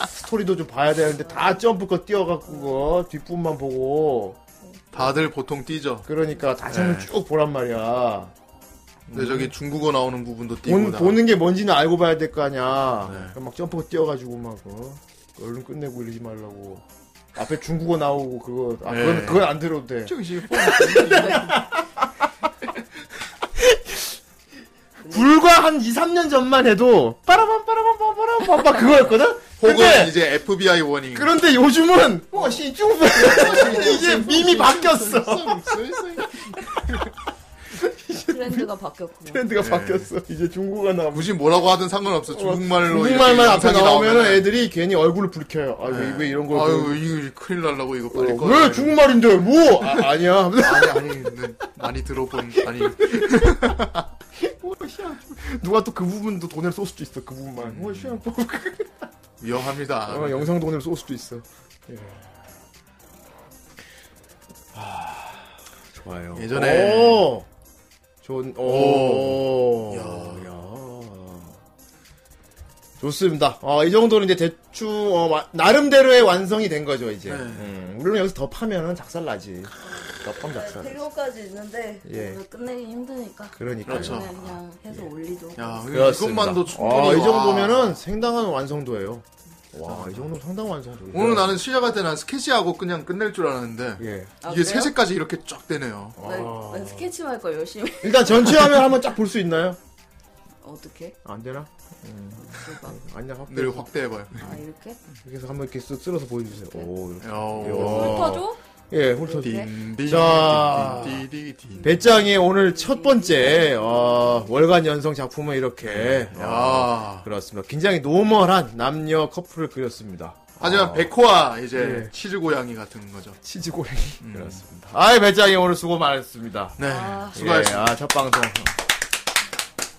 Speaker 1: 스토리도 좀 봐야 되는데, 다 점프껏 뛰어갖고, 어? 뒷부분만 보고.
Speaker 2: 다들 보통 뛰죠.
Speaker 1: 그러니까 다시 한번
Speaker 2: 네.
Speaker 1: 쭉 보란 말이야.
Speaker 2: 근데 저기 중국어 나오는 부분도 뛰고
Speaker 1: 음.
Speaker 2: 네.
Speaker 1: 본,
Speaker 2: 나.
Speaker 1: 보는 게 뭔지는 알고 봐야 될 거 아니야. 그럼 막 점프 뛰어가지고 막 어? 얼른 끝내고 이러지 말라고. 앞에 중국어 나오고 그거 아, 그건
Speaker 2: 네.
Speaker 1: 그건 안 들어도 돼. [laughs] 불과 한 2, 3년 전만 해도 빠라밤 빠라밤 빠라밤 빠라밤 그거였거든.
Speaker 2: 혹은
Speaker 1: 근데
Speaker 2: 이제 FBI 워닝.
Speaker 1: 그런데 요즘은 워시 중국 이제 밈이 바뀌었어.
Speaker 9: 트렌드가 바뀌었고 뭐.
Speaker 1: 트렌드가
Speaker 2: 네.
Speaker 1: 바뀌었어. 이제 중국어 나오고
Speaker 2: 굳이 뭐라고 하든 상관없어. 중국말로
Speaker 1: 중국말만
Speaker 2: 이렇게
Speaker 1: 앞에
Speaker 2: 영상이
Speaker 1: 나오면
Speaker 2: 나오면은 네.
Speaker 1: 애들이 괜히 얼굴을 붉혀요. 아, 왜, 왜 이런 걸 보여줘?
Speaker 2: 아유 이거 큰일 날라고 이거 빨리
Speaker 1: 어,
Speaker 2: 꺼.
Speaker 1: 왜 중국말인데 뭐 아, 아니야 [laughs]
Speaker 2: 아니 아니 네, 많이 들어본 아니
Speaker 1: 누가 또 그 부분도 돈을 쏠 수도 있어 그 부분만 뭐 시험 뽑
Speaker 2: 위험합니다.
Speaker 1: 어, 영상 돈을 쏠 수도 있어 예. 아, 좋아요
Speaker 2: 예전에-
Speaker 1: 오! 좋은 오,
Speaker 2: 오.
Speaker 1: 야. 좋습니다 어, 이 정도는 이제 대충 어, 와- 나름대로의 완성이 된 거죠 이제
Speaker 2: 네.
Speaker 1: 음, 물론 여기서 더 파면은 작살 나지 더 파면 작살 나지
Speaker 9: 대교까지 네, 있는데
Speaker 1: 예.
Speaker 9: 이거 끝내기 힘드니까
Speaker 1: 그러니까요.
Speaker 9: 그냥 그냥 해서 올리도록
Speaker 2: 야,
Speaker 9: 하겠습니다.
Speaker 1: 그렇습니다.
Speaker 2: 이것만도 충분히
Speaker 1: 아, 이
Speaker 2: 와.
Speaker 1: 정도면은 상당한 완성도예요. 와, 이 정도면 상당한 완성도.
Speaker 2: 오늘 나는 시작할 때 난 스케치하고 그냥 끝낼 줄 알았는데
Speaker 1: 예.
Speaker 9: 아,
Speaker 2: 이게
Speaker 9: 그래요?
Speaker 2: 세세까지 이렇게 쫙 되네요.
Speaker 9: 난, 난 스케치만 할 거야 열심히
Speaker 1: 일단 전체 화면 한번 쫙 볼 수 있나요? 아,
Speaker 9: 어떻게?
Speaker 1: 안 되나? 음. 아니야 확대.
Speaker 2: 내일 네, 확대해봐요.
Speaker 9: 아 이렇게?
Speaker 1: 그래서 한번 이렇게 쓱 쓸어서 보여주세요.
Speaker 2: 네.
Speaker 1: 오, 이렇게.
Speaker 9: 훑어줘?
Speaker 1: 예, 훑어줘.
Speaker 2: 딘딘,
Speaker 1: 자,
Speaker 2: 딘딘.
Speaker 1: 배짱이 오늘 첫 번째 어, 월간 연성 작품을
Speaker 2: 네.
Speaker 1: 이렇게 어, 그렇습니다. 굉장히 노멀한 남녀 커플을 그렸습니다.
Speaker 2: 하지만
Speaker 1: 어,
Speaker 2: 백호와 이제
Speaker 1: 예.
Speaker 2: 치즈 고양이 같은 거죠.
Speaker 1: 치즈 고양이
Speaker 2: 음.
Speaker 1: 그렇습니다. 아이 배짱이 오늘 수고 많았습니다.
Speaker 2: 네,
Speaker 1: 예,
Speaker 2: 수고하셨습니다.
Speaker 1: 아, 첫 방송.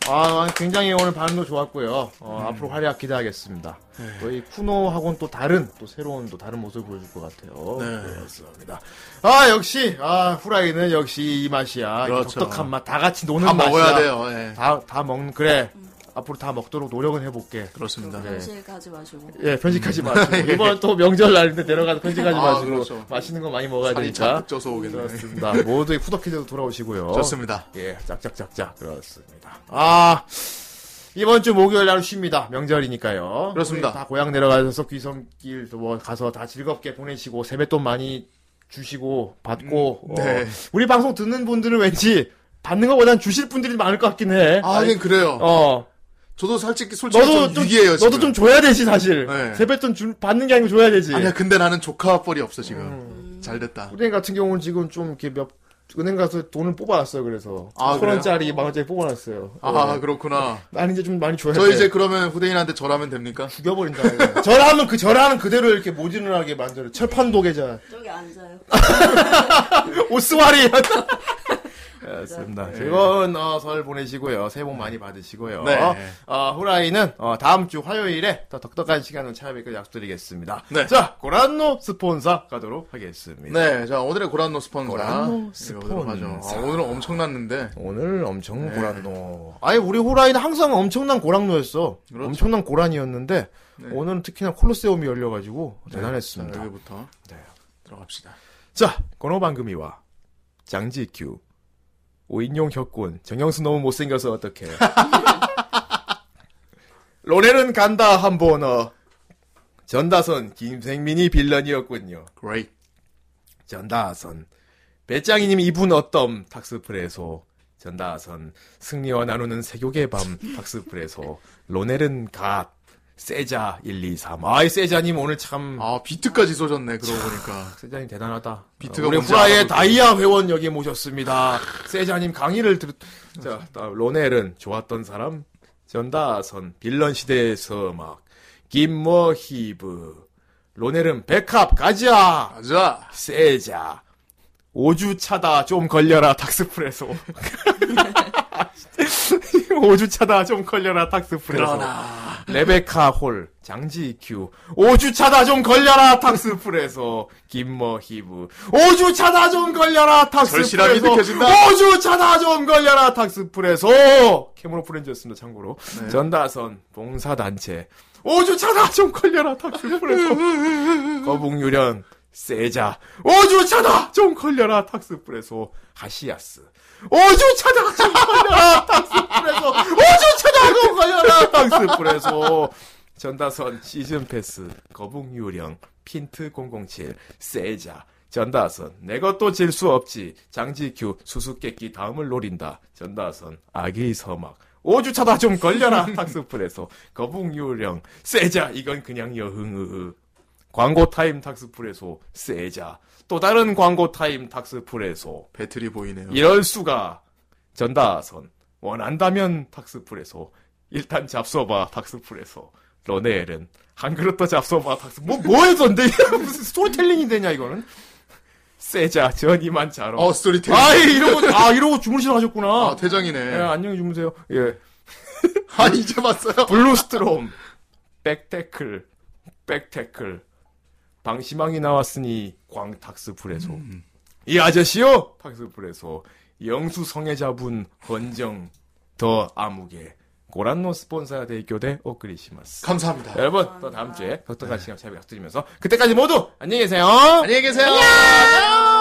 Speaker 1: 아, 굉장히 오늘 반응도 좋았고요. 어, 앞으로 활약 기대하겠습니다. 또 이 쿠노하고는 또 다른, 또 새로운, 또 다른 모습을 보여줄 것 같아요.
Speaker 16: 네.
Speaker 1: 그렇습니다. 아, 역시, 아, 후라이는 역시 이 맛이야. 이
Speaker 16: 그렇죠.
Speaker 1: 독특한 맛. 다 같이 노는
Speaker 16: 다
Speaker 1: 맛이야.
Speaker 16: 먹어야 돼요, 예.
Speaker 1: 다, 다 먹는, 그래. 앞으로 다 먹도록 노력은 해볼게.
Speaker 2: 그렇습니다.
Speaker 9: 현실 가지 마시고.
Speaker 1: 예, 편식하지 마시고. [laughs] 이번 또 명절날인데 내려가서 편식하지
Speaker 2: 아,
Speaker 1: 마시고.
Speaker 2: 그렇죠.
Speaker 1: 맛있는 거 많이 먹어야
Speaker 2: 살이
Speaker 1: 되니까.
Speaker 2: 잔뜩 쪄서 오겠네.
Speaker 1: 그렇습니다. 모두의 후덕해져도 돌아오시고요.
Speaker 2: 좋습니다.
Speaker 1: 예, 짝짝짝짝. 그렇습니다. 아, 이번 주 목요일 날 쉽니다. 명절이니까요.
Speaker 2: 그렇습니다.
Speaker 1: 우리 다 고향 내려가셔서 귀성길 뭐 가서 다 즐겁게 보내시고, 세뱃돈 많이 주시고, 받고.
Speaker 2: 음, 네.
Speaker 1: 어, 우리 방송 듣는 분들은 왠지 받는 것보단 주실 분들이 많을 것 같긴 해.
Speaker 2: 아, 하긴 그래요.
Speaker 1: 어.
Speaker 2: 저도 솔직히 솔직히
Speaker 1: 너도
Speaker 2: 좀 위기예요.
Speaker 1: 너도 좀 줘야 되지 사실.
Speaker 2: 네.
Speaker 1: 세뱃돈 주- 받는 게 아니고 줘야 되지.
Speaker 2: 아니야, 근데 나는 조카 뻘이 없어 지금. 잘 됐다.
Speaker 1: 은행 같은 음. 경우는 지금 좀 이렇게 몇 은행 가서 돈을 뽑아놨어요. 그래서
Speaker 2: 아,
Speaker 1: 천
Speaker 2: 그래요?
Speaker 1: 원짜리, 만 원짜리 뽑아놨어요.
Speaker 2: 아
Speaker 1: 예.
Speaker 2: 그렇구나.
Speaker 1: 난 이제 좀 많이 줘야
Speaker 2: 저
Speaker 1: 돼.
Speaker 2: 이제 그러면 후대인한테 절하면 됩니까?
Speaker 1: 죽여버린다. [laughs] 절하면 그 절하는 그대로 이렇게 모지른하게 만들어. 철판 도계자.
Speaker 9: 저기 앉아요.
Speaker 1: [laughs] 오스와리.
Speaker 16: 그렇습니다.
Speaker 1: 즐거운 어, 설 보내시고요. 새해 복 많이 받으시고요.
Speaker 16: 네.
Speaker 1: 어, 후라이는 어, 다음 주 화요일에 더 덕덕한 시간을 찾아뵙길 약속드리겠습니다.
Speaker 2: 네.
Speaker 1: 자, 고란노 스폰사 가도록 하겠습니다.
Speaker 2: 네, 자 오늘의 고란노 스폰사.
Speaker 1: 고란노
Speaker 2: 읽어보도록 하죠.
Speaker 1: 스폰사.
Speaker 2: 아, 오늘은 엄청났는데.
Speaker 1: 오늘 엄청 고란노. 네. 아니 우리 호라이는 항상 엄청난 고랑노였어. 엄청난 고란이었는데 오늘은 특히나 콜로세움이 열려가지고 대단했습니다. 네.
Speaker 2: 자, 여기부터
Speaker 1: 들어갑시다. 자, 건호방금이와 장지규, 오인용 혁군, 정영수 너무 못생겨서 어떡해. 로렐은 간다 한 번어. 전다선 김생민이 빌런이었군요. Great. 전다선 배짱이님 이분 어떤 탁스프레소. 전다선 승리와 나누는 세교계 밤 탁스프레소. 로넬은 갓. 세자 1, 2, 3. 아이 세자님 오늘 참. 아 비트까지 쏘셨네 그러고 보니까. 세자님 대단하다.
Speaker 2: 비트가
Speaker 1: 우리
Speaker 2: 뭔지
Speaker 1: 후라이의
Speaker 2: 알아도
Speaker 1: 다이아 회원 여기 모셨습니다. 세자님 강의를 들. 자 다음 로넬은 좋았던 사람. 전다선 빌런 시대에서 막뭐 김머히브. 로넬은 백합 가자. 가자. 세자. 5주 차다 좀 걸려라
Speaker 2: [laughs]
Speaker 1: 탁스프레소. [laughs] 5주 차다 좀 걸려라 탁스프레소. 레베카 홀, 장지큐. 5주 차다 좀 걸려라 탁스프레소. 김머히브. 5주 차다 좀 걸려라 탁스프레소.
Speaker 2: 절실함이 느껴진다.
Speaker 1: 5주 차다 좀 걸려라 탁스프레소. 캐모노 프렌즈였습니다 참고로.
Speaker 16: 네.
Speaker 1: 전다선 봉사단체. 5주 차다 좀 걸려라 탁스프레소. 거북유련. 세자 5주 차다 좀 걸려라 탁스프레소 하시아스 5주 차다 좀 걸려라 탁스프레소 5주 차다 좀 걸려라 탁스프레소 전다선 시즌 패스 거북 유령 핀트 007 세자 전다선 내 것도 질 수 없지 장지규 수수께끼 다음을 노린다 전다선 아기 서막 5주 차다 좀 걸려라 탁스프레소 거북 유령 세자 이건 그냥 여흥 으흐 광고 타임 탁스프레소 세자 또 다른 광고 타임 탁스프레소 배틀이 보이네요 이럴 수가 전다선 원한다면 탁스프레소 일단 잡숴봐 탁스프레소 러네엘은 한 그릇 더 잡숴봐 탁스 뭐 뭐해던데 [laughs] 무슨 스토리텔링이 되냐 이거는 세자 전 이만 자러
Speaker 2: 어, 스토리텔링.
Speaker 1: 아 이러고 아 이러고 주무시러 가셨구나
Speaker 2: 아, 퇴장이네.
Speaker 1: 예, 안녕히 주무세요 예 아 이제 봤어요 블루스트롬 백태클 백태클 방시망이 나왔으니 광탁스프레소 이 아저씨요 탁스프레소 영수 성애자분 헌정 더 암흑의 고란노 스폰사 대교대 오크리시마스
Speaker 2: 감사합니다.
Speaker 1: 여러분 또 다음 주에 덕덕한 시간 잘 부탁드리면서 그때까지 모두 안녕히 계세요
Speaker 2: 안녕히 계세요. 안녕.